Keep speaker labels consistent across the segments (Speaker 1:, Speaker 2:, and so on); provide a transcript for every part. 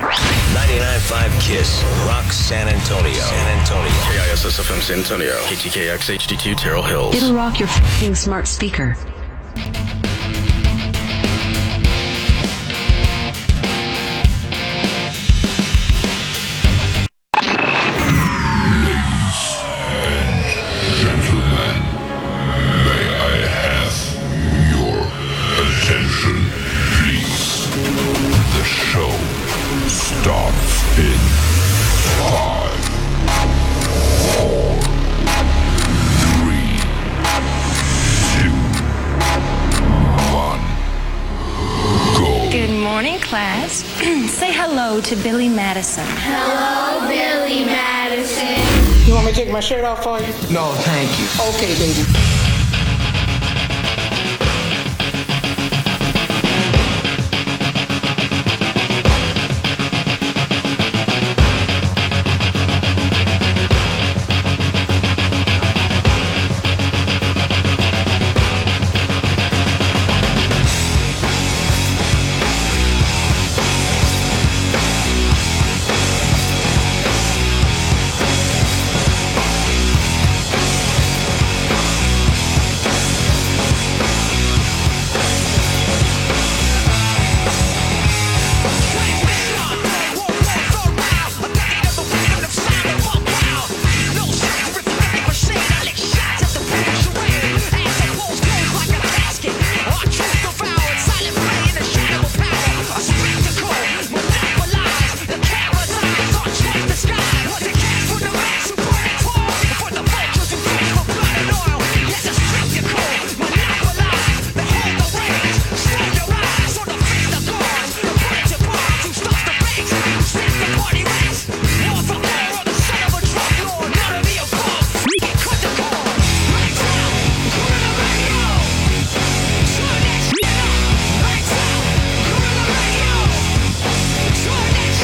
Speaker 1: 99.5 Kiss Rock San Antonio. San Antonio.
Speaker 2: KISSFM San Antonio, KTKX HD2 Terrell Hills.
Speaker 3: It'll rock your fing smart speaker.
Speaker 4: Attention, please. The show starts in five, four, three, two, one. Go.
Speaker 5: Good morning, class. Say hello to Billy Madison.
Speaker 6: Hello, Billy Madison.
Speaker 7: You want me to take my shirt off for you?
Speaker 8: No, thank you.
Speaker 7: Okay, baby.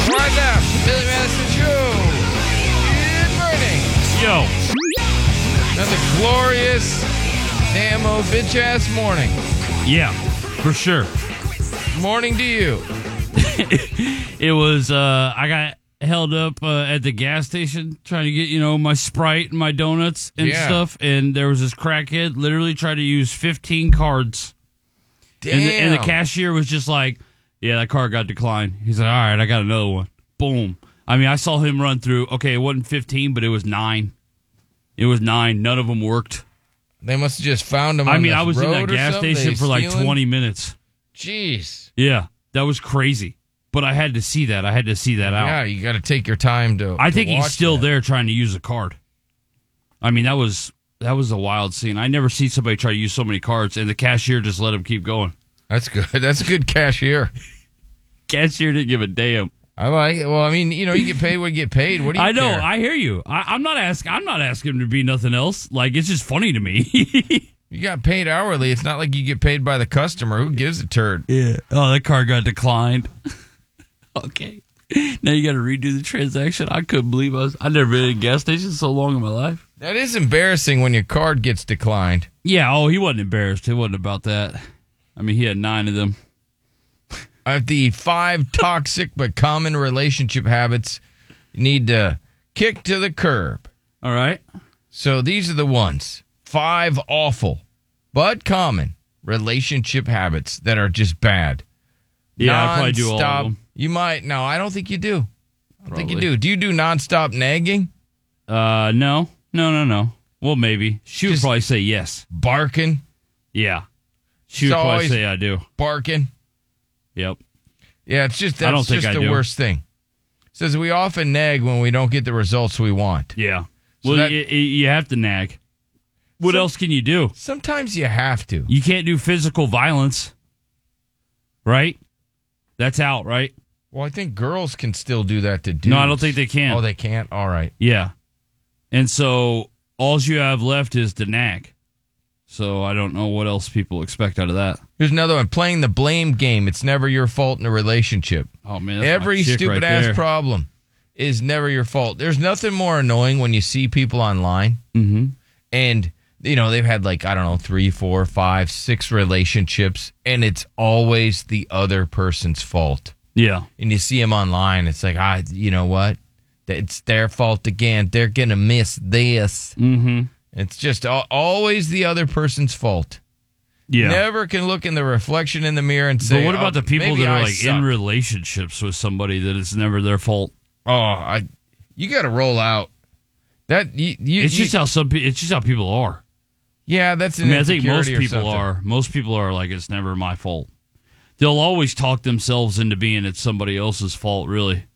Speaker 9: Right there, Billy Madison Show. Good morning. Yo. Another glorious, damn old bitch ass morning.
Speaker 10: Yeah, for sure.
Speaker 9: Morning to you.
Speaker 10: It was. Uh, I got held up uh, at the gas station trying to get you know my Sprite and my donuts and
Speaker 9: Yeah.
Speaker 10: stuff, and there was this crackhead literally tried to use fifteen cards. And, the, and the
Speaker 9: Damn.
Speaker 10: cashier was just like, "Yeah, that card got declined." He's like, "All right, I got another one." Boom. I mean, I saw him run through. Okay, it wasn't fifteen, but it was nine. It was nine. None of them worked.
Speaker 9: They must have just found him.
Speaker 10: I
Speaker 9: on
Speaker 10: mean,
Speaker 9: the
Speaker 10: I was in that
Speaker 9: road or
Speaker 10: gas
Speaker 9: something.
Speaker 10: station
Speaker 9: They
Speaker 10: for like
Speaker 9: stealing?
Speaker 10: twenty minutes.
Speaker 9: Jeez.
Speaker 10: Yeah, that was crazy. But I had to see that. I had to see that out.
Speaker 9: Yeah, you got to take your time to.
Speaker 10: I
Speaker 9: to
Speaker 10: think he's
Speaker 9: watch
Speaker 10: still
Speaker 9: that.
Speaker 10: there trying to use a card. I mean, that was that was a wild scene. I never see somebody try to use so many cards, and the cashier just let him keep going.
Speaker 9: That's good. That's a good cashier.
Speaker 10: Cashier didn't give a damn.
Speaker 9: I like. it. Well, I mean, you know, you get paid what you get paid. What do you?
Speaker 10: I know.
Speaker 9: care?
Speaker 10: I hear you. I, I'm not asking. I'm not asking him to be nothing else. Like it's just funny to me.
Speaker 9: you got paid hourly. It's not like you get paid by the customer. Who gives a turd?
Speaker 10: yeah. Oh, that card got declined. okay. Now you got to redo the transaction. I couldn't believe I was. I've never been at a gas station so long in my life.
Speaker 9: That is embarrassing when your card gets declined.
Speaker 10: Yeah. Oh, he wasn't embarrassed. It wasn't about that. I mean, he had nine of them.
Speaker 9: Uh, the five toxic but common relationship habits you need to kick to the curb.
Speaker 10: All right.
Speaker 9: So these are the ones five awful but common relationship habits that are just bad.
Speaker 10: Yeah, I probably do all
Speaker 9: Nonstop-
Speaker 10: of them.
Speaker 9: You might. No, I don't think you do. I don't think you
Speaker 10: Probably.
Speaker 9: do. Do you do nonstop nagging,
Speaker 10: Uh, no, no, no, no. Well, maybe she would
Speaker 9: Just-
Speaker 10: probably say yes.
Speaker 9: barking,
Speaker 10: Yeah, she would
Speaker 9: It's
Speaker 10: probably
Speaker 9: always-
Speaker 10: say I do.
Speaker 9: barking?
Speaker 10: Yep.
Speaker 9: Yeah, it's just that's
Speaker 10: I don't think
Speaker 9: just
Speaker 10: I
Speaker 9: the
Speaker 10: do.
Speaker 9: worst thing. Says we often nag when we don't get the results we want.
Speaker 10: Yeah.
Speaker 9: So
Speaker 10: Well,
Speaker 9: that-
Speaker 10: y- y- you have to nag. What
Speaker 9: So-
Speaker 10: else can you do?
Speaker 9: Sometimes you have to.
Speaker 10: You can't do physical violence, right? That's out, right?
Speaker 9: Well, I think girls can still do that to dudes.
Speaker 10: No, I don't think they can.
Speaker 9: Oh, they can't. All right.
Speaker 10: Yeah. And so all you have left is the knack. So I don't know what else people expect out of that.
Speaker 9: Here's another one: playing the blame game. It's never your fault in a relationship.
Speaker 10: Oh man, that's my
Speaker 9: Every
Speaker 10: chick
Speaker 9: stupid
Speaker 10: right
Speaker 9: ass
Speaker 10: there.
Speaker 9: problem is never your fault. There's nothing more annoying when you see people online, mm-hmm. and you know they've had like I don't know three, four, five, six relationships, and it's always the other person's fault.
Speaker 10: Yeah.
Speaker 9: And you see them online, it's like I, you know what? It's their fault again. They're gonna miss this.
Speaker 10: Mm-hmm.
Speaker 9: It's just al- always the other person's fault.
Speaker 10: Yeah.
Speaker 9: Never can look in the reflection in the mirror and say.
Speaker 10: but what about
Speaker 9: "Oh,
Speaker 10: the people
Speaker 9: maybe
Speaker 10: that are
Speaker 9: I
Speaker 10: like
Speaker 9: suck."
Speaker 10: in relationships with somebody that it's never their fault?
Speaker 9: Oh, I you got to roll out. That you, you
Speaker 10: it's
Speaker 9: you-
Speaker 10: just how some pe- it's just how people are.
Speaker 9: yeah. That's
Speaker 10: I
Speaker 9: an
Speaker 10: mean, I think most
Speaker 9: insecurity or
Speaker 10: people
Speaker 9: something.
Speaker 10: are. Most people are like it's never my fault. They'll always talk themselves into being it's somebody else's fault, really.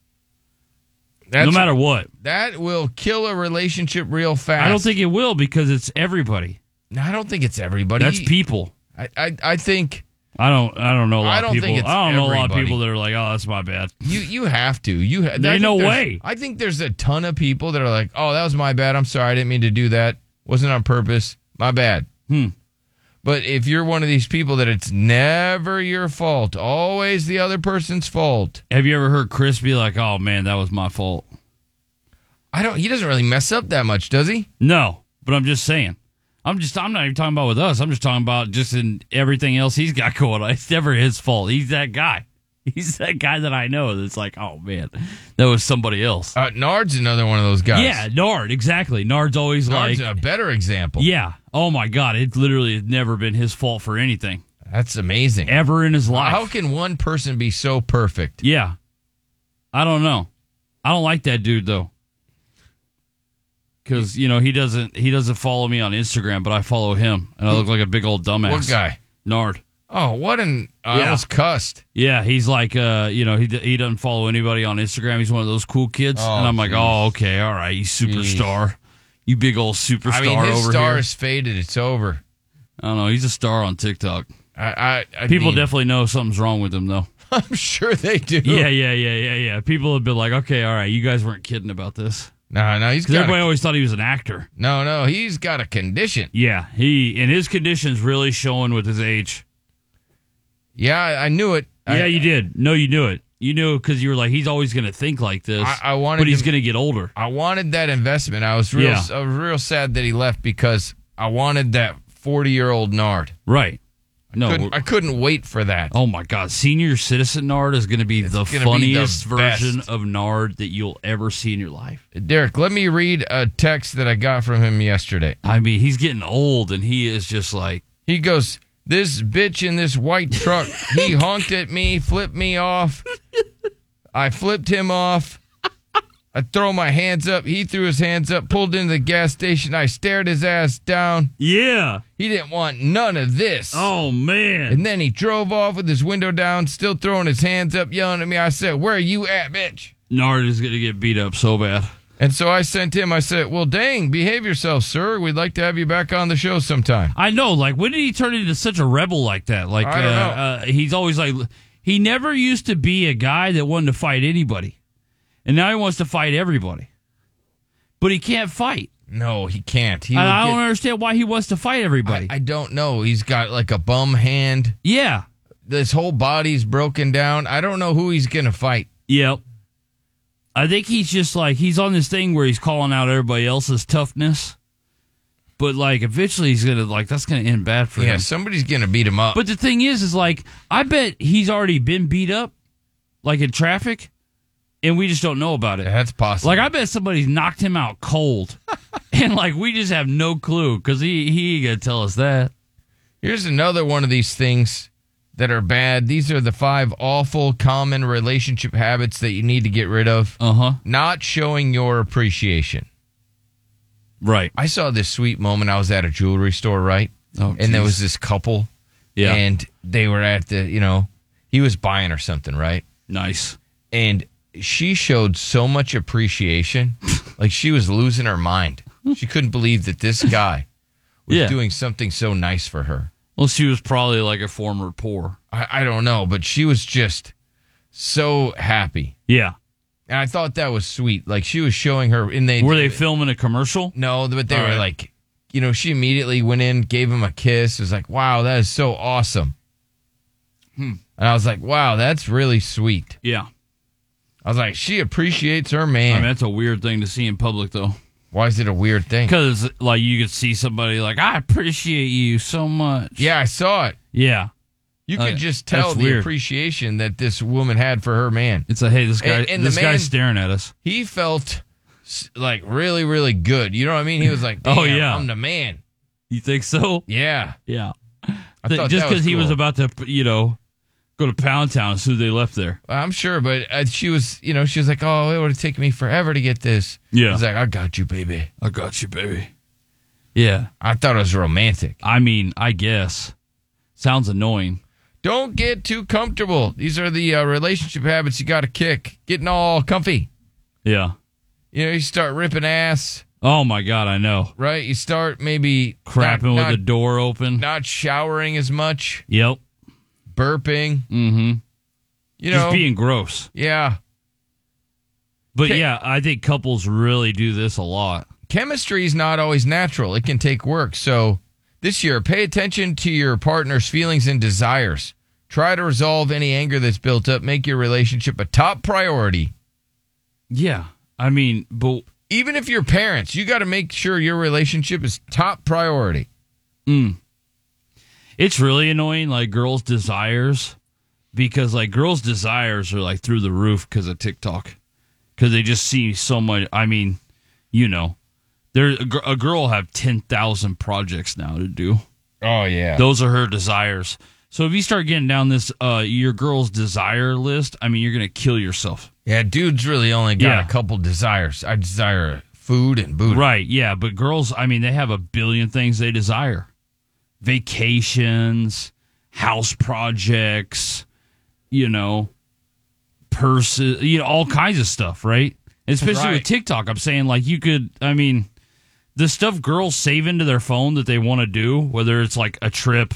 Speaker 9: That's-
Speaker 10: no matter what.
Speaker 9: That will kill a relationship real fast.
Speaker 10: I don't think it will because it's everybody.
Speaker 9: No, I don't think it's everybody.
Speaker 10: That's people.
Speaker 9: I I, I think
Speaker 10: I don't. I don't know a lot
Speaker 9: I
Speaker 10: of
Speaker 9: don't
Speaker 10: people.
Speaker 9: think it's
Speaker 10: I don't know a lot of
Speaker 9: everybody.
Speaker 10: people that are like, "Oh, that's my bad."
Speaker 9: you you have to. You ha-
Speaker 10: There
Speaker 9: I think
Speaker 10: ain't no
Speaker 9: there's-
Speaker 10: way.
Speaker 9: I think there's a ton of people that are like, "Oh, that was my bad. I'm sorry. I didn't mean to do that. Wasn't on purpose. My bad."
Speaker 10: Hmm.
Speaker 9: But if you're one of these people that it's never your fault, always the other person's fault.
Speaker 10: Have you ever heard Chris be like, "Oh man, that was my fault"?
Speaker 9: I don't. He doesn't really mess up that much, does he?
Speaker 10: No, but I'm just saying. I'm just. I'm not even talking about with us. I'm just talking about just in everything else he's got going on. It's never his fault. He's that guy. He's that guy that I know. That's like, oh man, that was somebody else.
Speaker 9: Uh, Nard's another one of those guys.
Speaker 10: Yeah, Nard. Exactly. Nard's always
Speaker 9: Nard's
Speaker 10: like,
Speaker 9: a better example.
Speaker 10: yeah. Oh my God, it literally has never been his fault for anything
Speaker 9: that's amazing.
Speaker 10: ever in his life.
Speaker 9: How can one person be so perfect?
Speaker 10: Yeah. I don't know. I don't like that dude though. Cuz you know, he doesn't he doesn't follow me on Instagram, but I follow him and I look like a big old dumbass.
Speaker 9: What guy?
Speaker 10: Nard.
Speaker 9: Oh, what an I
Speaker 10: Yeah.
Speaker 9: almost cussed.
Speaker 10: Yeah, he's like uh, you know, he d- he doesn't follow anybody on Instagram. He's one of those cool kids.
Speaker 9: Oh,
Speaker 10: and I'm like,
Speaker 9: geez.
Speaker 10: "Oh, okay. All right. You superstar. You big old superstar
Speaker 9: I mean, his
Speaker 10: over
Speaker 9: star
Speaker 10: here."
Speaker 9: is faded. It's over.
Speaker 10: I don't know. He's a star on TikTok.
Speaker 9: I, I, I
Speaker 10: People
Speaker 9: mean,
Speaker 10: definitely know something's wrong with him though.
Speaker 9: I'm sure they do.
Speaker 10: Yeah, yeah, yeah, yeah, yeah. People have been like, "Okay, all right. You guys weren't kidding about this."
Speaker 9: No, no, he's
Speaker 10: Because
Speaker 9: got.
Speaker 10: everybody
Speaker 9: A,
Speaker 10: always thought he was an actor.
Speaker 9: no, no, he's got a condition.
Speaker 10: Yeah, he and his condition's really showing with his age.
Speaker 9: Yeah, I, I knew it.
Speaker 10: yeah,
Speaker 9: I,
Speaker 10: you did. No, you knew it. You knew because you were like, he's always going to think like this.
Speaker 9: I- I wanted
Speaker 10: but he's
Speaker 9: to-
Speaker 10: going to get older.
Speaker 9: I wanted that investment. I was real.
Speaker 10: Yeah.
Speaker 9: I was real sad that he left because I wanted that 40 year old Nard.
Speaker 10: Right? No.
Speaker 9: Couldn't, I couldn't wait for that.
Speaker 10: oh my God, senior citizen Nard is going to be the
Speaker 9: gonna be the
Speaker 10: funniest version
Speaker 9: best.
Speaker 10: of Nard that you'll ever see in your life.
Speaker 9: Derek, let me read a text that I got from him yesterday.
Speaker 10: I mean, he's getting old, and he is just like,
Speaker 9: He goes, This bitch in this white truck, he honked at me, flipped me off. I flipped him off. I throw my hands up. He threw his hands up, pulled into the gas station. I stared his ass down.
Speaker 10: yeah.
Speaker 9: He didn't want none of this.
Speaker 10: Oh man.
Speaker 9: And then he drove off with his window down, still throwing his hands up, yelling at me. I said, Where are you at, bitch?
Speaker 10: Nard is going to get beat up so bad.
Speaker 9: And so I sent him, I said, Well, dang, behave yourself, sir. We'd like to have you back on the show sometime.
Speaker 10: I know. Like, when did he turn into such a rebel like that? Like,
Speaker 9: I don't
Speaker 10: uh,
Speaker 9: know.
Speaker 10: uh, he's always like, he never used to be a guy that wanted to fight anybody, and now he wants to fight everybody. But he can't fight.
Speaker 9: No, he can't. He
Speaker 10: And
Speaker 9: would
Speaker 10: I don't
Speaker 9: get-
Speaker 10: understand why he wants to fight
Speaker 9: I,
Speaker 10: everybody.
Speaker 9: I don't know. He's got like a bum hand.
Speaker 10: yeah.
Speaker 9: This whole body's broken down. I don't know who he's going to fight.
Speaker 10: Yep. I think he's just like he's on this thing where he's calling out everybody else's toughness, but like eventually he's gonna like that's gonna end bad for
Speaker 9: Yeah,
Speaker 10: him.
Speaker 9: somebody's going to beat him up.
Speaker 10: But the thing is, is like I bet he's already been beat up, like in traffic, and we just don't know about it.
Speaker 9: That's possible.
Speaker 10: Like I bet somebody's knocked him out cold, and like we just have no clue because he he ain't gonna tell us that.
Speaker 9: Here's another one of these things that are bad. These are the five awful common relationship habits that you need to get rid of.
Speaker 10: Uh huh.
Speaker 9: Not showing your appreciation.
Speaker 10: Right.
Speaker 9: I saw this sweet moment. I was at a jewelry store, right?
Speaker 10: Oh,
Speaker 9: and there
Speaker 10: geez.
Speaker 9: was this couple,
Speaker 10: Yeah.
Speaker 9: and they were at the, you know, he was buying her something, right?
Speaker 10: nice.
Speaker 9: and she showed so much appreciation like she was losing her mind she couldn't believe that this guy was
Speaker 10: Yeah.
Speaker 9: doing something so nice for her
Speaker 10: Well, she was probably like a former poor.
Speaker 9: I, I don't know but she was just so happy.
Speaker 10: Yeah.
Speaker 9: And I thought that was sweet. Like she was showing her, and they
Speaker 10: were they filming a commercial?
Speaker 9: No, but they
Speaker 10: All
Speaker 9: were
Speaker 10: right.
Speaker 9: like, you know, she immediately went in, gave him a kiss. Was like, wow, that is so awesome.
Speaker 10: Hmm.
Speaker 9: And I was like, wow, that's really sweet.
Speaker 10: Yeah.
Speaker 9: I was like, she appreciates her man.
Speaker 10: I mean, that's a weird thing to see in public, though.
Speaker 9: Why is it a weird thing?
Speaker 10: Because like you could see somebody like I appreciate you so much.
Speaker 9: Yeah, I saw it.
Speaker 10: Yeah.
Speaker 9: You
Speaker 10: Uh,
Speaker 9: could just tell
Speaker 10: that's
Speaker 9: the
Speaker 10: weird.
Speaker 9: appreciation that this woman had for her man.
Speaker 10: It's like, hey, this guy,
Speaker 9: And- and the
Speaker 10: this
Speaker 9: man-
Speaker 10: guy's staring at us.
Speaker 9: He felt s- like really, really good. You know what I mean? He was like, Damn,
Speaker 10: Oh, yeah.
Speaker 9: I'm the man.
Speaker 10: You think so?
Speaker 9: Yeah.
Speaker 10: Yeah.
Speaker 9: I
Speaker 10: Th-
Speaker 9: thought
Speaker 10: just
Speaker 9: that was
Speaker 10: because he was
Speaker 9: cool.
Speaker 10: about to, you know, go to Pound Town as soon as they left there.
Speaker 9: I'm sure, but uh, she was, you know, she was like, "Oh, it would have taken me forever to get this."
Speaker 10: Yeah.
Speaker 9: I was like, "I got you, baby."
Speaker 10: I got you, baby. Yeah.
Speaker 9: I thought it was romantic.
Speaker 10: I mean, I guess. Sounds annoying.
Speaker 9: Don't get too comfortable. These are the uh, relationship habits you got to kick. Getting all comfy.
Speaker 10: Yeah.
Speaker 9: You know, you start ripping ass,
Speaker 10: Oh my God, I know.
Speaker 9: right? You start maybe
Speaker 10: Crapping with
Speaker 9: not,
Speaker 10: the door open.
Speaker 9: not showering as much,
Speaker 10: yep.
Speaker 9: burping.
Speaker 10: Mm-hmm.
Speaker 9: You
Speaker 10: Just
Speaker 9: know,
Speaker 10: being gross.
Speaker 9: yeah.
Speaker 10: But
Speaker 9: Okay.
Speaker 10: yeah, I think couples really do this a lot.
Speaker 9: Chemistry is not always natural. It can take work. So this year, pay attention to your partner's feelings and desires. Try to resolve any anger that's built up. Make your relationship a top priority.
Speaker 10: Yeah. I mean, but
Speaker 9: Even if you're parents, you got to make sure your relationship is top priority.
Speaker 10: it's really annoying, like girls' desires, because like girls' desires are like through the roof because of TikTok, because they just see so much. I mean, you know, there a, gr- a girl have ten thousand projects now to do.
Speaker 9: Oh yeah.
Speaker 10: Those are her desires. So if you start getting down this uh your girl's desire list, I mean, you're gonna kill yourself.
Speaker 9: Yeah, dude's really only got
Speaker 10: Yeah.
Speaker 9: a couple desires. I desire food and booty.
Speaker 10: Right. Yeah. But girls, I mean, they have a billion things they desire vacations, house projects, you know, purses, you know, all kinds of stuff, right? Especially
Speaker 9: Right.
Speaker 10: with TikTok, I'm saying, like, you could, I mean, the stuff girls save into their phone that they want to do, whether it's like a trip,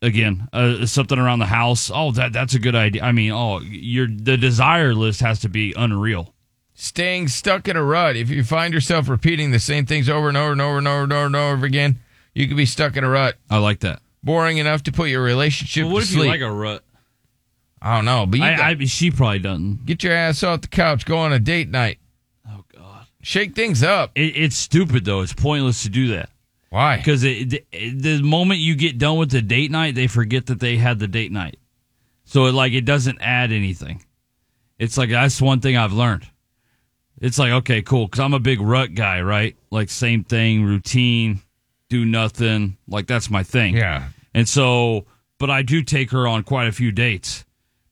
Speaker 10: again, uh, something around the house. Oh, that that's a good idea. I mean, oh, your the desire list has to be unreal.
Speaker 9: Staying stuck in a rut. If you find yourself repeating the same things over and over and over and over and over and over again, you could be stuck in a rut.
Speaker 10: I like that.
Speaker 9: Boring enough to put your relationship
Speaker 10: what
Speaker 9: to
Speaker 10: if
Speaker 9: sleep.
Speaker 10: you like a rut?
Speaker 9: I don't know, but you got-
Speaker 10: I, I, she probably doesn't.
Speaker 9: get your ass off the couch, go on a date night,
Speaker 10: Oh God,
Speaker 9: shake things up.
Speaker 10: it, it's stupid though. It's pointless to do that
Speaker 9: Why?
Speaker 10: because the, the moment you get done with the date night, they forget that they had the date night. So it, like it doesn't add anything. It's like that's one thing I've learned. It's like okay, cool, because I'm a big rut guy, right? Like same thing, routine, do nothing. Like that's my thing.
Speaker 9: Yeah.
Speaker 10: And so, but I do take her on quite a few dates.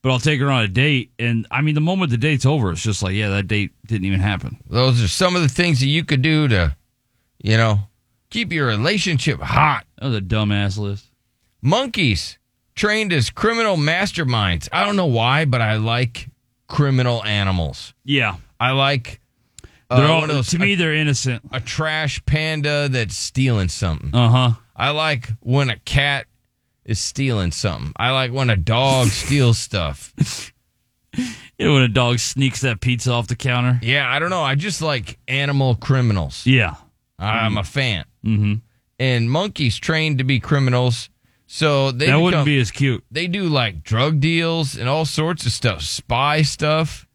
Speaker 10: But I'll take her on a date, and I mean, the moment the date's over, it's just like, yeah, that date didn't even happen.
Speaker 9: Those are some of the things that you could do to, you know, keep your relationship hot.
Speaker 10: That was a dumbass list.
Speaker 9: Monkeys trained as criminal masterminds. I don't know why, but I like criminal animals.
Speaker 10: Yeah,
Speaker 9: I like uh,
Speaker 10: they're all
Speaker 9: one of those,
Speaker 10: to me.
Speaker 9: a,
Speaker 10: They're innocent.
Speaker 9: a trash panda that's stealing something.
Speaker 10: Uh huh.
Speaker 9: I like when a cat is stealing something. I like when a dog steals stuff.
Speaker 10: You know when a dog sneaks that pizza off the counter?
Speaker 9: Yeah, I don't know. I just like animal criminals.
Speaker 10: Yeah.
Speaker 9: I'm a fan.
Speaker 10: Mm-hmm.
Speaker 9: And monkeys trained to be criminals, so they
Speaker 10: that wouldn't
Speaker 9: become-
Speaker 10: be as cute.
Speaker 9: They do like drug deals and all sorts of stuff, spy stuff.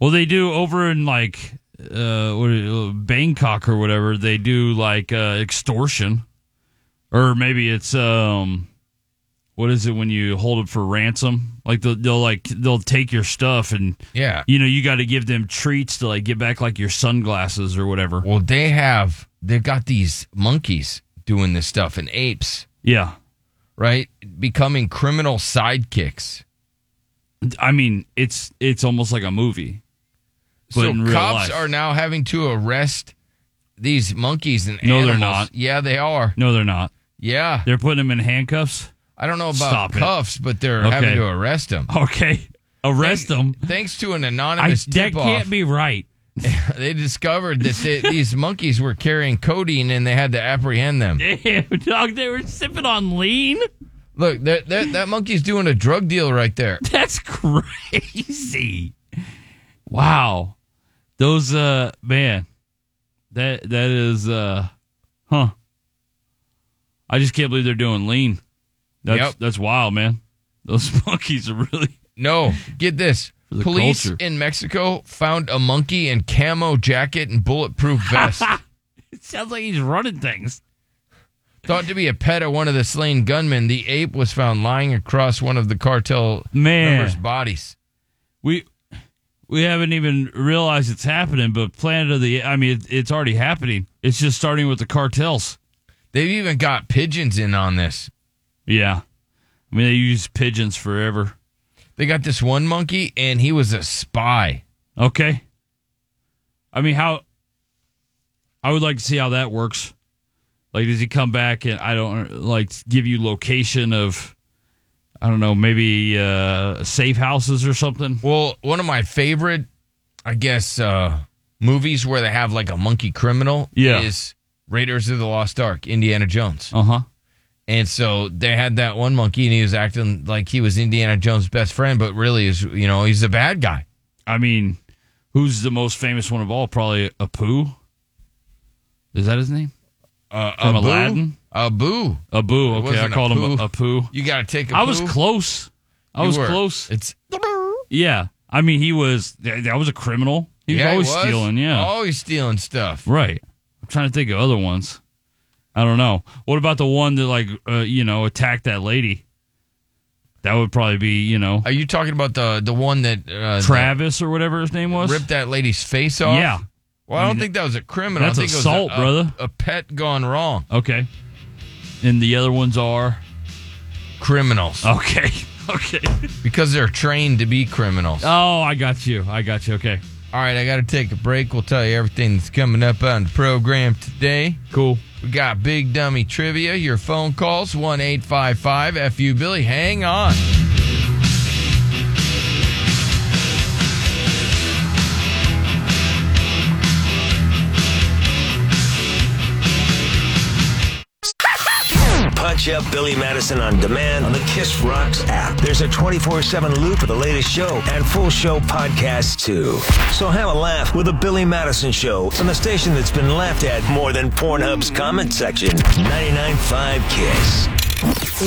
Speaker 10: Well, they do over in like uh, what is it, uh, Bangkok or whatever. They do like uh, extortion, or maybe it's um, what is it when you hold them for ransom? Like they'll, they'll like they'll take your stuff and
Speaker 9: Yeah.
Speaker 10: you know you got to give them treats to like get back like your sunglasses or whatever.
Speaker 9: Well, they have they've got these monkeys doing this stuff and apes,
Speaker 10: Yeah,
Speaker 9: right? Becoming criminal sidekicks.
Speaker 10: I mean it's it's almost like a movie. But
Speaker 9: so
Speaker 10: in real
Speaker 9: cops
Speaker 10: life.
Speaker 9: are now having to arrest these monkeys and
Speaker 10: No, they're
Speaker 9: animals.
Speaker 10: not.
Speaker 9: Yeah, they are.
Speaker 10: No, they're not.
Speaker 9: Yeah.
Speaker 10: They're putting them in handcuffs.
Speaker 9: I don't know about
Speaker 10: Stop it.
Speaker 9: cuffs, but they're having
Speaker 10: Okay.
Speaker 9: to arrest them.
Speaker 10: Okay, arrest them.
Speaker 9: Thanks to an
Speaker 10: I,
Speaker 9: anonymous
Speaker 10: that
Speaker 9: tip off,
Speaker 10: can't be right.
Speaker 9: they discovered that they, these monkeys were carrying codeine and they had to apprehend them.
Speaker 10: Damn, dog, they were sipping on lean?
Speaker 9: Look, that, that that monkey's doing a drug deal right there.
Speaker 10: That's crazy. Wow. Those uh man. That that is uh huh. I just can't believe they're doing lean. That's
Speaker 9: Yep.
Speaker 10: that's wild, man. Those monkeys are really
Speaker 9: No, get this.
Speaker 10: For the
Speaker 9: Police
Speaker 10: culture.
Speaker 9: in Mexico found a monkey in camo jacket and bulletproof vest.
Speaker 10: it sounds like he's running things.
Speaker 9: Thought to be a pet of one of the slain gunmen, the ape was found lying across one of the cartel
Speaker 10: Man.
Speaker 9: members' bodies.
Speaker 10: We we haven't even realized it's happening, but Planet of the I mean it, it's already happening. It's just starting with the cartels.
Speaker 9: They've even got pigeons in on this.
Speaker 10: Yeah. I mean they use pigeons forever.
Speaker 9: They got this one monkey, and he was a spy.
Speaker 10: Okay. I mean, how? I would like to see how that works. Like, does he come back and I don't like give you location of, I don't know, maybe uh, safe houses or something?
Speaker 9: Well, one of my favorite, I guess, uh, movies where they have like a monkey criminal
Speaker 10: Yeah.
Speaker 9: is Raiders of the Lost Ark, Indiana Jones.
Speaker 10: Uh huh.
Speaker 9: And so they had that one monkey, and he was acting like he was Indiana Jones' best friend, but really is you know he's a bad guy.
Speaker 10: I mean, who's the most famous one of all? Probably Apu. Is that his name?
Speaker 9: Uh,
Speaker 10: From Aladdin?
Speaker 9: Abu.
Speaker 10: Abu. Okay, I
Speaker 9: wasn't
Speaker 10: called him
Speaker 9: Apu.
Speaker 10: Apu.
Speaker 9: You got to take. a
Speaker 10: I was
Speaker 9: poo.
Speaker 10: close. I
Speaker 9: You
Speaker 10: was
Speaker 9: were.
Speaker 10: close.
Speaker 9: It's
Speaker 10: Yeah. I mean, he was. That that was a criminal. He was
Speaker 9: yeah,
Speaker 10: always
Speaker 9: he was. Oh,
Speaker 10: stealing. Yeah.
Speaker 9: always stealing stuff.
Speaker 10: Right. I'm trying to think of other ones. I don't know. What about the one that like uh, you know attacked that lady? That would probably be you know
Speaker 9: Are you talking about the the one that uh,
Speaker 10: Travis or whatever his name
Speaker 9: that
Speaker 10: was.
Speaker 9: ripped that lady's face off?
Speaker 10: Yeah.
Speaker 9: Well, I don't think that was a criminal.
Speaker 10: that's
Speaker 9: I think
Speaker 10: assault,
Speaker 9: it was a, uh, a-
Speaker 10: brother.
Speaker 9: A pet gone wrong.
Speaker 10: Okay. And the other ones are
Speaker 9: Criminals
Speaker 10: okay. Okay.
Speaker 9: because they're trained to be criminals.
Speaker 10: Oh, I got you. I got you. Okay.
Speaker 9: All right, I got to take a break. We'll tell you everything that's coming up on the program today.
Speaker 10: Cool.
Speaker 9: We got big dummy trivia. Your phone calls one eight five five fu Billy. Hang on.
Speaker 1: Punch up Billy Madison on demand on the Kiss Rocks app. There's a 24 7 loop of the latest show and full show podcasts, too. So have a laugh with The Billy Madison Show on the station that's been laughed at more than Pornhub's comment section 99.5 Kiss.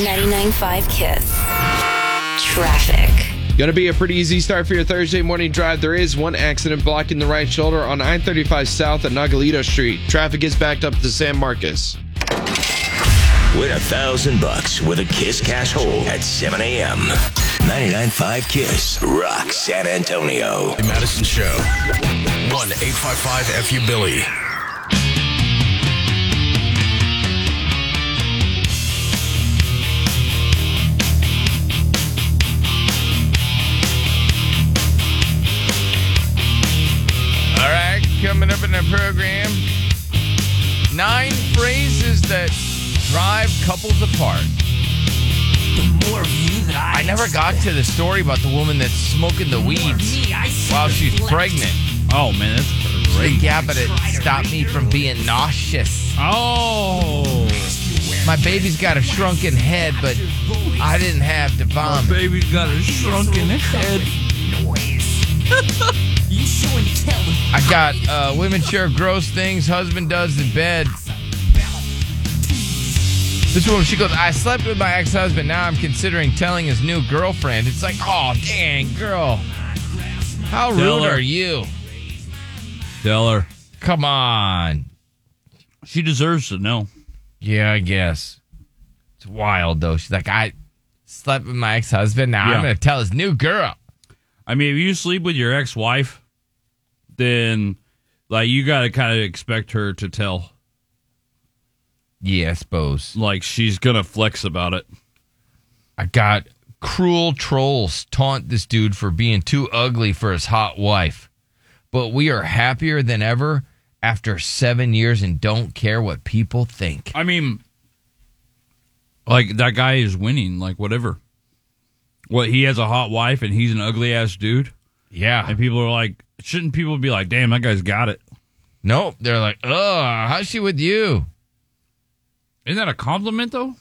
Speaker 5: 99.5 Kiss. Traffic.
Speaker 11: Going to be a pretty easy start for your Thursday morning drive. There is one accident blocking the right shoulder on 935 South at Nagalito Street. Traffic is backed up to San Marcos.
Speaker 1: Win a thousand bucks with a Kiss cash hole at 7 a.m. 99.5 Kiss Rock San Antonio.
Speaker 2: The Madison Show. 1 855 FU Billy.
Speaker 9: All right, coming up in the program, nine phrases that drive couples apart.
Speaker 4: More of you that I
Speaker 9: I never got to the story about the woman that's smoking the weeds while she's pregnant.
Speaker 10: Oh man, that's
Speaker 9: Like, yeah, but it stopped me from being nauseous.
Speaker 10: Oh,
Speaker 9: my baby's got a shrunken head, but I didn't have to vomit.
Speaker 10: baby got a shrunken head.
Speaker 4: You show and tell with
Speaker 9: I got uh, women share gross things husband does in bed. This woman, she goes, I slept with my ex husband. Now I'm considering telling his new girlfriend. It's like, oh, dang, girl. How
Speaker 10: Tell
Speaker 9: rude
Speaker 10: her.
Speaker 9: are you?
Speaker 10: Tell her
Speaker 9: Come on.
Speaker 10: she deserves to know.
Speaker 9: Yeah, I guess. It's wild, though. She's like, I slept with my ex husband. Now
Speaker 10: Yeah.
Speaker 9: I'm going to tell his new girl.
Speaker 10: I mean, if you sleep with your ex wife, then like you got to kind of expect her to tell.
Speaker 9: Yeah, I suppose.
Speaker 10: Like she's gonna flex about it.
Speaker 9: I got cruel trolls taunt this dude for being too ugly for his hot wife. But we are happier than ever after seven years and don't care what people think.
Speaker 10: I mean, like that guy is winning. Like whatever. What he has a hot wife and he's an ugly ass dude,
Speaker 9: Yeah.
Speaker 10: and people are like, shouldn't people be like, damn, that guy's got it?
Speaker 9: Nope. They're like, oh, how's she with you?
Speaker 10: Isn't that a compliment though?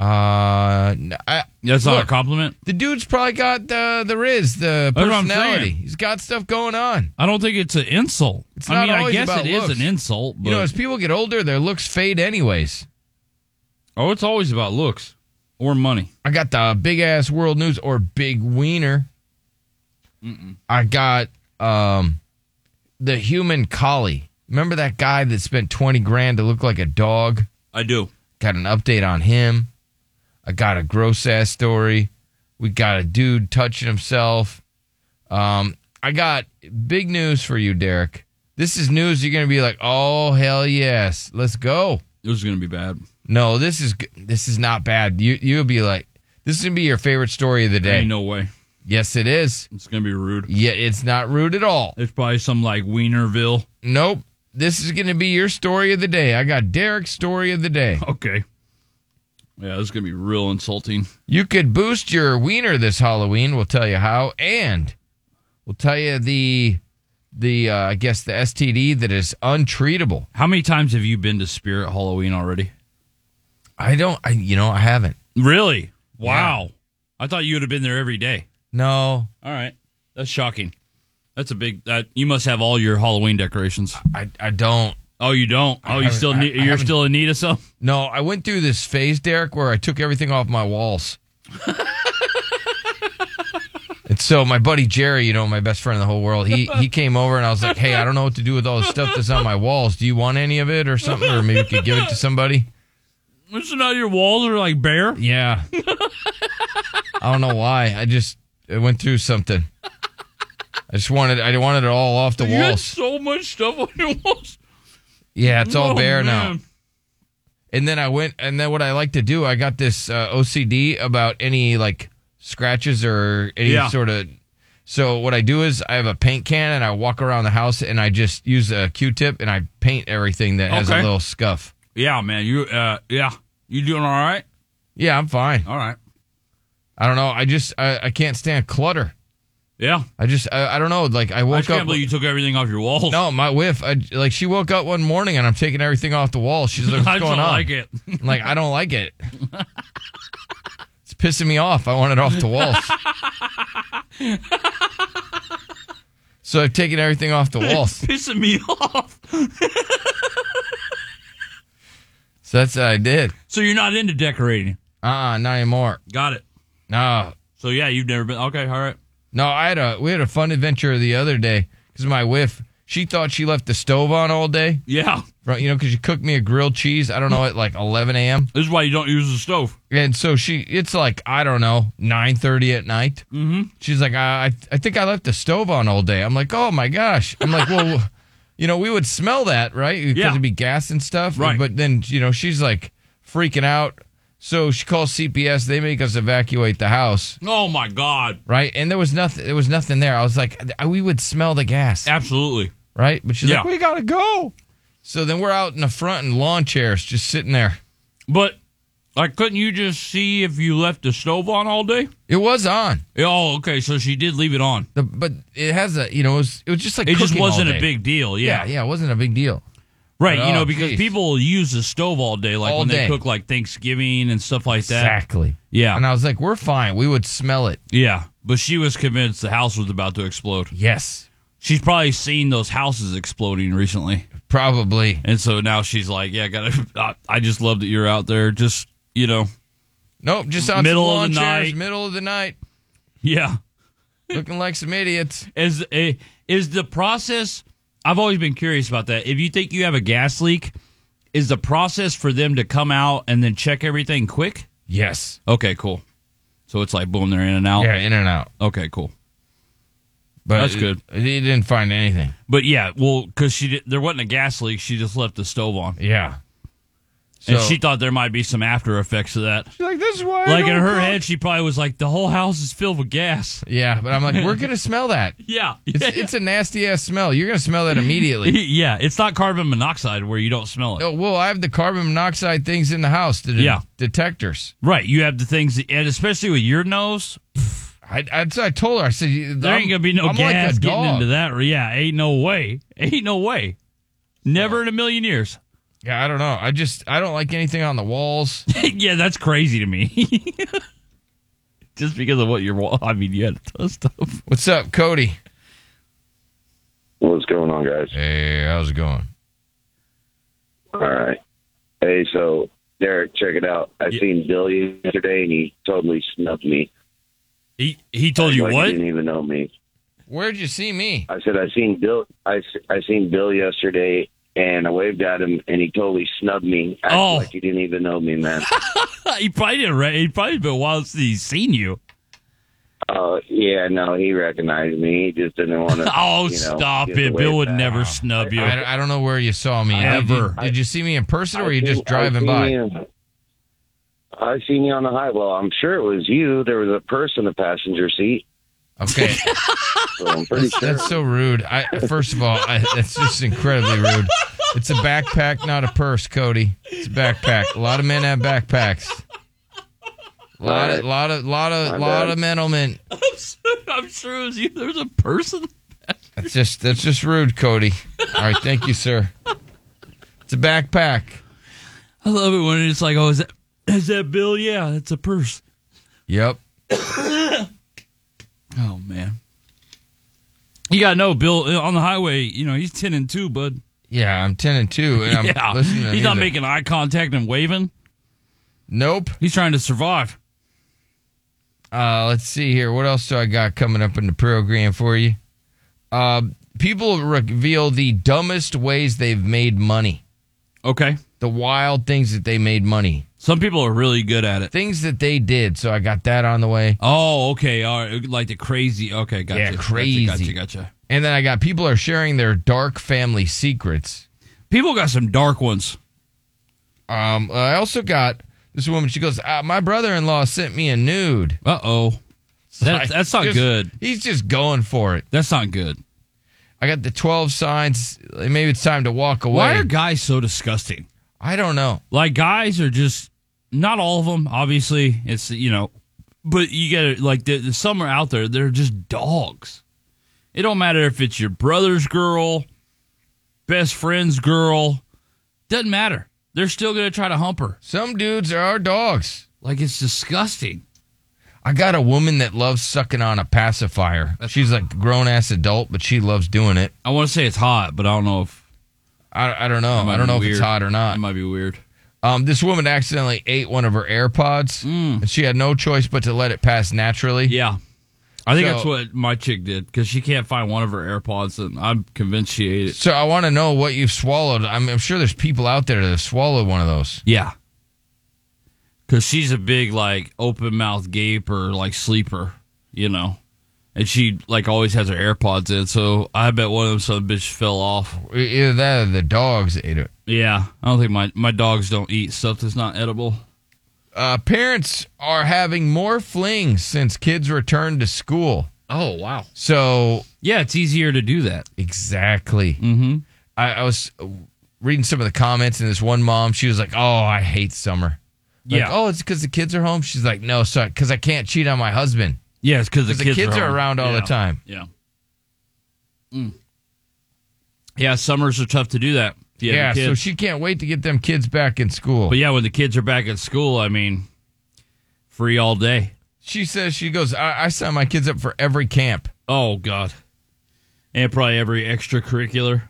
Speaker 9: Uh, n- I,
Speaker 10: That's not a compliment?
Speaker 9: The dude's probably got the the riz, the
Speaker 10: That's what I'm
Speaker 9: personality.
Speaker 10: saying.
Speaker 9: He's got stuff going on.
Speaker 10: I don't think it's an insult.
Speaker 9: It's
Speaker 10: I
Speaker 9: not
Speaker 10: mean, I
Speaker 9: always
Speaker 10: guess
Speaker 9: about
Speaker 10: it is
Speaker 9: looks.
Speaker 10: an insult, but
Speaker 9: You know, as people get older, their looks fade anyways.
Speaker 10: oh, it's always about looks or money.
Speaker 9: I got the big ass world news or big wiener. I got um the human collie. Remember that guy that spent 20 grand to look like a dog?
Speaker 10: I do.
Speaker 9: Got an update on him. I got a gross ass story. We got a dude touching himself. Um, I got big news for you, Derek. This is news you're going to be like, oh, hell yes. Let's go.
Speaker 10: This is going to be bad.
Speaker 9: No, this is g- this is not bad. You you'll be like, this is gonna be your favorite story of the day.
Speaker 10: Ain't no way.
Speaker 9: Yes, it is.
Speaker 10: It's going to be rude.
Speaker 9: Yeah, it's not rude at all.
Speaker 10: It's probably some like Wienerville.
Speaker 9: Nope. This is gonna be your story of the day. I got Derek's story of the day.
Speaker 10: Okay. Yeah, this is going to be real insulting.
Speaker 9: You could boost your wiener this Halloween. We'll tell you how, and we'll tell you the the uh, I guess the STD that is untreatable.
Speaker 10: How many times have you been to Spirit Halloween already?
Speaker 9: I don't. I you know I haven't.
Speaker 10: Really? Wow. I thought you would have been there every day.
Speaker 9: No,
Speaker 10: All right. That's shocking. That's a big. That you must have all your Halloween decorations.
Speaker 9: I I don't.
Speaker 10: Oh, you don't. Oh, you
Speaker 9: haven't-
Speaker 10: still
Speaker 9: I-
Speaker 10: need.
Speaker 9: I
Speaker 10: You're
Speaker 9: haven't-
Speaker 10: still in need of some.
Speaker 9: No, I went through this phase, Derek, where I took everything off my walls. and so my buddy Jerry, you know, my best friend in the whole world, he he came over and I was like, "Hey, I don't know what to do with all this stuff that's on my walls. Do you want any of it or something, or maybe you could give it to somebody?"
Speaker 10: Listen, now your walls are like bare.
Speaker 9: Yeah. I don't know why. I just I went through something. I just wanted I wanted it all off the
Speaker 10: You had
Speaker 9: walls.
Speaker 10: so much stuff on your walls.
Speaker 9: Yeah, it's all
Speaker 10: Oh,
Speaker 9: bare now.
Speaker 10: man.
Speaker 9: And then I went, and then what I like to do, I got this uh, OCD about any like scratches or any
Speaker 10: Yeah.
Speaker 9: sort of. So what I do is I have a paint can and I walk around the house and I just use a Q-tip and I paint everything that has a
Speaker 10: Okay.
Speaker 9: little scuff.
Speaker 10: Yeah, man. You. Uh. Yeah. You doing all right?
Speaker 9: Yeah, I'm fine.
Speaker 10: All right.
Speaker 9: I don't know. I just I, I can't stand clutter.
Speaker 10: Yeah.
Speaker 9: I just I, I don't know. Like I
Speaker 10: I
Speaker 9: woke
Speaker 10: just can't
Speaker 9: up.
Speaker 10: believe you took everything off your walls.
Speaker 9: no, my whiff. I, like she woke up one morning and I'm taking everything off the wall. She's like,
Speaker 10: I
Speaker 9: "What's
Speaker 10: don't
Speaker 9: going on?"
Speaker 10: like it.
Speaker 9: I'm like I don't like it. it's pissing me off. I want it off the walls. so I've taken everything off the walls.
Speaker 10: Pissing me off.
Speaker 9: So that's what I did.
Speaker 10: So you're not into decorating.
Speaker 9: Uh uh not anymore.
Speaker 10: Got it.
Speaker 9: No.
Speaker 10: So yeah, you've never been. Okay. All right.
Speaker 9: No, I had a we had a fun adventure the other day because my whiff she thought she left the stove on all day.
Speaker 10: Yeah.
Speaker 9: Right, you know, because she cooked me a grilled cheese. I don't know at like 11 a.m.
Speaker 10: This is why you don't use the stove.
Speaker 9: and so she it's like i don't know 9.30 at night mm-hmm. she's like I, I I think i left the stove on all day i'm like oh my gosh i'm like well you know we would smell that right because
Speaker 10: Yeah.
Speaker 9: it'd be gas and stuff
Speaker 10: Right.
Speaker 9: but then you know she's like freaking out so she calls cps they make us evacuate the house
Speaker 10: Oh my god.
Speaker 9: right and there was nothing there was nothing there i was like I- we would smell the gas
Speaker 10: Absolutely.
Speaker 9: right but she's like
Speaker 10: Yeah.
Speaker 9: we gotta go so then we're out in the front in lawn chairs just sitting there
Speaker 10: But like, couldn't you just see if you left the stove on all day?
Speaker 9: it was on
Speaker 10: Oh, okay. So she did leave it on.
Speaker 9: The, but it has a you know it was, it was just like
Speaker 10: It just
Speaker 9: cooking all
Speaker 10: wasn't a
Speaker 9: day.
Speaker 10: big deal.
Speaker 9: yeah.
Speaker 10: Yeah.
Speaker 9: yeah it wasn't a big deal
Speaker 10: Right.
Speaker 9: Oh,
Speaker 10: you know, because
Speaker 9: geez.
Speaker 10: people use the stove all day, like
Speaker 9: All
Speaker 10: when
Speaker 9: day.
Speaker 10: they cook like Thanksgiving and stuff like that.
Speaker 9: exactly
Speaker 10: Yeah.
Speaker 9: and I was like we're fine we would smell it
Speaker 10: Yeah. But she was convinced the house was about to explode.
Speaker 9: yes
Speaker 10: She's probably seen those houses exploding recently.
Speaker 9: probably
Speaker 10: And so now she's like, yeah, gotta, I- I just love that you're out there. Just, you know,
Speaker 9: nope just on
Speaker 10: Middle
Speaker 9: some
Speaker 10: of
Speaker 9: lawn
Speaker 10: the
Speaker 9: chairs
Speaker 10: night.
Speaker 9: middle of the night
Speaker 10: yeah.
Speaker 9: looking like some idiots
Speaker 10: Is a is the process? I've always been curious about that. If you think you have a gas leak, is the process for them to come out and then check everything quick?
Speaker 9: yes
Speaker 10: Okay, cool. So it's like boom, they're in and out.
Speaker 9: yeah in and out
Speaker 10: Okay, cool.
Speaker 9: but
Speaker 10: That's good.
Speaker 9: it- he didn't find anything
Speaker 10: But yeah, well, because she did, there wasn't a gas leak, she just left the stove on,
Speaker 9: yeah
Speaker 10: and
Speaker 9: So-
Speaker 10: she thought there might be some after effects of that.
Speaker 9: she's like this is why I
Speaker 10: Like in
Speaker 9: don't
Speaker 10: her
Speaker 9: cook.
Speaker 10: head, she probably was like, "The whole house is filled with gas."
Speaker 9: yeah but I'm like we're gonna smell that
Speaker 10: Yeah,
Speaker 9: it's
Speaker 10: yeah,
Speaker 9: it's a nasty ass smell you're gonna smell that immediately.
Speaker 10: yeah. It's not carbon monoxide where you don't smell it.
Speaker 9: Oh, well, I have the carbon monoxide things in the house, the de-
Speaker 10: Yeah.
Speaker 9: detectors.
Speaker 10: Right, you have the things, that, and especially with your nose,
Speaker 9: I, I, so I told her, I said, you-
Speaker 10: There
Speaker 9: I'm-
Speaker 10: ain't gonna be no
Speaker 9: I'm like a
Speaker 10: gas getting
Speaker 9: dog.
Speaker 10: into that. Yeah, ain't no way. Ain't no way. Never in a million years.
Speaker 9: Yeah, I don't know. I just I don't like anything on the walls.
Speaker 10: yeah, that's crazy to me. just because of what your wall. I mean, you had a ton of stuff.
Speaker 9: What's up, Cody?
Speaker 12: What's going on, guys?
Speaker 9: Hey, how's it going?
Speaker 12: All right. Hey, so Derek, check it out. I
Speaker 10: Yeah.
Speaker 12: seen Billy yesterday, and he totally snubbed me.
Speaker 10: He he told you
Speaker 12: Like
Speaker 10: what?
Speaker 12: He didn't even know me.
Speaker 9: Where'd you see me?
Speaker 12: I said I seen Bill. I, s- I seen Bill yesterday, and I waved at him, and he totally snubbed me. Acted
Speaker 10: Oh.
Speaker 12: like he didn't even know me, man.
Speaker 10: he probably didn't. Re- he probably been a while since he's seen you.
Speaker 12: uh, yeah, no, he recognized me. He just didn't want to.
Speaker 10: Oh,
Speaker 12: you know,
Speaker 10: stop
Speaker 12: give the
Speaker 10: it!
Speaker 12: wave
Speaker 10: Bill would
Speaker 12: back.
Speaker 10: never snub you.
Speaker 9: I, I don't know where you saw me. Did you-
Speaker 10: Ever.
Speaker 9: Did, you see me in person, or
Speaker 12: I
Speaker 9: were you
Speaker 12: seen-
Speaker 9: just driving
Speaker 12: I
Speaker 9: by?
Speaker 12: seen you- I seen you on the high. Well, I'm sure it was you. There was a person in the passenger seat.
Speaker 9: Okay,
Speaker 12: So I'm pretty sure.
Speaker 9: that's so rude. I first of all, I, that's just incredibly rude. It's a backpack, not a purse, Cody. It's a backpack. A lot of men have backpacks. A lot, of, lot of, lot
Speaker 10: My
Speaker 9: of, lot
Speaker 10: bad.
Speaker 9: of men, oh, men.
Speaker 10: I'm sure, I'm sure it was you. There was a person.
Speaker 9: That's just, that's just rude, Cody. All right, thank you, sir. It's a backpack.
Speaker 10: I love it when it's like, oh, is that is that Bill? Yeah, it's a purse.
Speaker 9: Yep.
Speaker 10: Oh man, you gotta know Bill uh, on the highway. You know he's ten and two, bud.
Speaker 9: Yeah, I'm ten and two, and I'm
Speaker 10: yeah,
Speaker 9: listening. To
Speaker 10: he's not
Speaker 9: music.
Speaker 10: making eye contact and waving.
Speaker 9: Nope.
Speaker 10: He's trying to survive.
Speaker 9: Uh, let's see here. What else do I got coming up in the program for you? Uh, people reveal the dumbest ways they've made money.
Speaker 10: Okay.
Speaker 9: The wild things that they made money.
Speaker 10: Some people are really good at it.
Speaker 9: Things that they did. So I got that on the way.
Speaker 10: Oh, okay. All right. Like the crazy. Okay, gotcha.
Speaker 9: Yeah, crazy.
Speaker 10: Gotcha, gotcha, gotcha.
Speaker 9: And then I got people are sharing their dark family secrets.
Speaker 10: People got some dark ones.
Speaker 9: Um, I also got this woman. She goes, uh, "My brother-in-law sent me a nude."
Speaker 10: Uh oh, That, that's not good.
Speaker 9: He's just going for it.
Speaker 10: That's not good.
Speaker 9: I got the twelve signs. Maybe it's time to walk away.
Speaker 10: Why are guys so disgusting?
Speaker 9: I don't know.
Speaker 10: Like guys are just not all of them. Obviously, it's you know, but you get like the, the, some are out there. They're just dogs. It don't matter if it's your brother's girl, best friend's girl. Doesn't matter. They're still gonna try to hump her.
Speaker 9: Some dudes are our dogs.
Speaker 10: Like it's disgusting.
Speaker 9: I got a woman that loves sucking on a pacifier. She's like a grown ass adult, but she loves doing it.
Speaker 10: I want to say it's hot, but I don't know if
Speaker 9: I, I don't know.
Speaker 10: That might
Speaker 9: I don't
Speaker 10: be
Speaker 9: know if
Speaker 10: weird.
Speaker 9: it's hot or
Speaker 10: it
Speaker 9: not.
Speaker 10: might be weird.
Speaker 9: Um, this woman accidentally ate one of her AirPods, and she had no choice but to let it pass naturally.
Speaker 10: Mm. Yeah. I think
Speaker 9: So-
Speaker 10: that's what my chick did because she can't find one of her AirPods, and I'm convinced she ate it.
Speaker 9: So I want to know what you've swallowed. I'm, I'm sure there's people out there that have swallowed one of those.
Speaker 10: Yeah. Because she's a big, like, open mouth gaper, like, sleeper, you know? And she, like, always has her AirPods in. So I bet one of them some bitch fell off.
Speaker 9: E- Either that or the dogs ate it.
Speaker 10: Yeah. I don't think my, my dogs don't eat stuff that's not edible.
Speaker 9: Uh, parents are having more flings since kids returned to school.
Speaker 10: Oh, wow.
Speaker 9: So
Speaker 10: Yeah, it's easier to do that.
Speaker 9: Exactly. Mm-hmm. I, I was uh, reading some of the comments, and this one mom, she was like, "Oh, I hate summer." Like,
Speaker 10: Yeah.
Speaker 9: Oh, it's because the kids are home. She's like, "No, sorry, because I can't cheat on my husband."
Speaker 10: Yeah, it's because the,
Speaker 9: 'Cause the kids are
Speaker 10: home.
Speaker 9: around all the
Speaker 10: Yeah.
Speaker 9: time.
Speaker 10: Yeah. Mm. Yeah, summers are tough to do that. if you have
Speaker 9: yeah. So
Speaker 10: kids.
Speaker 9: she can't wait to get them kids back in school.
Speaker 10: But yeah, when the kids are back at school, I mean, free all day.
Speaker 9: She says she goes, I, "I sign my kids up for every camp."
Speaker 10: Oh God, and probably every extracurricular.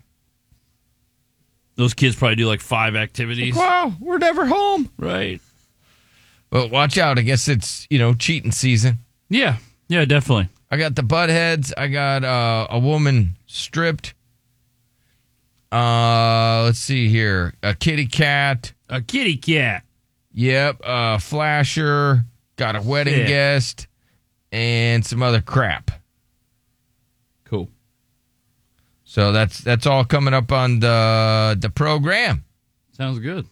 Speaker 10: Those kids probably do like five activities,
Speaker 9: Wow, we're never home.
Speaker 10: right?
Speaker 9: But watch out. I guess it's you know cheating season.
Speaker 10: Yeah, yeah, definitely.
Speaker 9: I got the butt heads. I got uh, a woman stripped. Uh, let's see here. A kitty cat.
Speaker 10: A kitty cat.
Speaker 9: Yep. Uh, flasher. Got a wedding
Speaker 10: Shit.
Speaker 9: guest and some other crap.
Speaker 10: Cool.
Speaker 9: So that's that's all coming up on the the program.
Speaker 10: Sounds good.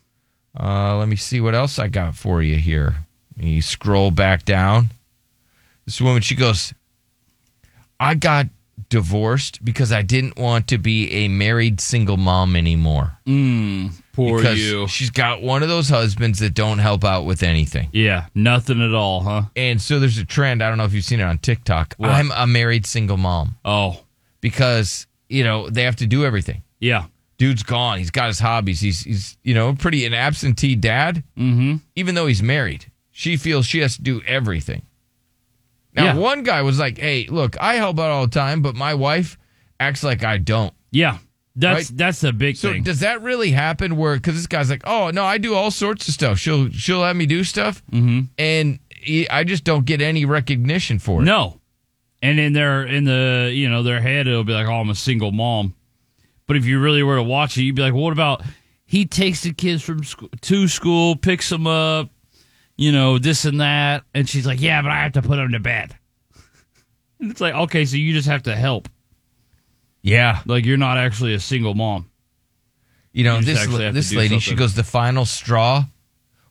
Speaker 9: Uh, let me see what else I got for you here. Let me scroll back down. This woman, she goes, I got divorced because I didn't want to be a married single mom anymore.
Speaker 10: Mm, poor
Speaker 9: because
Speaker 10: you.
Speaker 9: she's got one of those husbands that don't help out with anything.
Speaker 10: Yeah, nothing at all, huh?
Speaker 9: And so there's a trend. I don't know if you've seen it on TikTok. I'm a married single mom
Speaker 10: Oh,
Speaker 9: because, you know, they have to do everything.
Speaker 10: yeah.
Speaker 9: Dude's gone. He's got his hobbies. He's he's you know pretty an absentee dad.
Speaker 10: Mm-hmm.
Speaker 9: Even though he's married, she feels she has to do everything. Now,
Speaker 10: Yeah.
Speaker 9: one guy was like, "Hey, look, I help out all the time, but my wife acts like I don't."
Speaker 10: Yeah, that's
Speaker 9: Right?
Speaker 10: that's the big
Speaker 9: So
Speaker 10: thing.
Speaker 9: does that really happen? Where because this guy's like, "Oh no, I do all sorts of stuff. She'll she'll let me do stuff,
Speaker 10: Mhm.
Speaker 9: and he- I just don't get any recognition for it."
Speaker 10: No. And in their in the you know their head it'll be like, oh, I'm a single mom. But if you really were to watch it, you'd be like, what about he takes the kids from school to school, picks them up, you know this and that, and she's like, yeah, but I have to put them to bed. and it's like, okay, so you just have to help.
Speaker 9: Yeah,
Speaker 10: like you're not actually a single mom.
Speaker 9: You know
Speaker 10: You just
Speaker 9: this
Speaker 10: actually
Speaker 9: la-
Speaker 10: have to
Speaker 9: this
Speaker 10: do
Speaker 9: lady. She
Speaker 10: something.
Speaker 9: goes, "The final straw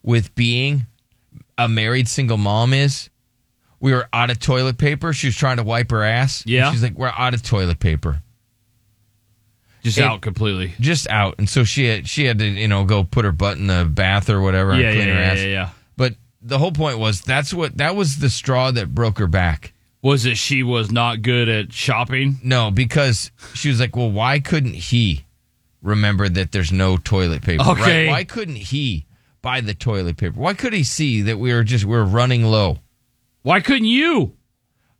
Speaker 9: with being a married single mom is we were out of toilet paper. She was trying to wipe her ass.
Speaker 10: Yeah.
Speaker 9: she's like, we're out of toilet paper."
Speaker 10: Just
Speaker 9: It-
Speaker 10: out completely.
Speaker 9: just out, and so she had she had to you know go put her butt in the bath or whatever
Speaker 10: Yeah,
Speaker 9: and clean
Speaker 10: yeah,
Speaker 9: her
Speaker 10: yeah,
Speaker 9: ass.
Speaker 10: yeah, yeah.
Speaker 9: But the whole point was that's what that was the straw that broke her back.
Speaker 10: Was it she was not good at shopping?
Speaker 9: No, because she was like, well, why couldn't he remember that there's no toilet paper? right?
Speaker 10: Okay.
Speaker 9: why couldn't he buy the toilet paper? Why could he see that we were just we were running low?
Speaker 10: Why couldn't you?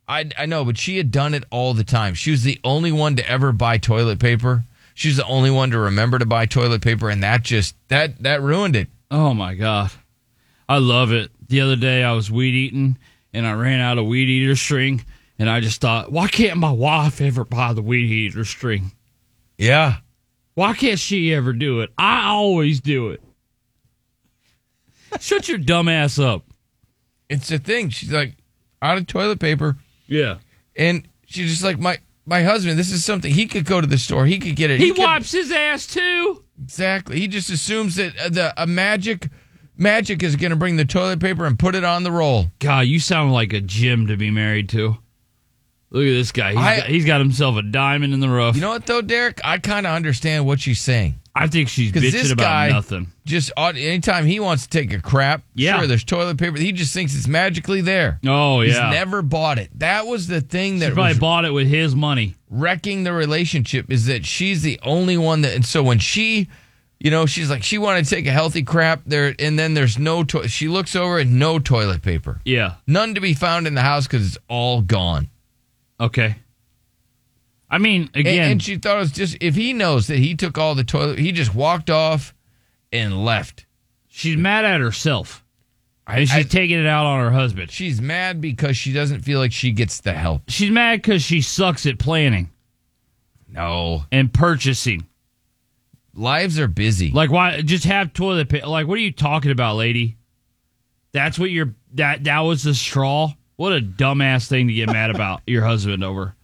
Speaker 9: I I know, but she had done it all the time. She was the only one to ever buy toilet paper. She was the only one to remember to buy toilet paper, and that just that that ruined it.
Speaker 10: Oh my god, I love it. The other day I was weed eating and I ran out of weed eater string, and I just thought, why can't my wife ever buy the weed eater string?
Speaker 9: Yeah.
Speaker 10: Why can't she ever do it? I always do it. Shut your dumb ass up.
Speaker 9: It's the thing. She's like out of toilet paper.
Speaker 10: Yeah.
Speaker 9: And she's just like my my husband. This is something he could go to the store. He could get it.
Speaker 10: He,
Speaker 9: could-
Speaker 10: wipes his ass too.
Speaker 9: exactly. He just assumes that uh, the a magic magic is going to bring the toilet paper and put it on the roll.
Speaker 10: God, you sound like a Jim to be married to. Look at this guy. He's
Speaker 9: I-
Speaker 10: got, he's got himself a diamond in the rough.
Speaker 9: You know what though, Derek? I kind of understand what she's saying.
Speaker 10: I think she's
Speaker 9: Because
Speaker 10: bitching
Speaker 9: this
Speaker 10: about
Speaker 9: guy
Speaker 10: nothing.
Speaker 9: just ought, anytime he wants to take a crap,
Speaker 10: Yeah.
Speaker 9: sure, there's toilet paper. He just thinks it's magically there.
Speaker 10: Oh
Speaker 9: He's
Speaker 10: yeah.
Speaker 9: never bought it. That was the thing
Speaker 10: She
Speaker 9: that
Speaker 10: probably
Speaker 9: was
Speaker 10: bought it with his money.
Speaker 9: wrecking the relationship is that she's the only one that and so when she you know she's like she wanted to take a healthy crap there and then there's no to- she looks over and no toilet paper
Speaker 10: Yeah.
Speaker 9: none to be found in the house because it's all gone
Speaker 10: Okay. I mean, again,
Speaker 9: and, and she thought it was just if he knows that he took all the toilet he just walked off and left
Speaker 10: she's mad at herself. and she's
Speaker 9: I-
Speaker 10: taking it out on her husband.
Speaker 9: she's mad because she doesn't feel like she gets the help
Speaker 10: She's mad because she sucks at planning
Speaker 9: no
Speaker 10: and purchasing.
Speaker 9: lives are busy
Speaker 10: Like, why just have toilet paper? Like, what are you talking about, lady? That's what you're. That that was the straw. What a dumbass thing to get mad about your husband over.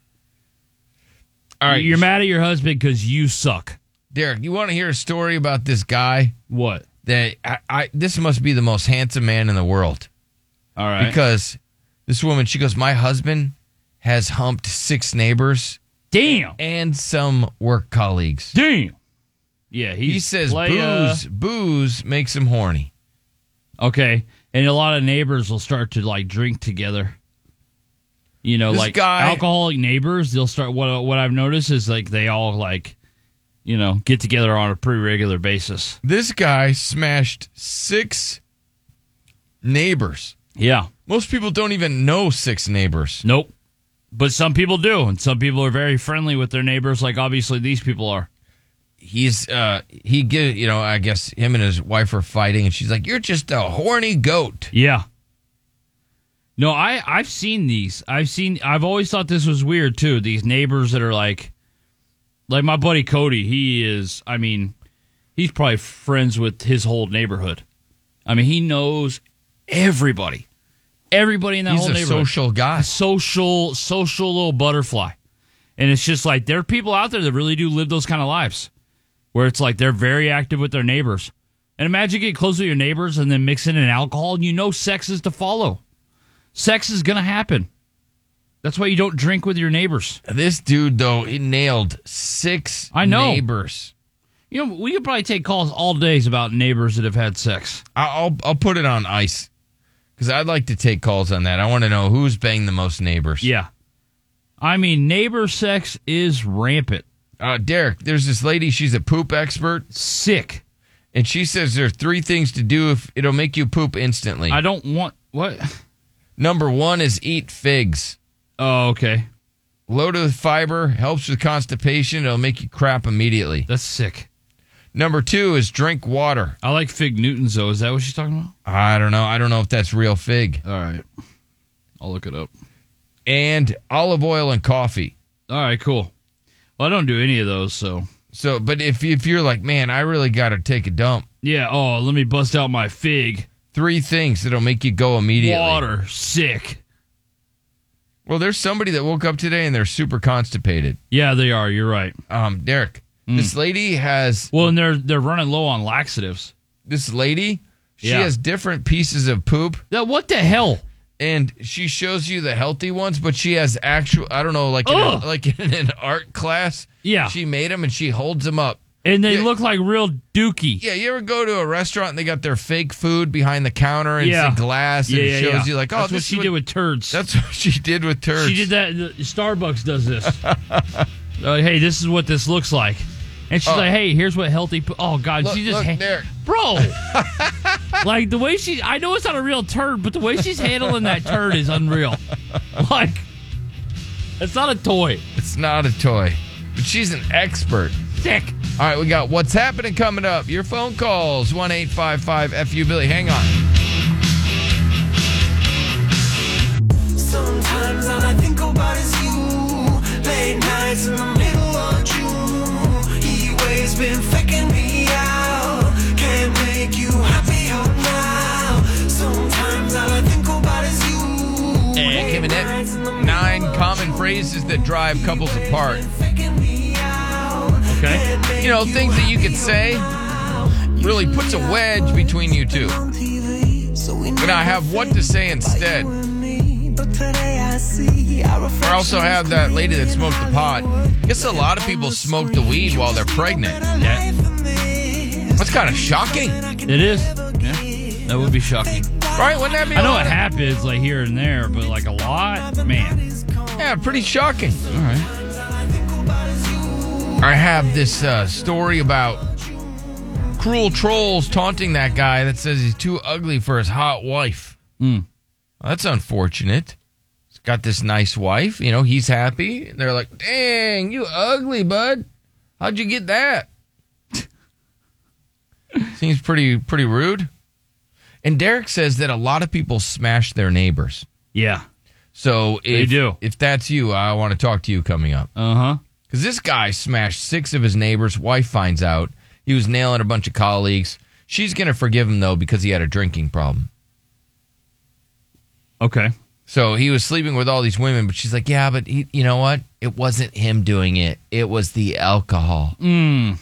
Speaker 9: all right
Speaker 10: You're mad at your husband because you suck.
Speaker 9: derek you want to hear a story about this guy
Speaker 10: What?
Speaker 9: that I, I this must be the most handsome man in the world
Speaker 10: All right.
Speaker 9: because this woman she goes my husband has humped six neighbors
Speaker 10: damn,
Speaker 9: and some work colleagues
Speaker 10: damn. Yeah, he's
Speaker 9: he says
Speaker 10: playa.
Speaker 9: booze booze makes him horny
Speaker 10: Okay. And a lot of neighbors will start to like drink together. You know,
Speaker 9: This
Speaker 10: like
Speaker 9: guy-
Speaker 10: alcoholic neighbors, they'll start what what I've noticed is like they all like you know, get together on a pretty regular basis.
Speaker 9: this guy smashed six neighbors
Speaker 10: Yeah.
Speaker 9: most people don't even know six neighbors
Speaker 10: Nope. But some people do, and some people are very friendly with their neighbors like obviously these people are.
Speaker 9: he's uh he get you know i guess him and his wife are fighting and she's like you're just a horny goat
Speaker 10: Yeah. No, I I've seen these. I've seen. I've always thought this was weird too. These neighbors that are like, like my buddy Cody. He is. I mean, he's probably friends with his whole neighborhood. I mean, he knows everybody, everybody in that
Speaker 9: he's
Speaker 10: whole
Speaker 9: a
Speaker 10: neighborhood.
Speaker 9: social guy
Speaker 10: social, social little butterfly, and it's just like there are people out there that really do live those kind of lives, where it's like they're very active with their neighbors. And imagine getting close with your neighbors and then mixing in alcohol. You know, sex is to follow. Sex is going to happen. That's why you don't drink with your neighbors.
Speaker 9: This dude though, he nailed six
Speaker 10: I know.
Speaker 9: neighbors.
Speaker 10: You know, we could probably take calls all days about neighbors that have had sex.
Speaker 9: I- I'll I'll put it on ice because I'd like to take calls on that. I want to know who's banged the most neighbors.
Speaker 10: Yeah. I mean, neighbor sex is rampant.
Speaker 9: Uh, Derek, there's this lady. She's a poop expert.
Speaker 4: Sick.
Speaker 9: And she says there are three things to do if it'll make you poop instantly.
Speaker 4: I don't want what.
Speaker 9: Number one is eat figs.
Speaker 4: Oh, okay.
Speaker 9: Loaded with fiber, helps with constipation. It'll make you crap immediately.
Speaker 4: That's sick.
Speaker 9: Number two is drink water.
Speaker 4: I like fig Newtons though. Is that what she's talking about?
Speaker 9: I don't know. I don't know if that's real fig.
Speaker 4: All right, I'll look it up.
Speaker 9: And olive oil and coffee.
Speaker 4: All right, cool. Well, I don't do any of those, so
Speaker 9: so. But if if you're like, man, I really got to take a dump.
Speaker 4: Yeah. Oh, let me bust out my fig.
Speaker 9: Three things that'll make you go immediately.
Speaker 4: Water, sick.
Speaker 9: Well, there's somebody that woke up today and they're super constipated.
Speaker 4: Yeah, they are. You're right.
Speaker 9: Um, Derek, mm. this lady has.
Speaker 4: Well, and they're they're running low on laxatives.
Speaker 9: This lady, she yeah. has different pieces of poop.
Speaker 4: Yeah, what the hell?
Speaker 9: and she shows you the healthy ones, but she has actual. I don't know, like in a, like in an art class.
Speaker 4: Yeah,
Speaker 9: she made them and she holds them up,
Speaker 4: and they yeah. look like real dookie.
Speaker 9: Yeah, you ever go to a restaurant and they got their fake food behind the counter and yeah. glass, and yeah, it shows yeah, you like, oh,
Speaker 4: that's
Speaker 9: what
Speaker 4: she what, did with turds.
Speaker 9: That's what she did with turds.
Speaker 4: She did that. Starbucks does this. like, hey, this is what this looks like. And she's oh. like, "Hey, here's what healthy." Po- oh God,
Speaker 9: look,
Speaker 4: she just
Speaker 9: look, ha-
Speaker 4: bro. like the way she, I know it's not a real turd, but the way she's handling that turd is unreal. Like, it's not a toy.
Speaker 9: It's not a toy, but she's an expert.
Speaker 4: Sick.
Speaker 9: All right, we got what's happening coming up. Your phone calls one eight five five fu Billy. Hang on. Sometimes all I think about is you. Late nights in the middle of June always been faking me out. Can't make you happier now. Sometimes all I think about is you. And Kevin Nett, nine common phrases that drive couples apart.
Speaker 4: Okay.
Speaker 9: You know, things that you could say really puts a wedge between you two. And I have what to say instead. I also have that lady that smoked the pot. I guess a lot of people smoke the weed while they're pregnant.
Speaker 4: Yeah.
Speaker 9: That's kind of shocking.
Speaker 4: It is. Yeah. That would be shocking.
Speaker 9: Right? Wouldn't that be?
Speaker 4: I know it happens like here and there, but like a lot, man.
Speaker 9: Yeah, pretty shocking.
Speaker 4: All right.
Speaker 9: I have this uh, story about cruel trolls taunting that guy that says he's too ugly for his hot wife.
Speaker 4: Mm.
Speaker 9: Well, that's unfortunate got this nice wife. You know, he's happy. And they're like, dang, you ugly, bud. How'd you get that? Seems pretty pretty rude. And Derek says that a lot of people smash their neighbors.
Speaker 4: Yeah.
Speaker 9: So if,
Speaker 4: they do.
Speaker 9: if that's you, I want to talk to you coming up.
Speaker 4: Uh huh.
Speaker 9: Because this guy smashed six of his neighbors. Wife finds out. He was nailing a bunch of colleagues. She's going to forgive him, though, because he had a drinking problem.
Speaker 4: Okay.
Speaker 9: So he was sleeping with all these women, but she's like, yeah, but he, you know what? It wasn't him doing it. It was the alcohol.
Speaker 4: Mm.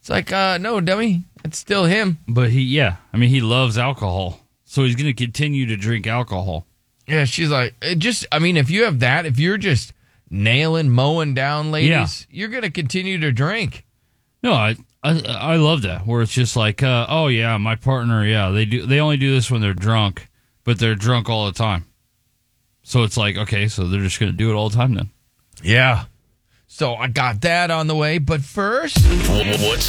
Speaker 9: It's like, uh, no, dummy, it's still him.
Speaker 4: But he, yeah, I mean, he loves alcohol, so he's going to continue to drink alcohol.
Speaker 9: Yeah, she's like, just, I mean, if you have that, if you're just nailing, mowing down ladies, yeah. you're going to continue to drink.
Speaker 4: No, I, I, I love that where it's just like, uh, oh yeah, my partner, yeah, they do, they only do this when they're drunk, but they're drunk all the time. So it's like, okay, so they're just going to do it all the time then.
Speaker 9: Yeah. So I got that on the way, but first.
Speaker 2: What's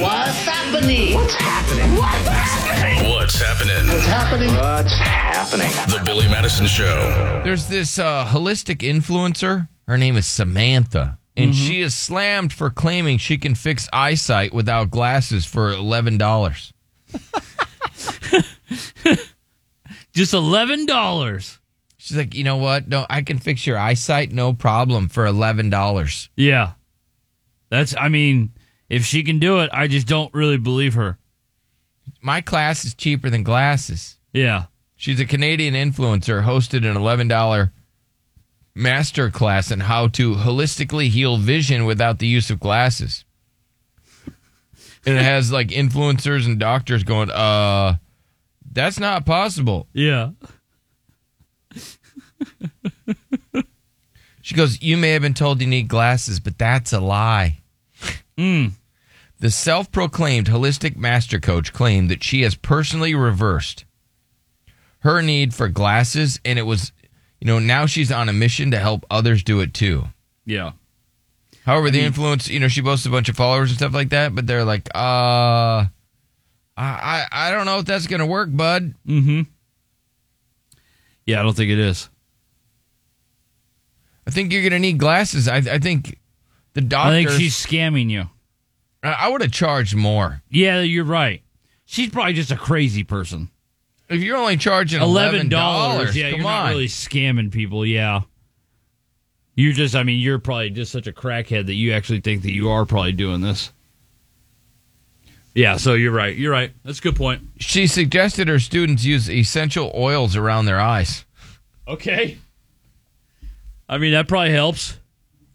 Speaker 13: What's happening? What's happening?
Speaker 2: What's happening? What's happening?
Speaker 13: What's happening?
Speaker 2: What's happening? The Billy Madison Show.
Speaker 9: There's this uh, holistic influencer. Her name is Samantha, and mm-hmm. she is slammed for claiming she can fix eyesight without glasses for $11.
Speaker 4: just $11.
Speaker 9: She's like, you know what? No, I can fix your eyesight, no problem, for eleven dollars.
Speaker 4: Yeah, that's. I mean, if she can do it, I just don't really believe her.
Speaker 9: My class is cheaper than glasses.
Speaker 4: Yeah,
Speaker 9: she's a Canadian influencer, hosted an eleven dollar master class on how to holistically heal vision without the use of glasses. and it has like influencers and doctors going, uh, that's not possible.
Speaker 4: Yeah.
Speaker 9: she goes, You may have been told you need glasses, but that's a lie.
Speaker 10: Hmm.
Speaker 4: Mm.
Speaker 9: The self proclaimed holistic master coach claimed that she has personally reversed her need for glasses. And it was, you know, now she's on a mission to help others do it too.
Speaker 4: Yeah.
Speaker 9: However, the influence, you know, she boasts a bunch of followers and stuff like that, but they're like, uh, I, I, I don't know if that's going to work, bud.
Speaker 10: Mm-hmm. Yeah, I don't think it is.
Speaker 9: I think you're going to need glasses. I, I think the doctor.
Speaker 10: I think she's scamming you.
Speaker 9: I, I would have charged more.
Speaker 10: Yeah, you're right. She's probably just a crazy person.
Speaker 9: If you're only charging eleven dollars,
Speaker 10: yeah,
Speaker 9: come
Speaker 10: you're
Speaker 9: on.
Speaker 10: not really scamming people. Yeah, you're just. I mean, you're probably just such a crackhead that you actually think that you are probably doing this. Yeah, so Oh, you're right. You're right. That's a good point.
Speaker 9: She suggested her students use essential oils around their eyes.
Speaker 10: Okay. I mean, that probably helps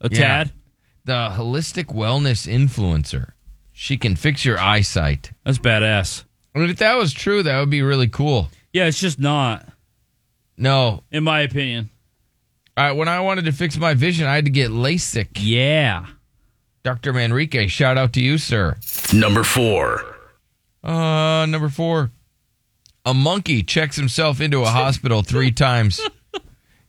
Speaker 10: a tad.
Speaker 9: The holistic wellness influencer. She can fix your eyesight.
Speaker 10: That's badass.
Speaker 9: I mean, if that was true, that would be really cool.
Speaker 10: Yeah, it's just not,
Speaker 9: No.
Speaker 10: in my opinion.
Speaker 9: All right, when I wanted to fix my vision, I had to get LASIK.
Speaker 10: Yeah.
Speaker 9: Dr. Manrique, shout out to you, sir.
Speaker 14: Number four.
Speaker 9: Uh, number four. A monkey checks himself into a hospital three times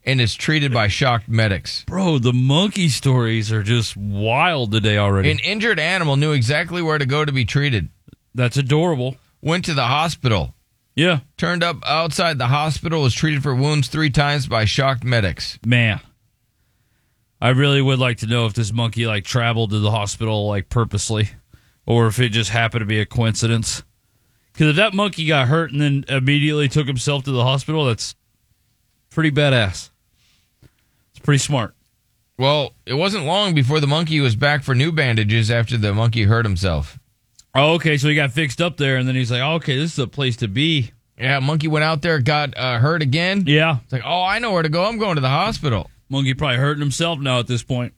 Speaker 9: and is treated by shocked medics.
Speaker 10: Bro, the monkey stories are just wild today already.
Speaker 9: An injured animal knew exactly where to go to be treated.
Speaker 10: That's adorable.
Speaker 9: Went to the hospital.
Speaker 10: Yeah.
Speaker 9: Turned up outside the hospital, was treated for wounds three times by shocked medics.
Speaker 10: Man. I really would like to know if this monkey like traveled to the hospital like purposely or if it just happened to be a coincidence. Cuz if that monkey got hurt and then immediately took himself to the hospital, that's pretty badass. It's pretty smart.
Speaker 9: Well, it wasn't long before the monkey was back for new bandages after the monkey hurt himself.
Speaker 10: Oh, okay, so he got fixed up there and then he's like, oh, "Okay, this is a place to be."
Speaker 9: Yeah, monkey went out there, got uh, hurt again.
Speaker 10: Yeah.
Speaker 9: It's like, oh, I know where to go. I'm going to the hospital.
Speaker 10: Monkey probably hurting himself now at this point.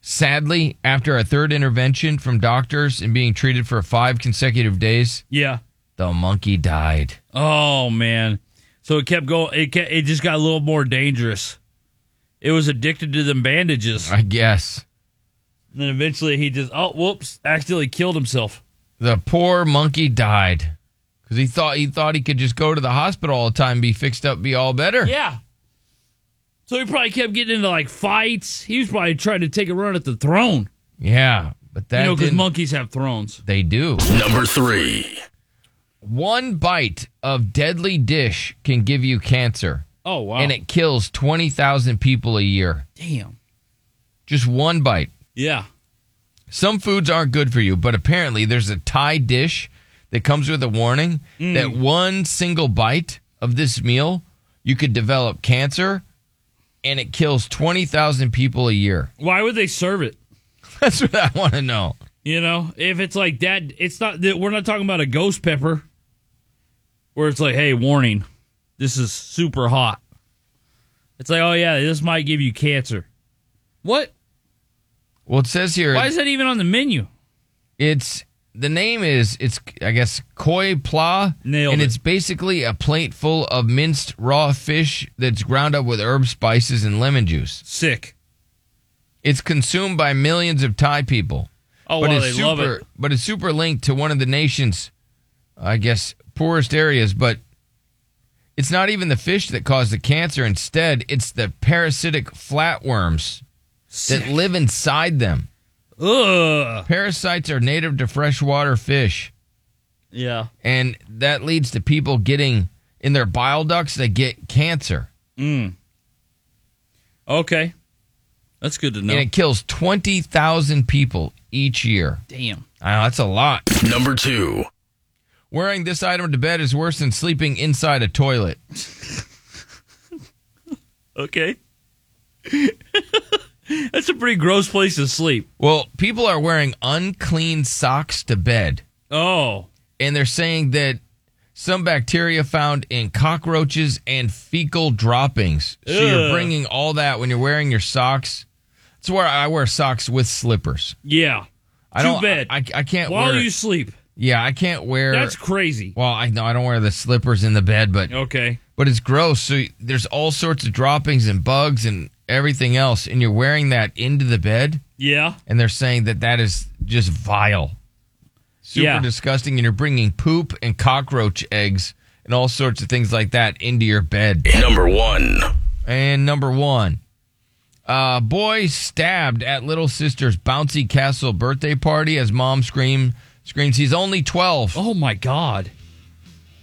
Speaker 9: Sadly, after a third intervention from doctors and being treated for five consecutive days,
Speaker 10: Yeah.
Speaker 9: the monkey died.
Speaker 10: Oh man! So it kept going. It kept, it just got a little more dangerous. It was addicted to them bandages,
Speaker 9: I guess.
Speaker 10: and then eventually he just oh whoops, accidentally killed himself.
Speaker 9: The poor monkey died because he thought he thought he could just go to the hospital all the time, be fixed up, be all better.
Speaker 10: Yeah. So he probably kept getting into like fights. He was probably trying to take a run at the throne.
Speaker 9: Yeah, but that
Speaker 10: you know, because
Speaker 9: didn't-
Speaker 10: monkeys have thrones.
Speaker 9: they do.
Speaker 14: Number three.
Speaker 9: One bite of deadly dish can give you cancer,
Speaker 10: Oh wow!
Speaker 9: and it kills twenty thousand people a year.
Speaker 10: damn.
Speaker 9: Just one bite.
Speaker 10: Yeah.
Speaker 9: Some foods aren't good for you, but apparently there's a Thai dish that comes with a warning
Speaker 10: Mm.
Speaker 9: that one single bite of this meal, you could develop cancer and it kills 20,000 people a year.
Speaker 10: Why would they serve it?
Speaker 9: That's what I want to know.
Speaker 10: You know, if it's like that, it's not that we're not talking about a ghost pepper where it's like, hey, warning, this is super hot. It's like, oh, yeah, this might give you cancer. What?
Speaker 9: Well, it says here
Speaker 10: Why is that even on the menu?
Speaker 9: it's the name is it's I guess koi pla
Speaker 10: Nailed
Speaker 9: and
Speaker 10: it.
Speaker 9: it's basically a plate full of minced raw fish that's ground up with herbs, spices and lemon juice.
Speaker 10: Sick.
Speaker 9: It's consumed by millions of Thai people.
Speaker 10: Oh, wow, they
Speaker 9: super,
Speaker 10: love it.
Speaker 9: But it's super linked to one of the nation's, I guess, poorest areas. But it's not even the fish that cause the cancer. Instead, it's the parasitic flatworms that live inside them.
Speaker 10: Ugh.
Speaker 9: Parasites are native to freshwater fish,
Speaker 10: Yeah.
Speaker 9: and that leads to people getting in their bile ducts that get cancer.
Speaker 10: Mm. Okay. That's good to know.
Speaker 9: And it kills 20,000 people each year.
Speaker 10: Damn.
Speaker 9: I know, that's a lot.
Speaker 14: Number two.
Speaker 9: Wearing this item to bed is worse than sleeping inside a toilet.
Speaker 10: Okay. That's a pretty gross place to sleep.
Speaker 9: Well, people are wearing unclean socks to bed,
Speaker 10: Oh.
Speaker 9: and they're saying that some bacteria found in cockroaches and fecal droppings. So you're
Speaker 10: Ugh.
Speaker 9: bringing all that when you're wearing your socks. That's where I wear socks with slippers.
Speaker 10: Yeah.
Speaker 9: I
Speaker 10: Too
Speaker 9: don't.
Speaker 10: bad.
Speaker 9: I, I can't
Speaker 10: While
Speaker 9: wear.
Speaker 10: you sleep.
Speaker 9: yeah, I can't wear.
Speaker 10: That's crazy.
Speaker 9: well, I no, I don't wear the slippers in the bed, but
Speaker 10: Okay.
Speaker 9: but it's gross. So there's all sorts of droppings and bugs and everything else, and you're wearing that into the bed.
Speaker 10: Yeah.
Speaker 9: and they're saying that that is just vile, super
Speaker 10: Yeah.
Speaker 9: disgusting, and you're bringing poop and cockroach eggs and all sorts of things like that into your bed.
Speaker 14: Number one.
Speaker 9: And number one, Uh, boy stabbed at little sister's bouncy castle birthday party as mom scream screams he's only 12.
Speaker 10: Oh my god.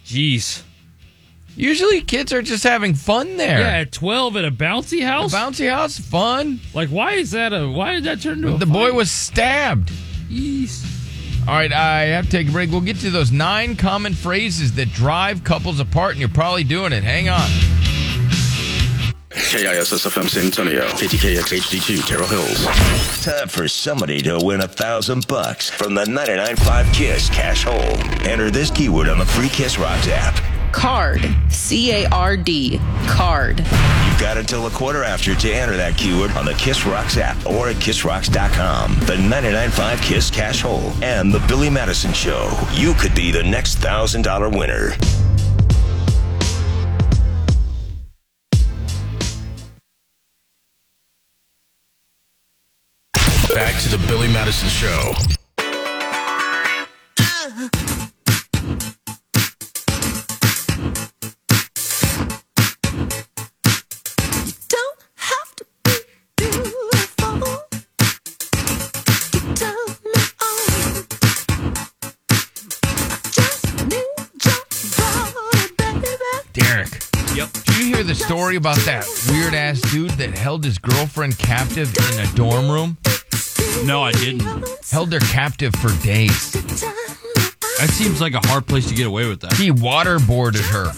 Speaker 10: Jeez.
Speaker 9: Usually kids are just having fun there.
Speaker 10: Yeah, at 12 at a bouncy house?
Speaker 9: A bouncy house fun.
Speaker 10: Like why is that a why did that turn into
Speaker 9: The
Speaker 10: fight?
Speaker 9: boy was stabbed.
Speaker 10: Jeez.
Speaker 9: All right, I have to take a break. We'll get to those nine common phrases that drive couples apart, and you're probably doing it. Hang on.
Speaker 2: KISSFM San Antonio, KTKX HD2 Terrell Hills.
Speaker 1: Time for somebody to win a thousand bucks from the 99.5 Kiss Cash Hole. Enter this keyword on the free Kiss Rocks app.
Speaker 15: Card. C A R D. Card.
Speaker 1: You've got until a quarter after to enter that keyword on the Kiss Rocks app or at kissrocks.com. The 99.5 Kiss Cash Hole and The Billy Madison Show. You could be the next $1,000 winner.
Speaker 2: Back to the Billy Madison Show.
Speaker 4: Don't have to be beautiful. You turn me on. I just need your body, baby.
Speaker 9: Derek. Yep. Did you hear the story about that weird ass dude that held his girlfriend captive in a dorm room?
Speaker 10: No, I didn't.
Speaker 9: Held her captive for days.
Speaker 10: That seems like a hard place to get away with that.
Speaker 9: He waterboarded her.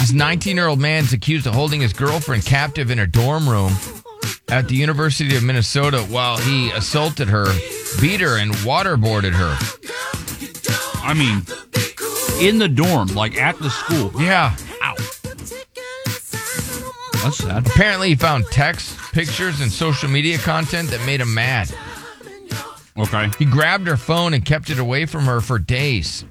Speaker 9: This 19 year old man's accused of holding his girlfriend captive in her dorm room at the University of Minnesota while he assaulted her, beat her, and waterboarded her.
Speaker 10: I mean, in the dorm, like at the school.
Speaker 9: Yeah.
Speaker 10: Ow. That's sad.
Speaker 9: Apparently, he found texts, pictures, and social media content that made him mad.
Speaker 10: Okay.
Speaker 9: He grabbed her phone and kept it away from her for days.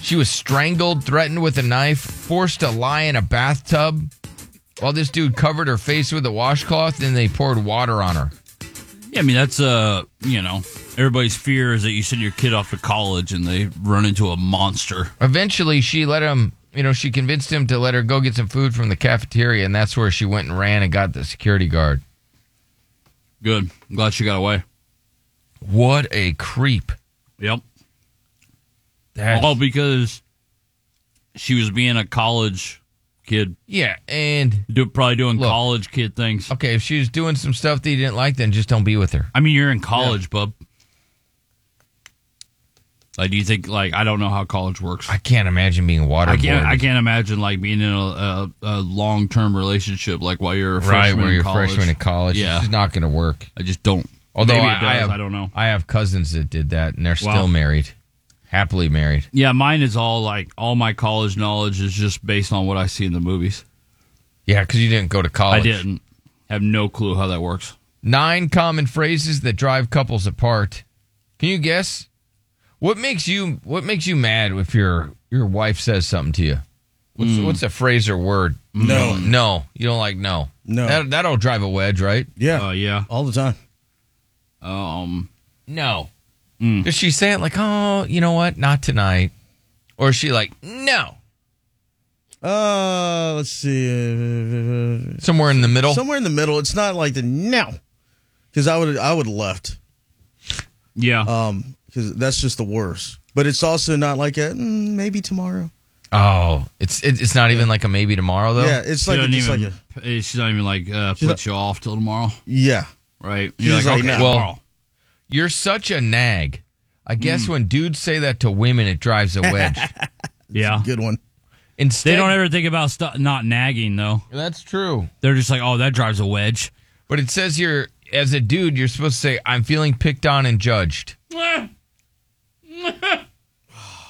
Speaker 9: She was strangled, threatened with a knife, forced to lie in a bathtub while this dude covered her face with a washcloth and they poured water on her.
Speaker 10: Yeah, I mean that's uh you know everybody's fear is that you send your kid off to college and they run into a monster.
Speaker 9: Eventually, she let him, you know, she convinced him to let her go get some food from the cafeteria, and that's where she went and ran and got the security guard.
Speaker 10: Good. I'm glad she got away.
Speaker 9: What a creep.
Speaker 10: Yep.
Speaker 9: That's-
Speaker 10: All because she was being a college kid.
Speaker 9: Yeah, and
Speaker 10: Do, probably doing
Speaker 9: Look.
Speaker 10: college kid things.
Speaker 9: okay, if she was doing some stuff that you didn't like, then just don't be with her.
Speaker 10: I mean, you're in college, bub. Like, do you think like I don't know how college works.
Speaker 9: I can't imagine being waterboarded.
Speaker 10: I can't. I can't imagine like being in a, a, a long term relationship like while you're a freshman
Speaker 9: right, where
Speaker 10: in
Speaker 9: you're a
Speaker 10: college.
Speaker 9: freshman in college.
Speaker 10: Yeah.
Speaker 9: It's just not going to work.
Speaker 10: I just don't.
Speaker 9: Although
Speaker 10: Maybe
Speaker 9: I,
Speaker 10: it
Speaker 9: I
Speaker 10: does,
Speaker 9: have,
Speaker 10: I don't know.
Speaker 9: I have cousins that did that, and they're
Speaker 10: Wow.
Speaker 9: still married, happily married.
Speaker 10: Yeah, mine is all like all my college knowledge is just based on what I see in the movies.
Speaker 9: Yeah, because you didn't go to college.
Speaker 10: I didn't have no clue how that works.
Speaker 9: Nine common phrases that drive couples apart. Can you guess? What makes you What makes you mad if your your wife says something to you? What's What's a phrase or word?
Speaker 16: Hmm. No.
Speaker 9: no, you don't like no.
Speaker 16: No.
Speaker 9: that, that'll drive a wedge, right?
Speaker 16: Yeah.
Speaker 10: Uh, yeah.
Speaker 16: all the time.
Speaker 10: Um. Hmm.
Speaker 9: No. Does she say it like, oh, you know what? Not tonight. Or is she like, no.
Speaker 16: Uh, let's see. uh,
Speaker 9: Somewhere in the middle?
Speaker 16: Somewhere in the middle. It's not like the no, because I would I would have left.
Speaker 10: Yeah.
Speaker 16: Um, because that's just the worst. But it's also not like a mm, maybe tomorrow.
Speaker 9: Oh, it's it, it's not even like a maybe tomorrow though.
Speaker 16: yeah, it's
Speaker 10: She
Speaker 16: like
Speaker 10: doesn't
Speaker 16: just
Speaker 10: even.
Speaker 16: like a
Speaker 10: eh, she's not even like uh, put
Speaker 16: not-
Speaker 10: you off till tomorrow,
Speaker 16: yeah.
Speaker 10: right?
Speaker 16: She's
Speaker 10: You're like,
Speaker 16: like,
Speaker 10: okay,
Speaker 16: no.
Speaker 9: Well,
Speaker 10: tomorrow.
Speaker 9: You're such a nag. I guess
Speaker 10: Hmm.
Speaker 9: when dudes say that to women, it drives a wedge.
Speaker 10: Yeah.
Speaker 16: Good one.
Speaker 9: Instead,
Speaker 10: They don't ever think about stu not nagging though.
Speaker 9: That's true.
Speaker 10: They're just like, oh, that drives a wedge.
Speaker 9: But it says here, as a dude, you're supposed to say, "I'm feeling picked on and judged."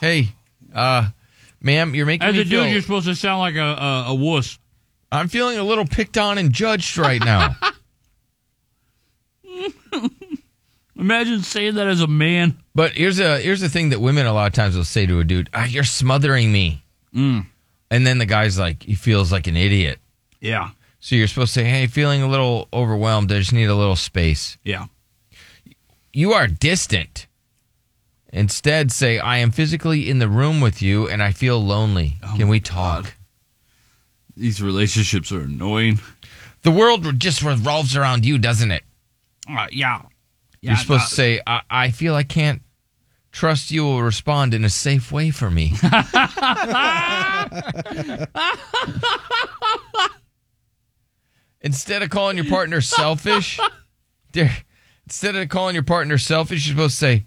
Speaker 9: hey, uh, ma'am, you're making
Speaker 10: As
Speaker 9: me
Speaker 10: a
Speaker 9: feel.
Speaker 10: dude, you're supposed to sound like a a, a wuss.
Speaker 9: I'm feeling a little picked on and judged right now.
Speaker 10: Imagine saying that as a man.
Speaker 9: But here's a here's the thing that women a lot of times will say to a dude, ah, "You're smothering me,"
Speaker 10: Mm.
Speaker 9: and then the guy's like, he feels like an idiot.
Speaker 10: Yeah.
Speaker 9: So you're supposed to say, "Hey, feeling a little overwhelmed. I just need a little space."
Speaker 10: Yeah.
Speaker 9: You are distant. Instead, say, "I am physically in the room with you, and I
Speaker 10: Oh
Speaker 9: feel lonely. Can we talk?"
Speaker 10: These relationships are annoying.
Speaker 9: The world just revolves around you, doesn't it?
Speaker 10: Uh, yeah. uh,
Speaker 9: You're supposed to say, I, I feel I can't trust you will respond in a safe way for me. instead of calling your partner selfish, there- instead of calling your partner selfish, you're supposed to say,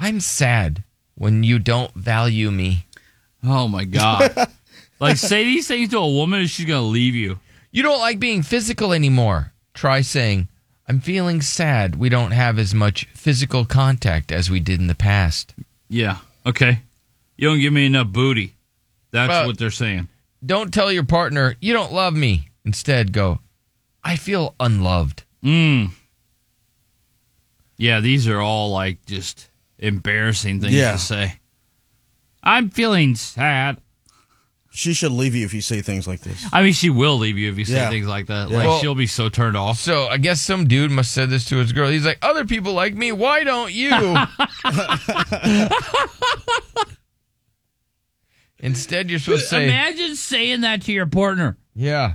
Speaker 9: I'm sad when you don't value me.
Speaker 10: Oh my God. like, say these things to a woman and she's going to leave you.
Speaker 9: You don't like being physical anymore. Try saying, I'm feeling sad we don't have as much physical contact as we did in the past.
Speaker 10: Yeah. Okay. You don't give me enough booty. That's
Speaker 9: Well-
Speaker 10: what they're saying.
Speaker 9: Don't tell your partner, you don't love me. Instead, go, I feel unloved.
Speaker 10: Mm. Yeah, these are all like just embarrassing things
Speaker 16: Yeah.
Speaker 10: to say. I'm feeling sad.
Speaker 16: She should leave you if you say things like this.
Speaker 10: I mean, she will leave you if you say
Speaker 16: Yeah.
Speaker 10: things like that.
Speaker 16: Yeah.
Speaker 10: Like,
Speaker 16: Well-
Speaker 10: she'll be so turned off.
Speaker 9: So I guess some dude must have said this to his girl. He's like, other people like me. Why don't you? Instead, you're supposed to say,
Speaker 10: Imagine saying that to your partner.
Speaker 9: yeah.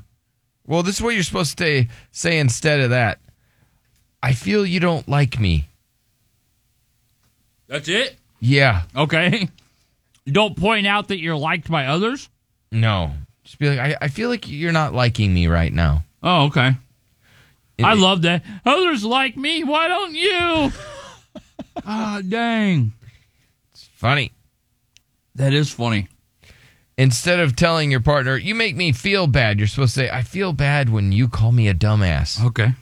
Speaker 9: Well, this is what you're supposed to say, say instead of that. I feel you don't like me.
Speaker 10: That's it?
Speaker 9: Yeah.
Speaker 10: Okay. Don't point out that you're liked by others.
Speaker 9: No. Just be like, I, I feel like you're not liking me right now.
Speaker 10: Oh, okay. I love that. Others like me. Why don't you? Ah, dang.
Speaker 9: Funny.
Speaker 10: That is funny.
Speaker 9: Instead of telling your partner, you make me feel bad, you're supposed to say, I feel bad when you call me a dumbass.
Speaker 10: Okay.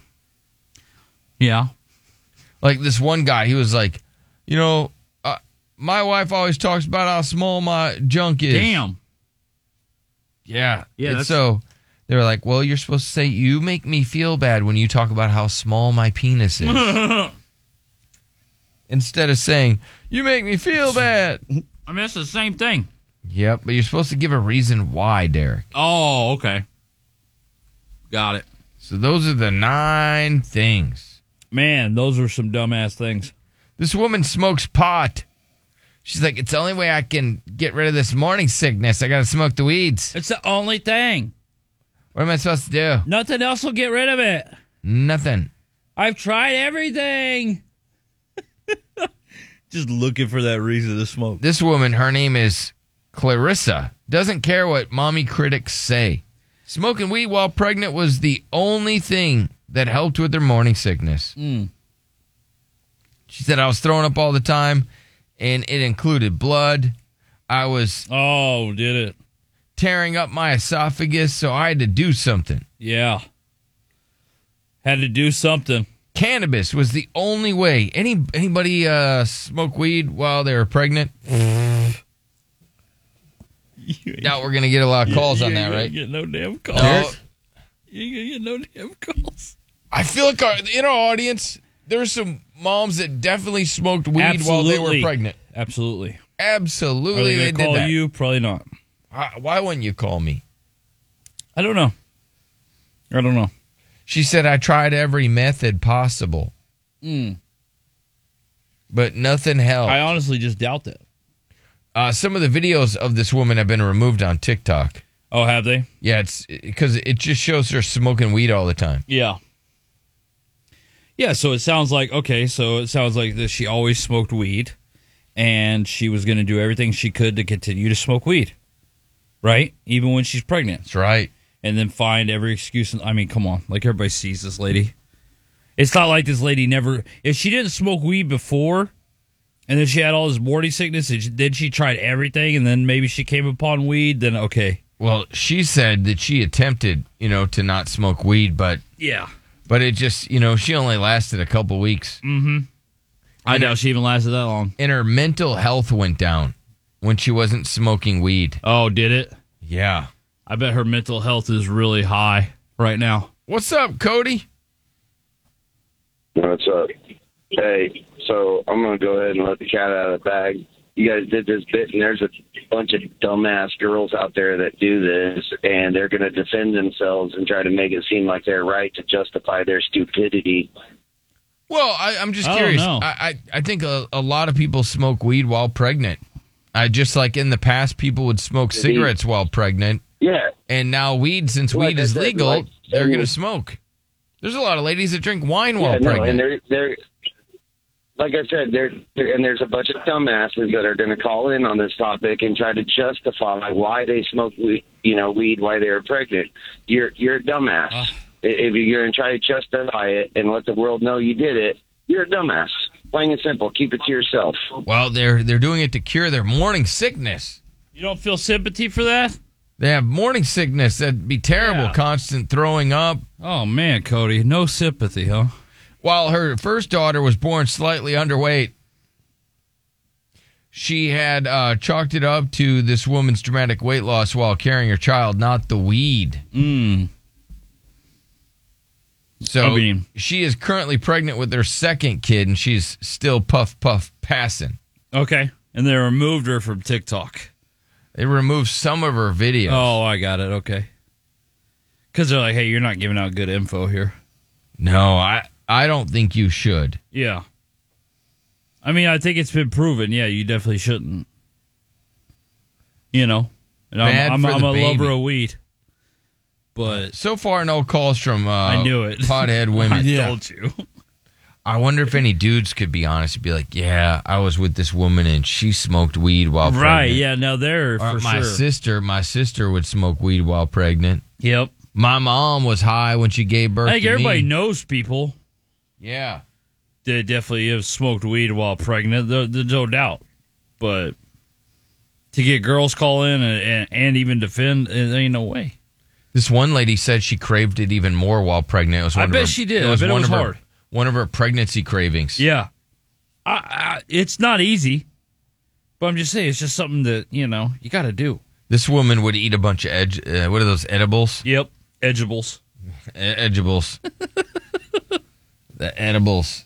Speaker 10: Yeah.
Speaker 9: Like this one guy, he was like, you know, uh, my wife always talks about how small my junk is.
Speaker 10: Damn.
Speaker 9: Yeah.
Speaker 10: Yeah,
Speaker 9: And
Speaker 10: that's-
Speaker 9: so they were like, well, you're supposed to say, you make me feel bad when you talk about how small my penis is.
Speaker 10: I
Speaker 9: Instead of saying, you make me feel bad.
Speaker 10: mean, it's the same thing.
Speaker 9: yep. But you're supposed to give a reason why, Derek.
Speaker 10: Oh, okay. Got it.
Speaker 9: So those are the nine things.
Speaker 10: Man, those are some dumbass things.
Speaker 9: This woman smokes pot. She's like, it's the only way I can get rid of this morning sickness. I got to smoke the weeds.
Speaker 10: It's the only thing.
Speaker 9: What am I supposed to do?
Speaker 10: Nothing else will get rid of it.
Speaker 9: Nothing.
Speaker 10: I've tried everything. Just looking for that reason to smoke.
Speaker 9: This woman, her name is Clarissa, doesn't care what mommy critics say. Smoking weed while pregnant was the only thing that helped with her morning sickness. She said, I was throwing up all the time, and it included blood. I was
Speaker 10: Oh, did it?
Speaker 9: tearing up my esophagus, so I had to do something.
Speaker 10: Yeah. Had to do something.
Speaker 9: Cannabis was the only way. Any anybody uh, smoke weed while they were pregnant? Doubt we're gonna get a lot of calls on that, right?
Speaker 10: Get no damn calls.
Speaker 9: No,
Speaker 10: You ain't gonna get no damn calls.
Speaker 9: I feel like our, in our audience there's some moms that definitely smoked weed while they were
Speaker 10: Absolutely.
Speaker 9: pregnant.
Speaker 10: Absolutely. Are
Speaker 9: Absolutely,
Speaker 10: they
Speaker 9: they,
Speaker 10: gonna
Speaker 9: did
Speaker 10: call
Speaker 9: that.
Speaker 10: you? Probably not.
Speaker 9: I- why wouldn't you call me?
Speaker 10: I don't know. I don't know.
Speaker 9: She said I tried every method possible, but nothing helped.
Speaker 10: Hmm. I honestly just doubt that.
Speaker 9: Uh, some of the videos of this woman have been removed on TikTok.
Speaker 10: Oh, have they?
Speaker 9: Yeah, it's because it just shows her smoking weed all the time.
Speaker 10: Yeah. Yeah, so it sounds like okay, so it sounds like that she always smoked weed and she was going to do everything she could to continue to smoke weed. Right? Even when she's pregnant.
Speaker 9: That's right.
Speaker 10: And then find every excuse and I mean, come on. Like everybody sees this lady. It's not like this lady never if she didn't smoke weed before and then she had all this morning sickness and she, then she tried everything and then maybe she came upon weed then okay.
Speaker 9: Well, she said that she attempted, you know, to not smoke weed, but
Speaker 10: Yeah.
Speaker 9: but it just, you know, she only lasted a couple weeks,
Speaker 10: I doubt she even lasted that long.
Speaker 9: and her mental health went down when she wasn't smoking weed.
Speaker 10: Oh, did it?
Speaker 9: Yeah.
Speaker 10: I bet her mental health is really high right now.
Speaker 9: What's up, Cody?
Speaker 12: What's up? uh, Hey, so I'm gonna go ahead and let the cat out of the bag. You guys did this bit, and there's a bunch of dumbass girls out there that do this, and they're gonna defend themselves and try to make it seem like they're right to justify their stupidity.
Speaker 9: Well, I, I'm just
Speaker 10: I don't
Speaker 9: curious. I,
Speaker 10: know.
Speaker 9: I, I think a, a lot of people smoke weed while pregnant. I just like in the past, people would smoke cigarettes while pregnant,
Speaker 12: Yeah,
Speaker 9: and now weed, since
Speaker 12: Well,
Speaker 9: weed
Speaker 12: that's
Speaker 9: is
Speaker 12: it,
Speaker 9: legal,
Speaker 12: like-
Speaker 9: they're going to smoke. There's a lot of ladies that drink wine while
Speaker 12: yeah, no,
Speaker 9: pregnant.
Speaker 12: and they're they're like I said, there there- and there's a bunch of dumbasses that are going to call in on this topic and try to justify why they smoked weed, you know, weed while they were pregnant. You're you're a dumbass. If you're going to try to justify it and let the world know you did it, you're a dumbass. Plain and simple. Keep it to yourself.
Speaker 9: well, they're they're doing it to cure their morning sickness.
Speaker 10: You don't feel sympathy for that?
Speaker 9: They have morning sickness. That'd be terrible. Constant throwing up.
Speaker 10: Oh man, Cody, no sympathy, huh?
Speaker 9: While her first daughter was born slightly underweight, she had uh, chalked it up to this woman's dramatic weight loss while carrying her child, not the weed.
Speaker 10: Mm.
Speaker 9: So
Speaker 10: I mean-
Speaker 9: she is currently pregnant with her second kid, and she's still puff puff passing.
Speaker 10: Okay. And they removed her from TikTok.
Speaker 9: They removed some of her videos.
Speaker 10: Oh, I got it. Okay. Because they're like, hey, you're not giving out good info here.
Speaker 9: No, I I don't think you should.
Speaker 10: Yeah. I mean, I think it's been proven. Yeah, you definitely shouldn't. You know, and I'm,
Speaker 9: Bad
Speaker 10: I'm,
Speaker 9: for
Speaker 10: I'm
Speaker 9: the
Speaker 10: a lover
Speaker 9: baby.
Speaker 10: of weed, but
Speaker 9: So far, no calls from uh,
Speaker 10: I knew it.
Speaker 9: Pothead women.
Speaker 10: I told you.
Speaker 9: I wonder if any dudes could be honest and be like, "Yeah, I was with this woman and she smoked weed while
Speaker 10: right.
Speaker 9: pregnant."
Speaker 10: Yeah, no, they're
Speaker 9: Or
Speaker 10: for
Speaker 9: my
Speaker 10: sure.
Speaker 9: sister, my sister would smoke weed while pregnant.
Speaker 10: Yep.
Speaker 9: My mom was high when she gave birth.
Speaker 10: I think
Speaker 9: to
Speaker 10: everybody
Speaker 9: me.
Speaker 10: knows people.
Speaker 9: Yeah.
Speaker 10: They definitely have smoked weed while pregnant. There- There's no doubt. But to get girls call in and, and, and even defend, there ain't no way.
Speaker 9: This one lady said she craved it even more while pregnant. It was
Speaker 10: I
Speaker 9: one of
Speaker 10: bet
Speaker 9: her-
Speaker 10: she did.
Speaker 9: It
Speaker 10: I
Speaker 9: was
Speaker 10: bet it
Speaker 9: one
Speaker 10: was
Speaker 9: of her-
Speaker 10: hard.
Speaker 9: one of her pregnancy cravings.
Speaker 10: Yeah. I, I, it's not easy. But I'm just saying, it's just something that, you know, you got to do.
Speaker 9: This woman would eat a bunch of edge. Uh, what are those edibles? E-,
Speaker 10: Yep. Edgeables.
Speaker 9: edibles. the edibles.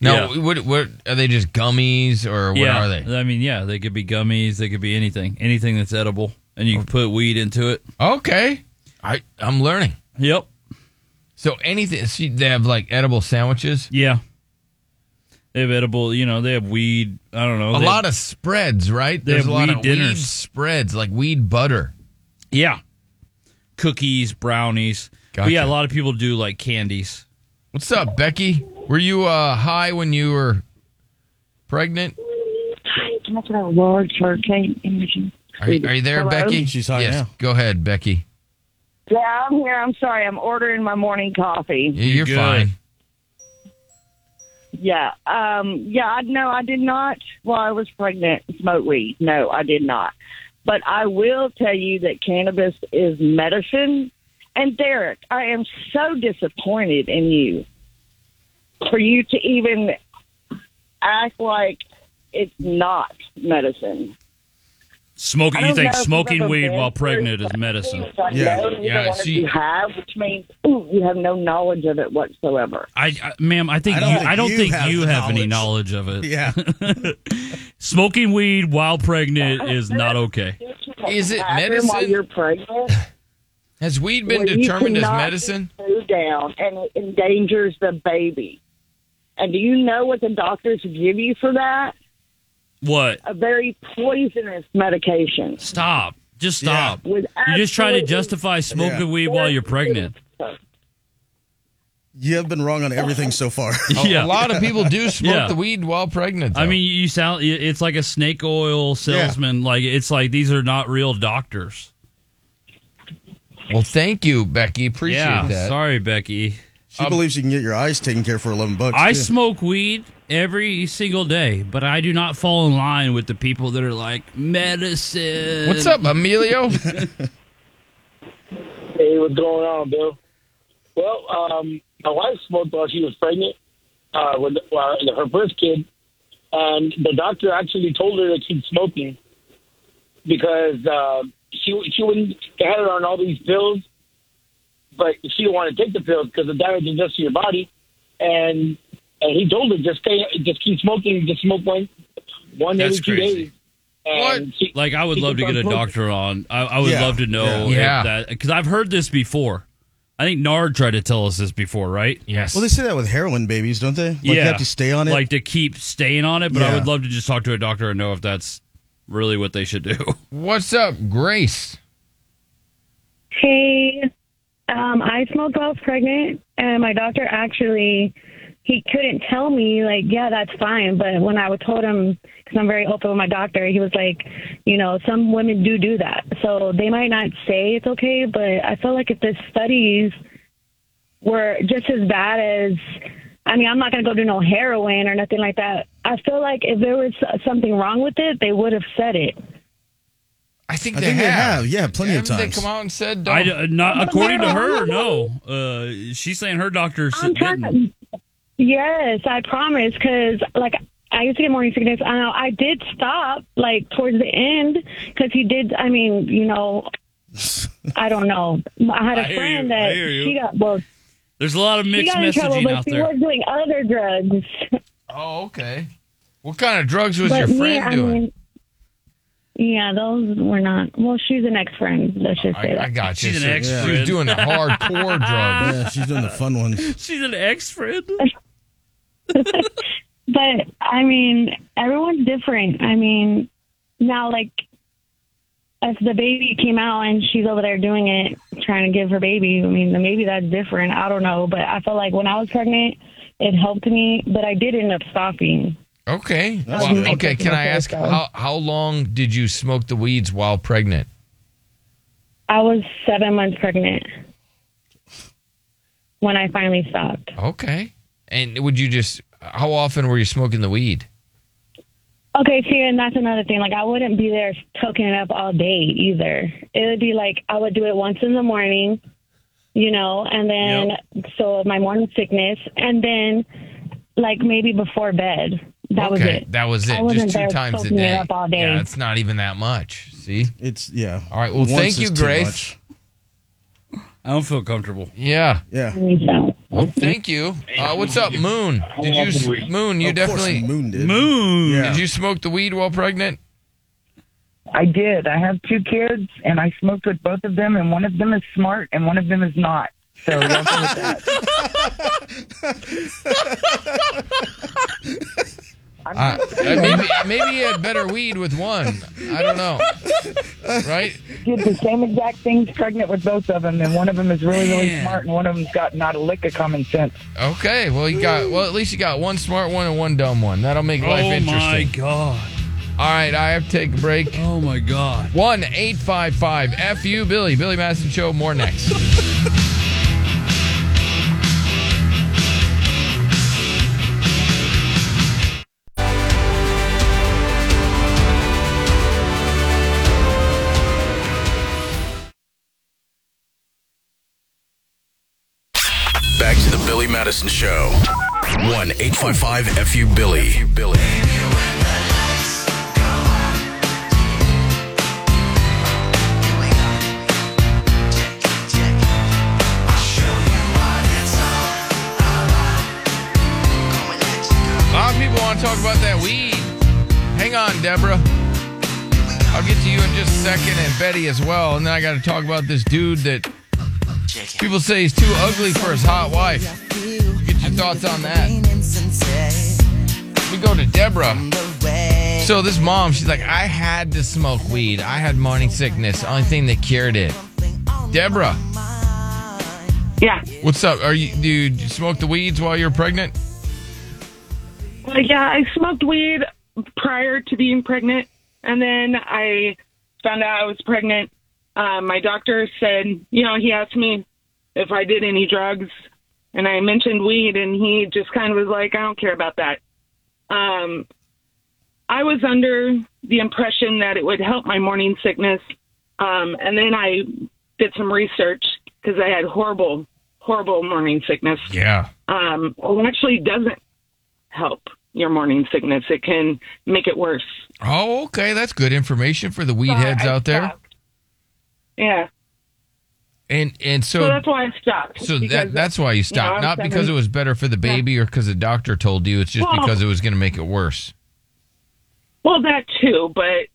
Speaker 9: No,
Speaker 10: Yeah.
Speaker 9: what what are they? Just gummies or what
Speaker 10: yeah.
Speaker 9: are they?
Speaker 10: I mean, yeah, they could be gummies. They could be anything. Anything that's edible. And you can put weed into it.
Speaker 9: Okay, I I'm learning.
Speaker 10: Yep.
Speaker 9: So anything see, they have like edible sandwiches.
Speaker 10: Yeah. They have edible, you know, they have weed. I don't know.
Speaker 9: a lot of spreads, right?
Speaker 10: they
Speaker 9: There's
Speaker 10: have
Speaker 9: a lot
Speaker 10: weed
Speaker 9: of weed
Speaker 10: dinners.
Speaker 9: spreads, like weed butter.
Speaker 10: Yeah. Cookies, brownies. But yeah,
Speaker 9: Gotcha.
Speaker 10: a lot of people do like candies.
Speaker 9: What's up, Becky? Were you uh, high when you were pregnant?
Speaker 17: That's a large hurricane imaging.
Speaker 9: Are you, are you there,
Speaker 17: Hello?
Speaker 9: Becky?
Speaker 16: She's high
Speaker 9: yes.
Speaker 16: now.
Speaker 9: Go ahead, Becky.
Speaker 17: Yeah, I'm here. I'm sorry. I'm ordering my morning coffee.
Speaker 9: Yeah, You're,
Speaker 10: good.
Speaker 9: fine.
Speaker 17: Yeah. Um, yeah, I no, I did not while I was pregnant smoke weed. No, I did not. But I will tell you that cannabis is medicine. And Derek, I am so disappointed in you for you to even act like it's not medicine. I
Speaker 10: Smoking, you
Speaker 17: don't
Speaker 10: think
Speaker 17: know if you've
Speaker 10: smoking
Speaker 17: ever
Speaker 10: weed
Speaker 17: been
Speaker 10: while
Speaker 17: through
Speaker 10: pregnant is medicine?
Speaker 17: Like, no, you don't want it to be high, which means ooh, you have no knowledge of it whatsoever.
Speaker 10: I, I ma'am, I think
Speaker 16: I don't
Speaker 10: you,
Speaker 16: think
Speaker 10: I don't
Speaker 16: you
Speaker 10: think
Speaker 16: have
Speaker 10: you
Speaker 16: the
Speaker 10: have any knowledge of it.
Speaker 16: Yeah.
Speaker 10: Smoking weed while pregnant is not okay.
Speaker 9: Is it
Speaker 17: Bathroom While
Speaker 9: medicine?
Speaker 17: you're pregnant,
Speaker 9: Has weed been
Speaker 17: where you
Speaker 9: determined as
Speaker 17: cannot
Speaker 9: medicine?
Speaker 17: get food down and it endangers the baby. And do you know what the doctors give you for that?
Speaker 10: What?
Speaker 17: A very poisonous medication.
Speaker 10: Stop. Just stop.
Speaker 17: With
Speaker 10: You're just trying to
Speaker 17: absolutely-
Speaker 10: justify smoking
Speaker 16: Yeah.
Speaker 10: weed while you're pregnant.
Speaker 16: You have been wrong on everything so far.
Speaker 9: A-
Speaker 10: Yeah.
Speaker 9: A lot of people do smoke
Speaker 10: Yeah.
Speaker 9: the weed while pregnant.
Speaker 10: I
Speaker 9: though.
Speaker 10: mean, you sound it's like a snake oil salesman. Like it's like these are not real doctors.
Speaker 9: well, thank you, Becky. Appreciate
Speaker 10: yeah.
Speaker 9: that.
Speaker 10: Sorry, Becky.
Speaker 16: She believes you can get your eyes taken care of for eleven bucks.
Speaker 10: I
Speaker 16: too.
Speaker 10: smoke weed every single day, but I do not fall in line with the people that are like medicine.
Speaker 9: What's up, Emilio?
Speaker 18: Hey, what's going on, Bill? Well, um, my wife smoked while she was pregnant uh, with uh, her first kid, and the doctor actually told her to keep smoking because uh, she she wouldn't they had her on all these pills, but she didn't want to take the pills because the damage is just to your body, and and he told her just stay, just keep smoking, just smoke one one
Speaker 10: That's
Speaker 18: every two
Speaker 10: crazy.
Speaker 18: days. And she-
Speaker 10: Like I would
Speaker 18: she
Speaker 10: love to
Speaker 18: kept
Speaker 10: get
Speaker 18: on
Speaker 10: a
Speaker 18: smoking.
Speaker 10: doctor on. I, I would
Speaker 16: Yeah.
Speaker 10: love to know
Speaker 9: Yeah. Yeah.
Speaker 10: because I've heard this before. I think Nard tried to tell us this before, right?
Speaker 9: yes.
Speaker 16: Well, they say that with heroin babies, don't they? Like you have to stay on it.
Speaker 10: like to keep staying on it. But I
Speaker 16: Yeah.
Speaker 10: would love to just talk to a doctor and know if that's really what they should do.
Speaker 9: What's up, Grace?
Speaker 3: Hey, Um, I smoked while I was pregnant, and my doctor actually he couldn't tell me like, yeah, that's fine. But when I told him, because I'm very open with my doctor, he was like, you know, some women do do that, so they might not say it's okay. But I feel like if the studies were just as bad as I mean, I'm not going to go do no heroin or nothing like that. I feel like if there was something wrong with it, they would have said it.
Speaker 9: I think
Speaker 16: I
Speaker 9: they
Speaker 16: think they
Speaker 9: have.
Speaker 16: have, yeah, plenty of
Speaker 9: Haven't
Speaker 16: times.
Speaker 9: They come out and said,
Speaker 10: I,
Speaker 9: don't-
Speaker 10: d- uh, not according to her, no. Uh, she's saying her doctor s- didn't.
Speaker 3: Yes, I promise. Because like I used to get morning sickness. I know I did stop like towards the end because he did. I mean, you know, I don't know. I had a
Speaker 10: I hear
Speaker 3: friend
Speaker 10: you. I
Speaker 3: that
Speaker 10: hear you.
Speaker 3: she got well.
Speaker 10: There's a lot of
Speaker 3: she
Speaker 10: mixed
Speaker 3: got in trouble,
Speaker 10: messaging
Speaker 3: but
Speaker 10: out
Speaker 3: she
Speaker 10: there.
Speaker 3: was doing other drugs.
Speaker 9: "Oh, okay." What kind of drugs was
Speaker 3: But
Speaker 9: your
Speaker 3: me,
Speaker 9: friend
Speaker 3: I
Speaker 9: doing?
Speaker 3: mean, yeah, those were not. Well, she's an ex friend. Let's just say
Speaker 9: I,
Speaker 3: that.
Speaker 9: I got you.
Speaker 10: She's an
Speaker 9: So
Speaker 10: ex
Speaker 9: She was
Speaker 10: friend.
Speaker 9: doing the hardcore drugs.
Speaker 16: Yeah, she's doing the fun ones.
Speaker 10: She's an ex friend.
Speaker 3: But I mean, everyone's different. I mean, now like if the baby came out and she's over there doing it, trying to give her baby, I mean, then maybe that's different. I don't know. But I felt like when I was pregnant, it helped me, but I did end up stopping.
Speaker 9: Okay.
Speaker 3: That's
Speaker 9: Well,
Speaker 3: good.
Speaker 9: okay. Can I ask how how long did you smoke the weeds while pregnant?
Speaker 3: I was seven months pregnant when I finally stopped.
Speaker 9: Okay. And would you just how often were you smoking the weed?
Speaker 3: Okay, see, and that's another thing. Like, I wouldn't be there toking it up all day either. It would be like I would do it once in the morning, you know, and then so my morning sickness, and then like maybe before bed. That was
Speaker 9: okay,
Speaker 3: it.
Speaker 9: that was
Speaker 3: I
Speaker 9: it.
Speaker 3: wasn't
Speaker 9: Just two
Speaker 3: there
Speaker 9: times a
Speaker 3: soaking it
Speaker 9: day.
Speaker 3: up all day.
Speaker 9: Yeah, it's not even that much. See?
Speaker 16: It's yeah.
Speaker 9: All right. Well,
Speaker 16: Once
Speaker 9: thank
Speaker 16: is
Speaker 9: you,
Speaker 16: too
Speaker 9: Grace.
Speaker 16: much.
Speaker 10: I don't feel comfortable.
Speaker 9: Yeah.
Speaker 16: Yeah.
Speaker 9: Well, thanhank you. Uh, what's up, Moon? Did you s- Moon? You
Speaker 16: Of course
Speaker 9: definitely
Speaker 16: Moon did.
Speaker 10: Moon.
Speaker 16: Yeah.
Speaker 9: Did you smoke the weed while pregnant?
Speaker 17: I did. I have two kids, and I smoked with both of them, and one of them is smart, and one of them is not. So y'all go with that.
Speaker 9: Uh, maybe, maybe you had better weed with one. I don't know. Right?
Speaker 17: did the same exact things pregnant with both of them, and one of them is really, really
Speaker 9: Man.
Speaker 17: smart, and one of them's got not a lick of common sense.
Speaker 9: Okay. Well, you got. Well, at least you got one smart one and one dumb one. That'll make life
Speaker 10: oh
Speaker 9: interesting.
Speaker 10: my god.
Speaker 9: All right, I have to take a break.
Speaker 10: Oh my god.
Speaker 9: One eight five five FU Billy Billy Madison Show. More next.
Speaker 2: Back to the Billy Madison Show. 1 855 FU Billy. Billy.
Speaker 9: A lot of people want to talk about that weed. Hang on, Deborah. I'll get to you in just a second and Betty as well. And then I got to talk about this dude that people say he's too ugly for his hot wife. Get your thoughts on that. We go to Deborah. So this mom, she's like, I had to smoke weed. I had morning sickness. Only thing that cured it. Deborah.
Speaker 19: Yeah.
Speaker 9: What's up? Are you do you smoke the weeds while you're pregnant?
Speaker 19: Well, yeah, I smoked weed prior to being pregnant, and then I found out I was pregnant. Uh, my doctor said, you know, he asked me if I did any drugs, and I mentioned weed, and he just kind of was like, I don't care about that. Um, I was under the impression that it would help my morning sickness, um, and then I did some research because I had horrible, horrible morning sickness.
Speaker 9: Yeah.
Speaker 19: Um, well, it actually doesn't help your morning sickness. It can make it worse.
Speaker 9: Oh, okay. That's good information for the weed heads out there.
Speaker 19: Yeah.
Speaker 9: And and
Speaker 19: So,
Speaker 9: so
Speaker 19: that's why I stopped.
Speaker 9: So
Speaker 19: because-
Speaker 9: that that's why you stopped,
Speaker 19: I was
Speaker 9: not because it
Speaker 19: having-
Speaker 9: was better for the baby or because the doctor told you. It's just
Speaker 19: Well-
Speaker 9: because it was going to make it worse.
Speaker 19: Well, that too, but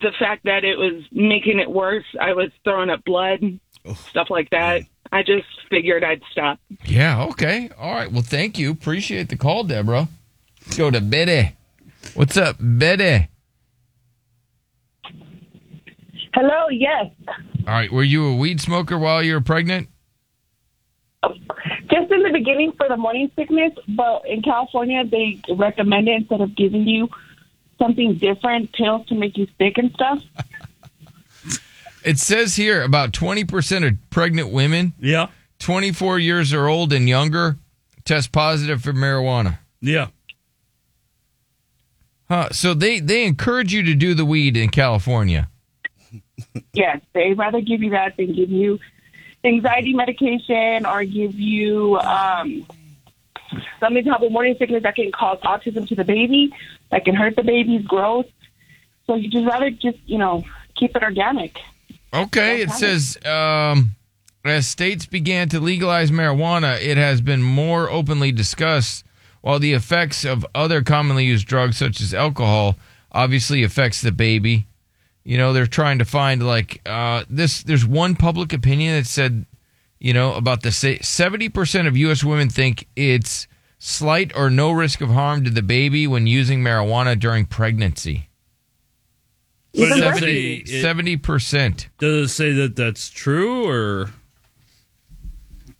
Speaker 19: the fact that it was making it worse, I was throwing up blood,
Speaker 9: Oh.
Speaker 19: stuff like that. I just figured I'd stop.
Speaker 9: Yeah. Okay. All right. Well, thank you. Appreciate the call, Deborah. Let's go to Betty. What's up, Betty?
Speaker 20: Hello, yes.
Speaker 9: All right. Were you a weed smoker while you were pregnant?
Speaker 21: Just in the beginning for the morning sickness, but in California they recommend it instead of giving you something different, pills to make you sick and stuff.
Speaker 9: It says here about 20% of pregnant women,
Speaker 10: yeah,
Speaker 9: 24 years or old and younger, test positive for marijuana.
Speaker 10: Yeah.
Speaker 9: Huh. So they they encourage you to do the weed in California.
Speaker 21: Yes, they rather give you that than give you anxiety medication or give you um, something to help with morning sickness that can cause autism to the baby, that can hurt the baby's growth. So you just rather just you know keep it organic.
Speaker 9: Okay, it says um, as states began to legalize marijuana, it has been more openly discussed, while the effects of other commonly used drugs such as alcohol obviously affects the baby. You know, they're trying to find like uh, this. There's one public opinion that said, you know, about the seventy percent of U.S. women think it's slight or no risk of harm to the baby when using marijuana during pregnancy.
Speaker 10: But it doesn't say it-
Speaker 9: Seventy percent.
Speaker 10: Does it say that that's true or?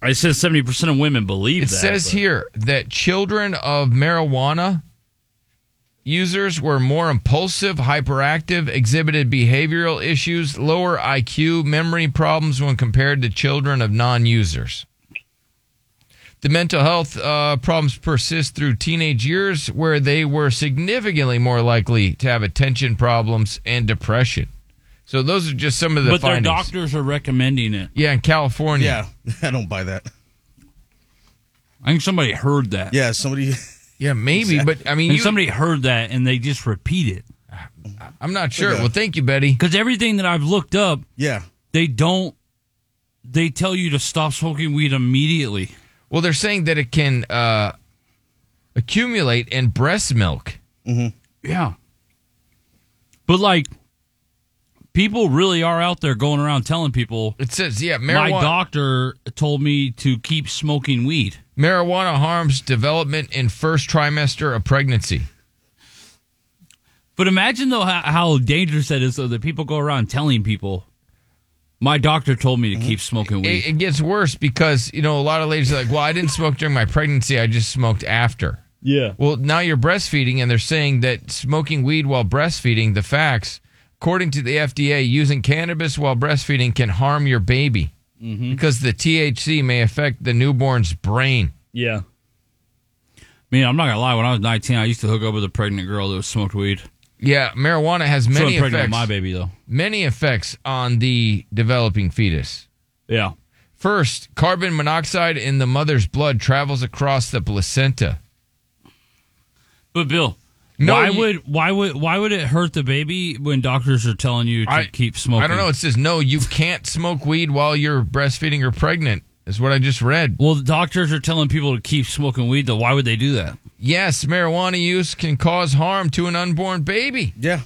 Speaker 10: It says seventy percent of women believe
Speaker 9: It
Speaker 10: that.
Speaker 9: says
Speaker 10: but-
Speaker 9: here that children of marijuana users were more impulsive, hyperactive, exhibited behavioral issues, lower IQ, memory problems when compared to children of non users. The mental health uh, problems persist through teenage years, where they were significantly more likely to have attention problems and depression. So those are just some of the
Speaker 10: but
Speaker 9: findings.
Speaker 10: their doctors are recommending it.
Speaker 9: yeah, in California.
Speaker 10: Yeah, I don't buy that. I think somebody heard that.
Speaker 16: Yeah, somebody.
Speaker 9: Yeah, maybe, but I mean, you-
Speaker 10: somebody heard that and they just repeat it.
Speaker 9: I'm not sure. Well, thank you, Betty.
Speaker 10: Because everything that I've looked up,
Speaker 16: yeah,
Speaker 10: they don't. They tell you to stop smoking weed Um, immediately.
Speaker 9: Well, they're saying that it can uh, accumulate in breast milk. Mm-hmm.
Speaker 10: Yeah. But like people really are out there going around telling people
Speaker 9: It says, yeah,
Speaker 10: my
Speaker 9: marijuana,
Speaker 10: doctor told me to keep smoking weed.
Speaker 9: marijuana harms development in first trimester of pregnancy.
Speaker 10: But imagine though how, how dangerous that is though that people go around telling people my doctor told me to keep smoking weed.
Speaker 9: It, it gets worse because, you know, a lot of ladies are like, well, I didn't smoke during my pregnancy. I just smoked after.
Speaker 10: Yeah.
Speaker 9: Well, now you're breastfeeding, and they're saying that smoking weed while breastfeeding, the facts, according to the FDA, using cannabis while breastfeeding can harm your baby
Speaker 10: Mm-hmm.
Speaker 9: because the THC may affect the newborn's brain.
Speaker 10: Yeah. I mean, I'm not gonna lie. When I was 19, I used to hook up with a pregnant girl that smoked weed.
Speaker 9: Yeah, marijuana has
Speaker 10: So
Speaker 9: many
Speaker 10: impregnant
Speaker 9: effects.
Speaker 10: my baby though.
Speaker 9: Many effects on the developing fetus.
Speaker 10: Yeah.
Speaker 9: First, carbon monoxide in the mother's blood travels across the placenta.
Speaker 10: But Bill,
Speaker 9: No,
Speaker 10: why
Speaker 9: you-
Speaker 10: would why would why would it hurt the baby when doctors are telling you to keep smoking?
Speaker 9: I don't know. It says no, you can't smoke weed while you're breastfeeding or pregnant. Is what I just read.
Speaker 10: Well, doctors are telling people to keep smoking weed. Though, why would they do that?
Speaker 9: Yes, marijuana use can cause harm to an unborn baby.
Speaker 16: Yeah.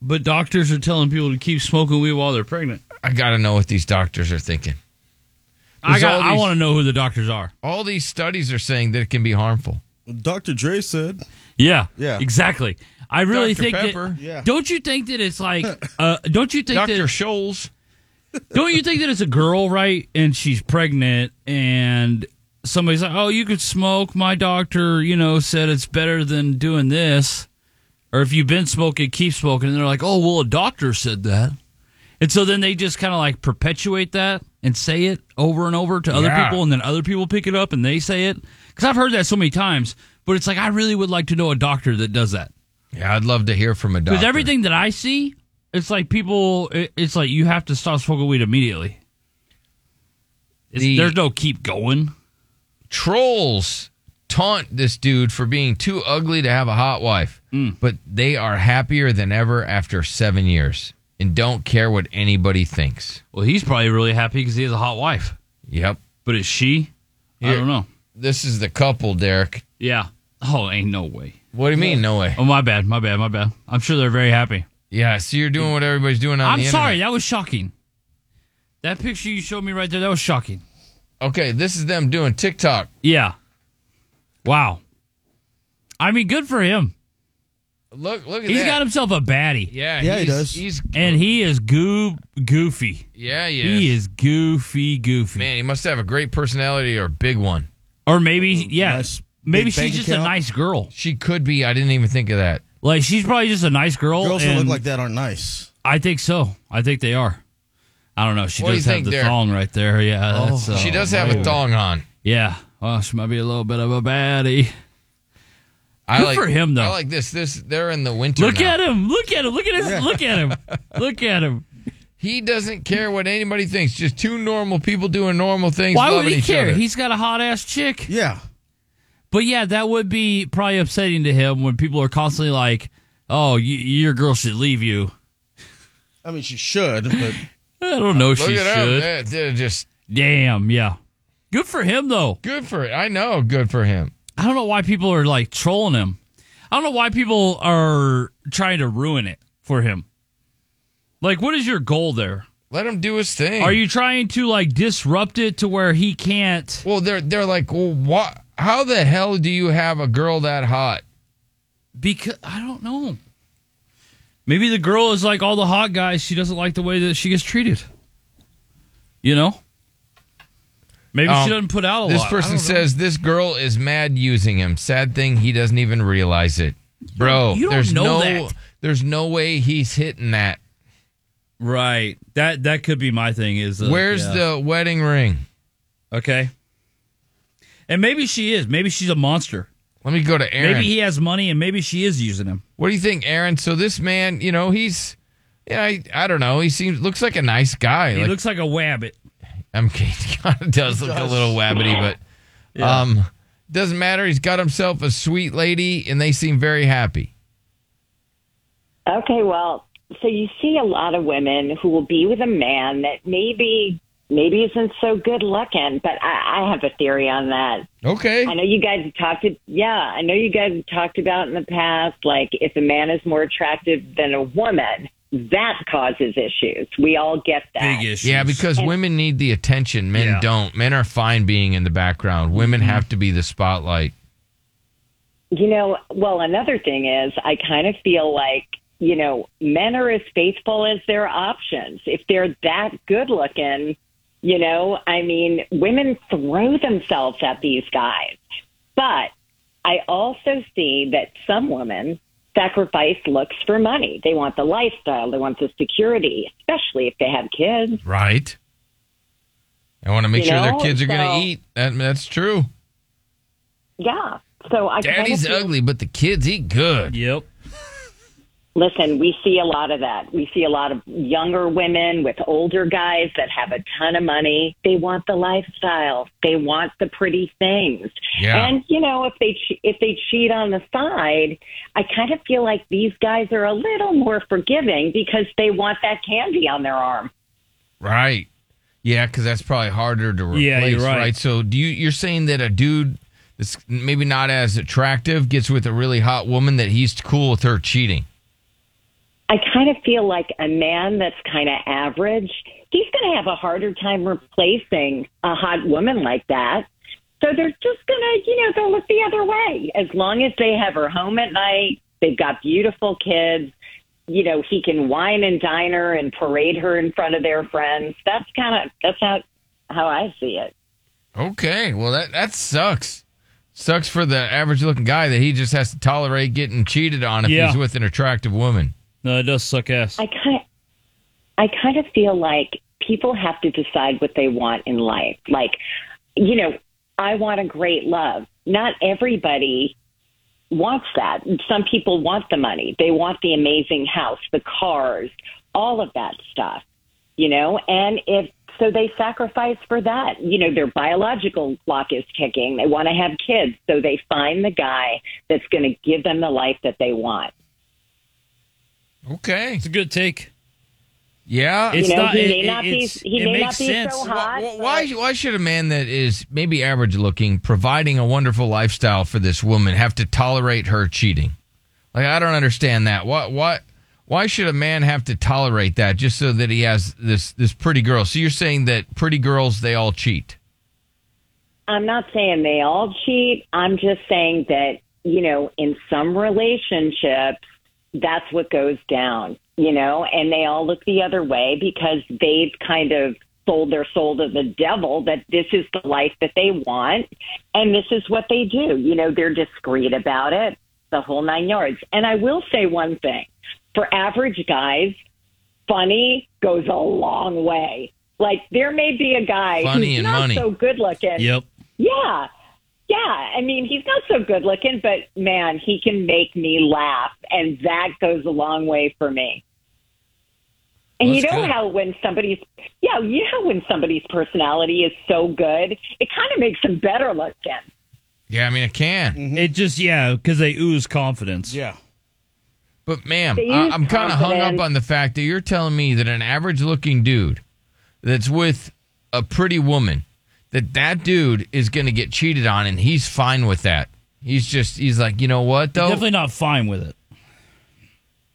Speaker 10: But doctors are telling people to keep smoking weed while they're pregnant.
Speaker 9: I got to know what these doctors are thinking.
Speaker 10: I
Speaker 9: There's
Speaker 10: got.
Speaker 9: all
Speaker 10: I
Speaker 9: these-
Speaker 10: want to know who the doctors are.
Speaker 9: All these studies are saying that it can be harmful.
Speaker 16: Dr. Dre said.
Speaker 10: Yeah.
Speaker 16: Yeah.
Speaker 10: Exactly. I really
Speaker 9: Dr.
Speaker 10: think
Speaker 9: Pepper.
Speaker 10: that.
Speaker 9: Yeah.
Speaker 10: Don't you think that it's like? Uh, don't you think
Speaker 9: Dr.
Speaker 10: that
Speaker 9: Scholes?
Speaker 10: Don't you think that it's a girl, right? And she's pregnant, and somebody's like, "Oh, you could smoke." My doctor, you know, said it's better than doing this. Or if you've been smoking, keep smoking. And they're like, "Oh, well, a doctor said that." And so then they just kind of like perpetuate that and say it over and over to other
Speaker 9: Yeah.
Speaker 10: people, and then other people pick it up and they say it. Because I've heard that so many times, but it's like I really would like to know a doctor that does that.
Speaker 9: Yeah, I'd love to hear from a doctor.
Speaker 10: Because everything that I see, it's like people, it- it's like you have to stop smoking weed immediately. It's- there's no keep going.
Speaker 9: Trolls taunt this dude for being too ugly to have a hot wife,
Speaker 10: Mm.
Speaker 9: but they are happier than ever after seven years and don't care what anybody thinks.
Speaker 10: Well, he's probably really happy because he has a hot wife.
Speaker 9: Yep.
Speaker 10: But is she? I don't know.
Speaker 9: This is the couple, Derek.
Speaker 10: Yeah. Oh, ain't no way.
Speaker 9: What do you mean, no way?
Speaker 10: Oh, my bad, my bad, my bad. I'm sure they're very happy.
Speaker 9: Yeah, so you're doing what everybody's doing on
Speaker 10: I'm
Speaker 9: the
Speaker 10: sorry,
Speaker 9: internet.
Speaker 10: that was shocking. That picture you showed me right there, that was shocking.
Speaker 9: Okay, this is them doing TikTok.
Speaker 10: Yeah. Wow. I mean, good for him.
Speaker 9: Look, look at
Speaker 10: He's
Speaker 9: that.
Speaker 10: got himself a baddie.
Speaker 9: Yeah, Yeah, he he's- does. he's-
Speaker 10: and he is goo goofy.
Speaker 9: Yeah, he
Speaker 10: He is goofy, goofy.
Speaker 9: Man, he must have a great personality or a big one.
Speaker 10: Or maybe, yeah, maybe she's just a
Speaker 9: nice
Speaker 10: girl.
Speaker 9: She could be. I didn't even think of that.
Speaker 10: Like she's probably just a nice girl.
Speaker 9: Girls that look like
Speaker 10: that aren't nice. I think so. I think they are. I don't know. She
Speaker 9: What do
Speaker 10: does
Speaker 9: you
Speaker 10: have
Speaker 9: think
Speaker 10: the
Speaker 9: there?
Speaker 10: thong right there. Yeah,
Speaker 9: Oh,
Speaker 10: that's, uh,
Speaker 9: she does have a thong on.
Speaker 10: Yeah. Well, she might be a little bit of a baddie.
Speaker 9: I
Speaker 10: Good
Speaker 9: like,
Speaker 10: for him though.
Speaker 9: I like this. This they're in the winter.
Speaker 10: Look
Speaker 9: now.
Speaker 10: at him! Look at him! Look at his! Look at him! Look at him!
Speaker 9: He doesn't care what anybody thinks. Just two normal people doing normal things.
Speaker 10: Why would
Speaker 9: loving
Speaker 10: he
Speaker 9: each
Speaker 10: care?
Speaker 9: other.
Speaker 10: He's got a hot ass chick.
Speaker 16: Yeah.
Speaker 10: But yeah, that would be probably upsetting to him when people are constantly like, "Oh, you, your girl should leave you."
Speaker 16: I mean, she should, but
Speaker 10: I don't know if
Speaker 9: Look
Speaker 10: she
Speaker 9: at him.
Speaker 10: should.
Speaker 9: They're- they're just
Speaker 10: Damn, yeah. Good for him though.
Speaker 9: Good for it. I know. Good for him.
Speaker 10: I don't know why people are like trolling him. I don't know why people are trying to ruin it for him. Like, what is your goal there?
Speaker 9: Let him do his thing.
Speaker 10: Are you trying to like disrupt it to where he can't?
Speaker 9: Well, they're they're like, well, what? How the hell do you have a girl that hot?
Speaker 10: Because I don't know. Maybe the girl is like all the hot guys. She doesn't like the way that she gets treated. You know. Maybe
Speaker 9: Um,
Speaker 10: she doesn't put out a
Speaker 9: This
Speaker 10: lot. I
Speaker 9: person
Speaker 10: don't know.
Speaker 9: says this girl is mad using him. Sad thing, he doesn't even realize it. Bro,
Speaker 10: you don't
Speaker 9: there's
Speaker 10: know
Speaker 9: no
Speaker 10: that.
Speaker 9: there's no way he's hitting that.
Speaker 10: Right. That that could be my thing. Is uh,
Speaker 9: Where's
Speaker 10: yeah.
Speaker 9: the wedding ring?
Speaker 10: Okay. And maybe she is. Maybe she's a monster.
Speaker 9: Let me go to Aaron.
Speaker 10: Maybe he has money, and maybe she is using him.
Speaker 9: What do you think, Aaron? So this man, you know, he's yeah, I, I don't know. He seems looks like a nice guy.
Speaker 10: He
Speaker 9: Like,
Speaker 10: looks like a wabbit.
Speaker 9: I'm he kind of does
Speaker 10: He
Speaker 9: look
Speaker 10: does.
Speaker 9: a little wabbity, but
Speaker 10: Yeah.
Speaker 9: um doesn't matter. He's got himself a sweet lady and they seem very happy.
Speaker 5: Okay, well, so you see a lot of women who will be with a man that maybe maybe isn't so good looking, but I, I have a theory on that.
Speaker 9: Okay.
Speaker 5: I know you guys have talked to, yeah, I know you guys have talked about in the past, like if a man is more attractive than a woman, that causes issues. We all get that.
Speaker 10: Big issues.
Speaker 9: Yeah, because women need the attention. Men
Speaker 5: Yeah.
Speaker 9: don't. Men are fine being in the background. Women
Speaker 10: Mm-hmm.
Speaker 9: have to be the spotlight.
Speaker 5: You know, well, another thing is I kind of feel like, you know, men are as faithful as their options. If they're that good looking, you know, I mean, women throw themselves at these guys. But I also see that some women sacrifice looks for money. They want the lifestyle, they want the security, especially if they have kids.
Speaker 9: Right. I want to make
Speaker 5: You
Speaker 9: sure
Speaker 5: know,
Speaker 9: their kids are going
Speaker 5: so-
Speaker 9: to eat. That, that's true.
Speaker 5: Yeah. So I kind of
Speaker 9: Daddy's
Speaker 5: feel-
Speaker 9: ugly, but the kids eat good.
Speaker 10: Yep.
Speaker 5: Listen, we see a lot of that. We see a lot of younger women with older guys that have a ton of money. They want the lifestyle. They want the pretty things.
Speaker 21: Yeah.
Speaker 5: And you know, if they che- if they cheat on the side, I kind of feel like these guys are a little more forgiving because they want that candy on their arm.
Speaker 9: Right. Yeah, because that's probably harder to replace.
Speaker 10: Yeah, you're right.
Speaker 9: So do you you're saying that a dude that's maybe not as attractive gets with a really hot woman that he's cool with her cheating?
Speaker 5: I kind of feel like a man that's kind of average, he's going to have a harder time replacing a hot woman like that. So they're just going to, you know, they'll look the other way. As long as they have her home at night, they've got beautiful kids, you know, he can wine and dine her and parade her in front of their friends. That's kind of, that's how, how I see it.
Speaker 9: Okay. Well that that sucks. Sucks for the average looking guy that he just has to tolerate getting cheated on if
Speaker 10: Yeah.
Speaker 9: he's with an attractive woman.
Speaker 10: No, it does suck ass.
Speaker 5: I kind of, I kind of feel like people have to decide what they want in life. Like, you know, I want a great love. Not everybody wants that. Some people want the money. They want the amazing house, the cars, all of that stuff. You know, and if so they sacrifice for that. You know, their biological clock is ticking. They want to have kids, so they find the guy that's going to give them the life that they want.
Speaker 9: Okay. It's
Speaker 10: a good take.
Speaker 9: Yeah.
Speaker 5: You It's know, not- he it- may it- not be- it's- he it may not makes be so sense. hot,
Speaker 9: Why, why, why should a man that is maybe average looking, providing a wonderful lifestyle for this woman, have to tolerate her cheating? Like, I don't understand that. Why, why, why should a man have to tolerate that just so that he has this, this pretty girl? So you're saying that pretty girls, they all cheat.
Speaker 5: I'm not saying they all cheat. I'm just saying that, you know, in some relationships, that's what goes down, you know, and they all look the other way because they've kind of sold their soul to the devil that this is the life that they want and this is what they do. You know, they're discreet about it, the whole nine yards. And I will say one thing for average guys, funny goes a long way. Like there may be a guy
Speaker 9: Funny
Speaker 5: who's
Speaker 9: and
Speaker 5: not
Speaker 9: money.
Speaker 5: so good looking.
Speaker 9: Yep.
Speaker 5: Yeah. Yeah. I mean, he's not so good looking, but man, he can make me laugh. And that goes a long way for me. And you
Speaker 10: That's
Speaker 5: know
Speaker 10: good.
Speaker 5: how when somebody's, yeah, you know how when somebody's personality is so good, it kind of makes them better looking.
Speaker 9: Yeah, I mean, it can.
Speaker 10: It just, yeah, because they ooze confidence.
Speaker 16: Yeah.
Speaker 9: But ma'am,
Speaker 10: They
Speaker 9: I,
Speaker 10: use
Speaker 9: I'm kind of hung up
Speaker 10: confidence.
Speaker 9: on the fact that you're telling me that an average-looking dude that's with a pretty woman, that that dude is going to get cheated on, and he's fine with that. He's just he's like, you know what though?
Speaker 10: Definitely not fine with it.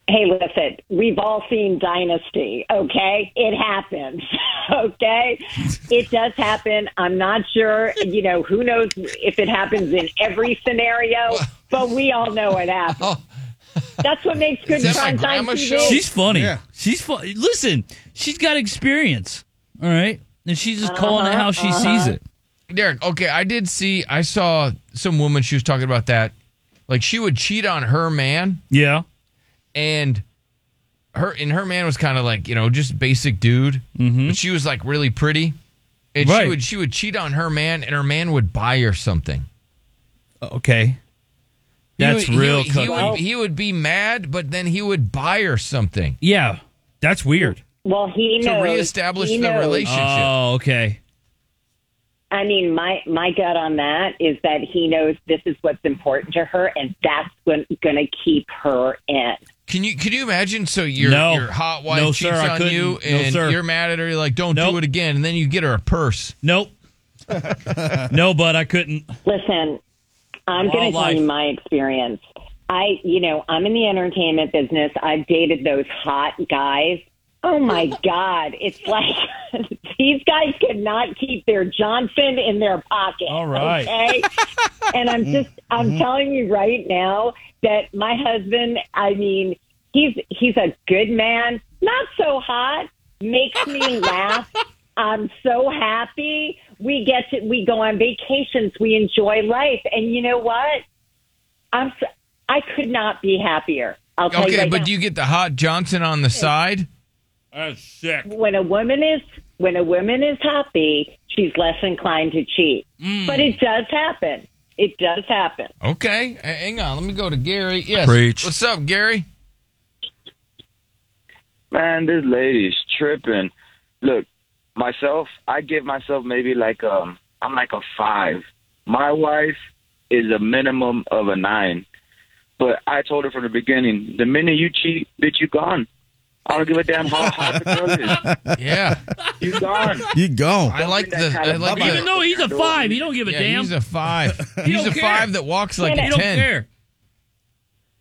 Speaker 5: Hey, listen, we've all seen Dynasty, okay? It happens, okay? It does happen. I'm not sure, you know, who knows if it happens in every scenario, but we all know it happens.
Speaker 9: Oh.
Speaker 5: That's what makes good primetime TV.
Speaker 10: She's funny. She's funny. Listen, she's got experience. All right. And she's just calling
Speaker 9: Uh-huh,
Speaker 10: it how she sees it.
Speaker 9: Derek, okay, I did see, I saw some woman, she was talking about that. Like, she would cheat on her man.
Speaker 10: Yeah.
Speaker 9: And her, and her man was kind of like, you know, just basic dude. Mm-hmm. But she was like really pretty. And
Speaker 10: Right.
Speaker 9: she would, she would cheat on her man, and her man would buy her something.
Speaker 10: Okay. That's
Speaker 9: he would,
Speaker 10: real
Speaker 9: He would, he,
Speaker 10: cookie.
Speaker 9: would, he would be mad, but then he would buy her something.
Speaker 10: Yeah. That's weird.
Speaker 5: Well, he
Speaker 9: To
Speaker 5: knows.
Speaker 9: reestablish
Speaker 5: he
Speaker 9: the
Speaker 5: knows.
Speaker 10: Oh, okay.
Speaker 5: I mean, my my gut on that is that he knows this is what's important to her, and that's going to keep her in.
Speaker 9: Can you can you imagine? So your
Speaker 10: No.
Speaker 9: your hot wife
Speaker 10: No,
Speaker 9: cheats
Speaker 10: sir, I
Speaker 9: on
Speaker 10: couldn't.
Speaker 9: you,
Speaker 10: No,
Speaker 9: and
Speaker 10: sir.
Speaker 9: you're mad at her. You're like, "Don't do it again," and then you get her a purse.
Speaker 10: Nope. no, but I couldn't.
Speaker 5: Listen, I'm going to tell
Speaker 10: Wildlife.
Speaker 5: you my experience. I, you know, I'm in the entertainment business. I've dated those hot guys. Oh my God. It's like these guys could not keep their Johnson in their pocket. All
Speaker 10: right.
Speaker 5: Okay. and I'm
Speaker 9: Mm-hmm.
Speaker 5: just, I'm telling you right now that my husband, I mean, he's, he's a good man, not so hot, makes me laugh. I'm so happy. We get to, we go on vacations. We enjoy life. And you know what? I'm, s- I could not be happier. I'll tell you
Speaker 9: Okay,
Speaker 5: right
Speaker 9: but
Speaker 5: now.
Speaker 9: do you get the hot Johnson on the side?
Speaker 10: That's sick.
Speaker 5: when a woman is when a woman is happy, she's less inclined to cheat.
Speaker 9: Mm.
Speaker 5: But it does happen. It does happen.
Speaker 9: Okay, h- hang on. Let me go to Gary. Yes,
Speaker 10: Preach.
Speaker 9: what's up, Gary?
Speaker 12: Man, this lady's tripping. Look, myself, I give myself maybe like um I'm like a five. My wife is a minimum of a nine. But I told her from the beginning, the minute you cheat, bitch, you gone. I don't give a damn how hot the girl is.
Speaker 9: Yeah,
Speaker 12: You gone.
Speaker 16: You go.
Speaker 9: I like the. I like the
Speaker 10: Even though he's a five, he don't give a
Speaker 9: Yeah,
Speaker 10: damn.
Speaker 9: He's a five. he's a
Speaker 10: don't care.
Speaker 9: five that walks like
Speaker 5: He
Speaker 9: a
Speaker 5: don't
Speaker 9: ten.
Speaker 10: care.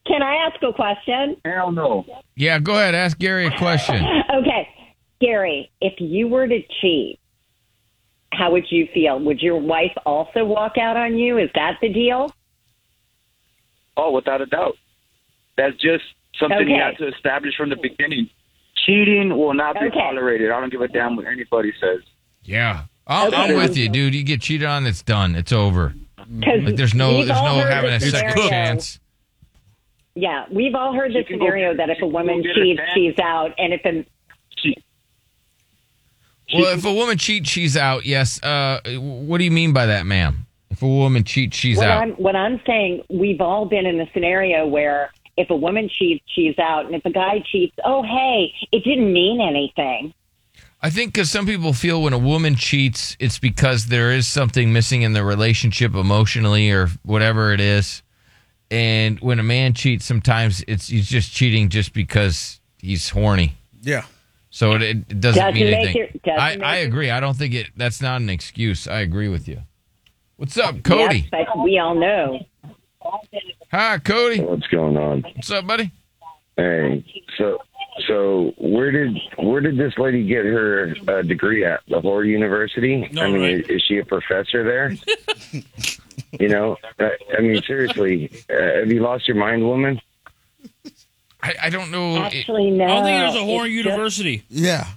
Speaker 5: Can I ask a question?
Speaker 12: Hell no.
Speaker 9: Yeah, go ahead. Ask Gary a question.
Speaker 5: Okay. Gary, if you were to cheat, how would you feel? Would your wife also walk out on you? Is that the deal?
Speaker 12: Oh, without a doubt. That's just something you
Speaker 5: Okay.
Speaker 12: have to establish from the beginning. Cheating will not be
Speaker 5: Okay.
Speaker 12: tolerated. I don't give a damn what anybody says.
Speaker 9: Yeah, I'm, I'm
Speaker 12: Okay.
Speaker 9: with you, dude. You get cheated on, it's done. It's over.
Speaker 5: 'Cause
Speaker 9: Like there's no,
Speaker 5: we've
Speaker 9: there's
Speaker 5: all
Speaker 9: no
Speaker 5: heard
Speaker 9: having
Speaker 5: the
Speaker 9: a second
Speaker 5: scenario.
Speaker 9: chance.
Speaker 5: Yeah, we've all heard the
Speaker 12: She can go-
Speaker 5: scenario that if a woman
Speaker 12: get her
Speaker 5: cheats,
Speaker 12: back.
Speaker 5: she's out, and if a
Speaker 9: Well, if a woman cheats, she's out. Yes. Uh, what do you mean by that, ma'am? If a woman cheats, she's
Speaker 5: what
Speaker 9: out.
Speaker 5: I'm what I'm saying, we've all been in the scenario where if a woman cheats, she's out, and if a guy cheats, oh hey, it didn't mean anything.
Speaker 9: I think because some people feel when a woman cheats, it's because there is something missing in the relationship emotionally or whatever it is. And when a man cheats, sometimes it's he's just cheating just because he's horny.
Speaker 16: Yeah.
Speaker 9: So it, it doesn't,
Speaker 16: Doesn't
Speaker 9: mean
Speaker 16: make
Speaker 9: anything.
Speaker 16: it- doesn't
Speaker 9: I,
Speaker 16: make
Speaker 9: I
Speaker 16: it-
Speaker 9: agree. I don't think it. That's not an excuse. I agree with you. What's up, Cody?
Speaker 5: Yes, but we all know.
Speaker 9: Hi, Cody.
Speaker 22: What's going on?
Speaker 9: What's up, buddy?
Speaker 22: Hey, so so where did where did this lady get her uh, degree at Lahore University? I mean, is she a professor there? you know, I, I mean, seriously, uh, have you lost your mind, woman?
Speaker 9: I I, I don't know.
Speaker 5: Actually, no.
Speaker 10: I don't think there's a
Speaker 5: It's
Speaker 10: horror
Speaker 5: just-
Speaker 10: university.
Speaker 9: yeah.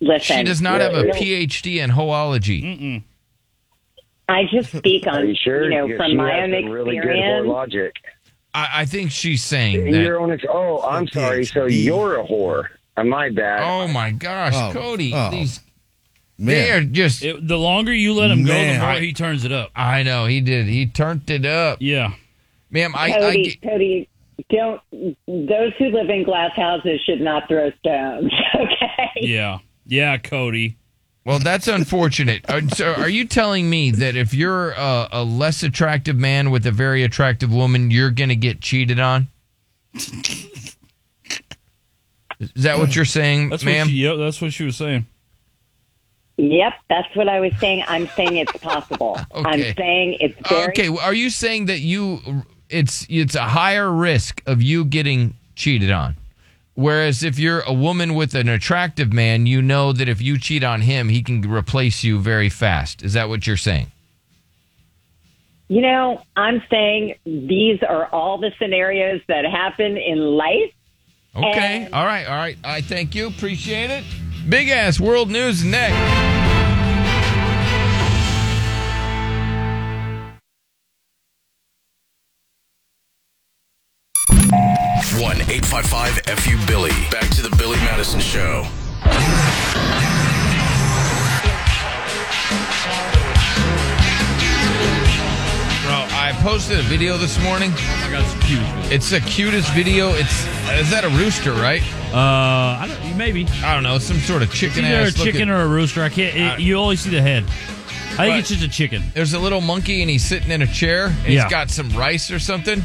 Speaker 5: Listen,
Speaker 9: She does not have a
Speaker 5: really-
Speaker 9: PhD in hoology.
Speaker 5: I just speak on, you, know,
Speaker 9: Yeah,
Speaker 5: from
Speaker 9: she
Speaker 5: my
Speaker 9: has
Speaker 5: own
Speaker 9: some really
Speaker 5: experience.
Speaker 9: good
Speaker 22: logic.
Speaker 9: I, I think she's saying
Speaker 22: In
Speaker 9: that.
Speaker 22: your own ex- oh, I'm sorry. So you're a whore. Uh, My bad.
Speaker 9: Oh my gosh,
Speaker 22: Oh.
Speaker 9: Cody!
Speaker 22: Oh.
Speaker 9: These
Speaker 22: Man.
Speaker 9: they are just. the longer you let
Speaker 10: him go, the more
Speaker 9: he turns it up. I know he did. He turned it up. Yeah, ma'am. I, I
Speaker 5: Cody, Cody, don't. Those who live in glass houses should not throw stones. Okay.
Speaker 9: Yeah. Yeah, Cody. Well, that's unfortunate. Uh, so are you telling me that if you're a, a less attractive man with a very attractive woman, you're going to get cheated on? Is that what you're saying,
Speaker 10: That's
Speaker 9: ma'am?
Speaker 10: What she, yep, that's what she was saying.
Speaker 5: Yep, that's what I was saying. I'm saying it's possible. I'm saying it's very.
Speaker 9: okay, well, are you saying that you it's it's a higher risk of you getting cheated on? Whereas if you're a woman with an attractive man, you know that if you cheat on him, he can replace you very fast. Is that what you're saying?
Speaker 5: You know, I'm saying these are all the scenarios that happen in life.
Speaker 9: Okay. all right. All right. I thank you. Appreciate it. Big ass world news next.
Speaker 2: One eight five five fu Billy. Back to the Billy Madison Show.
Speaker 9: Bro, I posted a video this morning. I got some cute. It's the cutest video. It's is that a rooster, right? Uh, I don't, maybe. I don't know. Some sort of
Speaker 10: It's
Speaker 9: chicken
Speaker 10: either a
Speaker 9: ass. looking-
Speaker 10: chicken or a rooster. I can't. It, you always see the head. I think
Speaker 9: But
Speaker 10: it's just a chicken.
Speaker 9: There's a little monkey and he's sitting in a chair. And
Speaker 10: Yeah.
Speaker 9: He's got some rice or something.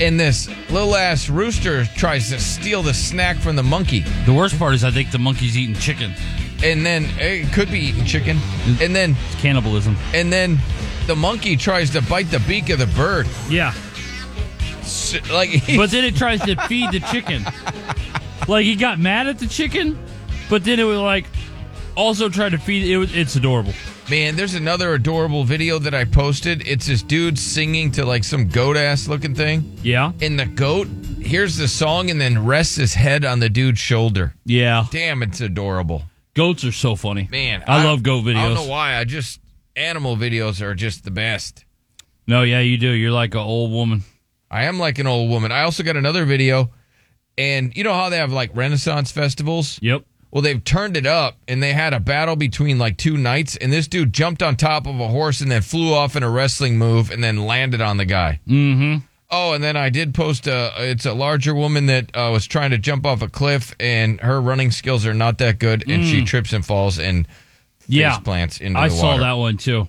Speaker 9: And this little ass rooster tries to steal the snack from the monkey.
Speaker 4: The worst part is I think the monkey's eating chicken.
Speaker 9: and then eh, it could be eating chicken, and then cannibalism, and then the monkey tries to bite the beak of the bird. Yeah, like,
Speaker 10: but then it tries to feed the chicken. Like he got mad at the chicken, but then it was like also tried to feed it. Was, it's adorable.
Speaker 9: man, there's another adorable video that I posted. It's this dude singing to like some goat ass looking thing. Yeah, and the goat hears the song and then rests his head on the dude's shoulder. Yeah, damn, it's adorable.
Speaker 10: Goats are so funny,
Speaker 9: man.
Speaker 10: I, love goat videos.
Speaker 9: I don't know why. I just animal videos are just the best.
Speaker 10: No, yeah, you do. You're like an old woman.
Speaker 9: I am like an old woman. I also got another video, and you know how they have like Renaissance festivals? Yep. Well, they've turned it up, and they had a battle between like two knights, and this dude jumped on top of a horse and then flew off in a wrestling move and then landed on the guy.
Speaker 4: Mm-hmm.
Speaker 9: Oh, and then I did post a. It's a larger woman that uh, was trying to jump off a cliff, and her running skills are not that good, and she
Speaker 10: Mm.
Speaker 9: trips and falls and
Speaker 10: Yeah,
Speaker 9: face plants into
Speaker 10: I
Speaker 9: the
Speaker 10: saw
Speaker 9: water.
Speaker 10: that one too.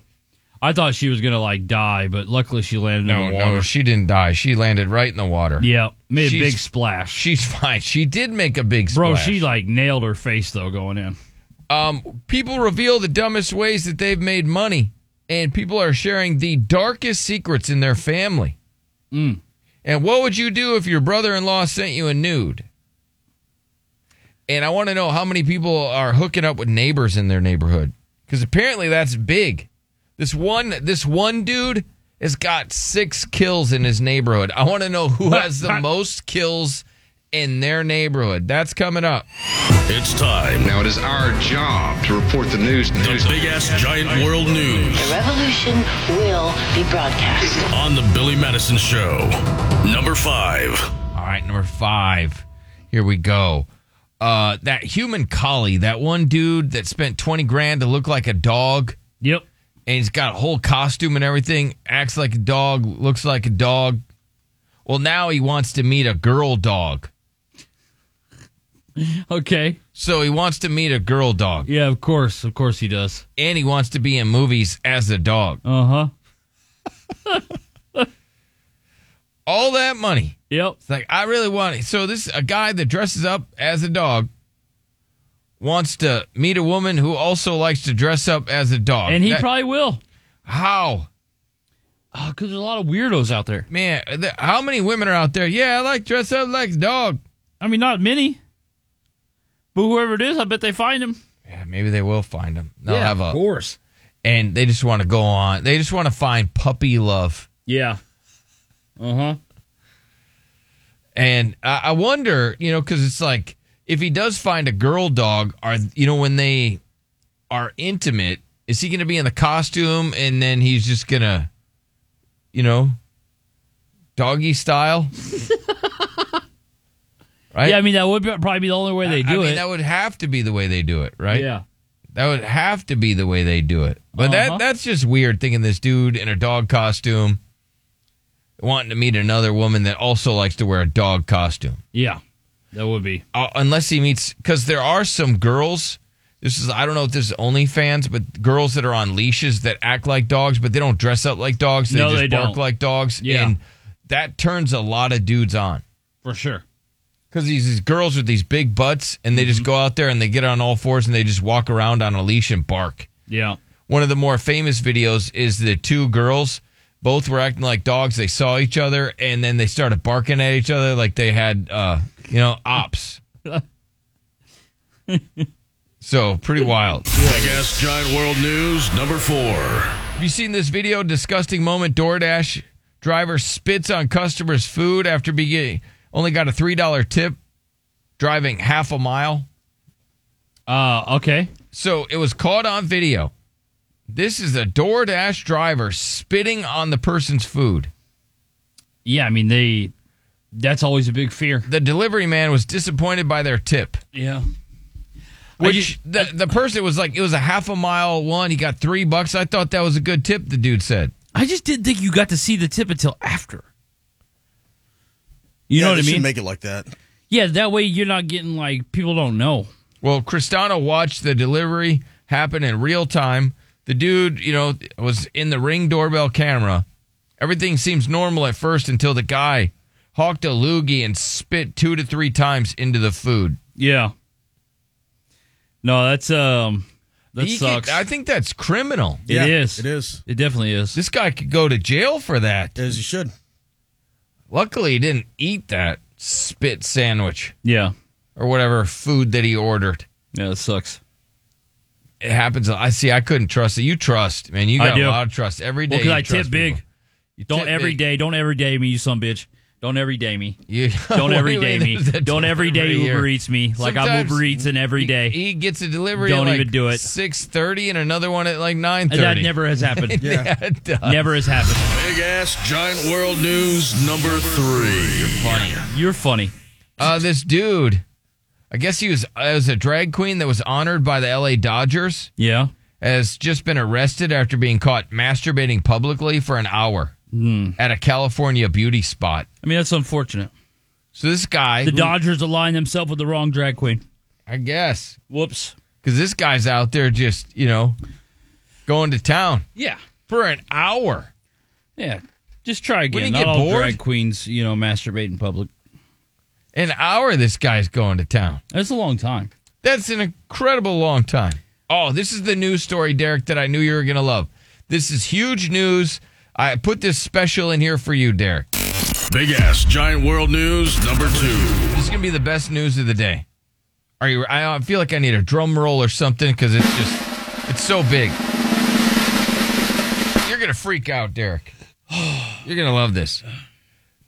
Speaker 10: I thought she was gonna like die, but luckily she landed
Speaker 9: No,
Speaker 10: in the water.
Speaker 9: no, she didn't die. She landed right in the water.
Speaker 10: Yeah, made a
Speaker 9: She's-
Speaker 10: big splash.
Speaker 9: She's fine. She did make a big
Speaker 10: Bro,
Speaker 9: splash.
Speaker 10: she like nailed her face though going in.
Speaker 9: Um, people reveal the dumbest ways that they've made money, and people are sharing the darkest secrets in their family. And what would you do if your brother in law sent you a nude? And I want to know how many people are hooking up with neighbors in their neighborhood because apparently that's big. This one, this one dude has got six kills in his neighborhood. I want to know who has the most kills in their neighborhood. That's coming up.
Speaker 2: It's time.
Speaker 9: Now it is our job to report the news.
Speaker 2: The big ass giant world news
Speaker 13: The revolution will be broadcast.
Speaker 2: on the Billy Madison Show. Number five.
Speaker 9: All right, number five. Here we go. Uh, that human collie, that one dude that spent 20 grand to look like a dog. Yep. And he's got a whole costume and everything, acts like a dog, looks like a dog. Well, now he wants to meet a girl dog. okay. So he wants to meet a girl dog. Yeah, of course. Of course he does. And he wants to be in movies as a dog. Uh
Speaker 10: Uh-huh.
Speaker 9: huh. all that money. Yep. It's like I really want it. So this a guy that dresses up as a dog wants to meet a woman who also likes to dress up as a dog.
Speaker 10: And he
Speaker 9: That-
Speaker 10: probably will.
Speaker 9: how?
Speaker 10: Because there's a lot of weirdos out there.
Speaker 9: Man, th- how many women are out there? Yeah, I like dress up like a dog.
Speaker 10: I mean, not many. But whoever it is, I bet they find him.
Speaker 9: Yeah, maybe they will find him. They'll
Speaker 10: Yeah,
Speaker 9: have a
Speaker 10: of
Speaker 9: course. And they just want to go on. They just want to find puppy love.
Speaker 10: Uh-huh. Yeah.
Speaker 9: Uh huh. And I I wonder, you know, because it's like if he does find a girl dog, are you know when they are intimate, is he going to be in the costume and then he's just gonna, you know, doggy style? right?
Speaker 10: Yeah, I mean that would be- probably be the only way they
Speaker 9: I
Speaker 10: do
Speaker 9: mean,
Speaker 10: it.
Speaker 9: That would have to be the way they do it, right?
Speaker 10: Yeah.
Speaker 9: That would have to be the way they do it. But
Speaker 10: Uh-huh.
Speaker 9: that that's just weird thinking this dude in a dog costume wanting to meet another woman that also likes to wear a dog costume.
Speaker 10: Yeah. That would be.
Speaker 9: Uh, unless he meets cuz there are some girls this is I don't know if this is OnlyFans, but girls that are on leashes that act like dogs, but they don't dress up like dogs. They
Speaker 10: No,
Speaker 9: just
Speaker 10: they
Speaker 9: bark
Speaker 10: don't.
Speaker 9: like dogs. Yeah. And that turns a lot of dudes on.
Speaker 10: For sure.
Speaker 9: Because these, these girls with these big butts, and they just go out there and they get on all fours and they just walk around on a leash and bark.
Speaker 10: Yeah.
Speaker 9: One of the more famous videos is the two girls. Both were acting like dogs. They saw each other and then they started barking at each other like they had, uh, you know, ops. so pretty wild.
Speaker 2: Big ass giant world news number four.
Speaker 9: Have you seen this video? Disgusting moment. DoorDash driver spits on customers' food after being only got a three dollar tip, driving half a mile.
Speaker 10: Uh, okay.
Speaker 9: So it was caught on video. This is a DoorDash driver spitting on the person's food.
Speaker 10: Yeah, I mean they. That's always a big fear.
Speaker 9: The delivery man was disappointed by their tip.
Speaker 10: Yeah.
Speaker 9: Which the the person was like, it was a half a mile one. He got three bucks. I thought that was a good tip. The dude said.
Speaker 10: I just didn't think you got to see the tip until after. You
Speaker 16: Yeah,
Speaker 10: know what
Speaker 16: they
Speaker 10: I
Speaker 16: shouldn't
Speaker 10: mean?
Speaker 16: Make it like that.
Speaker 10: yeah, that way you're not getting like people don't know.
Speaker 9: Well, Cristano watched the delivery happen in real time. The dude, you know, was in the ring doorbell camera. Everything seems normal at first until the guy hawked a loogie and spit two to three times into the food.
Speaker 10: Yeah. No, that's um that
Speaker 9: He could-
Speaker 10: sucks.
Speaker 9: I think that's criminal.
Speaker 10: It Yeah, is. it
Speaker 16: is.
Speaker 10: It definitely is.
Speaker 9: This guy could go to jail for that.
Speaker 16: As he should.
Speaker 9: Luckily, he didn't eat that spit sandwich.
Speaker 10: Yeah.
Speaker 9: Or whatever food that he ordered.
Speaker 10: Yeah, that sucks.
Speaker 9: It happens. I see. I couldn't trust it. You trust, man. You
Speaker 10: I
Speaker 9: got
Speaker 10: do.
Speaker 9: a lot of trust every day.
Speaker 10: Well, 'cause
Speaker 9: you
Speaker 10: I
Speaker 9: trust
Speaker 10: tip big.
Speaker 9: people. You
Speaker 10: don't
Speaker 9: tip
Speaker 10: every
Speaker 9: big.
Speaker 10: day. Don't every day me, you son of a bitch. Don't every day me.
Speaker 9: You,
Speaker 10: Don't
Speaker 9: What do
Speaker 10: every
Speaker 9: you
Speaker 10: day
Speaker 9: mean
Speaker 10: me.
Speaker 9: is that
Speaker 10: Don't every day
Speaker 9: year?
Speaker 10: Uber Eats me. Like I'm
Speaker 9: Sometimes
Speaker 10: Uber Eats and every day.
Speaker 9: He gets a delivery.
Speaker 10: Don't
Speaker 9: at like
Speaker 10: even do it.
Speaker 9: Six thirty and another one at like nine thirty.
Speaker 10: That never has happened.
Speaker 9: yeah, it does.
Speaker 10: Never has happened.
Speaker 2: Big ass giant world news number three.
Speaker 10: You're funny.
Speaker 9: Uh, this dude, I guess he was uh, was a drag queen that was honored by the L.A. Dodgers.
Speaker 10: Yeah.
Speaker 9: Has just been arrested after being caught masturbating publicly for an hour at a California beauty spot.
Speaker 10: Hmm. I mean, that's unfortunate.
Speaker 9: So this guy,
Speaker 10: The
Speaker 9: who-
Speaker 10: Dodgers align themselves with the wrong drag queen.
Speaker 9: I guess,
Speaker 10: Whoops.
Speaker 9: because this guy's out there just you know going to town
Speaker 10: Yeah.
Speaker 9: for an hour.
Speaker 10: Yeah. Just try
Speaker 9: Wouldn't
Speaker 10: again.
Speaker 9: you
Speaker 10: Not
Speaker 9: get
Speaker 10: all
Speaker 9: bored?
Speaker 10: drag queens, you know, masturbate in public.
Speaker 9: An hour this guy's going to town.
Speaker 10: That's a long time.
Speaker 9: That's an incredible long time. Oh, this is the news story, Derek, that I knew you were going to love. This is huge news. I put this special in here for you, Derek.
Speaker 2: Big ass giant world news number two.
Speaker 9: This is going to be the best news of the day. Are you I I feel like I need a drum roll or something cuz it's just it's so big. You're going to freak out, Derek. You're going to love this.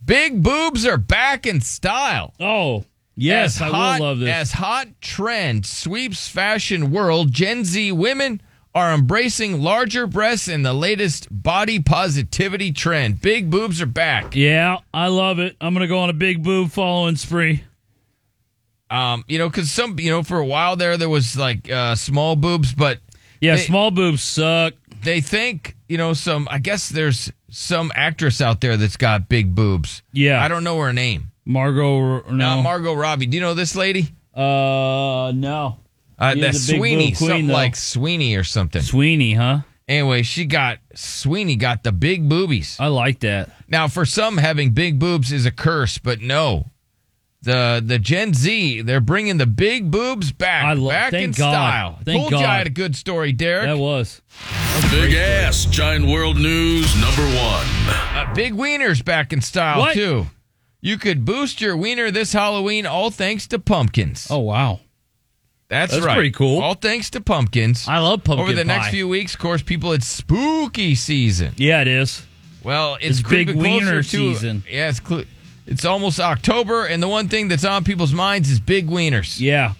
Speaker 9: Big boobs are back in style.
Speaker 10: Oh, yes,
Speaker 9: As
Speaker 10: I
Speaker 9: hot-
Speaker 10: will love this.
Speaker 9: As hot trend sweeps fashion world, Gen Z women are embracing larger breasts in the latest body positivity trend. Big boobs are back.
Speaker 10: yeah, I love it. I'm gonna go on a big boob following spree.
Speaker 9: Um, you know, because some, you know, for a while there, there was like uh, small boobs, but
Speaker 10: Yeah,
Speaker 9: They-
Speaker 10: small boobs suck.
Speaker 9: they think, you know, some. I guess there's some actress out there that's got big boobs.
Speaker 10: Yeah.
Speaker 9: I don't know her name.
Speaker 10: Margot, no,
Speaker 9: Uh, Margot Robbie. Do you know this lady?
Speaker 10: uh, no,
Speaker 9: Uh,
Speaker 10: She's
Speaker 9: that
Speaker 10: the big
Speaker 9: Sweeney,
Speaker 10: boob queen,
Speaker 9: something
Speaker 10: though.
Speaker 9: like Sweeney or something.
Speaker 10: Sweeney, huh?
Speaker 9: Anyway, she got Sweeney got the big boobies.
Speaker 10: I like that.
Speaker 9: Now, for some, having big boobs is a curse, but no, the the Gen Z they're bringing the big boobs back,
Speaker 10: I lo-
Speaker 9: back
Speaker 10: thank
Speaker 9: in
Speaker 10: God.
Speaker 9: style.
Speaker 10: Thank
Speaker 9: Told
Speaker 10: God.
Speaker 9: you I had a good story, Derek.
Speaker 10: That was
Speaker 2: Big ass giant world news number one.
Speaker 9: Uh, big wieners back in style
Speaker 10: What?
Speaker 9: too. You could boost your wiener this Halloween, all thanks to pumpkins.
Speaker 10: oh wow,
Speaker 9: that's,
Speaker 10: that's
Speaker 9: right,
Speaker 10: pretty cool.
Speaker 9: All thanks to pumpkins.
Speaker 10: I love pumpkin
Speaker 9: Over the next
Speaker 10: pie.
Speaker 9: few weeks, of course, people, it's spooky season.
Speaker 10: Yeah, it is.
Speaker 9: Well, it's,
Speaker 10: It's big
Speaker 9: creeping closer
Speaker 10: wiener
Speaker 9: to-
Speaker 10: season.
Speaker 9: Yeah, it's cl- It's almost October, and the one thing that's on people's minds is big wieners.
Speaker 10: Yeah.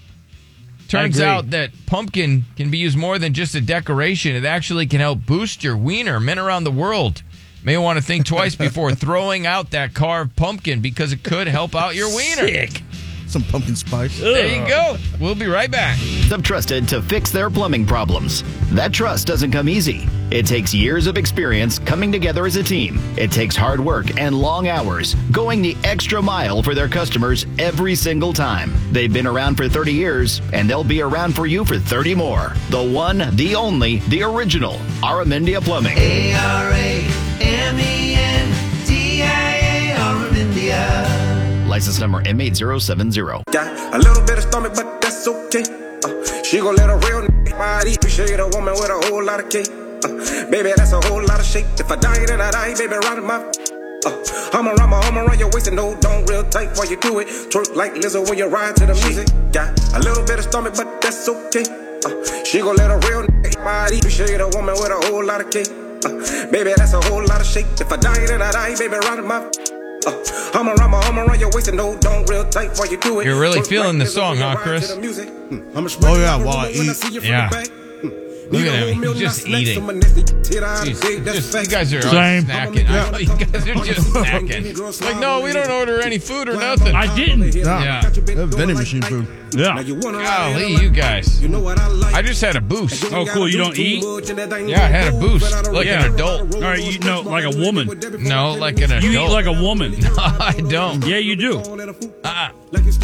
Speaker 9: Turns
Speaker 10: agree.
Speaker 9: out that pumpkin can be used more than just a decoration. It actually can help boost your wiener. Men around the world may want to think twice before throwing out that carved pumpkin because it could help out your wiener.
Speaker 16: Sick. Some pumpkin spice.
Speaker 9: There you go. We'll be right back.
Speaker 23: Some trusted to fix their plumbing problems. That trust doesn't come easy. It takes years of experience coming together as a team. It takes hard work and long hours, going the extra mile for their customers every single time. They've been around for 30 years, and they'll be around for you for 30 more. The one, the only, the original, Aramendia Plumbing.
Speaker 9: E
Speaker 23: License number M8070.
Speaker 24: A little bit of stomach, but that's okay. Uh, she gon' let a real n- body appreciate a woman with a whole lot of cake. Uh, baby, that's a whole lot of shake. If I die, then I die, baby, right in my. Uh, I'm around my arm around your waist and no, don't real tight while you do it. Twerk like Lizzo when you ride to the music. Got a little bit of stomach, but that's okay. Uh, she gon' let a real n- body appreciate a woman with a whole lot of cake. Uh, baby, that's a whole lot of shake. If I die, then I die, baby, right in my. Uh, I'm around my arm around your waist and no, don't real tight while you do it.
Speaker 9: You're really
Speaker 24: Twerk
Speaker 9: feeling
Speaker 24: like
Speaker 9: the
Speaker 24: Lizzo
Speaker 9: song,
Speaker 24: when you
Speaker 9: huh,
Speaker 24: ride to
Speaker 9: Chris?
Speaker 24: the music.
Speaker 16: Oh, yeah, while I eat.
Speaker 9: Yeah.
Speaker 24: Mm.
Speaker 9: Look at him. He's just eating. Jeez, just- you guys are always snacking. I know you guys are just snacking. Like, no, we don't order any food or nothing.
Speaker 10: I didn't.
Speaker 9: Yeah.
Speaker 16: vending machine food.
Speaker 10: Yeah.
Speaker 9: Golly, you guys. I just had a boost.
Speaker 10: Oh, cool. You don't eat?
Speaker 9: Yeah, I had a boost. Like an adult.
Speaker 10: All right, you know, like a woman.
Speaker 9: No, like an adult.
Speaker 10: You eat like a woman.
Speaker 9: No, I don't.
Speaker 10: Yeah, you do. Uh-uh.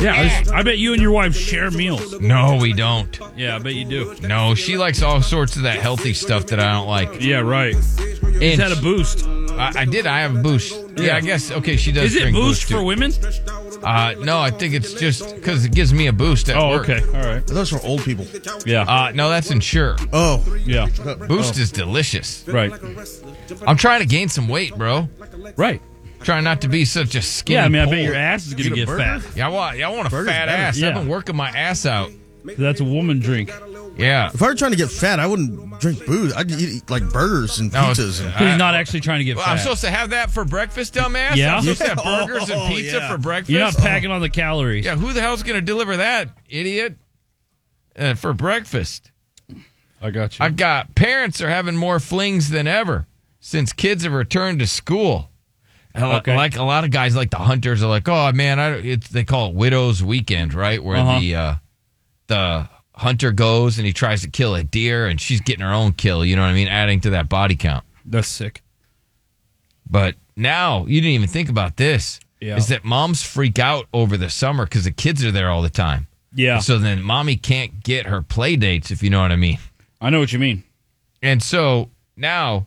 Speaker 10: Yeah, I I bet you and your wife share meals.
Speaker 9: No, we don't.
Speaker 10: Yeah, I bet you do.
Speaker 9: No, she likes all sorts of that healthy stuff that I don't like.
Speaker 10: Yeah, right. Is that a boost?
Speaker 9: I, I did. I have a boost. Yeah, I guess. Okay, she does.
Speaker 10: Is it
Speaker 9: drink
Speaker 10: boost for
Speaker 9: too.
Speaker 10: women?
Speaker 9: Uh, no, I think it's just because it gives me a boost at
Speaker 10: Oh,
Speaker 9: work.
Speaker 10: okay. All right.
Speaker 16: Those are old people.
Speaker 10: Yeah.
Speaker 9: Uh, no, that's Ensure.
Speaker 16: Oh.
Speaker 10: Yeah.
Speaker 9: Boost is delicious.
Speaker 10: Right.
Speaker 9: I'm trying to gain some weight, bro.
Speaker 10: Right.
Speaker 9: Trying not to be such a skinny.
Speaker 10: Yeah, I mean, I bet
Speaker 9: pole.
Speaker 10: your ass is gonna Get a get burger? fat.
Speaker 9: Yeah, I want, yeah, I want a
Speaker 10: Burger's
Speaker 9: fat
Speaker 10: better.
Speaker 9: ass. I've
Speaker 10: Yeah.
Speaker 9: been working my ass out.
Speaker 10: That's a woman drink.
Speaker 9: Yeah.
Speaker 16: If I were trying to get fat, I wouldn't drink booze. I'd eat like burgers and
Speaker 9: No, it's-
Speaker 16: pizzas. And,
Speaker 10: He's not actually trying to get
Speaker 9: Well,
Speaker 10: fat.
Speaker 9: I'm supposed to have that for breakfast, dumbass.
Speaker 10: Yeah?
Speaker 9: I'm supposed to have
Speaker 10: Yeah.
Speaker 9: burgers
Speaker 10: Oh,
Speaker 9: and pizza
Speaker 10: yeah.
Speaker 9: for breakfast. Oh.
Speaker 10: You're not packing on the calories.
Speaker 9: Yeah, who the hell's going to deliver that, idiot? Uh, for breakfast.
Speaker 10: I got
Speaker 9: I've got parents are having more flings than ever since kids have returned to school. And li-
Speaker 10: Okay.
Speaker 9: Like a lot of guys, like the hunters, are like, "Oh man, I don't-" it's, they call it Widow's Weekend, right? Where
Speaker 10: Uh-huh.
Speaker 9: the uh, the hunter goes and he tries to kill a deer, and she's getting her own kill. You know what I mean? Adding to that body count.
Speaker 10: That's sick.
Speaker 9: But now you didn't even think about this.
Speaker 10: Yeah.
Speaker 9: Is that moms freak out over the summer because the kids are there all the time?
Speaker 10: Yeah.
Speaker 9: So then mommy can't get her play dates, if you know what I mean.
Speaker 10: I know what you mean.
Speaker 9: And so now,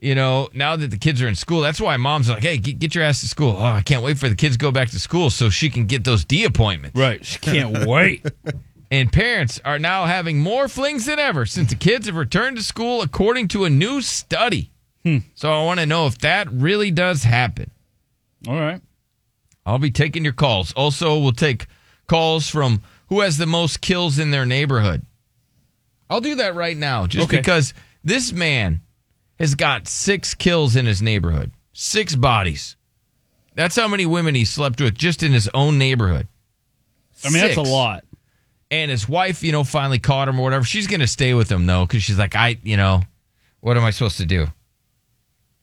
Speaker 9: you know, now that the kids are in school, that's why moms are like, hey, get, get your ass to school. Oh, I can't wait for the kids to go back to school so she can get those D appointments.
Speaker 10: Right. She can't wait.
Speaker 9: And parents are now having more flings than ever since the kids have returned to school, according to a new study.
Speaker 10: Hmm.
Speaker 9: So I want to know if that really does happen.
Speaker 10: All right.
Speaker 9: I'll be taking your calls. Also, we'll take calls from who has the most kills in their neighborhood. I'll do that right now just
Speaker 10: Okay.
Speaker 9: because this man has got six kills in his neighborhood, six bodies. That's how many women he slept with just in his own neighborhood.
Speaker 10: I mean, that's a
Speaker 9: Six.
Speaker 10: lot.
Speaker 9: And his wife, you know, finally caught him or whatever. She's going to stay with him, though, because she's like, I, you know, what am I supposed to do?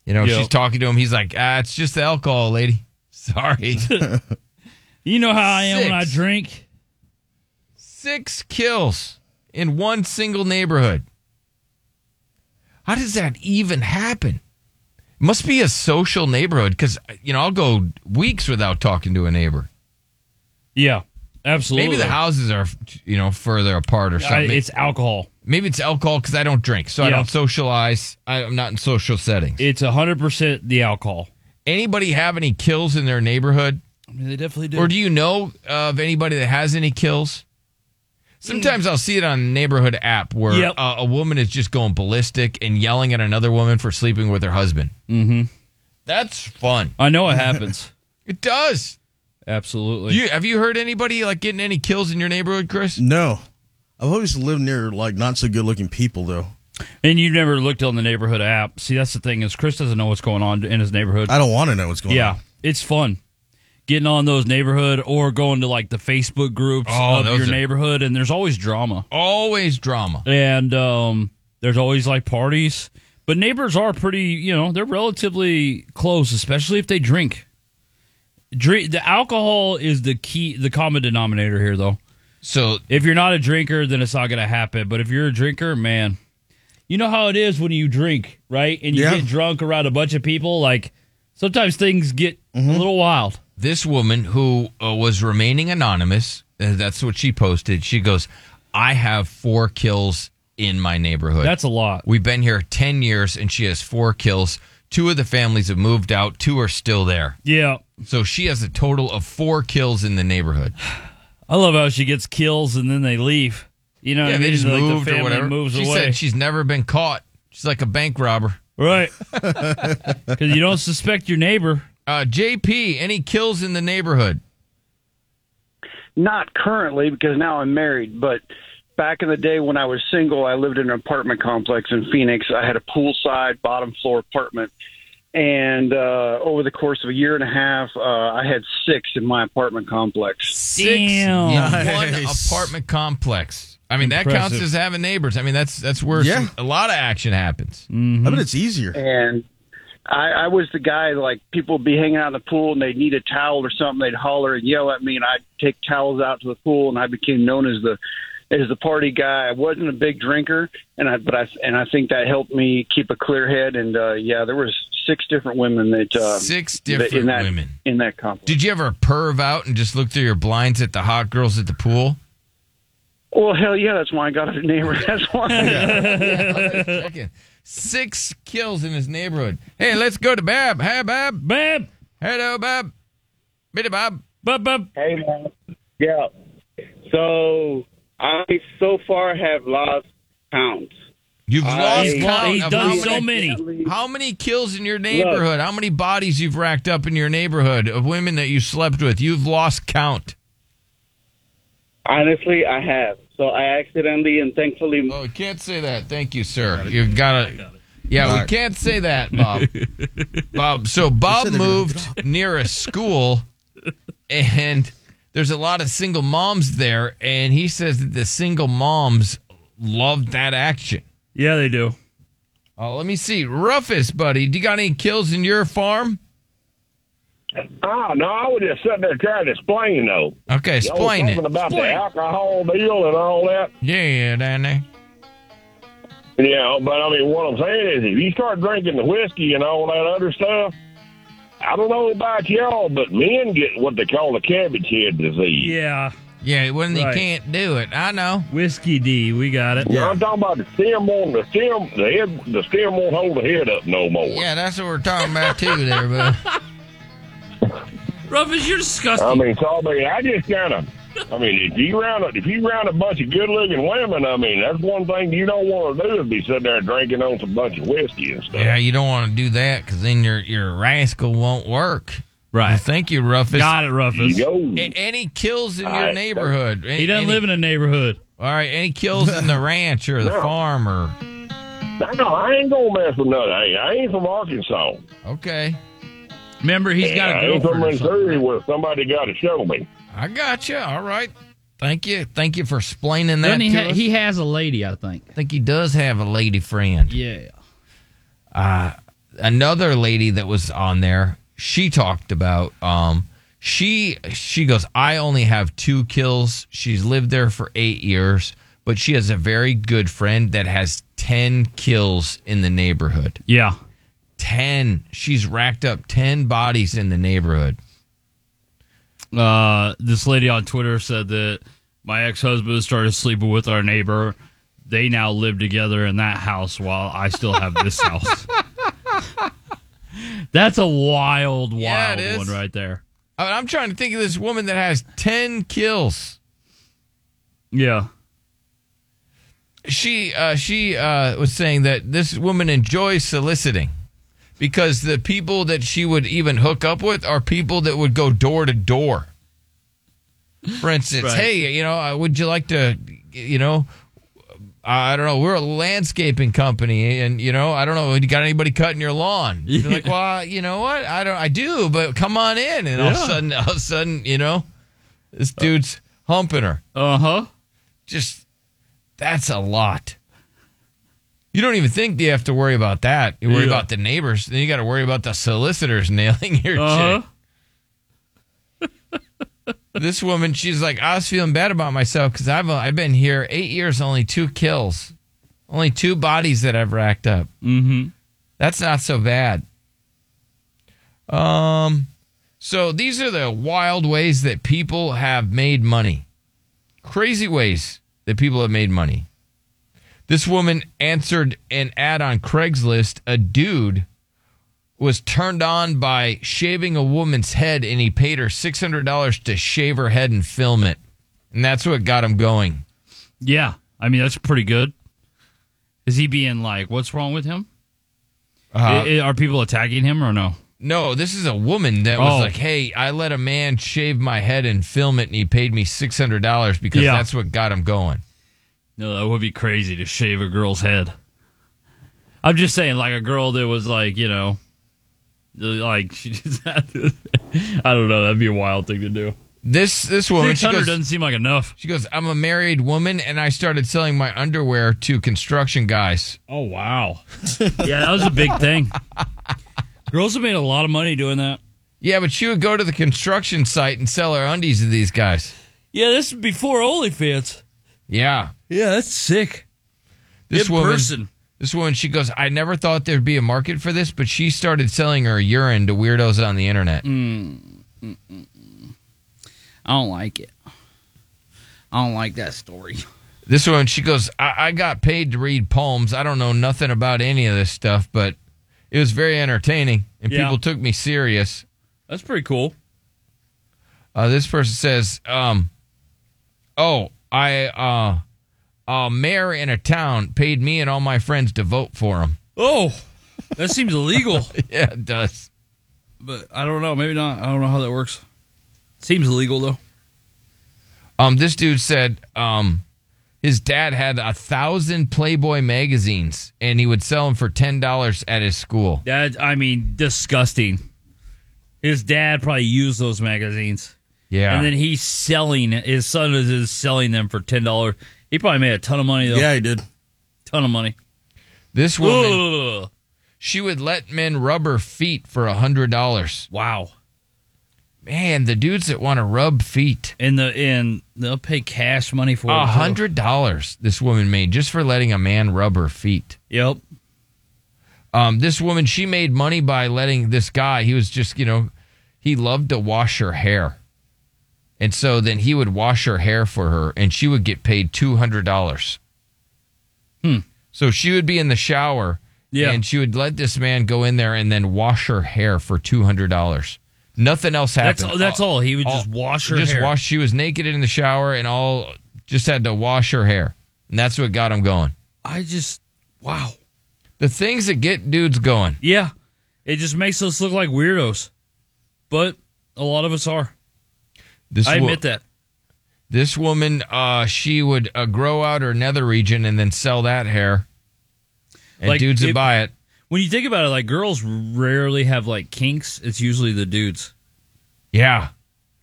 Speaker 9: You know,
Speaker 10: Yeah.
Speaker 9: she's talking to him. He's like, ah, it's just the alcohol, lady. Sorry.
Speaker 10: You know how I am when I
Speaker 9: Six.
Speaker 10: drink.
Speaker 9: six kills in one single neighborhood. How does that even happen? Must be a social neighborhood because, you know, I'll go weeks without talking to a neighbor.
Speaker 10: Yeah. Absolutely.
Speaker 9: Maybe the houses are, you know, further apart or
Speaker 10: I,
Speaker 9: something.
Speaker 10: it's alcohol.
Speaker 9: Maybe it's alcohol because I don't drink, so I
Speaker 10: Yeah.
Speaker 9: don't socialize. I, I'm not in social settings.
Speaker 10: It's hundred percent the alcohol.
Speaker 9: Anybody have any kills in their neighborhood?
Speaker 10: I mean, they definitely
Speaker 9: Or do you know of anybody that has any kills? Sometimes I'll see it on the neighborhood app where
Speaker 10: Yep.
Speaker 9: uh, a woman is just going ballistic and yelling at another woman for sleeping with her husband.
Speaker 10: Mm-hmm.
Speaker 9: That's fun.
Speaker 10: I know it happens.
Speaker 9: It does.
Speaker 10: Absolutely.
Speaker 9: You have you heard anybody like getting any kills in your neighborhood, Chris?
Speaker 16: no. I've always lived near like not so good looking people though.
Speaker 10: and you never looked on the neighborhood app. See, that's the thing is Chris doesn't know what's going on in his neighborhood.
Speaker 16: I don't want to know what's going
Speaker 10: yeah,
Speaker 16: on.
Speaker 10: it's fun. getting on those neighborhood or going to like the Facebook groups
Speaker 9: Oh,
Speaker 10: of
Speaker 9: those
Speaker 10: your
Speaker 9: are-
Speaker 10: neighborhood, and there's always drama.
Speaker 9: Always drama.
Speaker 10: And um, there's always like parties. But neighbors are pretty, you know, they're relatively close, especially if they drink. Drink the alcohol is the key, the common denominator here, though.
Speaker 9: So
Speaker 10: if you're not a drinker, then it's not going to happen. But if you're a drinker, man, you know how it is when you drink, right? And you
Speaker 9: Yeah.
Speaker 10: get drunk around a bunch of people. Like sometimes things get a little wild.
Speaker 9: This woman who uh, was remaining anonymous, uh, that's what she posted. She goes, I have four kills in my neighborhood.
Speaker 10: That's a lot.
Speaker 9: We've been here 10 years and she has four kills. Two of the families have moved out, two are still there.
Speaker 10: Yeah.
Speaker 9: So she has a total of four kills in the neighborhood.
Speaker 10: I love how she gets kills and then they leave. You know, what
Speaker 9: yeah,
Speaker 10: I
Speaker 9: they
Speaker 10: mean?
Speaker 9: just
Speaker 10: Like, the
Speaker 9: moved or
Speaker 10: family
Speaker 9: whatever.
Speaker 10: Moves
Speaker 9: she
Speaker 10: away.
Speaker 9: said she's never been caught. She's like a bank robber.
Speaker 10: Right. Because you don't suspect your neighbor.
Speaker 9: Uh, JP, any kills in the neighborhood?
Speaker 25: Not currently because now I'm married, but back in the day when I was single, I lived in an apartment complex in Phoenix. I had a poolside, bottom floor apartment. And uh, over the course of a year and a half, uh, I had six in my apartment complex.
Speaker 9: Six in
Speaker 25: Nice.
Speaker 9: one apartment complex. I mean, that counts
Speaker 25: Impressive.
Speaker 9: as having neighbors. I mean, that's that's where
Speaker 25: Yeah.
Speaker 9: some- a lot of action happens.
Speaker 10: Mm-hmm.
Speaker 25: I bet it's easier. And I, I was the guy like people would be hanging out in the pool and they'd need a towel or something. They'd holler and yell at me, and I'd take towels out to the pool, and I became known as the as the party guy. I wasn't a big drinker, and I but I and I think that helped me keep a clear head. And uh, yeah, there was six different women that uh,
Speaker 9: Six
Speaker 25: that- in
Speaker 9: different
Speaker 25: that,
Speaker 9: women.
Speaker 25: in that complex.
Speaker 9: Did you ever perv out and just look through your blinds at the hot girls at the pool?
Speaker 25: Well, hell yeah, that's why I got a neighbor. That's why.
Speaker 9: Six kills in his neighborhood. Hey, let's go to Bab. Hey, Bab.
Speaker 10: Bab.
Speaker 9: Hello, Bab. Bitty Bob.
Speaker 10: Bub, bub.
Speaker 26: Hey, man. Yeah. So I so far have lost count.
Speaker 9: You've lost count of how
Speaker 26: many.
Speaker 9: How many kills in your neighborhood? How many bodies you've racked up in your neighborhood of women that you slept with? You've lost count.
Speaker 26: Honestly, I have. So I accidentally and thankfully.
Speaker 9: Oh, can't say that. Thank you, sir. You've got to. Yeah, we
Speaker 26: Mark.
Speaker 9: can't say that, Bob. Bob. So Bob
Speaker 26: said they're gonna
Speaker 9: moved near a school, and there's a lot of single moms there, and he says that the single moms love that action.
Speaker 10: Yeah, they do.
Speaker 9: Oh, let me see, Rufus, buddy, do you got any kills in your farm?
Speaker 27: Oh, no, I was just sitting there trying to explain, though.
Speaker 9: Okay, explain
Speaker 27: Y'all
Speaker 9: it.
Speaker 27: talking about
Speaker 9: Explain
Speaker 27: the
Speaker 9: it.
Speaker 27: alcohol deal and all that.
Speaker 9: Yeah, yeah, down there.
Speaker 27: Yeah, but I mean, what I'm saying is, if you start drinking the whiskey and all that other stuff, I don't know about y'all, but men get what they call the cabbage head disease.
Speaker 10: Yeah.
Speaker 9: Yeah, when they can't do it, I know.
Speaker 10: Whiskey D, we got it.
Speaker 27: Yeah. I'm talking about the stem on the stem. The head, the stem won't hold the head up no more.
Speaker 9: Yeah, that's what we're talking about too, there, bud.
Speaker 10: Rufus, you're disgusting.
Speaker 27: I mean, so I mean, I just kind of. I mean, if you round up, if you round a bunch of good-looking women, I mean, that's one thing you don't want to do is be sitting there drinking on some bunch of whiskey and stuff.
Speaker 9: Yeah, you don't want to do that because then your your rascal won't work. Right. thank you, Rufus.
Speaker 10: Got it, Rufus.
Speaker 9: A- Any kills in your neighborhood?
Speaker 10: He doesn't live in a neighborhood.
Speaker 9: All right. Any kills in the ranch or the
Speaker 27: No.
Speaker 9: farm or?
Speaker 27: No, no, I ain't gonna mess with nothing. Hey, I ain't from Arkansas.
Speaker 9: Okay. Remember, he's got
Speaker 27: I
Speaker 9: a
Speaker 27: ain't from
Speaker 9: girlfriend. or something.
Speaker 27: Missouri where somebody got to show me.
Speaker 9: I got you. All right. Thank you. Thank you for explaining that.
Speaker 4: Then he,
Speaker 9: to
Speaker 4: ha-
Speaker 9: us.
Speaker 4: he has a lady, I think.
Speaker 9: I think he does have a lady friend.
Speaker 4: Yeah.
Speaker 9: uh, another lady that was on there she talked about um she she goes i only have two kills she's lived there for eight years but she has a very good friend that has 10 kills in the neighborhood
Speaker 10: yeah
Speaker 9: 10 she's racked up 10 bodies in the neighborhood
Speaker 10: Uh, this lady on Twitter said that my ex husband started sleeping with our neighbor. They now live together in that house while I still have this house. That's a wild, wild
Speaker 9: Yeah, it is.
Speaker 10: one right there.
Speaker 9: I mean, i'm trying to think of this woman that has 10 kills
Speaker 10: Yeah.
Speaker 9: she uh, she uh, was saying that this woman enjoys soliciting because the people that she would even hook up with are people that would go door to door. For instance,
Speaker 4: Right.
Speaker 9: hey, you know, uh, would you like to, you know, I don't know. We're a landscaping company, and you know, I don't know. You got anybody cutting your lawn? You're like, well, you know what? I don't. I do, but come on in. And all of a
Speaker 4: Yeah.
Speaker 9: sudden, all of a sudden, you know, this dude's humping her.
Speaker 10: Uh
Speaker 4: Uh-huh.
Speaker 10: huh.
Speaker 9: Just that's a lot. You don't even think you have to worry about that. You worry
Speaker 4: Yeah.
Speaker 9: about the neighbors. Then you got to worry about the solicitors nailing your
Speaker 4: Uh-huh.
Speaker 9: chick. this woman, she's like, I was feeling bad about myself because I've uh, I've been here eight years, only two kills, only two bodies that I've racked up. Mm-hmm. That's not so bad. Um, so these are the wild ways that people have made money, crazy ways that people have made money. This woman answered an ad on Craigslist. A dude was turned on by shaving a woman's head and he paid her $600 to shave her head and film it. And that's what got him going.
Speaker 10: Yeah. I mean, that's pretty good. Is he being like, what's wrong with him?
Speaker 9: Uh,
Speaker 10: I- I- are people attacking him or no?
Speaker 9: No, this is a woman that was
Speaker 10: Oh.
Speaker 9: like, "Hey, I let a man shave my head and film it and he paid me $600 because
Speaker 10: Yeah.
Speaker 9: that's what got him going."
Speaker 10: No, that would be crazy to shave a girl's head. I'm just saying, like a girl that was like, you know, like she just had to, I don't know, that'd be a wild thing to do.
Speaker 9: This this woman she
Speaker 10: 600
Speaker 9: goes-
Speaker 10: doesn't seem like enough.
Speaker 9: She goes, I'm a married woman and I started selling my underwear to construction guys.
Speaker 10: Oh wow. yeah, that was a big thing. Girls have made a lot of money doing that.
Speaker 9: Yeah, but she would go to the construction site and sell her undies to these guys.
Speaker 10: Yeah, this is before OnlyFans.
Speaker 9: Yeah.
Speaker 10: Yeah, that's sick.
Speaker 9: This
Speaker 10: In
Speaker 9: woman,
Speaker 10: person.
Speaker 9: This woman, she goes, I never thought there'd be a market for this, but she started selling her urine to weirdos on the internet.
Speaker 10: Mm, I don't like it. I don't like that story.
Speaker 9: This one, she goes, I, I got paid to read poems. I don't know nothing about any of this stuff, but it was very entertaining and
Speaker 10: Yeah.
Speaker 9: people took me serious.
Speaker 10: That's pretty cool.
Speaker 9: Uh, this person says, um, "Oh, I uh, a mayor in a town paid me and all my friends to vote for him."
Speaker 10: Oh, that seems illegal.
Speaker 9: yeah, it does.
Speaker 10: But I don't know. Maybe not. I don't know how that works. Seems illegal though.
Speaker 9: Um, this dude said, um, his dad had a thousand Playboy magazines, and he would sell them for ten dollars at his school.
Speaker 10: That I mean, disgusting. His dad probably used those magazines.
Speaker 9: Yeah.
Speaker 10: and then he's selling his son is, is selling them for ten dollars. He probably made a ton of money though.
Speaker 9: Yeah,
Speaker 10: he did. Ton of money.
Speaker 9: This woman,
Speaker 10: Ugh.
Speaker 9: she would let men rub her feet for a hundred dollars.
Speaker 10: Wow,
Speaker 9: man, the dudes that want to rub feet
Speaker 10: in the in they'll pay cash money for it,
Speaker 9: a
Speaker 10: too.
Speaker 9: hundred dollars. This woman made just for letting a man rub her feet.
Speaker 10: Yep.
Speaker 9: Um, this woman, she made money by letting this guy. He was just, you know, he loved to wash her hair, and so then he would wash her hair for her, and she would get paid two hundred dollars.
Speaker 10: Hmm.
Speaker 9: So she would be in the shower,
Speaker 10: Yeah.
Speaker 9: and she would let this man go in there and then wash her hair for two hundred dollars. Nothing else happened. Uh,
Speaker 10: That's all, that's all. He would just wash her
Speaker 9: Oh. just
Speaker 10: hair.
Speaker 9: wash. She was naked in the shower and all just had to wash her hair, and that's what got him going.
Speaker 10: I just wow.
Speaker 9: The things that get dudes going.
Speaker 10: Yeah, it just makes us look like weirdos, but a lot of us are.
Speaker 9: This
Speaker 10: I
Speaker 9: wo-
Speaker 10: admit that.
Speaker 9: This woman, uh, she would uh, grow out her nether region and then sell that hair, and
Speaker 10: Like,
Speaker 9: dudes
Speaker 10: it-
Speaker 9: would buy it.
Speaker 10: When you think about it, like girls rarely have like kinks. It's usually the dudes.
Speaker 9: Yeah.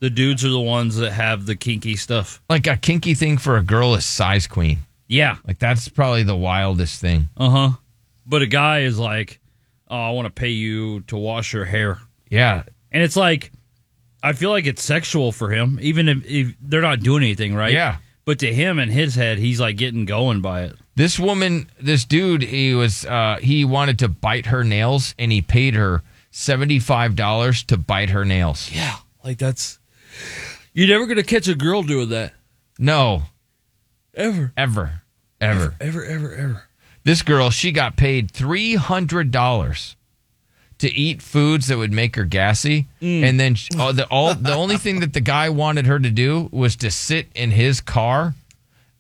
Speaker 10: The dudes are the ones that have the kinky stuff.
Speaker 9: Like a kinky thing for a girl is size queen.
Speaker 10: Yeah.
Speaker 9: Like that's probably the wildest thing.
Speaker 10: Uh huh. But a guy is like, oh, I want to pay you to wash your hair.
Speaker 9: Yeah.
Speaker 10: And it's like, I feel like it's sexual for him, even if, if they're not doing anything, right?
Speaker 9: Yeah.
Speaker 10: But to him in his head, he's like getting going by it.
Speaker 9: This woman, this dude, he was uh, he wanted to bite her nails, and he paid her seventy five dollars to bite her nails.
Speaker 10: Yeah, like that's you're never gonna catch a girl doing that.
Speaker 9: No,
Speaker 10: Ever.
Speaker 9: ever, ever.
Speaker 10: Ever, ever, ever.
Speaker 9: This girl, she got paid three hundred dollars to eat foods that would make her gassy,
Speaker 10: Mm.
Speaker 9: and then she, all, the all the only thing that the guy wanted her to do was to sit in his car,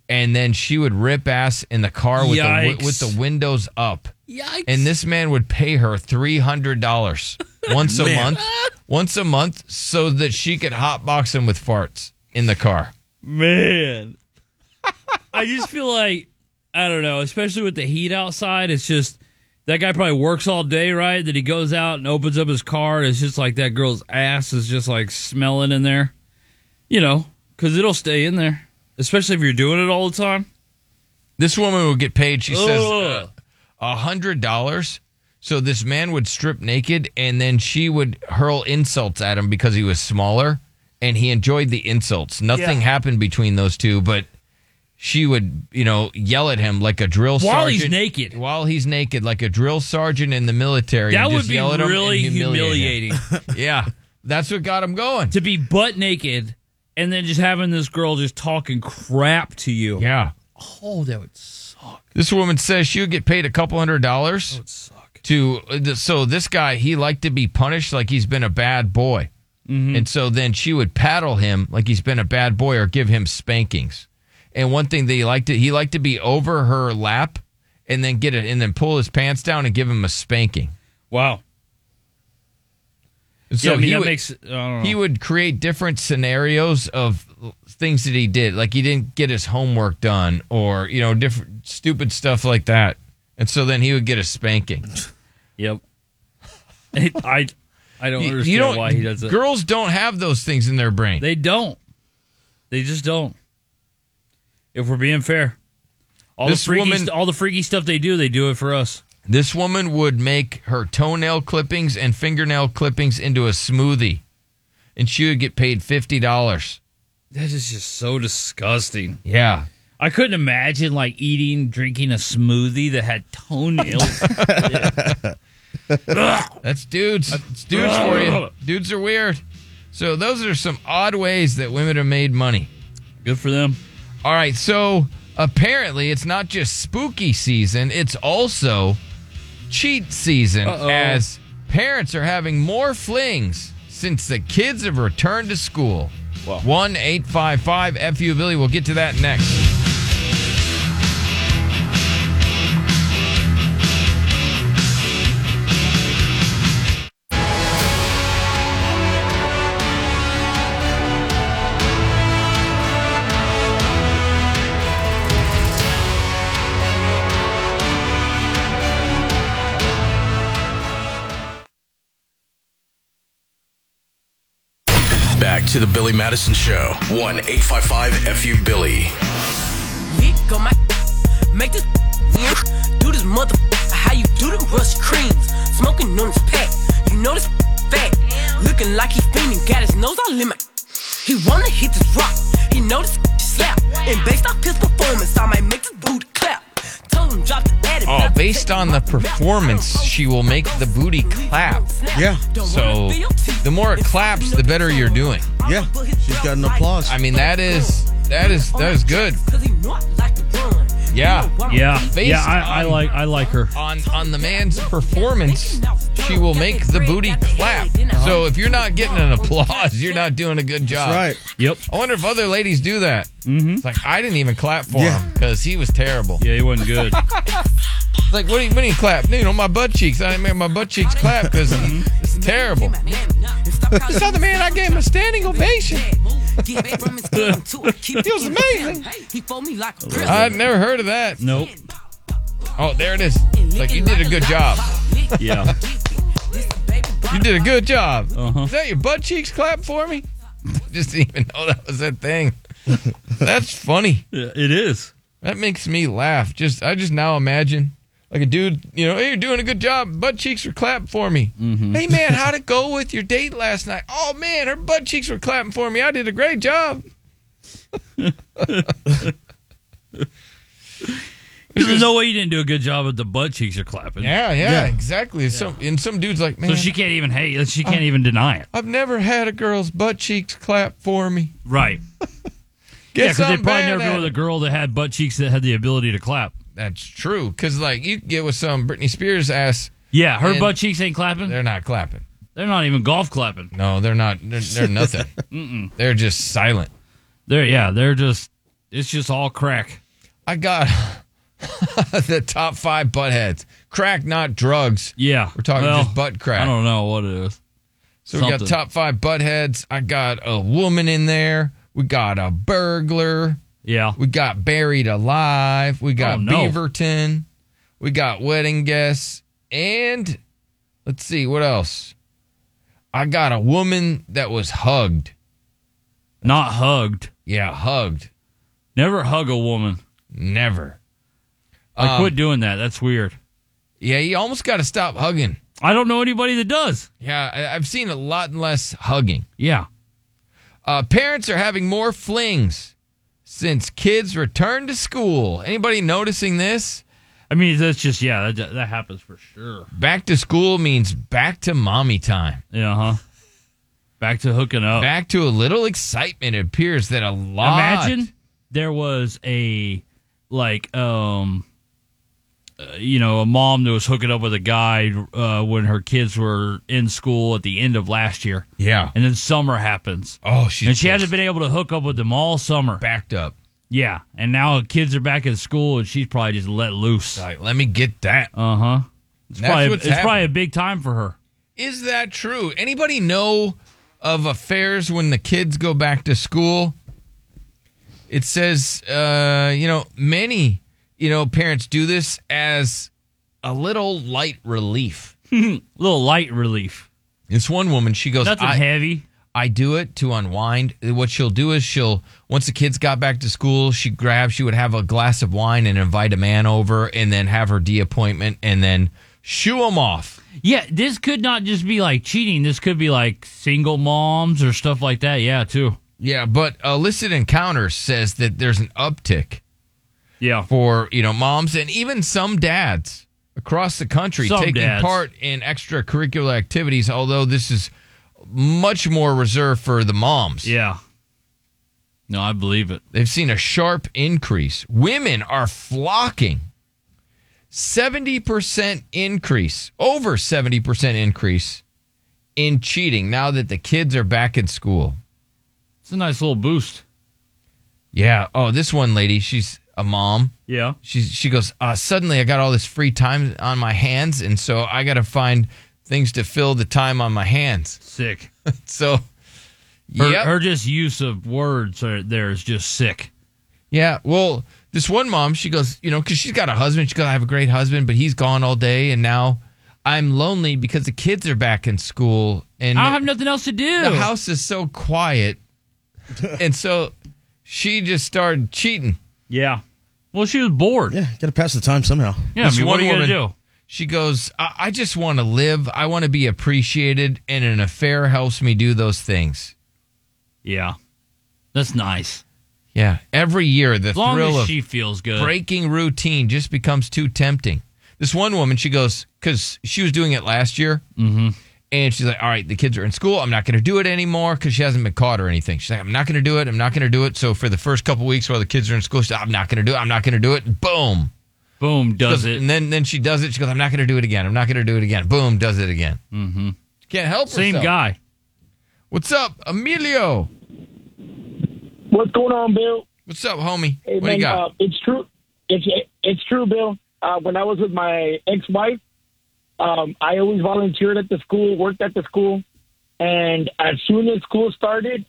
Speaker 9: and then she would rip ass in the car with the wi-
Speaker 10: Yikes.
Speaker 9: with the windows up.
Speaker 10: Yikes.
Speaker 9: And this man would pay her three hundred dollars once a
Speaker 10: Man.
Speaker 9: month, once a month, so that she could hotbox him with farts in the car.
Speaker 10: Man. I just feel like I don't know, especially with the heat outside. It's just that guy probably works all day, right? That he goes out and opens up his car. And it's just like that girl's ass is just like smelling in there, you know, because it'll stay in there, especially if you're doing it all the time.
Speaker 9: This woman will get paid. She says
Speaker 10: Ugh.
Speaker 9: uh, a hundred dollars. So this man would strip naked, and then she would hurl insults at him because he was smaller, and he enjoyed the insults. Nothing
Speaker 10: Yeah.
Speaker 9: happened between those two, but she would, you know, yell at him like a drill sergeant
Speaker 10: While he's naked.
Speaker 9: While he's naked, like a drill sergeant in the military.
Speaker 10: That
Speaker 9: and
Speaker 10: would
Speaker 9: just
Speaker 10: be
Speaker 9: yell at him and
Speaker 10: really
Speaker 9: humiliate
Speaker 10: humiliating.
Speaker 9: him. yeah, that's what got him going.
Speaker 10: To be butt naked and then just having this girl just talking crap to you.
Speaker 9: Yeah.
Speaker 10: Oh, that would suck.
Speaker 9: This woman says she'll get paid a couple hundred dollars. To uh, so this guy he liked to be punished like he's been a bad boy,
Speaker 10: Mm-hmm.
Speaker 9: and so then she would paddle him like he's been a bad boy or give him spankings. And one thing that he liked to he liked to be over her lap and then get it and then pull his pants down and give him a spanking.
Speaker 10: Wow.
Speaker 9: So
Speaker 10: yeah, I mean,
Speaker 9: he
Speaker 10: that
Speaker 9: would-
Speaker 10: makes. I don't know.
Speaker 9: he would create different scenarios of things that he did like he didn't get his homework done or you know different stupid stuff like that and so then he would get a spanking
Speaker 10: yep i I don't understand why he does it.
Speaker 9: girls don't have those things in their brain
Speaker 10: They don't. They just don't. If we're being fair, all
Speaker 9: This
Speaker 10: the freaky,
Speaker 9: woman-
Speaker 10: st- all the freaky stuff they do, they do it for us.
Speaker 9: this woman would make her toenail clippings and fingernail clippings into a smoothie and she would get paid $50
Speaker 10: That is just so disgusting.
Speaker 9: yeah
Speaker 10: I couldn't imagine like eating, drinking a smoothie that had toenails.
Speaker 9: That's dudes. It's Uh, dudes
Speaker 10: Oh.
Speaker 9: for you. Dudes are weird. So those are some odd ways that women have made money.
Speaker 10: Good for them.
Speaker 9: All right. So apparently, it's not just spooky season; it's also cheat season,
Speaker 10: Uh-oh.
Speaker 9: as parents are having more flings since the kids have returned to school. One eight five five fu Billy. We'll get to that next.
Speaker 2: Back to the Billy Madison Show. 1 855 FU Billy.
Speaker 15: Lick on my make this do this mother how you do them rush creams smoking on this pack you know this fat looking like he fiending got his nose all in my he wanna hit this rock he know this slap and based off his performance I might make this boot clap told him drop the ad and
Speaker 9: Oh, based on the performance, she will make the booty clap.
Speaker 16: Yeah.
Speaker 9: So the more it claps, the better you're doing.
Speaker 16: Yeah. She's got an applause.
Speaker 9: I mean, that is that is that is good. Yeah.
Speaker 10: Yeah.
Speaker 9: Oh, Based
Speaker 10: Yeah, I- I
Speaker 9: on-
Speaker 10: like- I like her.
Speaker 9: On on the man's performance, she will make the booty clap. So if you're not getting an applause, you're not doing a good job.
Speaker 16: That's
Speaker 9: right.
Speaker 10: Yep.
Speaker 9: I wonder if other ladies do that. Mm-hmm. It's like I didn't even clap for him because he was terrible.
Speaker 10: Yeah, he wasn't good.
Speaker 9: It's like, what do you, what do you clap? You know, my butt cheeks. I didn't make my butt cheeks clap because it's terrible.
Speaker 15: This
Speaker 9: other man, I gave him a standing ovation.
Speaker 15: it
Speaker 9: was amazing.
Speaker 15: He fold me like a
Speaker 9: I'd never heard of that.
Speaker 10: Nope.
Speaker 9: Oh, there it is. It's like, you did a good job.
Speaker 10: Yeah.
Speaker 9: You did a good job.
Speaker 10: Uh-huh.
Speaker 9: Is that your butt cheeks clap for me? Just didn't even know that was that thing. That's funny.
Speaker 10: It is.
Speaker 9: That makes me laugh. Just I just now imagine like a dude, you know, hey, you're doing a good job. Butt cheeks were clapped for me.
Speaker 10: Mm-hmm.
Speaker 9: Hey man, how'd it go with your date last night? Oh man, her butt cheeks were clapping for me. I did a great job.
Speaker 10: There's no way you didn't do a good job at the butt cheeks are clapping.
Speaker 9: Yeah, yeah, exactly. Some and some dude's like, man,
Speaker 10: so she can't even hate. She can't even deny it.
Speaker 9: I've never had a girl's butt cheeks clap for me.
Speaker 10: Right. yeah,
Speaker 9: Guess
Speaker 10: because they
Speaker 9: I'm
Speaker 10: probably
Speaker 9: bad
Speaker 10: never
Speaker 9: at
Speaker 10: been with
Speaker 9: it.
Speaker 10: a girl that had butt cheeks that had the ability to clap.
Speaker 9: That's true. Because like you can get with some Britney Spears ass.
Speaker 10: Yeah, her
Speaker 9: and
Speaker 10: butt cheeks ain't clapping.
Speaker 9: They're not clapping.
Speaker 10: They're not even golf clapping.
Speaker 9: No, they're not. They're, they're nothing.
Speaker 10: Mm-mm.
Speaker 9: They're just silent.
Speaker 10: They're yeah. They're just. It's just all crack.
Speaker 9: I got the top five butt heads. Crack, not drugs.
Speaker 10: Yeah,
Speaker 9: we're talking
Speaker 10: well,
Speaker 9: just butt crack.
Speaker 10: I don't know what it is.
Speaker 9: So we
Speaker 10: Something.
Speaker 9: got top five butt heads. I got a woman in there. We got a burglar.
Speaker 10: Yeah.
Speaker 9: We got Buried Alive. We got
Speaker 10: Oh, no.
Speaker 9: Beaverton. We got Wedding Guests. And let's see, what else? I got a woman that was hugged.
Speaker 10: Not hugged.
Speaker 9: Yeah, hugged.
Speaker 10: Never hug a woman.
Speaker 9: Never.
Speaker 10: Like,
Speaker 9: Um,
Speaker 10: quit doing that. That's weird.
Speaker 9: Yeah, you almost got to stop hugging.
Speaker 10: I don't know anybody that does.
Speaker 9: Yeah, I- I've seen a lot less hugging.
Speaker 10: Yeah.
Speaker 9: Uh, parents are having more flings since kids return to school. Anybody noticing this?
Speaker 10: I mean, that's just yeah, that, that happens for sure.
Speaker 9: Back to school means back to mommy time.
Speaker 10: Yeah, huh? Back to hooking up.
Speaker 9: Back to a little excitement. It appears that a lot.
Speaker 10: Imagine there was a like um uh, you know a mom that was hooking up with a guy uh, when her kids were in school at the end of last year.
Speaker 9: Yeah.
Speaker 10: and then summer happens.
Speaker 9: Oh, she's
Speaker 10: and she hasn't been able to hook up with them all summer.
Speaker 9: Backed up.
Speaker 10: Yeah, and now kids are back in school, and she's probably just let loose.
Speaker 9: Like, let me get that.
Speaker 10: Uh huh. It's,
Speaker 9: That's
Speaker 10: probably,
Speaker 9: what's
Speaker 10: it's probably a
Speaker 9: happening.
Speaker 10: big time for her.
Speaker 9: Is that true? Anybody know of affairs when the kids go back to school? It says, uh, you know, many, you know, parents do this as a little light relief.
Speaker 10: little light relief.
Speaker 9: This one woman, she goes,
Speaker 10: Nothing
Speaker 9: I,
Speaker 10: heavy.
Speaker 9: I do it to unwind. What she'll do is she'll, once the kids got back to school, she grabbed, she would have a glass of wine and invite a man over and then have her D appointment and then shoo him off.
Speaker 10: Yeah, this could not just be like cheating. This could be like single moms or stuff like that. Yeah, too.
Speaker 9: Yeah, but illicit encounters says that there's an uptick.
Speaker 10: Yeah.
Speaker 9: For, you know, moms and even some dads across the country
Speaker 10: Some
Speaker 9: taking
Speaker 10: dads.
Speaker 9: part in extracurricular activities, although this is much more reserved for the moms.
Speaker 10: Yeah. No, I believe it.
Speaker 9: They've seen a sharp increase. Women are flocking. 70% increase, over 70% increase in cheating now that the kids are back in school.
Speaker 10: It's a nice little boost.
Speaker 9: Yeah. Oh, this one lady, she's a mom.
Speaker 10: Yeah.
Speaker 9: She's she goes, uh, suddenly I got all this free time on my hands, and so I gotta find things to fill the time on my hands.
Speaker 10: Sick.
Speaker 9: so
Speaker 10: Her,
Speaker 9: Yep.
Speaker 10: her just use of words are, there is just sick.
Speaker 9: yeah, well, this one mom, she goes, you know, because she's got a husband, she goes, I have a great husband, but he's gone all day, and now I'm lonely because the kids are back in school, and
Speaker 10: I don't have nothing else to do.
Speaker 9: the house is so quiet, and so she just started cheating.
Speaker 10: Yeah. Well, she was bored.
Speaker 9: Yeah,
Speaker 16: gotta pass the time somehow.
Speaker 10: Yeah, I mean, what are you gonna do?
Speaker 9: She goes, I, I just want to live. I want to be appreciated, and an affair helps me do those things.
Speaker 10: Yeah. That's nice.
Speaker 9: Yeah. Every year, the
Speaker 10: As long
Speaker 9: thrill
Speaker 10: as
Speaker 9: of
Speaker 10: she feels good.
Speaker 9: breaking routine just becomes too tempting. This one woman, she goes, because she was doing it last year. Mm-hmm. And she's like, all right, the kids are in school. I'm not going to do it anymore because she hasn't been caught or anything. She's like, I'm not going to do it. I'm not going to do it. So for the first couple weeks while the kids are in school, she's like, I'm not going to do it. I'm not going to do it. Boom.
Speaker 10: Boom, does it.
Speaker 9: And then, then she does it. She goes, I'm not going to do it again. I'm not going to do it again. Boom, does it again.
Speaker 10: Mm-hmm.
Speaker 9: Can't help
Speaker 10: Same
Speaker 9: herself.
Speaker 10: guy.
Speaker 9: What's up, Emilio?
Speaker 18: What's going on, Bill?
Speaker 9: What's up, homie?
Speaker 18: Hey,
Speaker 9: what do
Speaker 18: man,
Speaker 9: you got?
Speaker 18: Uh, it's true. It's it's true, Bill. Uh, when I was with my ex-wife, um, I always volunteered at the school, worked at the school, and as soon as school started,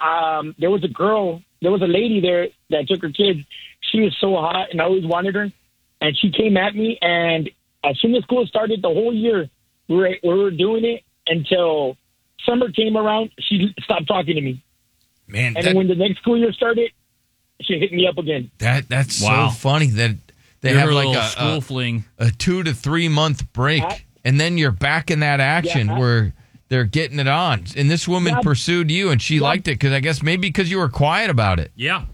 Speaker 18: um, there was a girl, there was a lady there that took her kids. She was so hot, and I always wanted her. And she came at me, and as soon as school started, the whole year we were, we were doing it until summer came around. She stopped talking to me.
Speaker 9: Man,
Speaker 18: and
Speaker 9: that-
Speaker 18: then when the next school year started, she hit me up again.
Speaker 9: That that's
Speaker 18: Wow.
Speaker 9: so funny that they
Speaker 10: Your
Speaker 9: have like
Speaker 10: little
Speaker 9: a
Speaker 10: school
Speaker 9: a,
Speaker 10: fling.
Speaker 9: a two to three month break,
Speaker 18: I-
Speaker 9: and then you're back in that action
Speaker 18: Yeah.
Speaker 9: where they're getting it on. And this woman
Speaker 18: Yeah.
Speaker 9: pursued you, and she liked it because I guess maybe because you were quiet about it.
Speaker 10: Yeah.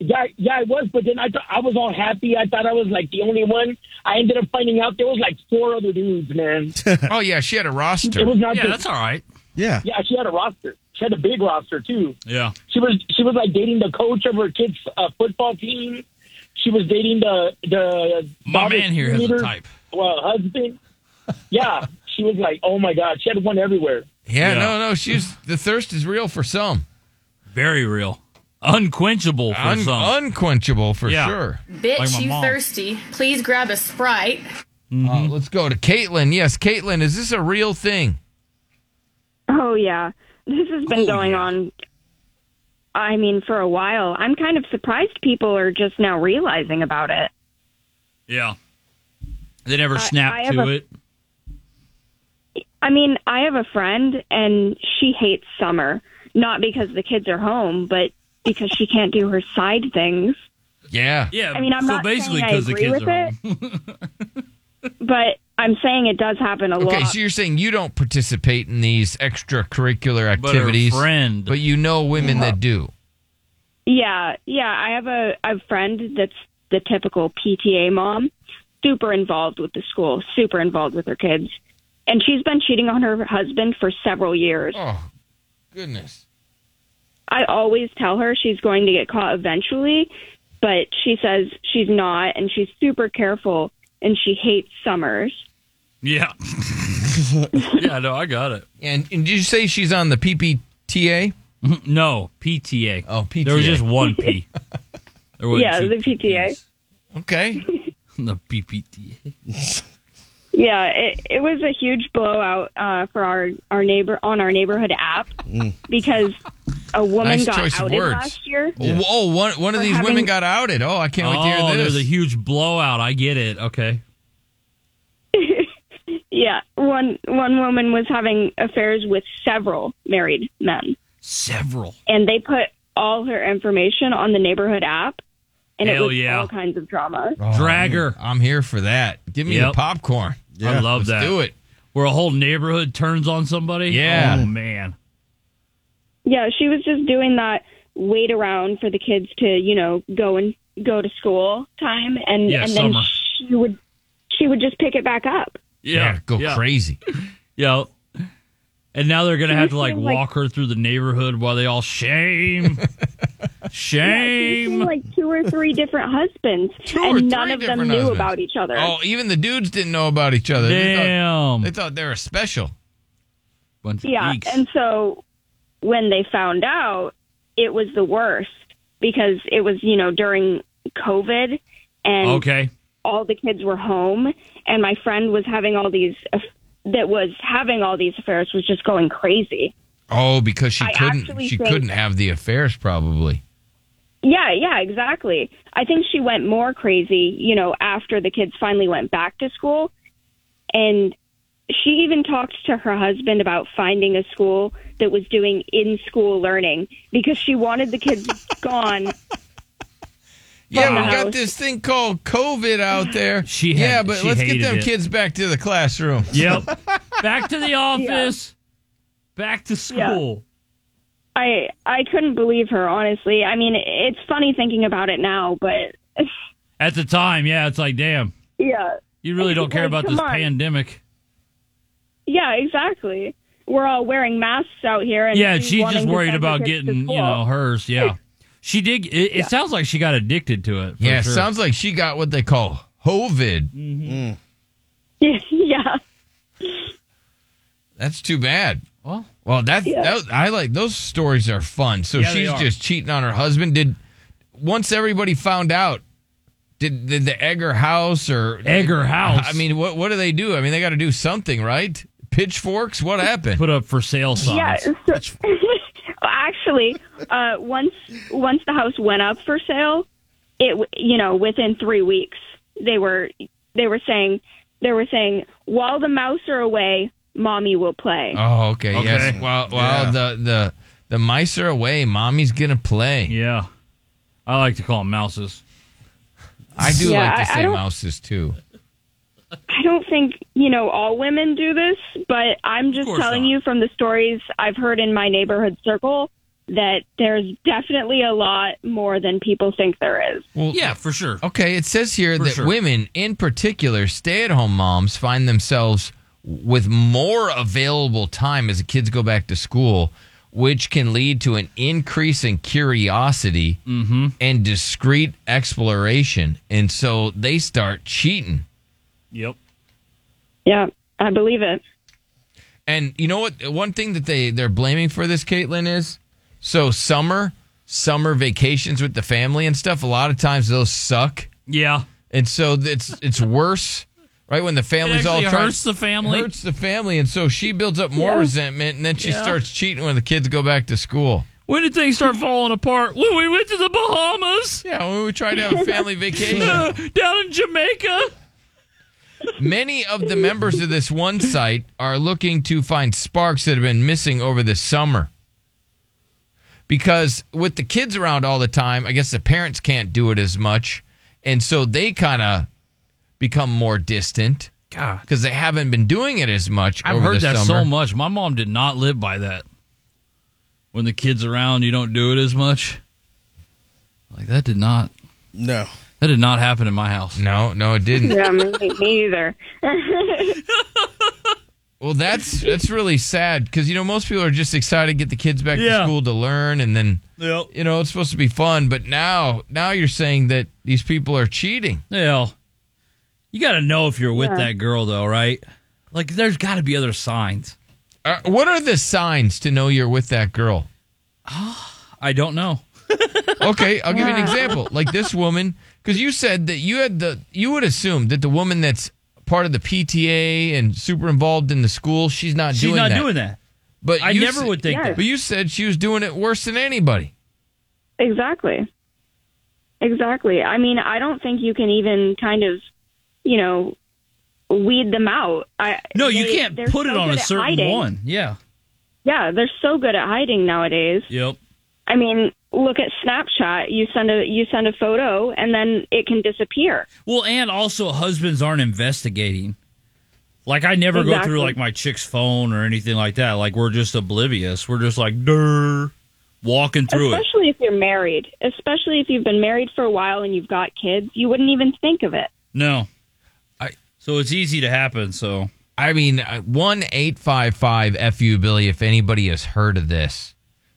Speaker 18: Yeah, yeah, I was, but then I thought I was all happy. I thought I was like the only one. I ended up finding out there was like four other dudes, man.
Speaker 9: oh yeah, she had a roster.
Speaker 18: It was not just-
Speaker 10: right.
Speaker 16: Yeah.
Speaker 18: Yeah, she had a roster. She had a big roster too.
Speaker 10: Yeah.
Speaker 18: She was she was like dating the coach of her kids' uh, football team. She was dating the the
Speaker 10: My man here has a
Speaker 18: leader-
Speaker 10: type.
Speaker 18: Well, husband. Yeah, she was like, oh my god, she had one everywhere.
Speaker 9: Yeah,
Speaker 10: Yeah.
Speaker 9: no, no, she's the thirst is real for some,
Speaker 10: Very real. Unquenchable for
Speaker 9: Un-
Speaker 10: some.
Speaker 9: unquenchable for
Speaker 10: Yeah.
Speaker 9: sure.
Speaker 28: Bitch, you thirsty. Please grab a Sprite.
Speaker 9: Uh, let's go to Caitlin. Yes, Caitlin, is this a real thing?
Speaker 10: Oh,
Speaker 29: Oh yeah, this has been going on. I mean, for a while. I'm kind of surprised people are just now realizing about it.
Speaker 10: Yeah. They never snap
Speaker 29: I
Speaker 10: to
Speaker 29: have a-
Speaker 10: it.
Speaker 29: I mean, I have a friend and she hates summer, not because the kids are home, but because she can't do her side things.
Speaker 9: Yeah.
Speaker 10: Yeah.
Speaker 29: I mean, I'm
Speaker 10: so
Speaker 29: not
Speaker 10: basically
Speaker 29: saying I
Speaker 10: the
Speaker 29: agree
Speaker 10: kids
Speaker 29: with
Speaker 10: are
Speaker 29: it, but I'm saying it does happen a
Speaker 9: Okay,
Speaker 29: lot.
Speaker 9: so you're saying you don't participate in these extracurricular
Speaker 10: But her
Speaker 9: activities,
Speaker 10: friend.
Speaker 9: but you know women that do.
Speaker 29: yeah, yeah. I have a, a friend that's the typical PTA mom, super involved with the school, super involved with her kids. And she's been cheating on her husband for several years.
Speaker 9: Oh. Goodness.
Speaker 29: I always tell her she's going to get caught eventually, but she says she's not, and she's super careful, and she hates summers.
Speaker 10: Yeah. yeah, no, I got it.
Speaker 9: And, and did you say she's on the PPTA?
Speaker 10: No, PTA.
Speaker 9: Oh, PTA.
Speaker 10: There was just one P. There wasn't
Speaker 29: yeah,
Speaker 10: two
Speaker 29: the PTA.
Speaker 9: Okay.
Speaker 10: the PPTA.
Speaker 29: Yeah, it, it was a huge blowout uh, for our our neighbor on our neighborhood app because a woman
Speaker 9: Mm. nice
Speaker 29: got
Speaker 9: choice of
Speaker 29: outed
Speaker 9: words.
Speaker 29: last year.
Speaker 9: Oh, oh, one one of
Speaker 29: For
Speaker 9: these women
Speaker 29: having-
Speaker 9: got outed. Oh, I can't wait to hear
Speaker 10: Oh,
Speaker 9: this.
Speaker 10: there's a huge blowout. I get it. Okay.
Speaker 29: Yeah, one one woman was having affairs with several married men.
Speaker 10: Several.
Speaker 29: and they put all her information on the neighborhood app, and it
Speaker 9: Hell
Speaker 29: was
Speaker 9: yeah.
Speaker 29: all kinds of drama.
Speaker 9: Dragger. Oh, I'm here for that. Give me
Speaker 10: Yep.
Speaker 9: the popcorn.
Speaker 10: I love
Speaker 9: Let's
Speaker 10: that.
Speaker 9: do it.
Speaker 10: Where a whole neighborhood turns on somebody.
Speaker 9: Yeah.
Speaker 10: Oh man.
Speaker 29: Yeah, she was just doing that wait around for the kids to you know go and go to school time, and
Speaker 10: Yeah,
Speaker 29: and then
Speaker 10: summer.
Speaker 29: she would she would just pick it back up.
Speaker 10: Yeah.
Speaker 9: go
Speaker 10: crazy. Yeah. And now they're gonna have to like
Speaker 29: Seriously, like-
Speaker 10: walk her through the neighborhood while they all shame.
Speaker 29: Yeah, she
Speaker 10: shame.
Speaker 29: was seeing, like two or three different husbands,
Speaker 9: or
Speaker 29: and none
Speaker 9: three
Speaker 29: of them
Speaker 9: different
Speaker 29: knew
Speaker 9: husbands.
Speaker 29: about each other.
Speaker 9: Oh, even the dudes didn't know about each other. They thought-
Speaker 10: Damn.
Speaker 9: They thought they were special.
Speaker 10: Bunch
Speaker 29: yeah, and so when they found out, it was the worst because it was you know during COVID, and
Speaker 10: Okay.
Speaker 29: all the kids were home and my friend was having all these that was having all these affairs was just going crazy
Speaker 9: Oh, because she
Speaker 29: I
Speaker 9: couldn't
Speaker 29: actually
Speaker 9: she
Speaker 29: think-
Speaker 9: couldn't have the affairs probably.
Speaker 29: yeah yeah exactly i think she went more crazy you know after the kids finally went back to school and she even talked to her husband about finding a school that was doing in school learning because she wanted the kids gone
Speaker 9: Yeah,
Speaker 29: from the
Speaker 9: we got
Speaker 29: house.
Speaker 9: this thing called COVID out there. She
Speaker 10: had-
Speaker 9: yeah, but
Speaker 10: she
Speaker 9: let's get
Speaker 10: hated
Speaker 9: them
Speaker 10: it.
Speaker 9: kids back to the classroom.
Speaker 10: Yep. Back to the office. Back to school.
Speaker 29: I I couldn't believe her honestly. I mean, it's funny thinking about it now, but
Speaker 10: At the time, yeah, it's like, damn,
Speaker 29: yeah,
Speaker 10: you really don't care
Speaker 29: Like,
Speaker 10: about
Speaker 29: come
Speaker 10: this
Speaker 29: on.
Speaker 10: pandemic.
Speaker 29: yeah, exactly. We're all wearing masks out here, and
Speaker 10: yeah, she's
Speaker 29: wanting
Speaker 10: just
Speaker 29: to
Speaker 10: worried
Speaker 29: send her
Speaker 10: about
Speaker 29: kids to
Speaker 10: getting, you
Speaker 29: school.
Speaker 10: know, hers. Yeah. She did. It, it sounds like she got addicted to it. for
Speaker 9: Yeah,
Speaker 10: sure. Mm-hmm.
Speaker 9: sounds like she got what they call hovid.
Speaker 29: yeah.
Speaker 9: That's too bad.
Speaker 10: Well,
Speaker 9: well, that's
Speaker 29: Yeah.
Speaker 9: that, I like those stories are fun. So
Speaker 10: Yeah, they
Speaker 9: she's
Speaker 10: are.
Speaker 9: just cheating on her husband. Did once everybody found out? Did, did the Egger house or
Speaker 10: Egger house?
Speaker 9: I mean, what what do they do? I mean, they got to do something, right? Pitchforks? What happened?
Speaker 10: Put up for sale
Speaker 29: Yeah. so- actually, uh, once once the house went up for sale, it w- you know within three weeks they were they were saying they were saying while the mouse are away, mommy will play.
Speaker 9: Oh, okay.
Speaker 10: Okay.
Speaker 9: Yes. Well, well,
Speaker 10: Yeah.
Speaker 9: the the the mice are away. Mommy's gonna play.
Speaker 10: Yeah. I like to call them mouses.
Speaker 9: I do
Speaker 29: Yeah,
Speaker 9: like to
Speaker 29: I- I
Speaker 9: say
Speaker 29: don't-
Speaker 9: mouses too.
Speaker 29: I don't think, you know, all women do this, but I'm just
Speaker 9: course
Speaker 29: telling
Speaker 9: not.
Speaker 29: you from the stories I've heard in my neighborhood circle that there's definitely a lot more than people think there is.
Speaker 9: Well,
Speaker 10: yeah, for sure.
Speaker 9: Okay, it says here
Speaker 29: For
Speaker 9: that
Speaker 29: sure.
Speaker 9: women, in particular, stay-at-home moms, find themselves with more available time as the kids go back to school, which can lead to an increase in curiosity
Speaker 10: Mm-hmm.
Speaker 9: and discreet exploration, and so they start cheating.
Speaker 10: Yep.
Speaker 29: Yeah, I believe it.
Speaker 9: And you know what? One thing that they they're blaming for this, Caitlin, is so summer summer vacations with the family and stuff. A lot of times those suck.
Speaker 10: Yeah.
Speaker 9: And so it's it's worse, right? When the family's all
Speaker 10: actually
Speaker 9: trying-
Speaker 10: hurts the family.
Speaker 9: hurts the family, and so she builds up more
Speaker 10: Yeah.
Speaker 9: resentment, and then she
Speaker 10: Yeah.
Speaker 9: starts cheating when the kids go back to school.
Speaker 10: When did things start falling apart? When we went to the Bahamas.
Speaker 9: Yeah, when we tried to have a family vacation.
Speaker 10: down in Jamaica.
Speaker 9: Many of the members of this one site are looking to find sparks that have been missing over the summer. Because with the kids around all the time, I guess the parents can't do it as much. And so they kind of become more distant. Because they haven't been doing it as much
Speaker 10: I've
Speaker 9: over
Speaker 10: heard
Speaker 9: the
Speaker 10: that
Speaker 9: summer.
Speaker 10: so much. My mom did not live by that. When the kids around, you don't do it as much. Like that did not.
Speaker 16: No,
Speaker 10: that did not happen in my house.
Speaker 9: No, no, it didn't.
Speaker 29: yeah, me, me either.
Speaker 9: Well, that's that's really sad because you know most people are just excited to get the kids back to school to learn, and then you know it's supposed to be fun. But now, now you're saying that these people are cheating.
Speaker 10: Yeah. You got to know if you're with
Speaker 9: Yeah.
Speaker 10: that girl, though, right? Like, there's got to be other signs.
Speaker 9: Uh, what are the signs to know you're with that girl?
Speaker 10: I don't know.
Speaker 9: okay, I'll give you an example. Like this woman, because you said that you had the you would assume that the woman that's part of the PTA and super involved in the school, she's not
Speaker 10: She's
Speaker 9: doing
Speaker 10: not
Speaker 9: that.
Speaker 10: doing that.
Speaker 9: But
Speaker 10: I
Speaker 9: you
Speaker 10: never
Speaker 9: sa-
Speaker 10: would think that.
Speaker 9: But you said she was doing it worse than anybody.
Speaker 29: Exactly. Exactly. I mean, I don't think you can even kind of, you know, weed them out. I
Speaker 10: No, you
Speaker 29: they-
Speaker 10: can't
Speaker 29: they're
Speaker 10: put it
Speaker 29: so
Speaker 10: on a
Speaker 29: good at
Speaker 10: certain
Speaker 29: hiding.
Speaker 10: one. Yeah.
Speaker 29: Yeah, they're so good at hiding nowadays.
Speaker 10: Yep.
Speaker 29: I mean, look at Snapchat. You send a you send a photo and then it can disappear.
Speaker 10: Well, and also husbands aren't investigating. Like I never go
Speaker 29: Exactly.
Speaker 10: through like my chick's phone or anything like that. Like we're just oblivious. We're just like der walking through it.
Speaker 29: Especially if you're married, especially if you've been married for a while and you've got kids, you wouldn't even think of it.
Speaker 10: No. I so it's easy to happen, so
Speaker 9: I mean, uh, one eight five five fu Billy. If anybody has heard of this,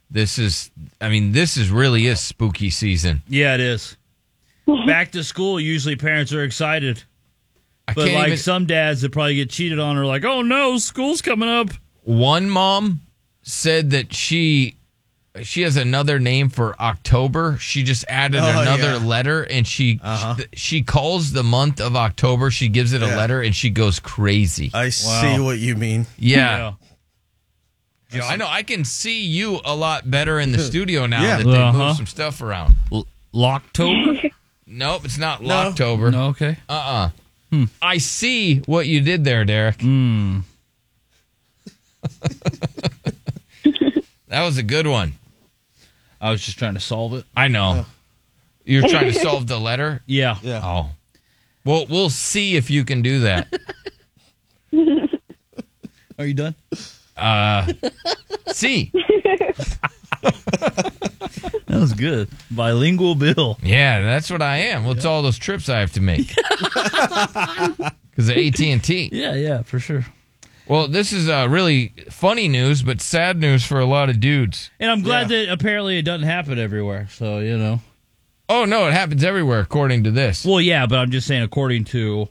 Speaker 9: this is. I mean, this is really is spooky season.
Speaker 10: Yeah, it is. Back to school, usually parents are excited. But
Speaker 9: can't
Speaker 10: like
Speaker 9: even-
Speaker 10: some dads that probably get cheated on are like, "Oh no, school's coming up."
Speaker 9: One mom said that she she has another name for October. She just added
Speaker 16: Oh,
Speaker 9: another
Speaker 16: yeah. Uh-huh.
Speaker 9: letter, and she she calls the month of October. She gives it a
Speaker 16: Yeah.
Speaker 9: letter, and she goes crazy.
Speaker 16: I see what you mean.
Speaker 9: Yeah. I know. I can see you a lot better in the studio now
Speaker 16: Yeah.
Speaker 9: that they
Speaker 16: Uh-huh.
Speaker 9: moved some stuff around.
Speaker 10: Locktober?
Speaker 9: nope, it's not
Speaker 10: No.
Speaker 9: Locktober.
Speaker 10: No, okay.
Speaker 9: Uh uh I see what you did there, Derek. that was a good one.
Speaker 10: I was just trying to solve it. Oh.
Speaker 9: I know. You're trying to solve the letter?
Speaker 10: Yeah.
Speaker 16: Yeah.
Speaker 9: Oh. Well, we'll see if you can do that.
Speaker 10: Are you done?
Speaker 9: Uh, see.
Speaker 10: That was good. Bilingual Bill.
Speaker 9: Yeah, that's what I am. What's all those trips I have to make? Because of AT and T.
Speaker 10: Yeah, yeah, for sure.
Speaker 9: Well, this is uh, really funny news, but sad news for a lot of dudes.
Speaker 10: And I'm glad that apparently it doesn't happen everywhere. So, you know.
Speaker 9: Oh no, it happens everywhere according to this.
Speaker 10: Well, yeah, but I'm just saying according to,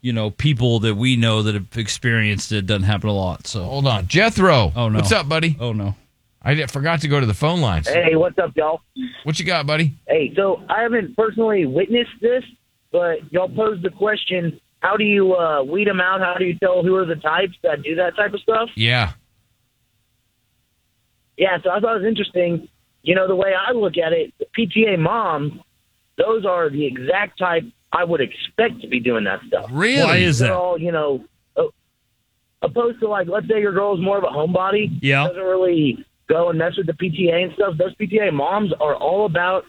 Speaker 10: you know, people that we know that have experienced it, it doesn't happen a lot. So
Speaker 9: Hold on, Jethro.
Speaker 10: Oh no.
Speaker 9: What's up, buddy?
Speaker 10: Oh no.
Speaker 9: I di- forgot to go to the phone lines.
Speaker 30: Hey, what's up, y'all?
Speaker 9: What you got, buddy?
Speaker 30: Hey, so I haven't personally witnessed this, but y'all posed the question: How do you uh, weed them out? How do you tell who are the types that do that type of stuff?
Speaker 9: Yeah.
Speaker 30: Yeah, so I thought it was interesting. You know, the way I look at it, the PTA moms, those are the exact type I would expect to be doing that stuff.
Speaker 10: Really? Why is
Speaker 30: They're
Speaker 10: that?
Speaker 30: all, you know, o- opposed to like, let's say your girl's more of a homebody.
Speaker 10: Yeah.
Speaker 30: Doesn't really go and mess with the PTA and stuff. Those PTA moms are all about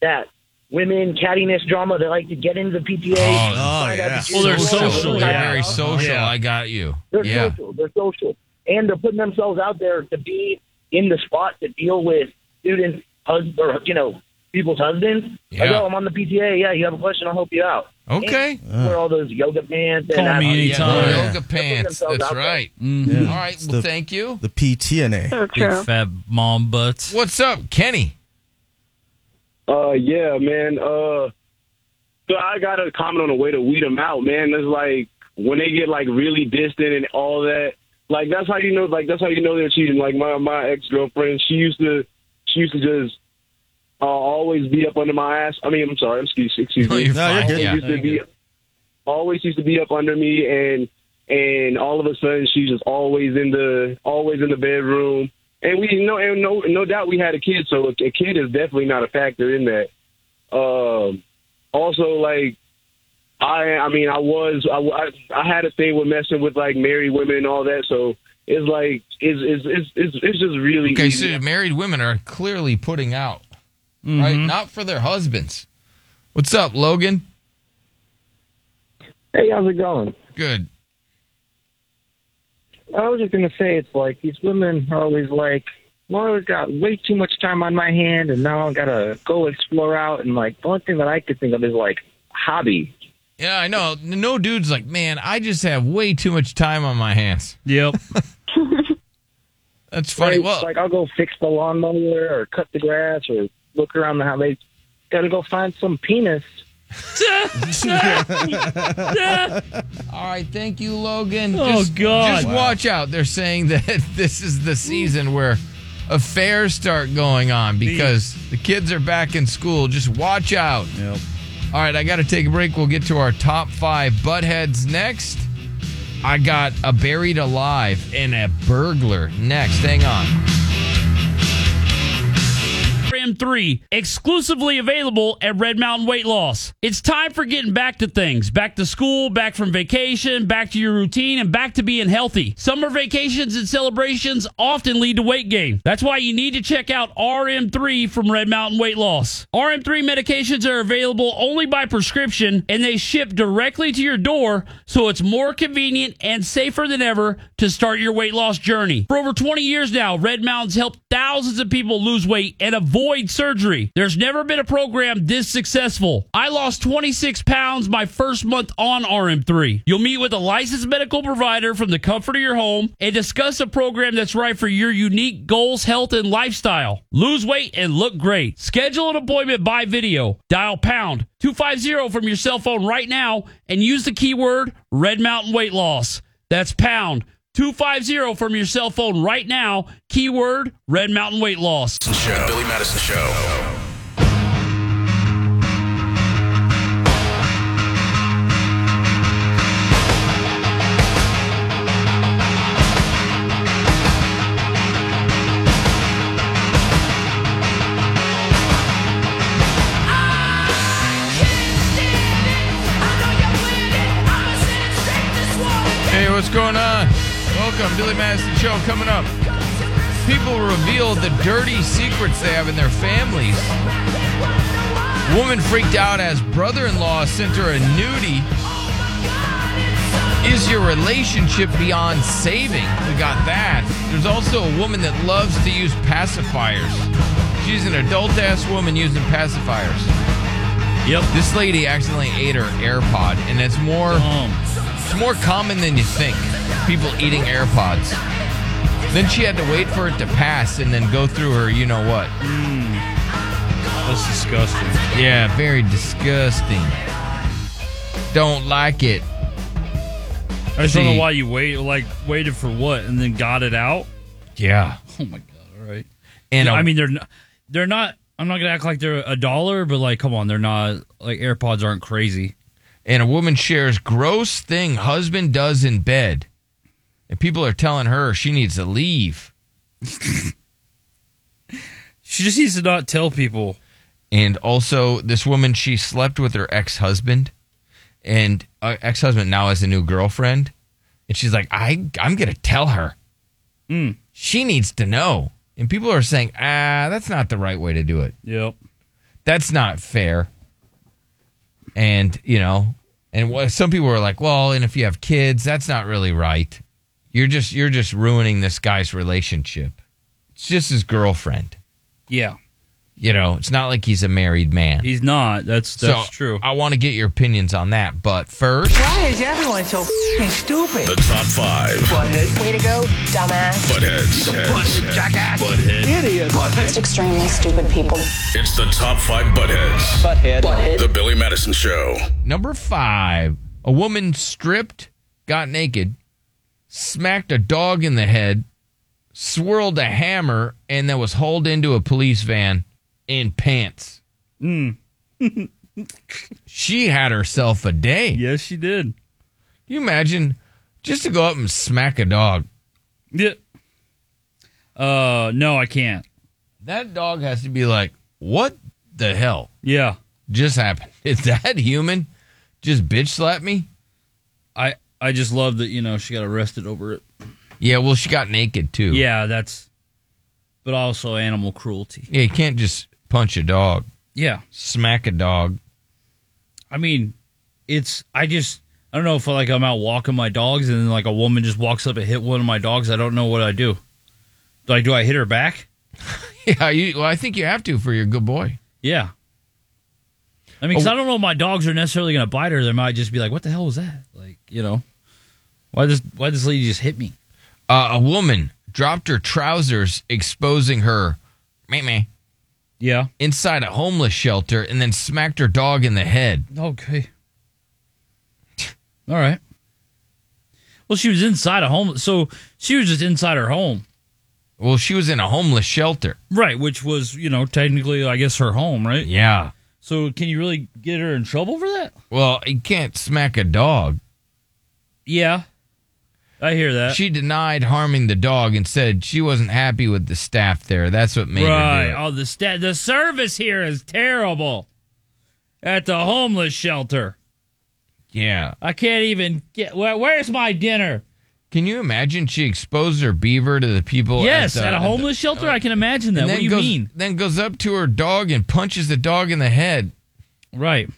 Speaker 30: that women cattiness drama. They like to get into the
Speaker 10: Oh,
Speaker 30: PTA. find out the
Speaker 9: Well, they're
Speaker 30: people.
Speaker 9: social. Oh, They're
Speaker 30: Yeah.
Speaker 9: very social.
Speaker 30: Yeah.
Speaker 9: I got you.
Speaker 30: They're
Speaker 9: yeah.
Speaker 30: social. They're social, and they're putting themselves out there to be in the spot to deal with students, husbands, or you know, people's husbands. Like,
Speaker 9: Yeah.
Speaker 30: oh, I'm on the PTA. Yeah, you have a question? I'll help you out.
Speaker 9: Okay.
Speaker 30: And wear all those yoga pants. and
Speaker 10: Call me
Speaker 30: I-
Speaker 10: anytime.
Speaker 9: Yeah, Yoga pants.
Speaker 30: themselves
Speaker 9: That's
Speaker 30: out there.
Speaker 9: right. Mm-hmm. All right. Well, thank you.
Speaker 16: The PTNA.
Speaker 30: So
Speaker 10: Big
Speaker 30: true.
Speaker 10: fat mom butts.
Speaker 9: What's up, Kenny?
Speaker 26: Uh, yeah, man. Uh, so I got a comment on a way to weed them out, man. That's like when they get like really distant and all that. Like that's how you know. Like that's how you know they're cheating. Like my my ex girlfriend, she used to she used to just uh, always be up under my ass. I mean, I'm sorry. Excuse excuse
Speaker 9: No,
Speaker 26: me.
Speaker 9: you're No, you're fine. good.
Speaker 26: Always
Speaker 9: Yeah.
Speaker 26: used to
Speaker 9: No,
Speaker 26: be always used to be up under me, and and all of a sudden she's just always in the always in the bedroom. and we no and no no doubt we had a kid, so a, a kid is definitely not a factor in that. Um, also, like I I mean I was I, I I had a thing with messing with like married women and all that, so it's like it's it's it's it's, it's just really
Speaker 9: Okay,
Speaker 26: easy.
Speaker 9: so married women are clearly putting out, right? Not for their husbands. What's up, Logan?
Speaker 3: Hey, how's it going?
Speaker 9: Good.
Speaker 3: I was just gonna say it's like these women are always like, "Well, I've got way too much time on my hand, and now I gotta go explore out." And like the only thing that I could think of is like hobby.
Speaker 9: Yeah, I know. No dude's like, man, I just have way too much time on my hands.
Speaker 10: Yep.
Speaker 9: That's funny.
Speaker 3: Right?
Speaker 9: Well,
Speaker 3: It's like I'll go fix the lawnmower or cut the grass or look around the house. They gotta go find some penis.
Speaker 10: Oh,
Speaker 9: All right, thank you, Logan.
Speaker 3: Oh,
Speaker 9: just,
Speaker 3: God.
Speaker 9: Just
Speaker 3: Wow.
Speaker 9: watch out. They're saying that this is the season where affairs start going on because the kids are back in school. Just watch out. Yep. All right, I got to take a break. We'll get to our top five buttheads next. I got a buried alive and a burglar next. Hang on.
Speaker 10: Ram 3, exclusively available at Red Mountain Weight Loss. It's time for getting back to things back to school, back from vacation, back to your routine, and back to being healthy. Summer vacations and celebrations often lead to weight gain. That's why you need to check out RM3 from Red Mountain Weight Loss. RM3 medications are available only by prescription and they ship directly to your door, so it's more convenient and safer than ever to start your weight loss journey. For over 20 years now, Red Mountain's helped thousands of people lose weight and avoid surgery. There's never been a program this successful. I lost 26 pounds my first month on RM3. You'll meet with a licensed medical provider from the comfort of your home and discuss a program that's right for your unique goals, health, and lifestyle. Lose weight and look great. Schedule an appointment by video. Dial pound 250 from your cell phone right now and use the keyword Red Mountain Weight Loss. That's pound 250 from your cell phone right now. Keyword Red Mountain Weight Loss.
Speaker 2: Show. The Billy Madison Show.
Speaker 9: Hey, what's going on? Welcome, Billy Madison Show coming up. People reveal the dirty secrets they have in their families. Woman freaked out as brother in law sent her a nudie. Is your relationship beyond saving? We got that. There's also a woman that loves to use pacifiers. She's an adult ass woman using pacifiers.
Speaker 10: Yep.
Speaker 9: This lady accidentally ate her AirPod, and it's more it's more common than you think. People eating AirPods. Then she had to wait for it to pass and then go through her, you know what?
Speaker 10: That's disgusting.
Speaker 9: Yeah, very disgusting. Don't like it.
Speaker 10: I just don't
Speaker 9: See.
Speaker 10: know why you wait, like waited for what, and then got it out.
Speaker 9: Yeah.
Speaker 10: Oh my god. All right.
Speaker 9: And um,
Speaker 10: Yeah,
Speaker 9: a-
Speaker 10: I mean, they're not, they're not. I'm not gonna act like they're a dollar, but like, come on, they're not like AirPods aren't crazy.
Speaker 9: And a woman shares gross thing husband does in bed. And people are telling her she needs to leave.
Speaker 10: she just needs to not tell people.
Speaker 9: And also, this woman, she slept with her ex husband. And uh, ex husband now has a new girlfriend. And she's like, I, I'm going to tell her.
Speaker 10: Hmm.
Speaker 9: She needs to know. And people are saying, ah, that's not the right way to do it.
Speaker 10: Yep.
Speaker 9: That's not fair. And, you know, and what, some people are like, well, and if you have kids, that's not really right. You're just you're just ruining this guy's relationship. It's just his girlfriend.
Speaker 10: Yeah.
Speaker 9: You know, it's not like he's a married man.
Speaker 10: He's not. That's that's
Speaker 9: so
Speaker 10: true.
Speaker 9: I want to get your opinions on that, but first,
Speaker 13: Why is everyone so f***ing stupid?
Speaker 9: the top five.
Speaker 13: Way to go, dumbass.
Speaker 2: Buttheads.
Speaker 13: Butthead, jackass.
Speaker 2: Butthead.
Speaker 13: Idiot. It's extremely stupid people.
Speaker 2: It's the top five buttheads. Butthead. The Billy Madison Show.
Speaker 9: Number five, a woman stripped, got naked, smacked a dog in the head, swirled a hammer, and then was hauled into a police van in pants.
Speaker 10: Hmm.
Speaker 9: she had herself a day.
Speaker 10: Yes, she did.
Speaker 9: you imagine just to go up and smack a dog?
Speaker 10: Yeah. Uh, no, I can't.
Speaker 9: That dog has to be like, what the hell?
Speaker 10: Yeah.
Speaker 9: Just happened. Is that human? Just bitch slap me?
Speaker 10: I I just love that, you know, she got arrested over it.
Speaker 9: Yeah, well, she got naked too.
Speaker 10: Yeah, that's but also animal cruelty.
Speaker 9: Yeah, you can't just punch a dog.
Speaker 10: Yeah.
Speaker 9: Smack a dog.
Speaker 10: I mean, it's I just I don't know if like I'm out walking my dogs and then like a woman just walks up and hit one of my dogs. I don't know what I do. Like, do I hit her back?
Speaker 9: yeah, you, well, I think you have to for your good boy. Oh.
Speaker 10: Yeah. I mean, 'cause I don't know if my dogs are necessarily going to bite her. They might just be like, "What the hell was that?" Like, you know, why this why this lady just hit me?
Speaker 9: Uh, a woman dropped her trousers, exposing her, meh meh.
Speaker 10: Yeah.
Speaker 9: Inside a homeless shelter, and then smacked her dog in the head.
Speaker 10: Okay. All right. Well, she was inside a home, so she was just inside her home.
Speaker 9: Well, she was in a homeless shelter,
Speaker 10: right? Which was, you know, technically, I guess, her home, right?
Speaker 9: Yeah.
Speaker 10: So, can you really get her in trouble for that?
Speaker 9: Well, you can't smack a dog.
Speaker 10: Yeah. I hear that.
Speaker 9: She denied harming the dog and said she wasn't happy with the staff there. That's what made her
Speaker 10: right.
Speaker 9: do it.
Speaker 10: Oh, the sta- the service here is terrible. At the homeless shelter,
Speaker 9: Yeah.
Speaker 10: I can't even get. Where, where's my dinner?
Speaker 9: Can you imagine she exposed her beaver to the people?
Speaker 10: yes,
Speaker 9: at, the,
Speaker 10: at a homeless shelter, I can imagine that.
Speaker 9: and
Speaker 10: What
Speaker 9: then
Speaker 10: do you
Speaker 9: goes-
Speaker 10: mean?
Speaker 9: Then goes up to her dog and punches the dog in the head.
Speaker 10: Right.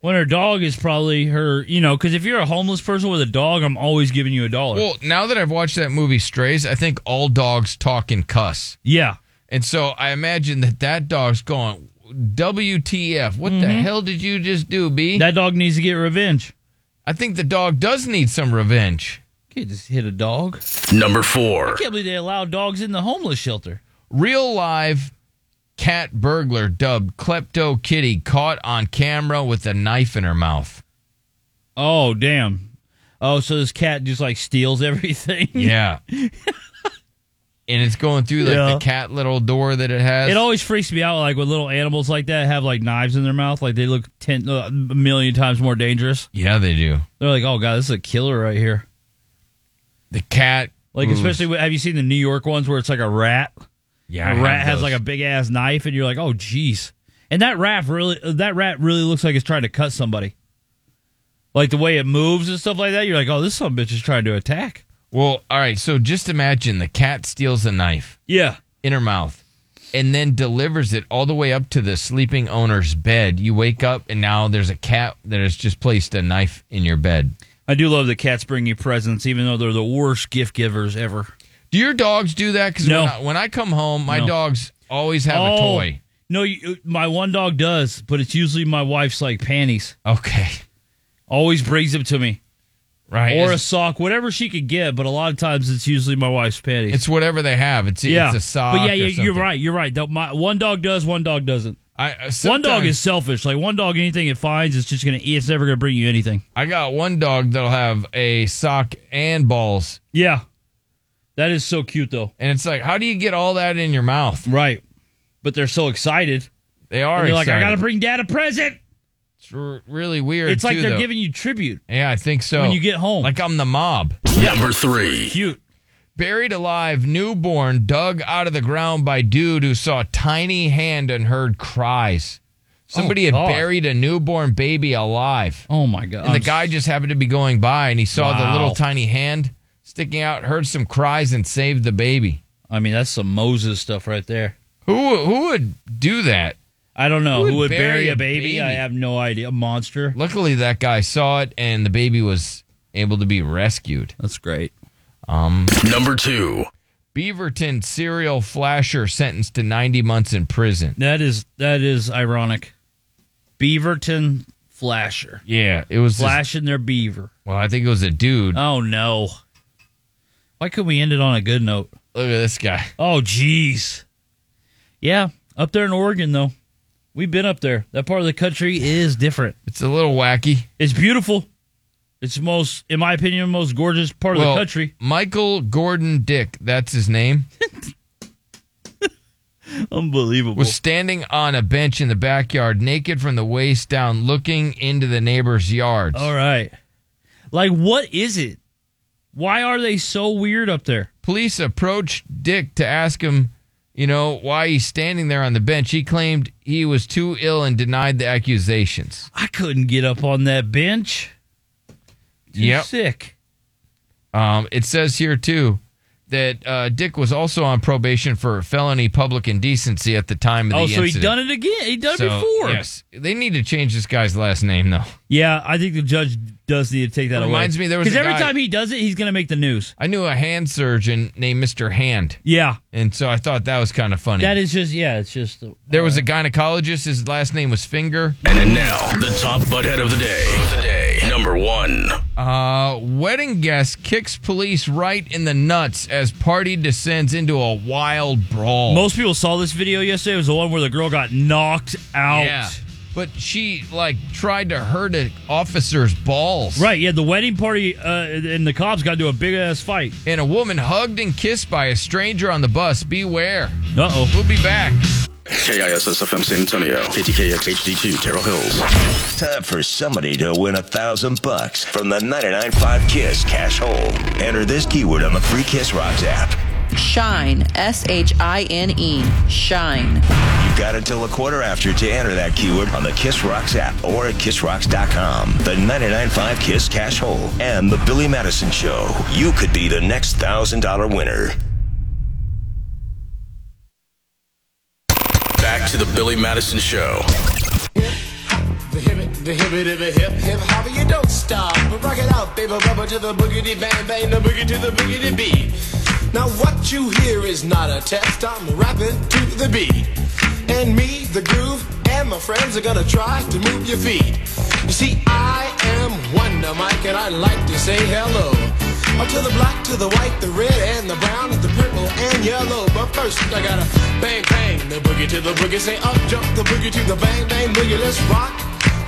Speaker 10: When her dog is probably her, you know, because if you're a homeless person with a dog, I'm always giving you a dollar.
Speaker 9: Well, now that I've watched that movie Strays, I think all dogs talk and cuss.
Speaker 10: Yeah.
Speaker 9: And so I imagine that that dog's going, WTF, what the hell did you just do, B?
Speaker 10: Mm-hmm. That dog needs to get revenge.
Speaker 9: I think the dog does need some revenge.
Speaker 10: Can't just hit a dog.
Speaker 9: Number four.
Speaker 10: I can't believe they allow dogs in the homeless shelter.
Speaker 9: Real live cat burglar dubbed Klepto Kitty caught on camera with a knife in her mouth.
Speaker 10: Oh damn! Oh, so this cat just like steals everything.
Speaker 9: Yeah. and it's going through like
Speaker 10: Yeah.
Speaker 9: the cat little door that it has.
Speaker 10: It always freaks me out, like when little animals like that have like knives in their mouth, like they look ten uh, a million times more dangerous.
Speaker 9: yeah, they do.
Speaker 10: They're like, oh god, this is a killer right here.
Speaker 9: The cat,
Speaker 10: Like,
Speaker 9: moves.
Speaker 10: especially when- have you seen the New York ones where it's like a rat?
Speaker 9: Yeah, I
Speaker 10: a
Speaker 9: have
Speaker 10: rat has
Speaker 9: those.
Speaker 10: like a big ass knife, and you're like, oh jeez. And that rat really, uh, that rat really looks like it's trying to cut somebody. Like the way it moves and stuff like that, you're like, oh, this some bitch is trying to attack.
Speaker 9: Well, all right. So just imagine the cat steals a knife.
Speaker 10: Yeah.
Speaker 9: In her mouth. And then delivers it all the way up to the sleeping owner's bed. You wake up and now there's a cat that has just placed a knife in your bed.
Speaker 10: I do love that cats bring you presents, even though they're the worst gift givers ever.
Speaker 9: Do your dogs do that? Because
Speaker 10: No.
Speaker 9: when, I, when I come home, my
Speaker 10: No.
Speaker 9: dogs always have a
Speaker 10: Oh,
Speaker 9: toy.
Speaker 10: No, you, my one dog does, but it's usually my wife's like panties.
Speaker 9: Okay.
Speaker 10: Always brings them to me.
Speaker 9: Right.
Speaker 10: Or a
Speaker 9: It's-
Speaker 10: sock, whatever she could get, but a lot of times it's usually my wife's panties.
Speaker 9: It's whatever they have. It's,
Speaker 10: yeah.
Speaker 9: it's a sock.
Speaker 10: But yeah,
Speaker 9: or
Speaker 10: yeah you're
Speaker 9: something.
Speaker 10: right. You're right. The- my- one dog does, one dog doesn't.
Speaker 9: I, uh,
Speaker 10: one dog
Speaker 9: sometimes-
Speaker 10: is selfish. Like one dog, anything it finds, it's just gonna. It's never gonna bring you anything.
Speaker 9: I got one dog that'll have a sock and balls.
Speaker 10: Yeah. That is so cute though.
Speaker 9: And it's like, how do you get all that in your mouth?
Speaker 10: Right. But they're so excited.
Speaker 9: They are
Speaker 10: And they're like, I
Speaker 9: excited.
Speaker 10: gotta bring dad a present.
Speaker 9: It's r- really weird.
Speaker 10: It's like
Speaker 9: too,
Speaker 10: they're
Speaker 9: though.
Speaker 10: giving you tribute.
Speaker 9: Yeah, I think so.
Speaker 10: When you get home.
Speaker 9: like I'm the mob.
Speaker 2: Number three.
Speaker 10: Cute.
Speaker 9: Buried alive, newborn dug out of the ground by dude who saw tiny hand and heard cries. Somebody had
Speaker 10: Oh, God.
Speaker 9: buried a newborn baby alive.
Speaker 10: Oh my god.
Speaker 9: And the guy just happened to be going by and he saw the
Speaker 10: Wow.
Speaker 9: little tiny hand sticking out, heard some cries, and saved the baby.
Speaker 10: I mean, that's some Moses stuff right there.
Speaker 9: Who who would do that?
Speaker 10: I don't know Uh, who would, bury, a baby? I have no idea. A monster.
Speaker 9: Luckily, that guy saw it and the baby was able to be rescued.
Speaker 10: That's great.
Speaker 9: Um,
Speaker 2: Number two.
Speaker 9: Beaverton serial flasher sentenced to 90 months in prison.
Speaker 10: That is that is ironic. Beaverton flasher
Speaker 9: Yeah, it was. this-
Speaker 10: flashing their beaver.
Speaker 9: well, I think it was a dude.
Speaker 10: Oh no! Why couldn't we end it on a good note?
Speaker 9: Look at this guy.
Speaker 10: Oh jeez. Yeah, up there in Oregon though, we've been up there. That part of the country is different.
Speaker 9: It's a little wacky.
Speaker 10: It's beautiful. It's the most, in my opinion, the most gorgeous part of
Speaker 9: Well,
Speaker 10: the country.
Speaker 9: Michael Gordon Dick, that's his name,
Speaker 10: Unbelievable.
Speaker 9: was standing on a bench in the backyard, naked from the waist down, looking into the neighbor's yards.
Speaker 10: All right. Like, what is it? Why are they so weird up there?
Speaker 9: Police approached Dick to ask him, you know, why he's standing there on the bench. He claimed he was too ill and denied the accusations.
Speaker 10: I couldn't get up on that bench. Too
Speaker 9: Yep.
Speaker 10: sick.
Speaker 9: Um, it says here too that uh, Dick was also on probation for felony public indecency at the time of
Speaker 10: Oh,
Speaker 9: the
Speaker 10: so
Speaker 9: incident.
Speaker 10: he done it again. He done
Speaker 9: So,
Speaker 10: it before.
Speaker 9: Yes, they need to change this guy's last name though.
Speaker 10: Yeah, I think the judge does need to take that
Speaker 9: Reminds
Speaker 10: away.
Speaker 9: me there was
Speaker 10: because
Speaker 9: a
Speaker 10: every
Speaker 9: guy-
Speaker 10: time he does it, he's going to make the news.
Speaker 9: I knew a hand surgeon named Mister Hand.
Speaker 10: Yeah,
Speaker 9: and so I thought that was kind of funny.
Speaker 10: That is just yeah, it's just uh,
Speaker 9: there was a gynecologist. His last name was Finger.
Speaker 2: And then now, the top butthead of the day. The day number one.
Speaker 9: Uh, wedding guest kicks police right in the nuts as party descends into a wild brawl.
Speaker 10: Most people saw this video yesterday. It was the one where the girl got knocked out.
Speaker 9: Yeah. But she like tried to hurt an officer's balls.
Speaker 10: Right. Yeah. The wedding party uh, and the cops got into a big ass fight.
Speaker 9: And a woman hugged and kissed by a stranger on the bus. Beware.
Speaker 10: Uh oh.
Speaker 9: We'll be back.
Speaker 2: KISSFM San Antonio, KTKX HD2, Terrell Hills.
Speaker 1: Time for somebody to win a thousand bucks from the 99.5 Kiss Cash Hole. Enter this keyword on the free Kiss Rocks app.
Speaker 17: Shine. S H I N E. Shine.
Speaker 1: You've got until a quarter after to enter that keyword on the Kiss Rocks app or at kissrocks.com. The 99.5 Kiss Cash Hole and the Billy Madison Show. You could be the next thousand dollar winner.
Speaker 2: Back to the Billy Madison Show.
Speaker 8: The hip, the hip, the hip, hip, hopper, you don't stop. But rock it out, baby, rubber to the boogity bang bang, the boogie to the boogity beat. Now what you hear is not a test. I'm rapping to the beat, and me, the groove, and my friends are gonna try to move your feet. You see, I am Wonder Mike, and I like to say hello. Up to the black, to the white, the red, and the brown, and the purple, and yellow. But first, I gotta bang bang the boogie to the boogie. Say up jump the boogie to the bang bang boogie. Let's rock.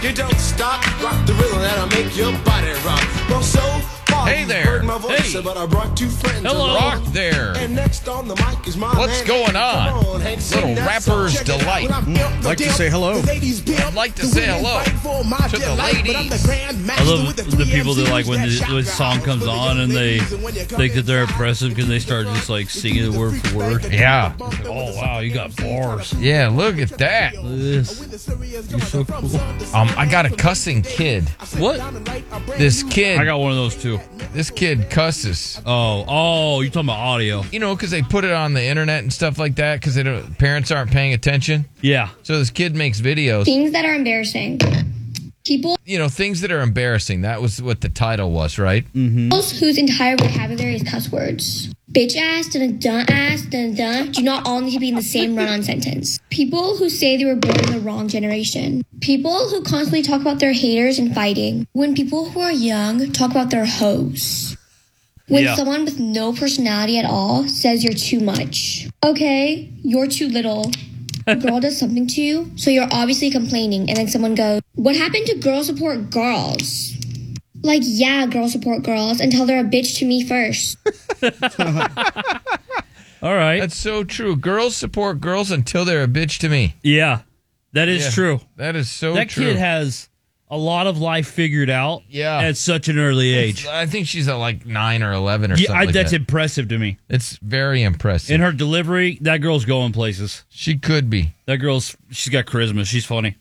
Speaker 8: You don't stop, rock the rhythm that'll make your body rock. Well, so far
Speaker 9: Hey
Speaker 8: you've
Speaker 9: there.
Speaker 8: heard my voice, but I brought two friends.
Speaker 9: Hello.
Speaker 8: along.
Speaker 9: Rock there.
Speaker 8: And next on the mic is my
Speaker 9: What's
Speaker 8: man.
Speaker 9: going on?
Speaker 8: Come on, Hank, sing
Speaker 9: Little
Speaker 8: that
Speaker 9: rapper's
Speaker 8: song. Check it out.
Speaker 9: delight.
Speaker 8: When I built
Speaker 9: Mm,
Speaker 8: the
Speaker 9: like to
Speaker 8: dip,
Speaker 9: say hello.
Speaker 8: The ladies built,
Speaker 9: I'd like to
Speaker 8: the
Speaker 9: say
Speaker 8: women
Speaker 9: hello
Speaker 8: fight for my
Speaker 9: to the
Speaker 8: delight, but I'm
Speaker 9: ladies.
Speaker 8: grand
Speaker 10: I
Speaker 8: master
Speaker 10: love
Speaker 8: with the
Speaker 10: the
Speaker 8: three
Speaker 10: people that
Speaker 8: MCs
Speaker 10: like when the,
Speaker 8: shot
Speaker 10: when the
Speaker 8: your
Speaker 10: song
Speaker 8: house
Speaker 10: comes
Speaker 8: with the
Speaker 10: on and they
Speaker 8: ladies, and when you come
Speaker 10: think that they're impressive because they start just like singing it word for word.
Speaker 9: Yeah.
Speaker 10: Oh wow, you got bars.
Speaker 9: Yeah, look at that.
Speaker 10: You're so cool.
Speaker 9: Um, I got a cussing kid.
Speaker 10: What?
Speaker 9: This kid.
Speaker 10: I got one of those too.
Speaker 9: This kid cusses.
Speaker 10: Oh, oh, you talking about audio?
Speaker 9: You know, because they put it on the internet and stuff like that, because they don't. Parents aren't paying attention.
Speaker 10: Yeah.
Speaker 9: So this kid makes videos.
Speaker 31: Things that are embarrassing. People
Speaker 9: you know, things that are embarrassing. That was what the title was, right? Mm-hmm.
Speaker 31: whose entire vocabulary is cuss words. Bitch ass, dun dun ass, dun dun, do not all need to be in the same run on sentence. People who say they were born in the wrong generation. People who constantly talk about their haters and fighting. When people who are young talk about their hoes. When
Speaker 32: Yeah.
Speaker 31: someone with no personality at all says you're too much. Okay, you're too little. A girl does something to you, so you're obviously complaining, and then someone goes, What happened to girls support girls? Like, yeah, girls support girls until they're a bitch to me first.
Speaker 10: All right.
Speaker 9: That's so true. Girls support girls until they're a bitch to me.
Speaker 10: Yeah, that is
Speaker 9: Yeah,
Speaker 10: true.
Speaker 9: That is so
Speaker 10: That
Speaker 9: true.
Speaker 10: kid has a lot of life figured out. Yeah. At such an early age.
Speaker 9: I think she's at like nine or eleven or
Speaker 10: Yeah,
Speaker 9: something.
Speaker 10: I,
Speaker 9: like
Speaker 10: that's
Speaker 9: that.
Speaker 10: impressive to me.
Speaker 9: It's very impressive.
Speaker 10: In her delivery, that girl's going places.
Speaker 9: She could be.
Speaker 10: That girl's she's got charisma. She's funny.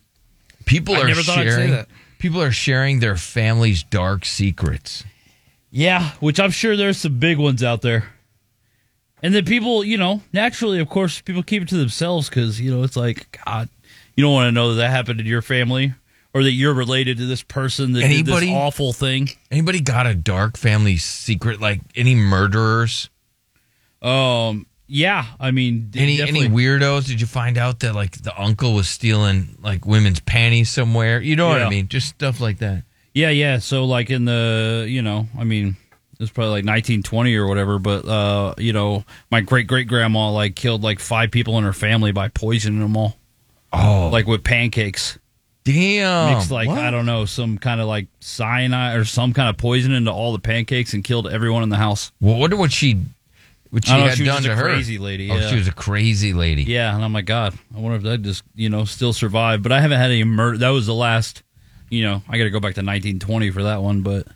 Speaker 9: People
Speaker 10: I
Speaker 9: are
Speaker 10: never thought I'd say
Speaker 9: sharing.
Speaker 10: that.
Speaker 9: People are sharing their family's dark secrets.
Speaker 10: Yeah, which I'm sure there's some big ones out there. And then people, you know, naturally, of course, people keep it to themselves because you know it's like God, you don't want to know that that happened to your family or that you're related to this person that did
Speaker 9: Anybody-
Speaker 10: this awful thing.
Speaker 9: Anybody got a dark family secret? Like any murderers?
Speaker 10: Um. Yeah. I mean,
Speaker 9: any
Speaker 10: definitely.
Speaker 9: any weirdos? Did you find out that like the uncle was stealing like women's panties somewhere? You know what I
Speaker 10: Yeah.
Speaker 9: mean? Just stuff like that.
Speaker 10: Yeah, yeah. So like in the you know, I mean, it was probably like 1920 or whatever. But uh, you know, my great great grandma like killed like five people in her family by poisoning them all.
Speaker 9: Oh,
Speaker 10: like with pancakes.
Speaker 9: Damn.
Speaker 10: Mixed like I don't know some kind of like cyanide or some kind of poison into all the pancakes and killed everyone in the house.
Speaker 9: Well, wonder what she what she
Speaker 10: I don't know if
Speaker 9: had
Speaker 10: she was
Speaker 9: done
Speaker 10: just
Speaker 9: to
Speaker 10: a
Speaker 9: her.
Speaker 10: crazy lady,
Speaker 9: Oh,
Speaker 10: yeah.
Speaker 9: she was a crazy lady.
Speaker 10: Yeah, and I'm like, God, I wonder if that just you know still survived. But I haven't had any murder. That was the last. You know, I got to go back to 1920 for that one, but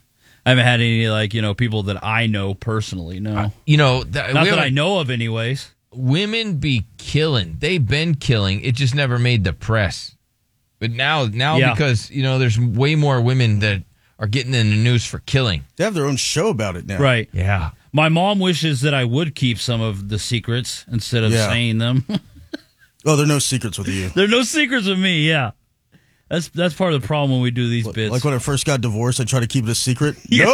Speaker 10: I haven't had any like you know people that I know personally. No,
Speaker 9: you know, that,
Speaker 10: not that I know of, anyways.
Speaker 9: Women be killing. They've been killing. It just never made the press. But now, now
Speaker 16: Yeah.
Speaker 9: because you know, there's way more women that are getting in the news for killing.
Speaker 16: They have their own show about it now.
Speaker 10: Right.
Speaker 9: Yeah.
Speaker 10: My mom wishes that I would keep some of the secrets instead of
Speaker 16: Yeah.
Speaker 10: saying them.
Speaker 16: Oh, there are no secrets with you.
Speaker 10: there are no secrets with me. Yeah, that's that's part of the problem when we do these bits.
Speaker 16: Like when I first got divorced, I tried to keep it a secret.
Speaker 10: Yeah.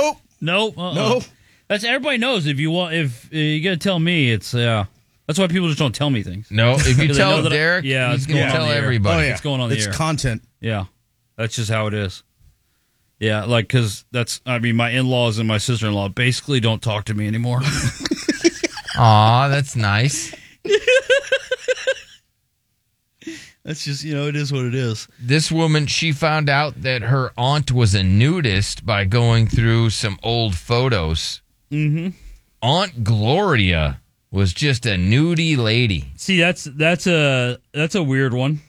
Speaker 16: Nope.
Speaker 10: Nope. Uh-uh.
Speaker 16: Nope.
Speaker 10: That's everybody knows. If you want, if uh, you gotta tell me, it's yeah. that's why people just don't tell me things.
Speaker 9: No, if you
Speaker 10: 'Cause they
Speaker 9: tell
Speaker 10: know that I-
Speaker 9: Derek,
Speaker 10: yeah,
Speaker 9: he's
Speaker 10: it's
Speaker 9: gonna
Speaker 10: going on
Speaker 9: tell
Speaker 10: the air.
Speaker 9: everybody. Oh, yeah.
Speaker 10: It's going on the
Speaker 9: It's
Speaker 10: air.
Speaker 16: content.
Speaker 10: Yeah, that's just how it is. Yeah, like because that's I mean my in laws and my sister in law basically don't talk to me anymore.
Speaker 9: Aw, that's nice.
Speaker 10: that's just you know, it is what it is.
Speaker 9: This woman, she found out that her aunt was a nudist by going through some old photos.
Speaker 10: Mm-hmm.
Speaker 9: Aunt Gloria was just a nudie lady.
Speaker 10: See, that's that's a that's a weird one.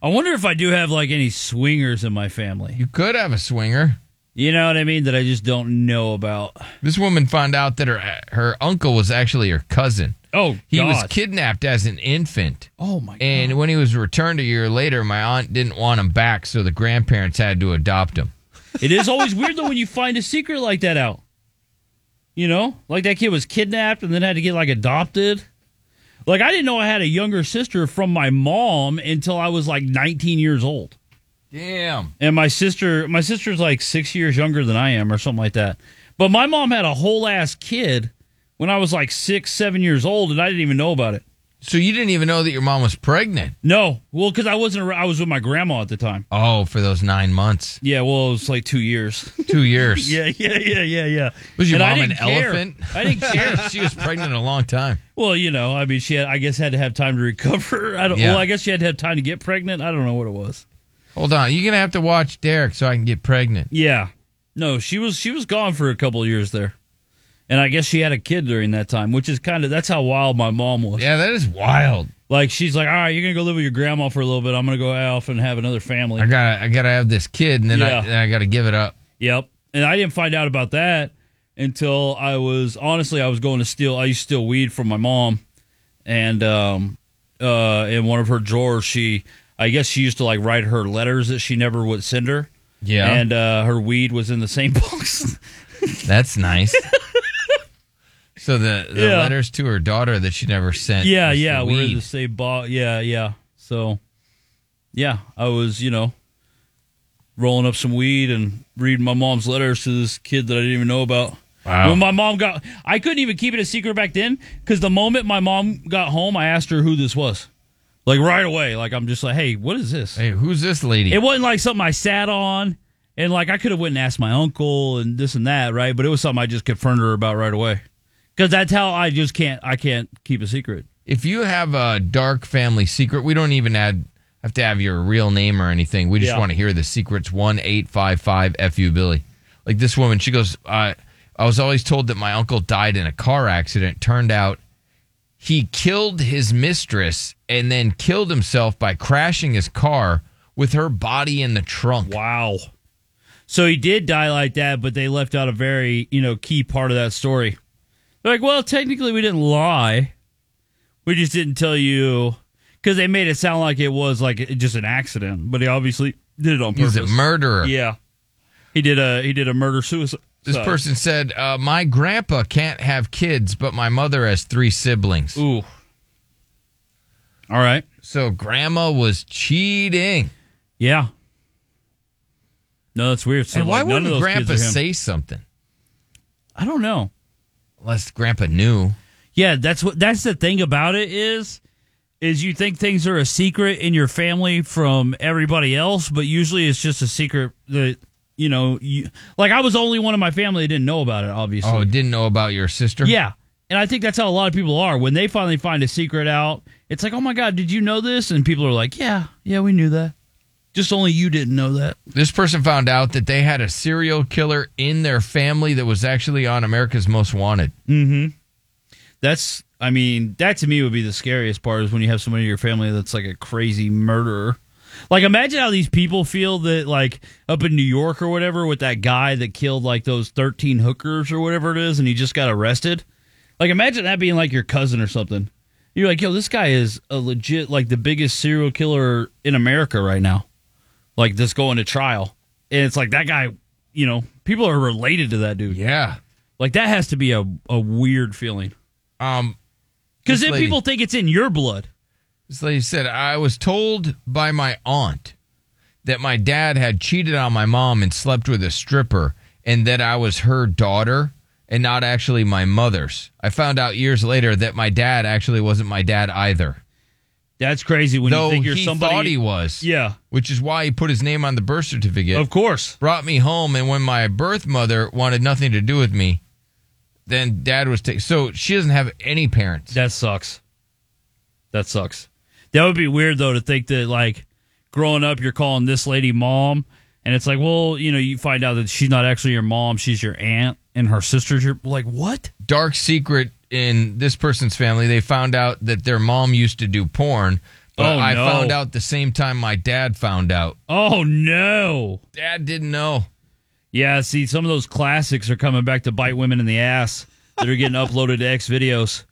Speaker 10: I wonder if I do have like any swingers in my family. You
Speaker 9: could have a swinger.
Speaker 10: You know what I mean? That I just don't know about.
Speaker 9: This woman found out that her her uncle was actually her cousin.
Speaker 10: Oh,
Speaker 9: he was
Speaker 10: God.
Speaker 9: kidnapped as an infant.
Speaker 10: Oh my!
Speaker 9: And when he was returned a year later, my aunt didn't want him back, so the grandparents had to adopt him.
Speaker 10: It is always weird though when you find a secret like that out. You know, like that kid was kidnapped and then had to get like adopted. Like I didn't know I had a younger sister from my mom until I was like 19 years old.
Speaker 9: Damn.
Speaker 10: And my sister, my sister's like six years younger than I am, or something like that. But my mom had a whole ass kid when I was like six, seven years old, and I didn't even know about it.
Speaker 9: So you didn't even know that your mom was pregnant?
Speaker 10: No, well, because I wasn't. ar- I was with my grandma at the time.
Speaker 9: Oh, for those nine months.
Speaker 10: Yeah, well, it was like two years.
Speaker 9: Two years.
Speaker 10: yeah, yeah, yeah, yeah, yeah.
Speaker 9: Was your
Speaker 10: And I
Speaker 9: mom an
Speaker 10: didn't care.
Speaker 9: elephant?
Speaker 10: I didn't care.
Speaker 9: she was pregnant a long time.
Speaker 10: Well, you know, I mean, she had, I guess had to have time to recover. I don't.
Speaker 9: Yeah.
Speaker 10: Well, I guess she had to have time to get pregnant. I don't know what it was.
Speaker 9: Hold on, you're gonna have to watch Derek so I can get pregnant.
Speaker 10: Yeah, no, she was she was gone for a couple of years there, and I guess she had a kid during that time, which is kind of that's how wild my mom was.
Speaker 9: Yeah, that is wild.
Speaker 10: Like she's like, all right, you're gonna go live with your grandma for a little bit. I'm gonna go off and have another family.
Speaker 9: I gotta, I gotta have this kid, and then
Speaker 10: Yeah.
Speaker 9: I, then I gotta give it up.
Speaker 10: Yep. And I didn't find out about that until I was honestly I was going to steal I used to steal weed from my mom and um uh in one of her drawers she I guess she used to like write her letters that she never would send her.
Speaker 9: Yeah.
Speaker 10: And uh her weed was in the same box.
Speaker 9: That's nice. so the, the
Speaker 10: Yeah.
Speaker 9: letters to her daughter that she never sent.
Speaker 10: yeah,
Speaker 9: was
Speaker 10: yeah,
Speaker 9: the
Speaker 10: we're in
Speaker 9: weed.
Speaker 10: the same box. Yeah, yeah. So yeah, I was, you know, rolling up some weed and reading my mom's letters to this kid that I didn't even know about.
Speaker 9: Wow.
Speaker 10: When my mom got, I couldn't even keep it a secret back then because the moment my mom got home, I asked her who this was, like right away. Like I'm just like, hey, what is this?
Speaker 9: Hey, who's this lady?
Speaker 10: It wasn't like something I sat on, and like I could have went and asked my uncle and this and that, right? But it was something I just confronted her about right away because that's how I just can't, I can't keep a secret.
Speaker 9: if you have a dark family secret, we don't even add, have to have your real name or anything. We just
Speaker 10: Yeah.
Speaker 9: want to hear the secrets. One eight five five fu Billy. Like this woman, she goes. I I was always told that my uncle died in a car accident. Turned out he killed his mistress and then killed himself by crashing his car with her body in the trunk.
Speaker 10: Wow. So he did die like that, but they left out a very, you know, key part of that story. They're like, well, technically we didn't lie. We just didn't tell you because they made it sound like it was like just an accident, but he obviously did it on purpose.
Speaker 9: He's a murderer.
Speaker 10: Yeah. He did a he did a murder suicide.
Speaker 9: This person said, uh, "My grandpa can't have kids, but my mother has three siblings."
Speaker 10: Ooh. All right.
Speaker 9: So grandma was cheating.
Speaker 10: Yeah. No, that's weird. So,
Speaker 9: and why
Speaker 10: like, none of
Speaker 9: wouldn't
Speaker 10: those
Speaker 9: grandpa
Speaker 10: kids are him.
Speaker 9: say something?
Speaker 10: I don't know.
Speaker 9: Unless grandpa knew.
Speaker 10: Yeah, that's what that's the thing about it is is you think things are a secret in your family from everybody else, but usually it's just a secret that you know, you, like I was the only one in my family that didn't know about it, obviously.
Speaker 9: Oh, didn't know about your sister?
Speaker 10: Yeah. And I think that's how a lot of people are. When they finally find a secret out, it's like, "Oh my god, did you know this?" and people are like, "Yeah, yeah, we knew that." Just only you didn't know that.
Speaker 9: This person found out that they had a serial killer in their family that was actually on America's Most Wanted.
Speaker 10: Mhm. That's I mean, that to me would be the scariest part is when you have somebody in your family that's like a crazy murderer. Like, imagine how these people feel that, like, up in New York or whatever, with that guy that killed, like, those 13 hookers or whatever it is, and he just got arrested. Like, imagine that being, like, your cousin or something. You're like, yo, this guy is a legit, like, the biggest serial killer in America right now. Like, this going to trial. And it's like, that guy, you know, people are related to that dude.
Speaker 9: Yeah.
Speaker 10: Like, that has to be a, a weird feeling.
Speaker 9: Um,
Speaker 10: Because
Speaker 9: this
Speaker 10: then
Speaker 9: lady-
Speaker 10: people think it's in your blood.
Speaker 9: This lady said, I was told by my aunt that my dad had cheated on my mom and slept with a stripper, and that I was her daughter and not actually my mother's. I found out years later that my dad actually wasn't my dad either.
Speaker 10: That's crazy when you
Speaker 9: Though
Speaker 10: think you're
Speaker 9: he
Speaker 10: somebody-
Speaker 9: thought he was.
Speaker 10: Yeah.
Speaker 9: Which is why he put his name on the birth certificate. Of
Speaker 10: course.
Speaker 9: Brought me home, and when my birth mother wanted nothing to do with me, then dad was taken. So she doesn't have any parents.
Speaker 10: That sucks. That sucks. That would be weird though to think that like growing up you're calling this lady mom and it's like, well, you know, you find out that she's not actually your mom, she's your aunt and her sister's your like what?
Speaker 9: dark secret in this person's family. They found out that their mom used to do porn. But
Speaker 10: Oh,
Speaker 9: I
Speaker 10: no.
Speaker 9: found out the same time my dad found out.
Speaker 10: Oh no.
Speaker 9: Dad didn't know.
Speaker 10: Yeah, see some of those classics are coming back to bite women in the ass that are getting uploaded to X videos.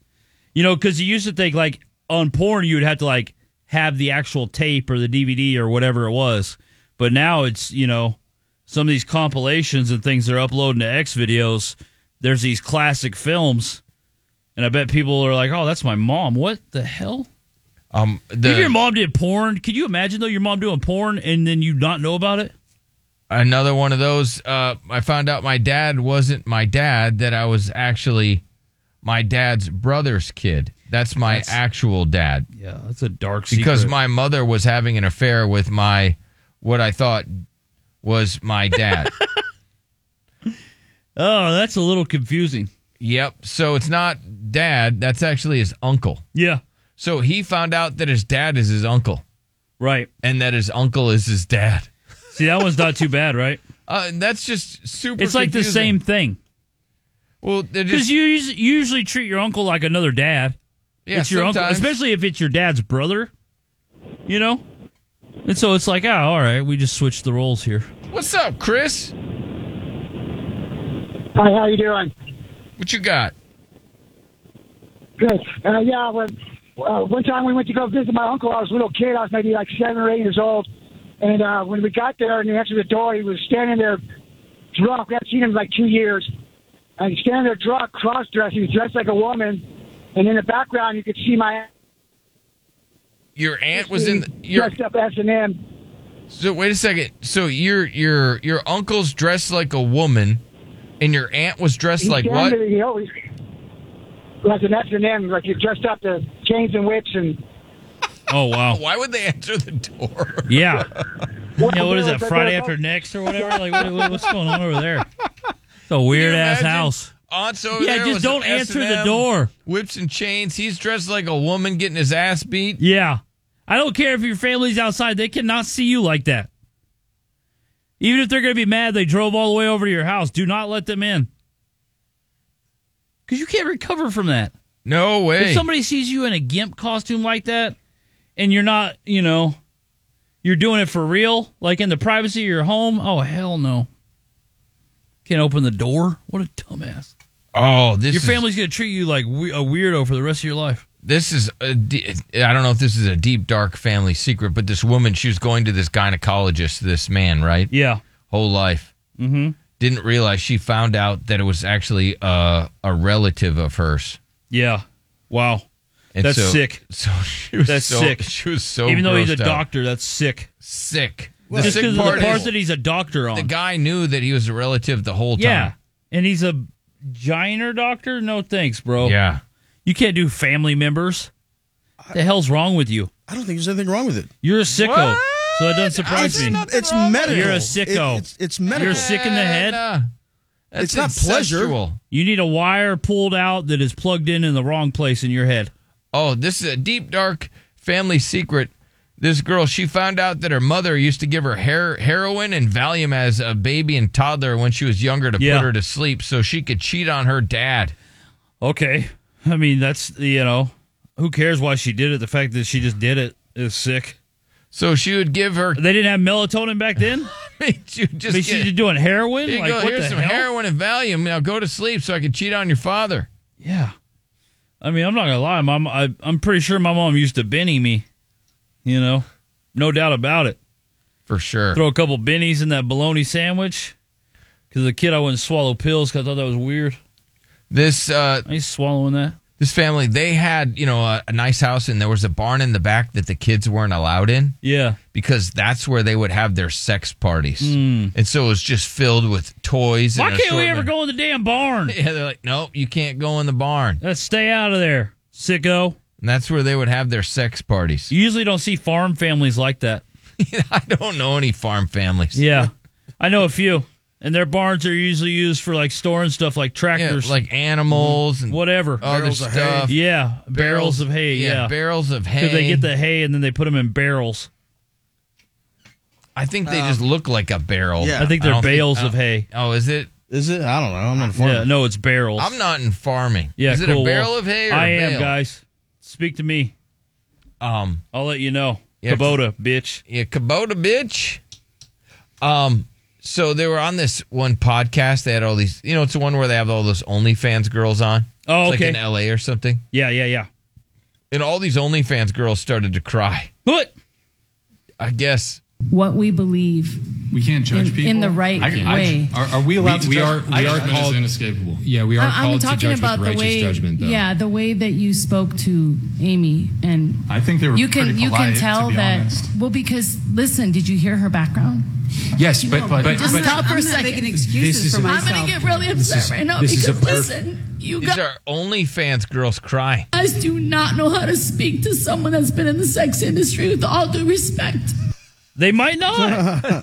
Speaker 10: You know, cuz you used to think like on porn you would have to like have the actual tape or the DVD or whatever it was. But now it's, you know, some of these compilations and things they're uploading to X videos, there's these classic films. And I bet people are like, "Oh, that's my mom. What the hell?"
Speaker 9: Um, the-
Speaker 10: if your mom did porn, could you imagine though your mom doing porn and then you not know about it?
Speaker 9: Another one of those. Uh, I found out my dad wasn't my dad, that I was actually my dad's brother's kid. That's my
Speaker 10: That's-
Speaker 9: actual dad.
Speaker 10: Yeah, that's a dark secret.
Speaker 9: Because my mother was having an affair with my, what I thought was my dad.
Speaker 10: oh, that's a little confusing.
Speaker 9: Yep. So it's not dad. That's actually his uncle.
Speaker 10: Yeah.
Speaker 9: So he found out that his dad is his uncle.
Speaker 10: Right.
Speaker 9: And that his uncle is his dad.
Speaker 10: See, that one's not too bad, right?
Speaker 9: Uh, that's just super.
Speaker 10: It's like the
Speaker 9: confusing.
Speaker 10: same thing.
Speaker 9: Well,
Speaker 10: because you us- you usually treat your uncle like another dad.
Speaker 9: Yeah,
Speaker 10: it's your uncle,
Speaker 9: sometimes.
Speaker 10: especially if it's your dad's brother. You know, and so it's like, ah, all right, we just switched the roles here.
Speaker 9: What's up, Chris?
Speaker 5: Hi, how you doing?
Speaker 9: What you got?
Speaker 5: Good. Uh, yeah, well, uh, one time we went to go visit my uncle. I was a little kid. I was maybe like seven or eight years old. And uh, when we got there and he answered the door, he was standing there drunk. We hadn't seen him in like two years. And he's standing there drunk, cross-dressed. He was dressed like a woman. And in the background, you could see my aunt
Speaker 9: Your aunt was in. The, your,
Speaker 5: dressed up S&M.
Speaker 9: so wait a second. So your your your uncle's dressed like a woman, and your aunt was dressed
Speaker 5: He's
Speaker 9: like
Speaker 5: standing
Speaker 9: what?
Speaker 5: there, You know, he's like an S&M, like you're dressed up to chains and whips and
Speaker 10: Oh wow!
Speaker 9: Why would they answer the door?
Speaker 10: Yeah. yeah. What is
Speaker 5: Well,
Speaker 10: that?
Speaker 5: but
Speaker 10: Friday
Speaker 5: they're
Speaker 10: after
Speaker 5: both-
Speaker 10: next or whatever? Like, what, what- what's going on over there? It's a weird ass
Speaker 9: Imagine
Speaker 10: house.
Speaker 9: Aunt's over
Speaker 10: Yeah,
Speaker 9: there
Speaker 10: just
Speaker 9: with
Speaker 10: don't
Speaker 9: an
Speaker 10: answer the
Speaker 9: S&M,
Speaker 10: door.
Speaker 9: Whips and chains. He's dressed like a woman getting his ass beat.
Speaker 10: Yeah. I don't care if your family's outside, they cannot see you like that. Even if they're going to be mad they drove all the way over to your house, do not let them in. Because you can't recover from that.
Speaker 9: No way.
Speaker 10: If somebody sees you in a GIMP costume like that and you're not, you know, you're doing it for real, like in the privacy of your home, oh, hell no. Can't open the door? What a dumbass.
Speaker 9: Oh, this
Speaker 10: your
Speaker 9: is-
Speaker 10: family's going to treat you like we- a weirdo for the rest of your life.
Speaker 9: This is a de- I don't know if this is a deep dark family secret, but this woman she was going to this gynecologist, this man, right?
Speaker 10: Yeah,
Speaker 9: whole life.
Speaker 10: Mm-hmm.
Speaker 9: Didn't realize she found out that it was actually uh, a relative of hers.
Speaker 10: Yeah. Wow.
Speaker 9: And
Speaker 10: that's
Speaker 9: so-
Speaker 10: sick.
Speaker 9: So she was
Speaker 10: that's
Speaker 9: so-
Speaker 10: sick.
Speaker 9: she was so
Speaker 10: Even though he's a
Speaker 9: grossed out.
Speaker 10: doctor, that's sick.
Speaker 9: Sick.
Speaker 10: The Just
Speaker 9: sick
Speaker 10: because of the
Speaker 9: part
Speaker 10: part
Speaker 9: is-
Speaker 10: that he's a doctor on.
Speaker 9: The guy knew that he was a relative the whole time.
Speaker 10: yeah, and he's a giner doctor. No thanks, bro.
Speaker 9: Yeah.
Speaker 10: you can't do family members. the hell's wrong with you?
Speaker 16: I don't think there's anything wrong with it.
Speaker 10: You're a sicko,
Speaker 16: What?
Speaker 10: so that doesn't surprise me.
Speaker 16: It's, it's medical.
Speaker 10: You're a
Speaker 16: It-
Speaker 10: sicko.
Speaker 16: it's, it's medical.
Speaker 10: You're sick in the head.
Speaker 16: It's not pleasure.
Speaker 10: You need a wire pulled out that is plugged in in the wrong place in your head.
Speaker 9: Oh, this is a deep, dark family secret. This girl, she found out that her mother used to give her hair, heroin and Valium as a baby and toddler when she was younger to
Speaker 10: Yeah.
Speaker 9: put her to sleep so she could cheat on her dad.
Speaker 10: Okay, I mean that's you know, who cares why she did it? The fact that she just did it is sick.
Speaker 9: So she would give her.
Speaker 10: They didn't have melatonin back then.
Speaker 9: she just
Speaker 10: I mean, she's
Speaker 9: get-
Speaker 10: just doing heroin.
Speaker 9: Here you
Speaker 10: Like,
Speaker 9: go.
Speaker 10: what
Speaker 9: Here's
Speaker 10: the
Speaker 9: some
Speaker 10: hell?
Speaker 9: heroin and Valium. Now go to sleep so I can cheat on your father.
Speaker 10: Yeah. I mean, I'm not gonna lie, mom. I, I'm pretty sure my mom used to benny me. You know, no doubt about it.
Speaker 9: For sure.
Speaker 10: Throw a couple bennies in that bologna sandwich. Because as a kid, I wouldn't swallow pills because I thought that was weird.
Speaker 9: This uh,
Speaker 10: I ain't swallowing that.
Speaker 9: This family they had you know a, a nice house and there was a barn in the back that the kids weren't allowed in.
Speaker 10: Yeah.
Speaker 9: Because that's where they would have their sex parties,
Speaker 10: Mm.
Speaker 9: and so it was just filled with toys.
Speaker 10: Why
Speaker 9: and
Speaker 10: can't we
Speaker 9: assortment.
Speaker 10: ever go in the damn barn?
Speaker 9: Yeah, they're like, nope, you can't go in the barn.
Speaker 10: Let's stay out of there, sicko.
Speaker 9: And that's where they would have their sex parties.
Speaker 10: You usually don't see farm families like that.
Speaker 9: I don't know any farm families.
Speaker 10: Yeah. I know a few. And their barns are usually used for like storing stuff like tractors,
Speaker 9: like animals and
Speaker 10: whatever.
Speaker 9: other Barrels of hay. stuff.
Speaker 10: Yeah. Barrels,
Speaker 9: Barrels-
Speaker 10: of hay.
Speaker 9: yeah,
Speaker 10: Yeah.
Speaker 9: barrels of
Speaker 10: 'Cause They
Speaker 9: hay.
Speaker 10: get the hay and then they put them in barrels.
Speaker 9: I think they
Speaker 16: Um,
Speaker 9: just look like a barrel.
Speaker 10: I think they're
Speaker 9: don't
Speaker 10: bales
Speaker 9: I don't-
Speaker 10: of hay.
Speaker 9: Oh, is it?
Speaker 16: Is it? I don't know. I'm not
Speaker 10: Yeah, no, it's barrels.
Speaker 9: I'm not in farming.
Speaker 10: Yeah,
Speaker 9: is it
Speaker 10: cool.
Speaker 9: a barrel
Speaker 10: Well,
Speaker 9: of hay? Or
Speaker 10: I
Speaker 9: a
Speaker 10: am,
Speaker 9: bale?
Speaker 10: guys. Speak to me.
Speaker 9: Um,
Speaker 10: I'll let you know.
Speaker 9: Yeah,
Speaker 10: Kubota, bitch.
Speaker 9: Yeah, Kubota, bitch. Um, so they were on this one podcast. They had all these. You know, it's the one where they have all those OnlyFans girls on.
Speaker 10: Oh,
Speaker 9: It's
Speaker 10: okay.
Speaker 9: Like in L.A. or something.
Speaker 10: Yeah, yeah, yeah.
Speaker 9: And all these OnlyFans girls started to cry.
Speaker 10: What?
Speaker 9: I guess.
Speaker 22: What we believe.
Speaker 33: We can't judge
Speaker 22: In-
Speaker 33: people
Speaker 22: in the right way.
Speaker 33: are, are we allowed to?
Speaker 34: we
Speaker 33: judge?
Speaker 34: are- we
Speaker 33: I-
Speaker 34: are
Speaker 33: judgment
Speaker 34: called-
Speaker 33: is inescapable. Yeah, we are
Speaker 22: I- I'm
Speaker 33: called to
Speaker 22: talking
Speaker 33: judge
Speaker 22: about
Speaker 33: with
Speaker 22: the
Speaker 33: righteous
Speaker 22: way,
Speaker 33: judgment. Though.
Speaker 22: yeah, the way that you spoke to Amy, and
Speaker 33: I think they were
Speaker 22: you can
Speaker 33: pretty
Speaker 22: you can
Speaker 33: polite, to
Speaker 22: tell
Speaker 33: be
Speaker 22: that
Speaker 33: honest.
Speaker 22: well because listen, did you hear her background?
Speaker 33: Yes, but but,
Speaker 22: Just
Speaker 33: but
Speaker 22: stop for a second.
Speaker 33: excuses This is for a- myself.
Speaker 22: I'm gonna get really upset
Speaker 33: is-
Speaker 22: right now
Speaker 9: this is
Speaker 22: because
Speaker 9: a perf-
Speaker 22: listen, you
Speaker 9: These
Speaker 22: guys
Speaker 9: are OnlyFans girls crying.
Speaker 22: guys do not know how to speak to someone that's been in the sex industry with all due respect.
Speaker 10: They might not.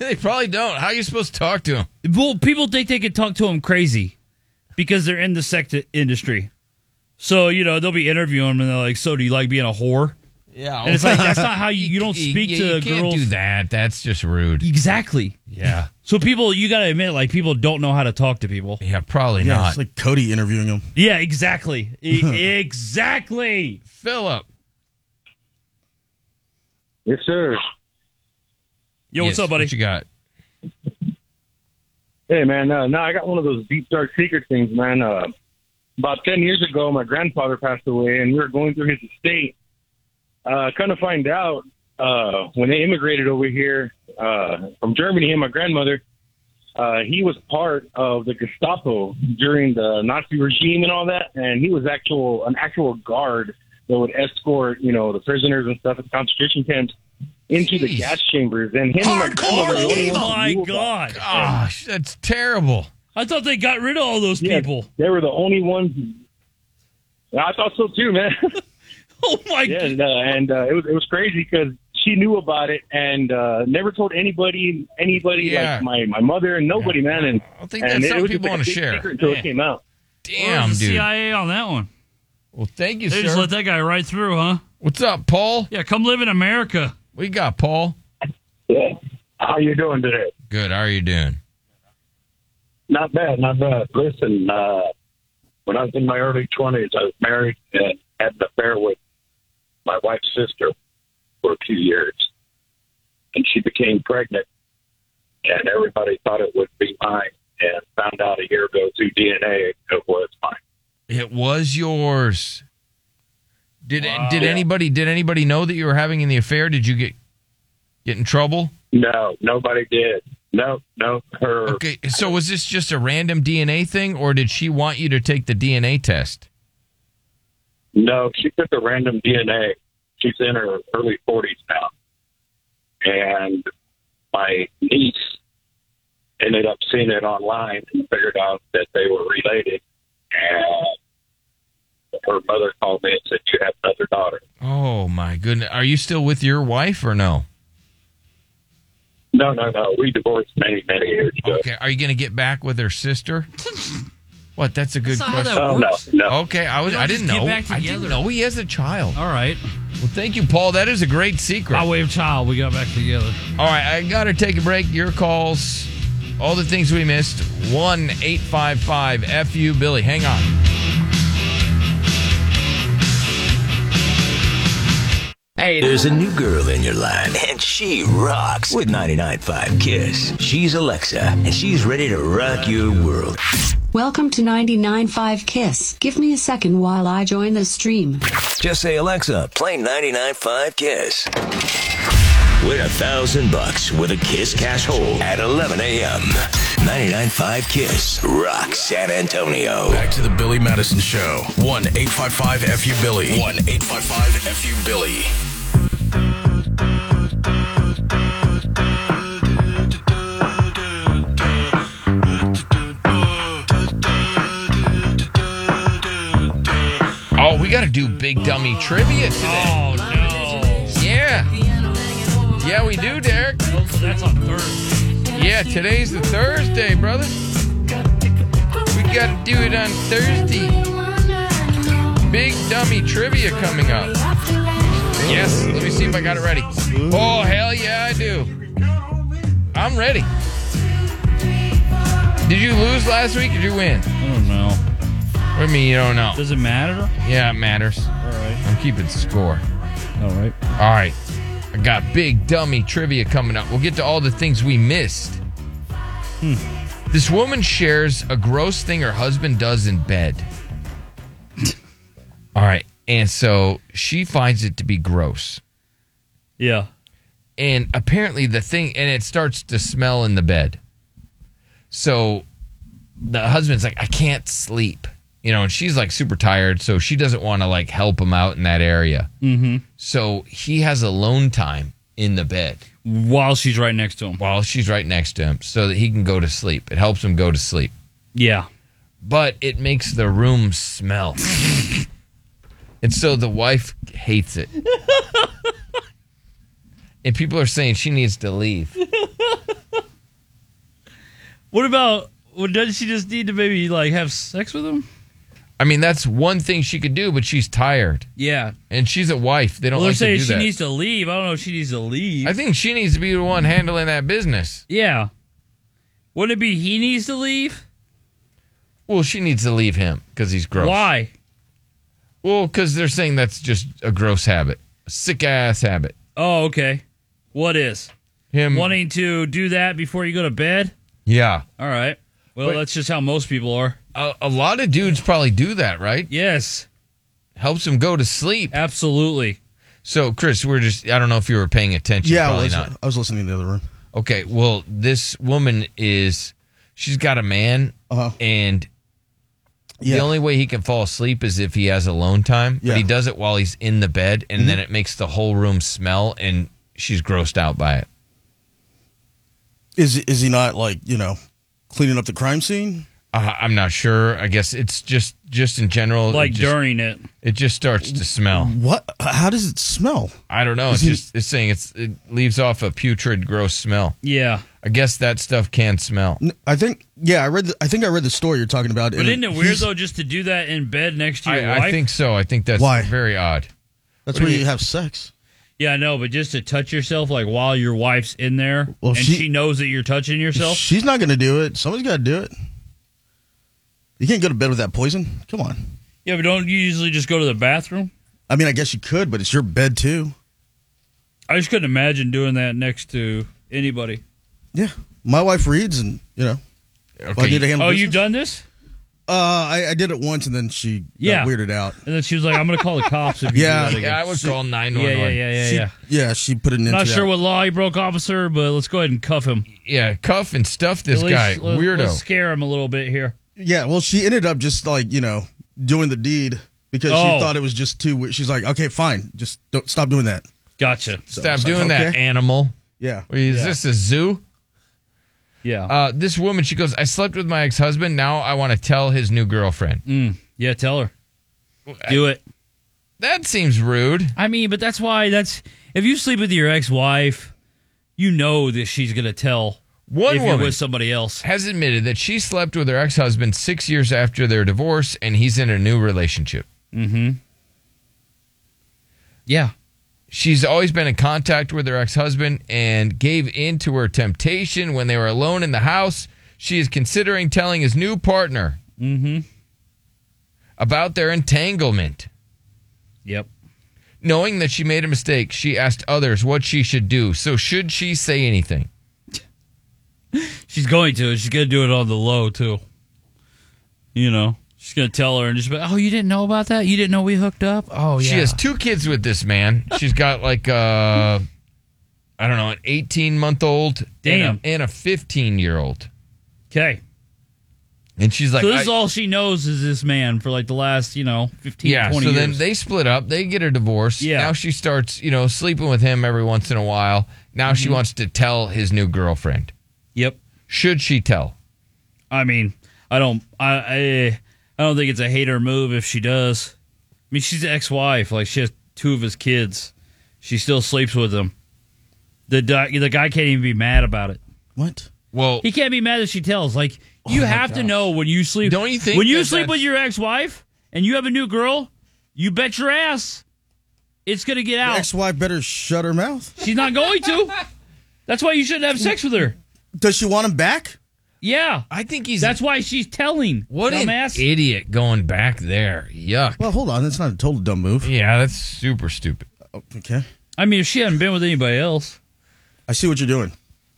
Speaker 9: they probably don't. How are you supposed to talk to them?
Speaker 10: Well, people think they can talk to them crazy because they're in the sex industry. So, you know, they'll be interviewing them and they're like, So, do you like being a whore?
Speaker 9: Yeah.
Speaker 10: And it's like, that's not how you, you don't speak
Speaker 9: yeah,
Speaker 10: to
Speaker 9: you can't
Speaker 10: girls.
Speaker 9: do that. That's just rude.
Speaker 10: Exactly.
Speaker 9: Yeah.
Speaker 10: So, people, you got to admit, like, people don't know how to talk to people.
Speaker 9: Yeah, probably
Speaker 16: Yeah, it's like Cody interviewing him.
Speaker 10: yeah, exactly. E- exactly.
Speaker 9: Philip.
Speaker 35: Yes, sir.
Speaker 10: Yo, what's
Speaker 35: Yes,
Speaker 10: up, buddy?
Speaker 35: what
Speaker 9: you got?
Speaker 35: Hey, man. Uh, no, I got one of those deep, dark secret things, man. Uh, about 10 years ago, my grandfather passed away, and we were going through his estate. Uh, kind of find out uh, when they immigrated over here uh, from Germany, and my grandmother, uh, he was part of the Gestapo during the Nazi regime and all that, and he was actual an actual guard that would escort, you know, the prisoners and stuff at concentration camps into the gas chambers. And him and my grandmother, were the only ones who
Speaker 10: Oh, my
Speaker 35: knew about
Speaker 10: God.
Speaker 9: Gosh, that's terrible.
Speaker 10: I thought they got rid of all those
Speaker 35: Yeah,
Speaker 10: people.
Speaker 35: They were the only ones. I thought so too, man.
Speaker 10: oh my!
Speaker 35: Yeah, and, uh, and uh, it was it was crazy because she knew about it and uh, never told anybody, anybody
Speaker 9: Yeah.
Speaker 35: like my my mother and nobody, man. And I
Speaker 9: think
Speaker 35: and
Speaker 9: that's
Speaker 35: it
Speaker 9: something
Speaker 35: was
Speaker 9: people
Speaker 35: just like
Speaker 9: wanna
Speaker 35: a big
Speaker 9: share.
Speaker 35: secret until
Speaker 9: Yeah.
Speaker 35: it came out.
Speaker 9: Damn,
Speaker 10: Where's the
Speaker 9: dude.
Speaker 10: CIA on that one.
Speaker 9: Well, thank you,
Speaker 10: They
Speaker 9: sir.
Speaker 10: just let that guy right through, huh?
Speaker 9: What's up, Paul?
Speaker 10: Yeah, come live in America.
Speaker 9: We got Paul.
Speaker 35: How you doing today?
Speaker 9: Good. How are you doing?
Speaker 32: Not bad, not bad. Listen, uh, when I was in my early 20s, I was married and had an affair with my wife's sister for a few years. And she became pregnant, and everybody thought it would be mine, and found out a year ago through DNA it was mine.
Speaker 9: It was yours. Did
Speaker 32: Wow.
Speaker 9: did
Speaker 32: Yeah.
Speaker 9: anybody did anybody know that you were having the affair? Did you get get in trouble?
Speaker 32: No, nobody did. No, no, her.
Speaker 9: Okay, so was this just a random DNA thing, or did she want you to take the DNA test?
Speaker 32: No, she took a random DNA. She's in her early 40s now. And my niece ended up seeing it online and figured out that they were related. And her mother called me and said, You have another daughter.
Speaker 9: Oh my goodness! Are you still with your wife or no?
Speaker 32: No, no, no. We divorced many, many years ago.
Speaker 9: Okay, are you going to get back with her sister? What? That's a good
Speaker 32: That's not
Speaker 9: question.
Speaker 32: how that works. Oh, no, no.
Speaker 9: Okay, I was
Speaker 32: You
Speaker 9: I
Speaker 32: don't
Speaker 9: didn't
Speaker 32: just get
Speaker 9: know.
Speaker 32: back
Speaker 9: I
Speaker 32: together.
Speaker 9: didn't know he has a child.
Speaker 10: All right.
Speaker 9: Well, thank you, Paul. That is a great secret.
Speaker 10: By way of child, we got back together.
Speaker 9: All right, I got to take a break. Your calls, all the things we missed. 1 855 FU Billy. Hang on.
Speaker 1: Hey, there's a new girl in your life, and she rocks with 99.5 Kiss. She's Alexa, and she's ready to rock your world.
Speaker 15: Welcome to 99.5 Kiss. Give me a second while I join the stream.
Speaker 1: Just say, Alexa, play 99.5 Kiss. Win a thousand bucks with a Kiss Cash Hole at 11 a.m. 99.5 Kiss rock San Antonio.
Speaker 2: Back to the Billy Madison Show. 1 855 FU Billy. 1 855 FU Billy.
Speaker 9: Oh, we got to do big dummy trivia today. Oh no! Yeah, yeah, we do, Derek. That's on Thursday. Yeah, today's the Thursday, brother. We got to do it on Thursday. Big dummy trivia coming up. Yes, let me see if I got it ready. Oh hell yeah, I do. I'm ready. Did you lose last week? Or did you win? I
Speaker 10: Oh,
Speaker 9: don't know. What do you mean you don't know? Does it matter? Yeah, it matters. All right. I'm keeping score. All right. All right. I got big dummy trivia coming up. We'll get to all the things we missed. Hmm. This woman shares a gross thing her husband does in bed. all right. And so she finds it to be gross. Yeah. And apparently the thing, and it starts to smell in the bed. So the husband's like, I can't sleep. You know, and she's like super tired, so she doesn't want to like help him out in that area.
Speaker 10: Mm-hmm.
Speaker 9: So he has alone time in the bed while she's right next to him. While she's right next to him, so that he can go to sleep. It helps him go to sleep. Yeah, but it makes the room smell, and so the wife hates it. and people are saying she needs to leave.
Speaker 10: What about? Well, doesn't she just need to maybe like have sex with him?
Speaker 9: I mean, that's one thing she could do, but she's tired.
Speaker 10: Yeah.
Speaker 9: And she's a wife. They don't
Speaker 10: well,
Speaker 9: like
Speaker 10: they're
Speaker 9: to
Speaker 10: saying
Speaker 9: do
Speaker 10: she
Speaker 9: that.
Speaker 10: needs to leave. I don't know if she needs to leave.
Speaker 9: I think she needs to be the one handling that business.
Speaker 10: Yeah. Wouldn't it be he needs to leave?
Speaker 9: Well, she needs to leave him because he's gross.
Speaker 10: Why?
Speaker 9: Well, because they're saying that's just a gross habit, a sick ass habit.
Speaker 10: Oh, okay. What is
Speaker 9: him
Speaker 10: wanting to do that before you go to bed?
Speaker 9: Yeah.
Speaker 10: All right. Well,
Speaker 9: But-
Speaker 10: that's just how most people are.
Speaker 9: A, a lot of dudes probably do that, right?
Speaker 10: Yes.
Speaker 9: Helps him go to sleep.
Speaker 10: Absolutely.
Speaker 9: So, Chris, we're just—I don't know if you were paying attention.
Speaker 16: Yeah, I
Speaker 9: probably
Speaker 16: was,
Speaker 9: not.
Speaker 16: I was listening in the other room.
Speaker 9: Okay, well, this woman is she's got a man and
Speaker 16: Uh-huh. Yeah.
Speaker 9: the only way he can fall asleep is if he has alone time,
Speaker 16: Yeah. Mm-hmm.
Speaker 9: but he does it while he's in the bed and then it makes the whole room smell and she's grossed out by it.
Speaker 16: Is is he not like you know cleaning up the crime scene?
Speaker 9: Uh, I'm not sure. I guess it's just just in general it
Speaker 16: Like
Speaker 9: just-
Speaker 16: during
Speaker 10: it.
Speaker 9: It just starts to smell.
Speaker 16: What? How does it smell?
Speaker 9: I don't know.
Speaker 16: Is
Speaker 9: It's
Speaker 16: he-
Speaker 9: just it's saying it's it leaves off a putrid gross smell.
Speaker 10: Yeah.
Speaker 9: I guess that stuff can smell.
Speaker 16: I think yeah, I read. The, I think I read the story you're talking about.
Speaker 10: But
Speaker 16: and
Speaker 10: isn't it weird though, just to do that in bed next to your
Speaker 9: I,
Speaker 10: wife?
Speaker 9: I think so. I think that's
Speaker 16: Why?
Speaker 9: very odd.
Speaker 10: What
Speaker 16: That's
Speaker 10: do
Speaker 16: where
Speaker 10: you-
Speaker 16: you have sex.
Speaker 10: Yeah, I know, but just to touch yourself like while your wife's in there
Speaker 16: Well,
Speaker 10: and she,
Speaker 16: she-
Speaker 10: knows that you're touching yourself.
Speaker 16: She's not going to do it. Somebody's got to do it. You can't go to bed with that poison. Come on.
Speaker 10: yeah, but don't you usually just go to the bathroom?
Speaker 16: I mean, I guess you could, but it's your bed too.
Speaker 10: I just couldn't imagine doing that next to anybody.
Speaker 16: Yeah, my wife reads, and you know, if I need to handle
Speaker 10: oh,
Speaker 16: business-
Speaker 10: you've done this?
Speaker 16: Uh, I, I did it once, and then she got
Speaker 10: Yeah.
Speaker 16: weirded out.
Speaker 10: And then she was like, I'm going to call the cops if you
Speaker 16: Yeah,
Speaker 10: do that again.
Speaker 16: She-
Speaker 10: Yeah, yeah, yeah, yeah.
Speaker 16: She-
Speaker 10: yeah.
Speaker 16: yeah. She put it in.
Speaker 10: Not sure what law he broke, officer, but let's go ahead and cuff him.
Speaker 9: Yeah, cuff and stuff this
Speaker 10: At least
Speaker 9: guy,
Speaker 10: let-
Speaker 9: weirdo.
Speaker 10: Let's scare him a little bit here.
Speaker 16: Yeah, well, she ended up just like you know doing the deed because
Speaker 10: Oh.
Speaker 16: she thought it was just too. weird. She's like, okay, fine, just don't stop doing that.
Speaker 10: Gotcha.
Speaker 9: Stop doing that, animal.
Speaker 16: Yeah.
Speaker 9: Is
Speaker 16: Yeah.
Speaker 9: this a zoo?
Speaker 10: Yeah.
Speaker 9: Uh, this woman, she goes, I slept with my ex husband. Now I want to tell his new girlfriend.
Speaker 10: Mm, yeah, tell her. Do it.
Speaker 9: That seems rude.
Speaker 10: I mean, but that's why that's if you sleep with your ex wife, you know that she's gonna tell
Speaker 9: One
Speaker 10: if
Speaker 9: woman
Speaker 10: you're with somebody else.
Speaker 9: has admitted that she slept with her ex husband six years after their divorce, and he's in a new relationship.
Speaker 10: Mm-hmm. Yeah.
Speaker 9: She's always been in contact with her ex husband and gave in to her temptation when they were alone in the house. She is considering telling his new partner
Speaker 10: Mm-hmm.
Speaker 9: about their entanglement.
Speaker 10: Yep.
Speaker 9: Knowing that she made a mistake, she asked others what she should do. So, should she say anything?
Speaker 10: She's going to. She's going to do it on the low, too. You know, she's going to tell her and just be oh, you didn't know about that? You didn't know we hooked up? Oh, yeah.
Speaker 9: She has two kids with this man. She's got like uh I don't know, an 18 month old
Speaker 10: Damn.
Speaker 9: and a 15 year old.
Speaker 10: Okay.
Speaker 9: And she's like,
Speaker 10: so this
Speaker 9: I-
Speaker 10: is all she knows is this man for like the last, you know, 15,
Speaker 9: yeah.
Speaker 10: 20
Speaker 9: So
Speaker 10: years.
Speaker 9: then they split up. They get a divorce. Yeah. Now she starts, you know, sleeping with him every once in a while. Now she
Speaker 10: Mhm.
Speaker 9: wants to tell his new girlfriend.
Speaker 10: Yep.
Speaker 9: Should she tell?
Speaker 10: I mean, I don't, I, I, I don't think it's a hater move if she does. I mean, she's ex-wife. Like she has two of his kids. She still sleeps with him. The di- the guy can't even be mad about it.
Speaker 16: What? Oh
Speaker 9: Well,
Speaker 10: he can't be mad that she tells. Like you have to know when you sleep. Don't you
Speaker 9: think
Speaker 10: when you
Speaker 9: that
Speaker 10: sleep
Speaker 9: that's-
Speaker 10: with your ex-wife and you have a new girl, you bet your ass it's gonna get out.
Speaker 16: Ex-wife better shut her mouth.
Speaker 10: She's not going to. That's why you shouldn't have sex with her.
Speaker 16: Does she want him back?
Speaker 10: Yeah,
Speaker 9: I think he's.
Speaker 10: That's why she's telling.
Speaker 9: What an
Speaker 10: dumbass?
Speaker 9: idiot going back there. Yuck.
Speaker 16: Well, hold on. That's not a total dumb move. Oh,
Speaker 9: Yeah, that's super stupid.
Speaker 16: Okay.
Speaker 10: I mean, if she hadn't been with anybody else,
Speaker 16: I see what you're doing.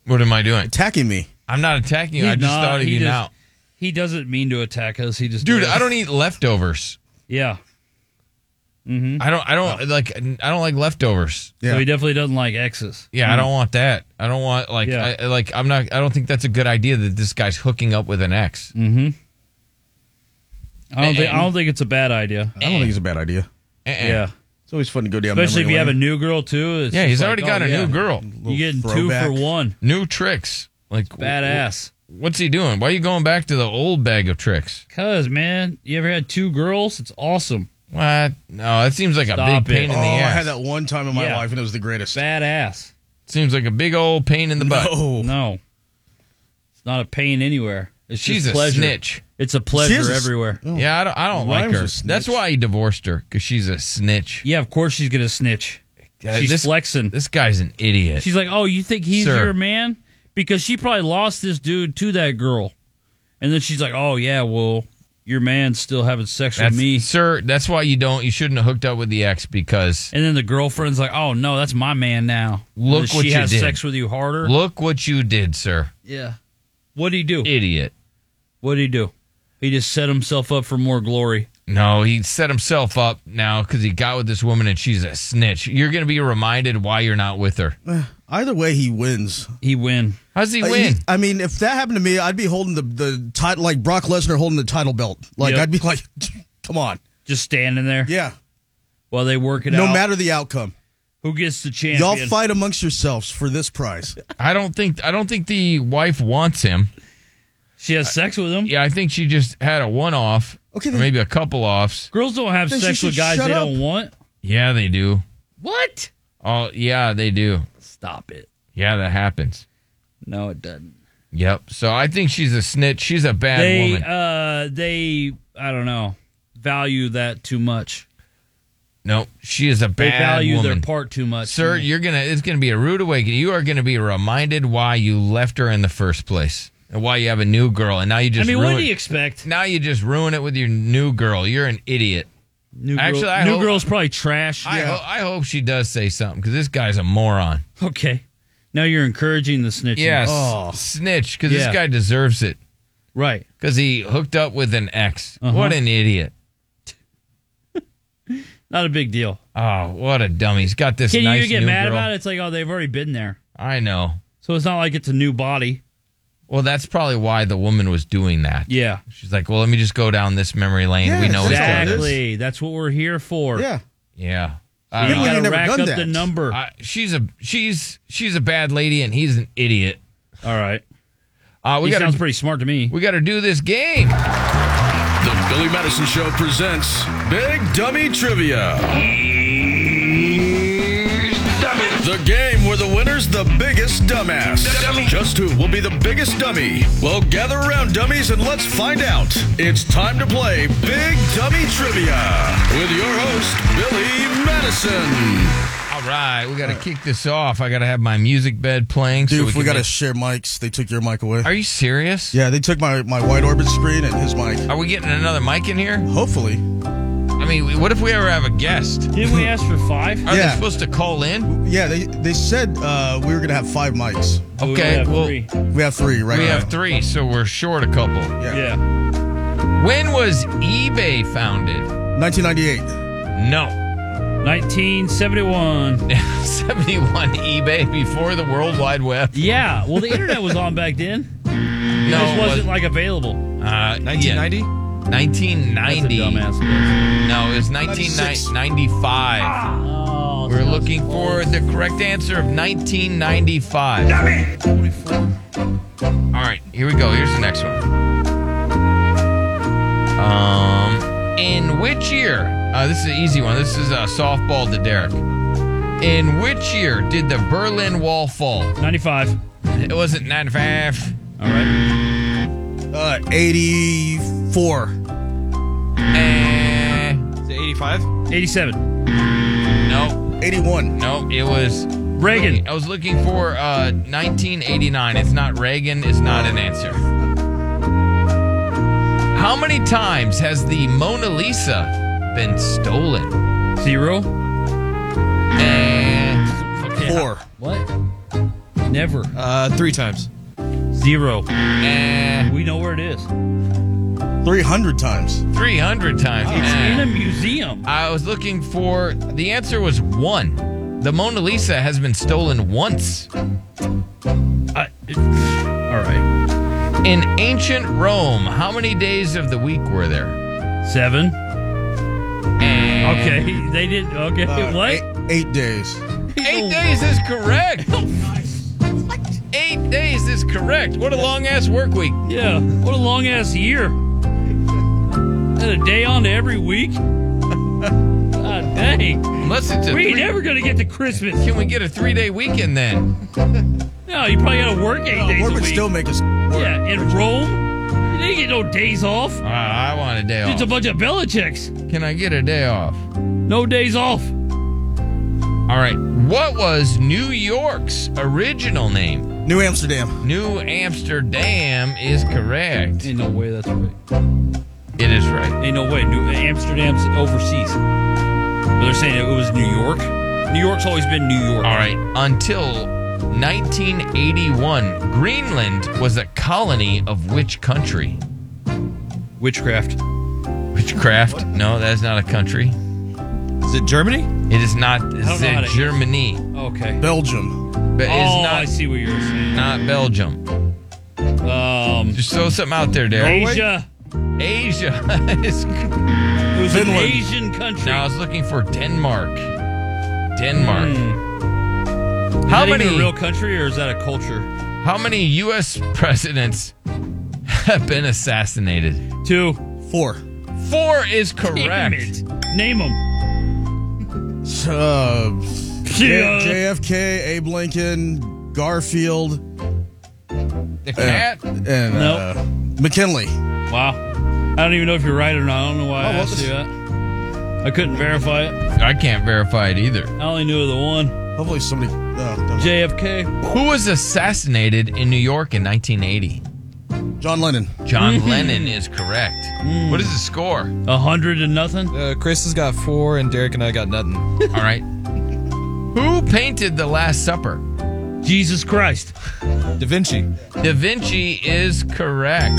Speaker 9: What am I doing?
Speaker 16: Attacking me.
Speaker 9: I'm not attacking you.
Speaker 10: He's
Speaker 9: I just
Speaker 10: not.
Speaker 9: thought of
Speaker 10: He
Speaker 9: you
Speaker 10: just-
Speaker 9: now.
Speaker 10: He doesn't mean to attack us. He just
Speaker 9: Dude,
Speaker 10: does.
Speaker 9: I don't eat leftovers.
Speaker 10: Yeah. Mm-hmm.
Speaker 9: I don't. I don't like. I don't like leftovers.
Speaker 10: So he definitely doesn't like exes. Mm-hmm.
Speaker 9: Yeah, I don't want that. I don't want like
Speaker 10: Yeah.
Speaker 9: I, like I'm not. I don't think that's a good idea that this guy's hooking up with an ex.
Speaker 10: Mm-hmm. I don't think. I don't think it's a bad idea.
Speaker 16: I don't think it's a bad idea.
Speaker 10: Eh. Yeah.
Speaker 16: It's always fun to go down.
Speaker 10: Especially if
Speaker 16: memory
Speaker 10: you have a
Speaker 16: lane.
Speaker 10: new girl too. It's
Speaker 9: Yeah,
Speaker 10: just
Speaker 9: he's
Speaker 10: like,
Speaker 9: already
Speaker 10: oh,
Speaker 9: got a
Speaker 10: yeah.
Speaker 9: new girl.
Speaker 10: You getting two for one?
Speaker 9: New tricks. Like
Speaker 10: badass.
Speaker 9: wh- What's he doing? Why are you going back to the old bag of tricks?
Speaker 10: Cause man, you ever had two girls? It's awesome.
Speaker 9: What? No, that seems like a
Speaker 10: Stop
Speaker 9: big pain
Speaker 10: it.
Speaker 9: in the
Speaker 10: Oh, I
Speaker 9: ass.
Speaker 10: had
Speaker 16: that one time in my
Speaker 10: Yeah.
Speaker 16: life, and it was the greatest.
Speaker 10: Badass.
Speaker 9: Seems like a big old pain in the butt.
Speaker 10: No, it's not a pain anywhere. It's
Speaker 9: She's
Speaker 10: just
Speaker 9: a
Speaker 10: pleasure.
Speaker 9: snitch.
Speaker 10: It's a pleasure everywhere.
Speaker 16: Oh.
Speaker 9: Yeah, I don't. I don't like
Speaker 10: Rhymes
Speaker 9: her.
Speaker 10: with snitch.
Speaker 9: That's why he divorced her because she's a snitch. Uh,
Speaker 10: Yeah, of course she's gonna snitch. She's
Speaker 9: this,
Speaker 10: flexing.
Speaker 9: This guy's an idiot.
Speaker 10: She's like, "Oh, you think he's
Speaker 9: Sir.
Speaker 10: your man?" Because she probably lost this dude to that girl, and then she's like, "Oh yeah, well, your man's still having sex
Speaker 9: That's-
Speaker 10: with me."
Speaker 9: sir. That's why you don't. You shouldn't have hooked up with the ex because
Speaker 10: And then the girlfriend's like, "Oh no, that's my man now."
Speaker 9: Look
Speaker 10: And
Speaker 9: what
Speaker 10: she
Speaker 9: you
Speaker 10: has
Speaker 9: did.
Speaker 10: sex with you harder.
Speaker 9: look what you did, sir.
Speaker 10: Yeah. What did he do?
Speaker 9: Idiot.
Speaker 10: What did he do? He just set himself up for more glory.
Speaker 9: No, he set himself up now because he got with this woman and she's a snitch. You're going to be reminded why you're not with her.
Speaker 16: Either way, he wins.
Speaker 10: He win.
Speaker 9: How's he
Speaker 16: Uh,
Speaker 9: win?
Speaker 16: I mean, if that happened to me, I'd be holding the the title like Brock Lesnar holding the title belt. Like
Speaker 10: Yep.
Speaker 16: I'd be like, come on,
Speaker 10: Just standing there.
Speaker 16: Yeah.
Speaker 10: While they work it
Speaker 16: no
Speaker 10: out.
Speaker 16: matter the outcome,
Speaker 10: who gets the champion.
Speaker 16: y'all fight amongst yourselves for this prize.
Speaker 9: I don't think I don't think the wife wants him.
Speaker 10: She has sex with him.
Speaker 9: Yeah, I think she just had a one off.
Speaker 16: Okay,
Speaker 9: Okay,
Speaker 16: then-
Speaker 9: maybe a couple offs.
Speaker 10: Girls don't have
Speaker 16: Then she
Speaker 10: sex
Speaker 16: should
Speaker 10: with guys
Speaker 16: shut
Speaker 10: they
Speaker 16: up.
Speaker 10: don't want.
Speaker 9: Yeah, they do.
Speaker 10: What?
Speaker 9: Oh, yeah, they do.
Speaker 10: Stop it.
Speaker 9: Yeah, that happens.
Speaker 10: No, it doesn't.
Speaker 9: Yep. So I think she's a snitch. She's a bad
Speaker 10: they
Speaker 9: woman.
Speaker 10: uh they I don't know value that too much.
Speaker 9: No, she is a bad
Speaker 10: They value
Speaker 9: woman.
Speaker 10: their part too much.
Speaker 9: Sir, you're gonna it's gonna be a rude awakening. You are gonna be reminded why you left her in the first place. And why you have a new girl and now you
Speaker 10: I
Speaker 9: just
Speaker 10: mean,
Speaker 9: ruin,
Speaker 10: what do you expect?
Speaker 9: now you just ruin it with your new girl. You're an idiot.
Speaker 10: New girl,
Speaker 9: Actually, I
Speaker 10: new
Speaker 9: hope-
Speaker 10: girl's probably trash.
Speaker 9: I, ho- I hope she does say something because this guy's a moron.
Speaker 10: Okay. Now you're encouraging the snitching.
Speaker 9: Yes,
Speaker 10: Oh.
Speaker 9: snitch because
Speaker 10: Yeah.
Speaker 9: this guy deserves it
Speaker 10: Right.
Speaker 9: because he hooked up with an ex.
Speaker 10: Uh-huh.
Speaker 9: What an idiot!
Speaker 10: Not a big deal.
Speaker 9: Oh, what a dummy! He's got this.
Speaker 10: Can
Speaker 9: nice
Speaker 10: you get
Speaker 9: new
Speaker 10: mad
Speaker 9: girl.
Speaker 10: about it? It's like, oh, they've already been there.
Speaker 9: I know.
Speaker 10: So it's not like it's a new body.
Speaker 9: Well, that's probably why the woman was doing that.
Speaker 10: Yeah.
Speaker 9: She's like, well, let me just go down this memory lane. we know what's going on.
Speaker 10: exactly. That's what we're here for.
Speaker 16: Yeah.
Speaker 9: Yeah. don't
Speaker 10: You
Speaker 9: know.
Speaker 10: gotta rack up the number.
Speaker 9: I- she's a she's she's a bad lady and he's an idiot.
Speaker 10: All right.
Speaker 9: Uh, we
Speaker 10: he
Speaker 9: got
Speaker 10: sounds
Speaker 9: to
Speaker 10: pretty smart to me.
Speaker 9: we got to do this game.
Speaker 2: The Billy Madison Show presents Big Dummy Trivia. The game where the winner's the biggest dumbass. Just who will be the biggest dummy? Well, gather around, dummies, and let's find out. It's time to play Big Dummy Trivia with your host, Billy Madison.
Speaker 9: All right, we got to kick this off. I got to have my music bed playing.
Speaker 16: Dude,
Speaker 9: so
Speaker 16: if we
Speaker 9: can
Speaker 16: got to
Speaker 9: make-
Speaker 16: share mics. They took your mic away.
Speaker 9: Are you serious?
Speaker 16: Yeah, they took my my wide orbit screen and his mic.
Speaker 9: Are we getting another mic in here?
Speaker 16: Hopefully,
Speaker 9: I I mean, what if we ever have a guest?
Speaker 10: Didn't we ask for five?
Speaker 9: Are
Speaker 16: Yeah.
Speaker 9: they supposed to call in?
Speaker 16: Yeah, they, they said uh, we were going to have five mics.
Speaker 9: Okay, well,
Speaker 16: we have three, right?
Speaker 9: we
Speaker 16: now.
Speaker 9: have three, so we're short a couple.
Speaker 10: Yeah.
Speaker 9: When was eBay founded?
Speaker 16: 1998.
Speaker 9: No.
Speaker 10: 1971.
Speaker 9: 71 eBay before the World Wide Web.
Speaker 10: Yeah, well, the internet was on back then. It
Speaker 9: No,
Speaker 10: just
Speaker 9: it
Speaker 10: wasn't
Speaker 9: wasn't.
Speaker 10: like available.
Speaker 9: Uh, 1990? 1990.
Speaker 10: That's a
Speaker 9: No, it was 1995.
Speaker 10: Ah.
Speaker 9: We're looking for the correct answer of 1995. All right, here we go. Here's the next one. Um, in which year? Uh, this is an easy one. This is a softball to Derek. In which year did the Berlin Wall fall?
Speaker 10: 95.
Speaker 9: It wasn't 95.
Speaker 10: All right.
Speaker 16: Uh, 84.
Speaker 9: Is
Speaker 16: it 85?
Speaker 10: 87.
Speaker 9: No.
Speaker 16: 81.
Speaker 9: No, it was Reagan. I was looking for uh, 1989. It's not Reagan. It's not an answer. How many times has the Mona Lisa been stolen?
Speaker 10: Zero.
Speaker 9: Eh,
Speaker 10: Four. What? Never.
Speaker 24: Uh, three times.
Speaker 10: Zero.
Speaker 9: Eh.
Speaker 10: We know where it is.
Speaker 16: 300 times.
Speaker 9: 300 times.
Speaker 10: It's
Speaker 9: Eh.
Speaker 10: in a museum.
Speaker 9: I was looking for the answer was one. The Mona Lisa has been stolen once.
Speaker 10: Uh, all right.
Speaker 9: In ancient Rome, how many days of the week were there?
Speaker 10: Seven.
Speaker 9: Okay.
Speaker 10: Okay, they did. Okay,
Speaker 9: Uh,
Speaker 10: what?
Speaker 9: eight-
Speaker 16: Eight days.
Speaker 9: Eight days is correct. Eight days is correct. What a long ass work week.
Speaker 10: Yeah, what a long ass year. Had a day on to every week. God dang.
Speaker 9: Unless it's a
Speaker 10: we ain't
Speaker 9: three-
Speaker 10: never gonna get to Christmas.
Speaker 9: Can we get a three day weekend then?
Speaker 10: No, you probably gotta work eight days
Speaker 16: Work
Speaker 10: a
Speaker 16: would
Speaker 10: week.
Speaker 16: still make us.
Speaker 10: yeah, in Rome, you didn't get no days off.
Speaker 9: Uh, I want a day
Speaker 10: It's a
Speaker 9: off.
Speaker 10: bunch of Belichicks.
Speaker 9: Can I get a day off?
Speaker 10: No days off.
Speaker 9: All right. What was New York's original name?
Speaker 16: New Amsterdam.
Speaker 9: New Amsterdam is correct.
Speaker 10: Ain't no way that's right.
Speaker 9: It is right.
Speaker 10: Ain't no way. New Amsterdam's overseas. But they're saying it was New York. New York's always been New York.
Speaker 9: All right. Until 1981, Greenland was a colony of which country?
Speaker 24: Witchcraft.
Speaker 9: Witchcraft? No, that is not a country.
Speaker 24: Is it Germany?
Speaker 9: It is not. It's
Speaker 10: know how to-
Speaker 9: Germany.
Speaker 10: Okay.
Speaker 16: Belgium.
Speaker 9: But it's
Speaker 10: oh,
Speaker 9: not-
Speaker 10: I see what you're saying.
Speaker 9: Not Belgium.
Speaker 10: Um,
Speaker 9: Just throw something out there, Derek.
Speaker 10: Asia.
Speaker 9: Asia. is-
Speaker 10: It was an
Speaker 9: Finland.
Speaker 10: Asian country.
Speaker 9: no, I was looking for Denmark. Denmark.
Speaker 10: Hmm.
Speaker 9: How
Speaker 10: is that even
Speaker 9: many-
Speaker 10: a real country or is that a culture?
Speaker 9: How many U.S. presidents have been assassinated?
Speaker 10: Two.
Speaker 16: Four.
Speaker 9: Four is
Speaker 10: Damn
Speaker 9: correct.
Speaker 10: it. Name them.
Speaker 16: Uh,
Speaker 10: Yeah.
Speaker 16: J- JFK, Abe Lincoln, Garfield.
Speaker 9: The
Speaker 16: and-
Speaker 9: cat?
Speaker 16: and uh, McKinley.
Speaker 10: Wow. I don't even know if you're right or not. I don't know why I
Speaker 16: Oh, well,
Speaker 10: asked you
Speaker 16: this-
Speaker 10: that. I couldn't verify it.
Speaker 9: I can't verify it either.
Speaker 10: I only knew of the one.
Speaker 16: Hopefully somebody. uh, No, don't-
Speaker 10: JFK.
Speaker 9: Who was assassinated in New York in 1980?
Speaker 16: John Lennon.
Speaker 9: John
Speaker 10: Mhm.
Speaker 9: Lennon is correct.
Speaker 10: Mm.
Speaker 9: What is the score?
Speaker 10: A hundred and nothing.
Speaker 24: Uh, Chris has got four, and Derek and I got nothing.
Speaker 9: All right. Who painted The Last Supper?
Speaker 10: Jesus Christ.
Speaker 24: Da Vinci.
Speaker 9: Da Vinci is correct.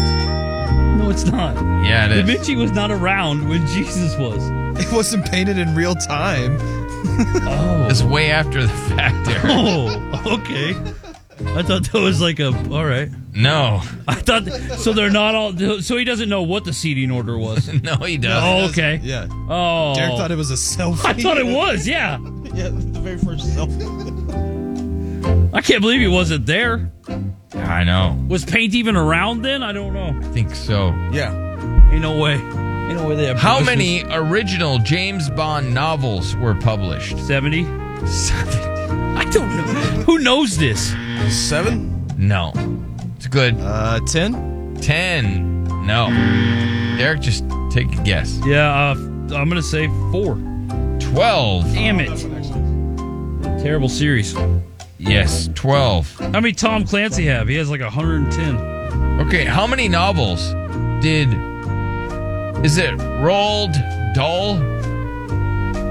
Speaker 10: No, it's not.
Speaker 9: Yeah,
Speaker 10: Da
Speaker 9: it is.
Speaker 10: Vinci was not around when Jesus was.
Speaker 24: It wasn't painted in real time.
Speaker 10: Oh.
Speaker 9: It's way after the fact, Derek.
Speaker 10: Oh, okay. I thought that was like a all right.
Speaker 9: No,
Speaker 10: I thought so. They're not all. So he doesn't know what the seating order was.
Speaker 9: no, he doesn't.
Speaker 10: Oh, okay.
Speaker 24: Yeah.
Speaker 10: Oh,
Speaker 24: Derek thought it was a selfie.
Speaker 10: I thought it was. Yeah,
Speaker 16: Yeah, the very first selfie.
Speaker 10: I can't believe he wasn't there.
Speaker 9: I know.
Speaker 10: Was paint even around then? I don't know.
Speaker 9: I think so.
Speaker 16: Yeah.
Speaker 10: Ain't no way. Ain't no way they have.
Speaker 9: How many original James Bond novels were published?
Speaker 10: Seventy.
Speaker 9: Seven.
Speaker 10: I don't know. Who knows this?
Speaker 16: Seven?
Speaker 9: No. It's good.
Speaker 24: Uh, ten.
Speaker 9: Ten. No. Derek, just take a guess.
Speaker 10: Yeah, uh, I'm gonna say four.
Speaker 9: Twelve.
Speaker 10: Damn it. Terrible series. How
Speaker 9: Yes, twelve.
Speaker 10: many Tom Clancy have? He has like 110.
Speaker 9: Okay, how many novels did is it Roald Dahl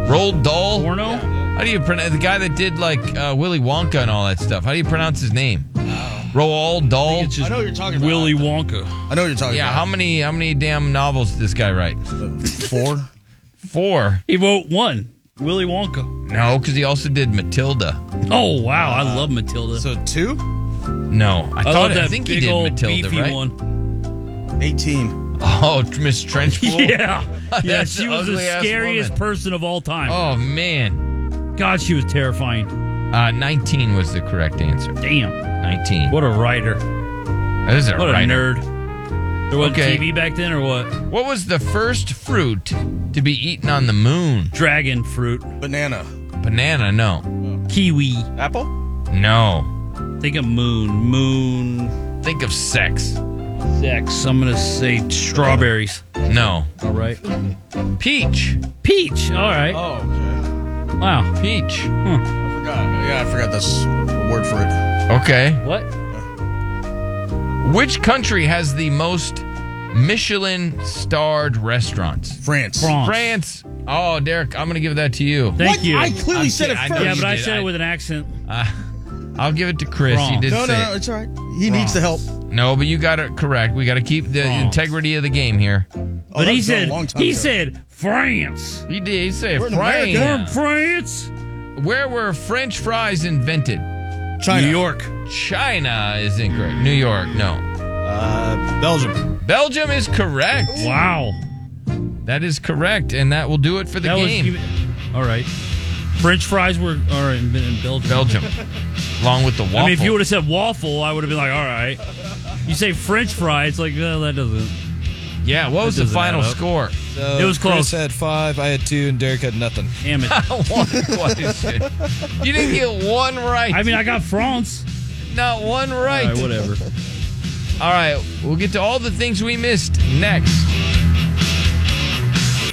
Speaker 9: Roald Dahl? Porno? How do you pronounce the guy that did like uh, Willy Wonka and all that stuff? How do you pronounce his name? Roald Dahl. I know what you're talking about. Willy Wonka. I know what you're talking yeah, about. Yeah, how many how many damn novels did this guy write? Four. Four. He wrote one. Willy Wonka. No, because he also did Matilda.
Speaker 10: Oh wow, I love Matilda. So
Speaker 9: two? No, I,
Speaker 10: I
Speaker 9: thought
Speaker 10: love
Speaker 9: I
Speaker 10: that
Speaker 9: think he
Speaker 10: big
Speaker 9: did
Speaker 10: old
Speaker 9: Matilda,
Speaker 10: beefy
Speaker 9: right? One. Eighteen. Oh, Miss Trenchbull.
Speaker 10: Yeah. yeah,
Speaker 9: That's
Speaker 10: she
Speaker 9: an
Speaker 10: was the
Speaker 9: ugly-ass
Speaker 10: scariest
Speaker 9: woman.
Speaker 10: person of all time.
Speaker 9: Oh man, God, she was terrifying. Uh, Nineteen was the correct answer. Damn, nineteen. What a writer! That is a
Speaker 10: What a
Speaker 9: writer.
Speaker 10: There wasn't
Speaker 9: okay.
Speaker 10: TV back then or what?
Speaker 9: What was the first fruit to be eaten on the moon? Dragon fruit. Banana. Banana. No. Kiwi. Apple. No. Think of moon. Moon. Think of sex. Sex.
Speaker 10: So I'm gonna say strawberries.
Speaker 9: No.
Speaker 10: All right.
Speaker 9: Peach.
Speaker 10: Peach. All right.
Speaker 16: Oh,
Speaker 10: Wow.
Speaker 9: Peach.
Speaker 16: I forgot. Yeah, I forgot that's a word for it.
Speaker 9: Okay.
Speaker 10: What?
Speaker 9: Which country has the most Michelin starred restaurants? France. France. Oh, Derek, I'm going to give that to you.
Speaker 10: Thank you.
Speaker 9: I'm kidding. I know
Speaker 10: Yeah,
Speaker 9: you
Speaker 10: but I
Speaker 9: did.
Speaker 10: said it with an accent.
Speaker 9: Uh, I'll give it to Chris. He
Speaker 10: Wrong.
Speaker 9: did
Speaker 10: No,
Speaker 9: say
Speaker 10: no,
Speaker 9: it.
Speaker 10: it's all right.
Speaker 16: He needs the help.
Speaker 9: No, but you got it correct. We got to keep the integrity of the game here.
Speaker 16: Oh,
Speaker 10: but he said he said France.
Speaker 9: He did. He said
Speaker 10: We're in
Speaker 9: France.
Speaker 10: America. France.
Speaker 9: Where were French fries invented?
Speaker 10: China.
Speaker 9: New York. China is incorrect. New York, no. Uh, Belgium. Belgium is correct. Wow. That is correct, and that will do it for the
Speaker 10: That was-
Speaker 9: game.
Speaker 10: you- all right. French fries were all right in, in Belgium.
Speaker 9: Belgium. Along with the waffle.
Speaker 10: I mean, if you would have said waffle, I would have been like, all right. You say French fries, like well, that doesn't.
Speaker 9: Yeah. What was the final score?
Speaker 10: it was
Speaker 24: Chris
Speaker 10: close.
Speaker 24: had five, I had two, and Derek had nothing.
Speaker 10: Damn it.
Speaker 9: Oh, you didn't get one right.
Speaker 10: I mean, I got France.
Speaker 9: Not one right.
Speaker 10: All right, whatever.
Speaker 9: All right, we'll get to all the things we missed next.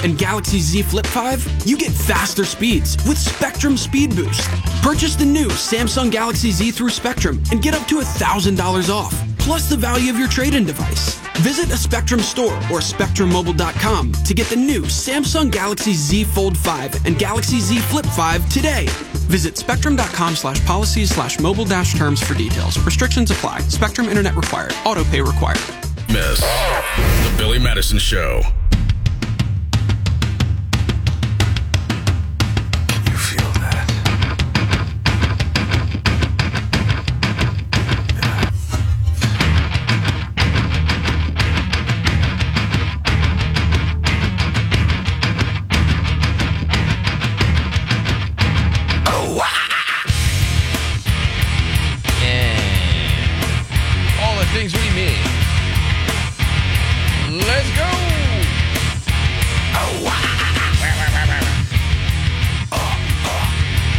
Speaker 25: In Galaxy Z Flip 5, you get faster speeds with Spectrum Speed Boost. Purchase the new Samsung Galaxy Z through Spectrum and get up to $1,000 off, plus the value of your trade in device. Visit a Spectrum store or SpectrumMobile.com to get the new Samsung Galaxy Z Fold 5 and Galaxy Z Flip 5 today. Visit spectrum.com slash policies slash mobile dash terms for details. Restrictions apply. Spectrum internet required. Auto pay required.
Speaker 2: Miss the Billy Madison Show.
Speaker 25: Oh,
Speaker 9: Yeah. All the things we missed. Let's go.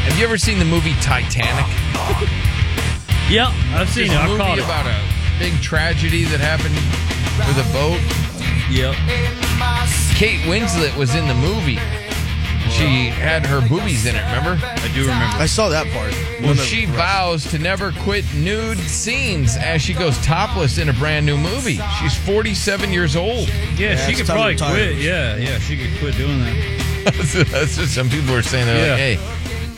Speaker 9: Have you ever seen the movie Titanic?
Speaker 10: Yeah, I've
Speaker 9: It's
Speaker 10: seen it.
Speaker 9: a
Speaker 10: I've
Speaker 9: movie
Speaker 10: caught it.
Speaker 9: about a big tragedy that happened with a boat. Yep. Kate Winslet was in the movie. She had her boobies in it. Remember? I do remember.
Speaker 16: I saw that part.
Speaker 9: Well, she vows to never quit nude scenes as she goes topless in a brand new movie. She's 47 years old.
Speaker 10: Yeah, she could probably quit. Yeah, yeah, she could quit doing that.
Speaker 9: that's, what, that's what some people are saying. They're
Speaker 10: Yeah.
Speaker 9: like,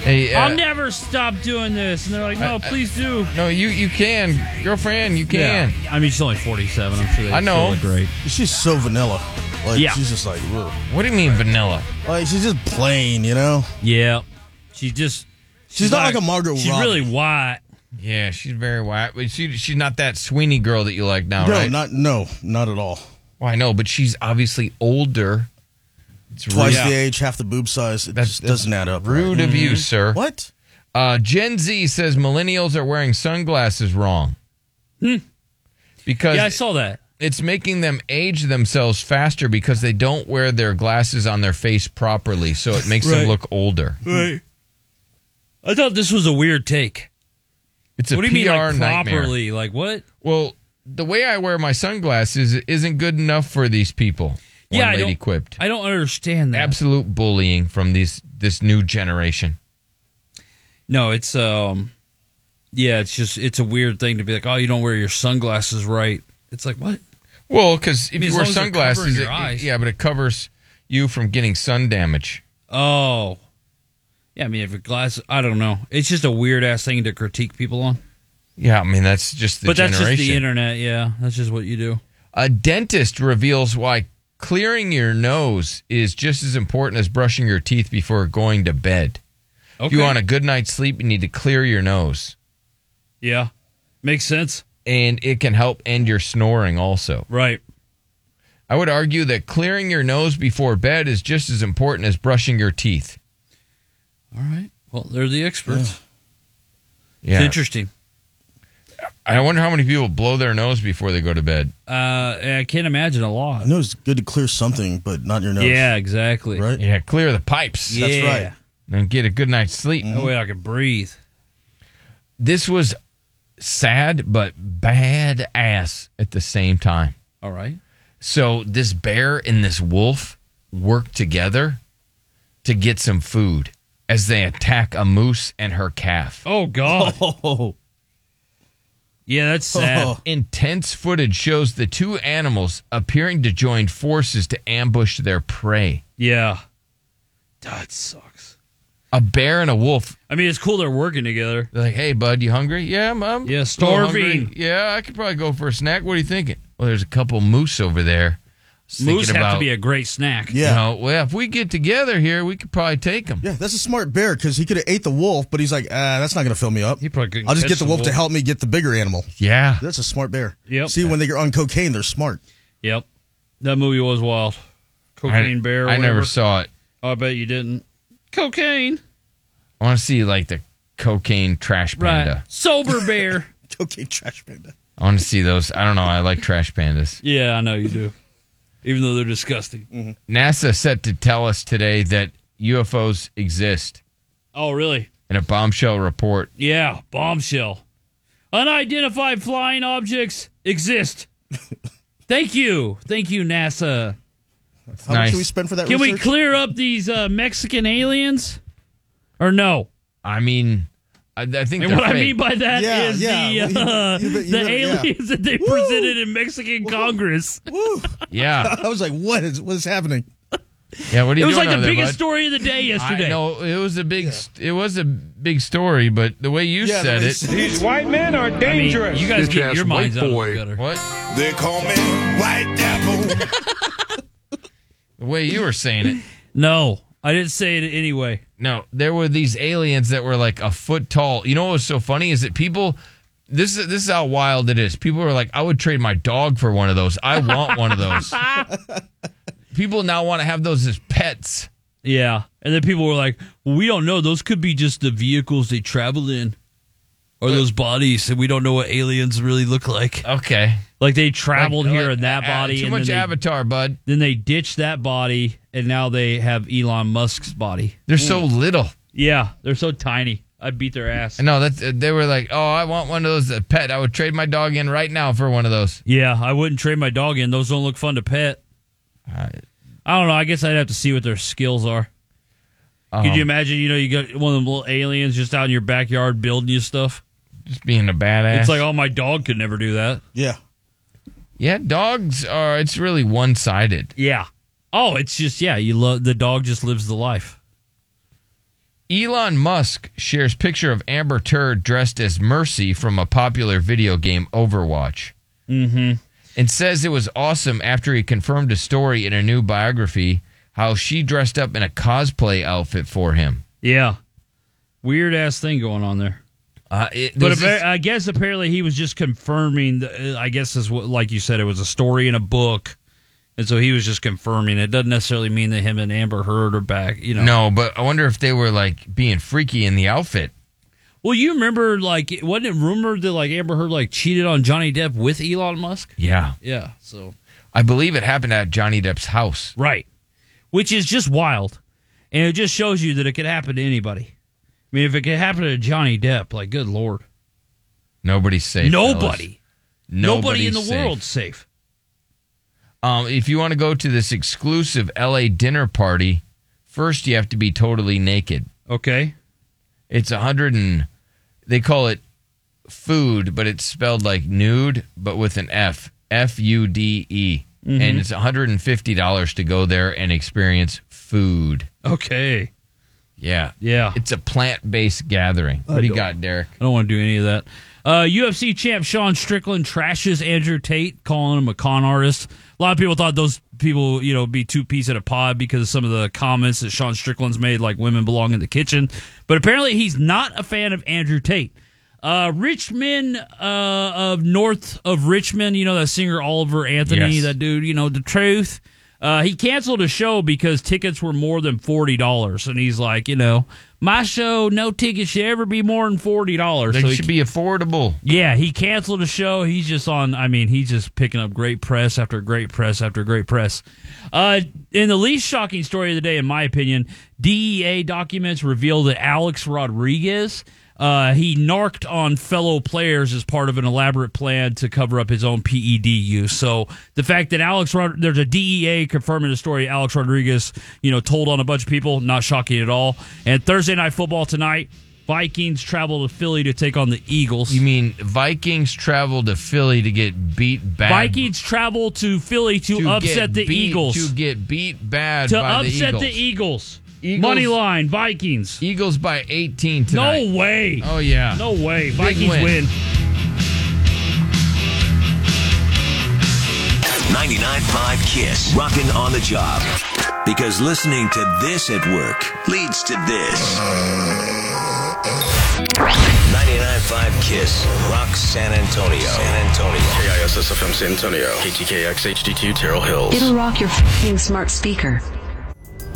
Speaker 9: hey, hey, uh,
Speaker 10: I'll never stop doing this, and they're like, no,
Speaker 9: I- I-
Speaker 10: please do.
Speaker 9: no, you you can, girlfriend, you can.
Speaker 10: Yeah. I mean, she's only 47. I'm sure they
Speaker 9: I know.
Speaker 10: still look great.
Speaker 16: She's so vanilla. Like,
Speaker 10: Yeah.
Speaker 16: She's just like, Whoa.
Speaker 9: what do you mean vanilla?
Speaker 16: Like she's just plain, you know.
Speaker 10: Yeah, she just.
Speaker 16: She's, not like, a Margaret.
Speaker 9: she's
Speaker 16: Robbie.
Speaker 9: really white. Yeah, she's very white. But she she's not that Sweeney girl that you like now,
Speaker 16: no,
Speaker 9: right?
Speaker 16: not no, not at all.
Speaker 9: Well, I know, but she's obviously older. It's
Speaker 16: Twice
Speaker 9: really-
Speaker 16: the age, half the boob size. It just doesn't add up.
Speaker 9: Rude
Speaker 16: right.
Speaker 9: of
Speaker 10: Mm-hmm.
Speaker 9: you, sir.
Speaker 16: What?
Speaker 9: Uh, Gen Z says millennials are wearing sunglasses wrong. Because
Speaker 10: Hmm. Yeah, I saw that.
Speaker 9: It's making them age themselves faster because they don't wear their glasses on their face properly, so it makes them
Speaker 10: Right.
Speaker 9: look older.
Speaker 10: Right. I thought this was a weird take.
Speaker 9: It's a
Speaker 10: what do you
Speaker 9: PR
Speaker 10: mean, like,
Speaker 9: nightmare.
Speaker 10: properly? Like what?
Speaker 9: Well, the way I wear my sunglasses isn't good enough for these people. One
Speaker 10: Yeah, I
Speaker 9: lady
Speaker 10: don't-
Speaker 9: quipped.
Speaker 10: I don't understand that.
Speaker 9: Absolute bullying from these this new generation.
Speaker 10: No, it's um, yeah, it's just it's a weird thing to be like, oh, you don't wear your sunglasses right. It's like what?
Speaker 9: Well, because if
Speaker 10: I mean, as
Speaker 9: you wear
Speaker 10: long as they're covering
Speaker 9: sunglasses,
Speaker 10: your
Speaker 9: it-
Speaker 10: eyes.
Speaker 9: yeah, but it covers you from getting sun damage.
Speaker 10: Oh, Yeah, I mean, if a glass, I don't know. It's just a weird ass thing to critique people on.
Speaker 9: Yeah, I mean that's just the
Speaker 10: but that's
Speaker 9: generation.
Speaker 10: just the internet. Yeah, that's just what you do.
Speaker 9: A dentist reveals why clearing your nose is just as important as brushing your teeth before going to bed. If you
Speaker 10: Okay.
Speaker 9: want a good night's sleep, you need to clear your nose.
Speaker 10: Yeah, makes sense.
Speaker 9: And it can help end your snoring also.
Speaker 10: Right.
Speaker 9: I would argue that clearing your nose before bed is just as important as brushing your teeth.
Speaker 10: All right. Well, they're the experts.
Speaker 9: Yeah.
Speaker 10: It's interesting.
Speaker 9: I wonder how many people blow their nose before they go to bed.
Speaker 10: Uh, I can't imagine a lot.
Speaker 16: I know it's good to clear something, but not your nose.
Speaker 10: Yeah, exactly.
Speaker 16: Right?
Speaker 9: Yeah, clear the pipes.
Speaker 16: That's
Speaker 10: Yeah.
Speaker 16: right.
Speaker 9: And get a good night's sleep.
Speaker 10: That way I can breathe.
Speaker 9: This was sad but bad ass at the same time.
Speaker 10: All right.
Speaker 9: So this bear and this wolf work together to get some food as they attack a moose and her calf.
Speaker 10: Oh god. Yeah, that's sad.
Speaker 9: Intense footage shows the two animals appearing to join forces to ambush their prey.
Speaker 10: Yeah. That sucks.
Speaker 9: A bear and a wolf.
Speaker 10: I mean, it's cool they're working together.
Speaker 9: They're like, "Hey, bud, you hungry? Yeah, mom. Yeah,
Speaker 10: starving.
Speaker 9: Yeah, I could probably go for a snack. What are you thinking? Well, there's a couple moose over there. I was
Speaker 10: Moose
Speaker 9: thinking
Speaker 10: have to
Speaker 9: about-
Speaker 10: be a great snack.
Speaker 9: You know, well, if we get together here, we could probably take him.
Speaker 16: Yeah, that's a smart bear because he could have ate the wolf, but he's like, ah, that's not going to fill me up. He
Speaker 10: probably
Speaker 16: I'll just
Speaker 10: catch
Speaker 16: get the
Speaker 10: the
Speaker 16: wolf, to
Speaker 10: wolf."
Speaker 16: help me get the bigger animal.
Speaker 9: Yeah,
Speaker 16: that's a smart bear.
Speaker 10: Yep.
Speaker 16: See, when they're on cocaine, they're smart.
Speaker 10: Yep. That movie was wild. Cocaine
Speaker 9: I-
Speaker 10: Bear. or
Speaker 9: I never
Speaker 10: whatever. Oh,
Speaker 9: saw it.
Speaker 10: I bet you didn't. Cocaine.
Speaker 9: I want to see like the cocaine trash panda.
Speaker 10: Right. Sober Bear.
Speaker 16: cocaine trash panda.
Speaker 9: I want to see those. I don't know. I like trash pandas.
Speaker 10: Yeah, I know you do. Even though they're disgusting.
Speaker 9: Mm-hmm. NASA set to tell us today that UFOs exist
Speaker 10: Oh, really?
Speaker 9: in a bombshell report.
Speaker 10: Yeah, bombshell. Unidentified flying objects exist. Thank you. Thank you, NASA.
Speaker 16: How much do we spend for that
Speaker 10: Can we
Speaker 16: research?
Speaker 10: clear up these uh, Mexican aliens? Or no?
Speaker 9: I mean, I, I think
Speaker 10: And
Speaker 9: they're
Speaker 10: what I
Speaker 9: fake.
Speaker 10: mean by that is
Speaker 9: Yeah, yeah.
Speaker 10: the, uh,
Speaker 9: You- you- you
Speaker 10: the
Speaker 9: better- yeah.
Speaker 10: aliens that they presented in Mexican Congress.
Speaker 9: Yeah.
Speaker 16: I was like, what is what is happening?
Speaker 9: Yeah, what are you
Speaker 10: It
Speaker 9: doing
Speaker 10: was like the
Speaker 9: over there,
Speaker 10: biggest
Speaker 9: bud?
Speaker 10: story of the day yesterday.
Speaker 9: I know it was a big st- it was a big story, but the way you
Speaker 10: Yeah, the
Speaker 9: said it,
Speaker 10: way you said it. These white men are I mean, dangerous. you guys
Speaker 9: Bitch
Speaker 10: keep
Speaker 9: ass
Speaker 10: your minds
Speaker 9: white
Speaker 10: out of
Speaker 9: boy.
Speaker 10: the gutter.
Speaker 9: What?
Speaker 4: They call me White Devil.
Speaker 9: The way you were saying it.
Speaker 10: no, I didn't say it anyway.
Speaker 9: No, there were these aliens that were like a foot tall. You know what was so funny is that people. This is this is how wild it is. People are like, I would trade my dog for one of those. I want one of those. people now want to have those as pets.
Speaker 10: Yeah. And then people were like, well, we don't know. Those could be just the vehicles they traveled in or those bodies. And we don't know what aliens really look like.
Speaker 9: Okay.
Speaker 10: Like they traveled
Speaker 9: Like-
Speaker 10: here
Speaker 9: like,
Speaker 10: in that
Speaker 9: uh,
Speaker 10: body.
Speaker 9: too
Speaker 10: and
Speaker 9: much
Speaker 10: then they,
Speaker 9: Avatar, bud.
Speaker 10: Then they ditched that body and now they have Elon Musk's body.
Speaker 9: They're so little.
Speaker 10: Yeah. They're so tiny. I beat their ass.
Speaker 9: No, that's uh, they were like, oh, I want one of those as a pet. I would trade my dog in right now for one of those.
Speaker 10: Yeah. I wouldn't trade my dog in. Those don't look fun to pet.
Speaker 9: Uh,
Speaker 10: I don't know. I guess I'd have to see what their skills are. Could
Speaker 9: Um,
Speaker 10: you imagine, you know, you got one of them little aliens just out in your backyard building you stuff?
Speaker 9: Just being a badass.
Speaker 10: It's like, oh, my dog could never do that.
Speaker 16: Yeah.
Speaker 9: Yeah, dogs are. It's really one sided.
Speaker 10: Yeah. Oh, it's just yeah. You love the dog just lives the life.
Speaker 9: Elon Musk shares picture of Amber Turd dressed as Mercy from a popular video game Overwatch.
Speaker 10: Mm-hmm.
Speaker 9: And says it was awesome after he confirmed a story in a new biography how she dressed up in a cosplay outfit for him.
Speaker 10: Yeah. Weird ass thing going on there.
Speaker 9: Uh, it,
Speaker 10: But
Speaker 9: this
Speaker 10: appa-
Speaker 9: is-
Speaker 10: I guess apparently he was just confirming. The, uh, I guess is what, like you said, it was a story in a book, and so he was just confirming. It doesn't necessarily mean that him and Amber Heard are back. You know.
Speaker 9: No, but I wonder if they were like being freaky in the outfit.
Speaker 10: Well, you remember, like, it- wasn't it rumored that like Amber Heard like cheated on Johnny Depp with Elon Musk?
Speaker 9: Yeah.
Speaker 10: Yeah. So.
Speaker 9: I believe it happened at Johnny Depp's house.
Speaker 10: Right. Which is just wild. And it just shows you that it could happen to anybody. I mean, if it could happen to Johnny Depp, like, good Lord.
Speaker 9: Nobody's safe.
Speaker 10: Nobody.
Speaker 9: fellas. Nobody's
Speaker 10: Nobody in the
Speaker 9: safe.
Speaker 10: world's safe.
Speaker 9: Um, if you want to go to this exclusive LA dinner party, first you have to be totally naked.
Speaker 10: Okay.
Speaker 9: It's a hundred and they call it food, but it's spelled like nude, but with an F. F U D E.
Speaker 10: Mhm.
Speaker 9: And it's $150 to go there and experience food.
Speaker 10: Okay.
Speaker 9: Yeah.
Speaker 10: Yeah.
Speaker 9: It's a plant based gathering. What do you got, Derek?
Speaker 10: I don't want to do any of that. Uh, UFC champ Sean Strickland trashes Andrew Tate, calling him a con artist. A lot of people thought those people, you know, be two peas at a pod because of some of the comments that Sean Strickland's made, like women belong in the kitchen. But apparently, he's not a fan of Andrew Tate. Uh, Richmond uh, of north of Richmond, you know that singer Oliver Anthony,
Speaker 9: Yes.
Speaker 10: that dude, you know the truth. Uh, he canceled a show because tickets were more than forty dollars, and he's like, you know, my show, no ticket should ever be more than forty dollars.
Speaker 9: They
Speaker 10: he
Speaker 9: should be affordable.
Speaker 10: Yeah, he canceled a show. He's just on. I mean, he's just picking up great press after great press after great press. Uh, in the least shocking story of the day, in my opinion, DEA documents reveal that Alex Rodriguez. Uh, he narked on fellow players as part of an elaborate plan to cover up his own PED use. So the fact that Alex, Rod- there's a DEA confirming the story Alex Rodriguez, you know, told on a bunch of people, not shocking at all. And Thursday night football tonight, Vikings travel to Philly to take on the Eagles. You
Speaker 9: mean Vikings travel to Philly to get beat bad?
Speaker 10: Vikings travel to Philly to,
Speaker 9: To get
Speaker 10: upset the
Speaker 9: beat-
Speaker 10: Eagles.
Speaker 9: To get beat bad
Speaker 10: To
Speaker 9: by
Speaker 10: upset
Speaker 9: the
Speaker 10: the Eagles. Money line, Vikings.
Speaker 9: Eagles by 18 tonight.
Speaker 10: No way.
Speaker 9: Oh, yeah.
Speaker 10: No way.
Speaker 9: Big
Speaker 10: Vikings
Speaker 9: win.
Speaker 10: win.
Speaker 1: 99.5 Kiss. Rocking on the job. Because listening to this at work leads to this. 99.5 Kiss. Rock San Antonio. San Antonio.
Speaker 27: KISSFM San Antonio. KTKX HD2 Terrell Hills.
Speaker 15: It'll rock your fing smart speaker.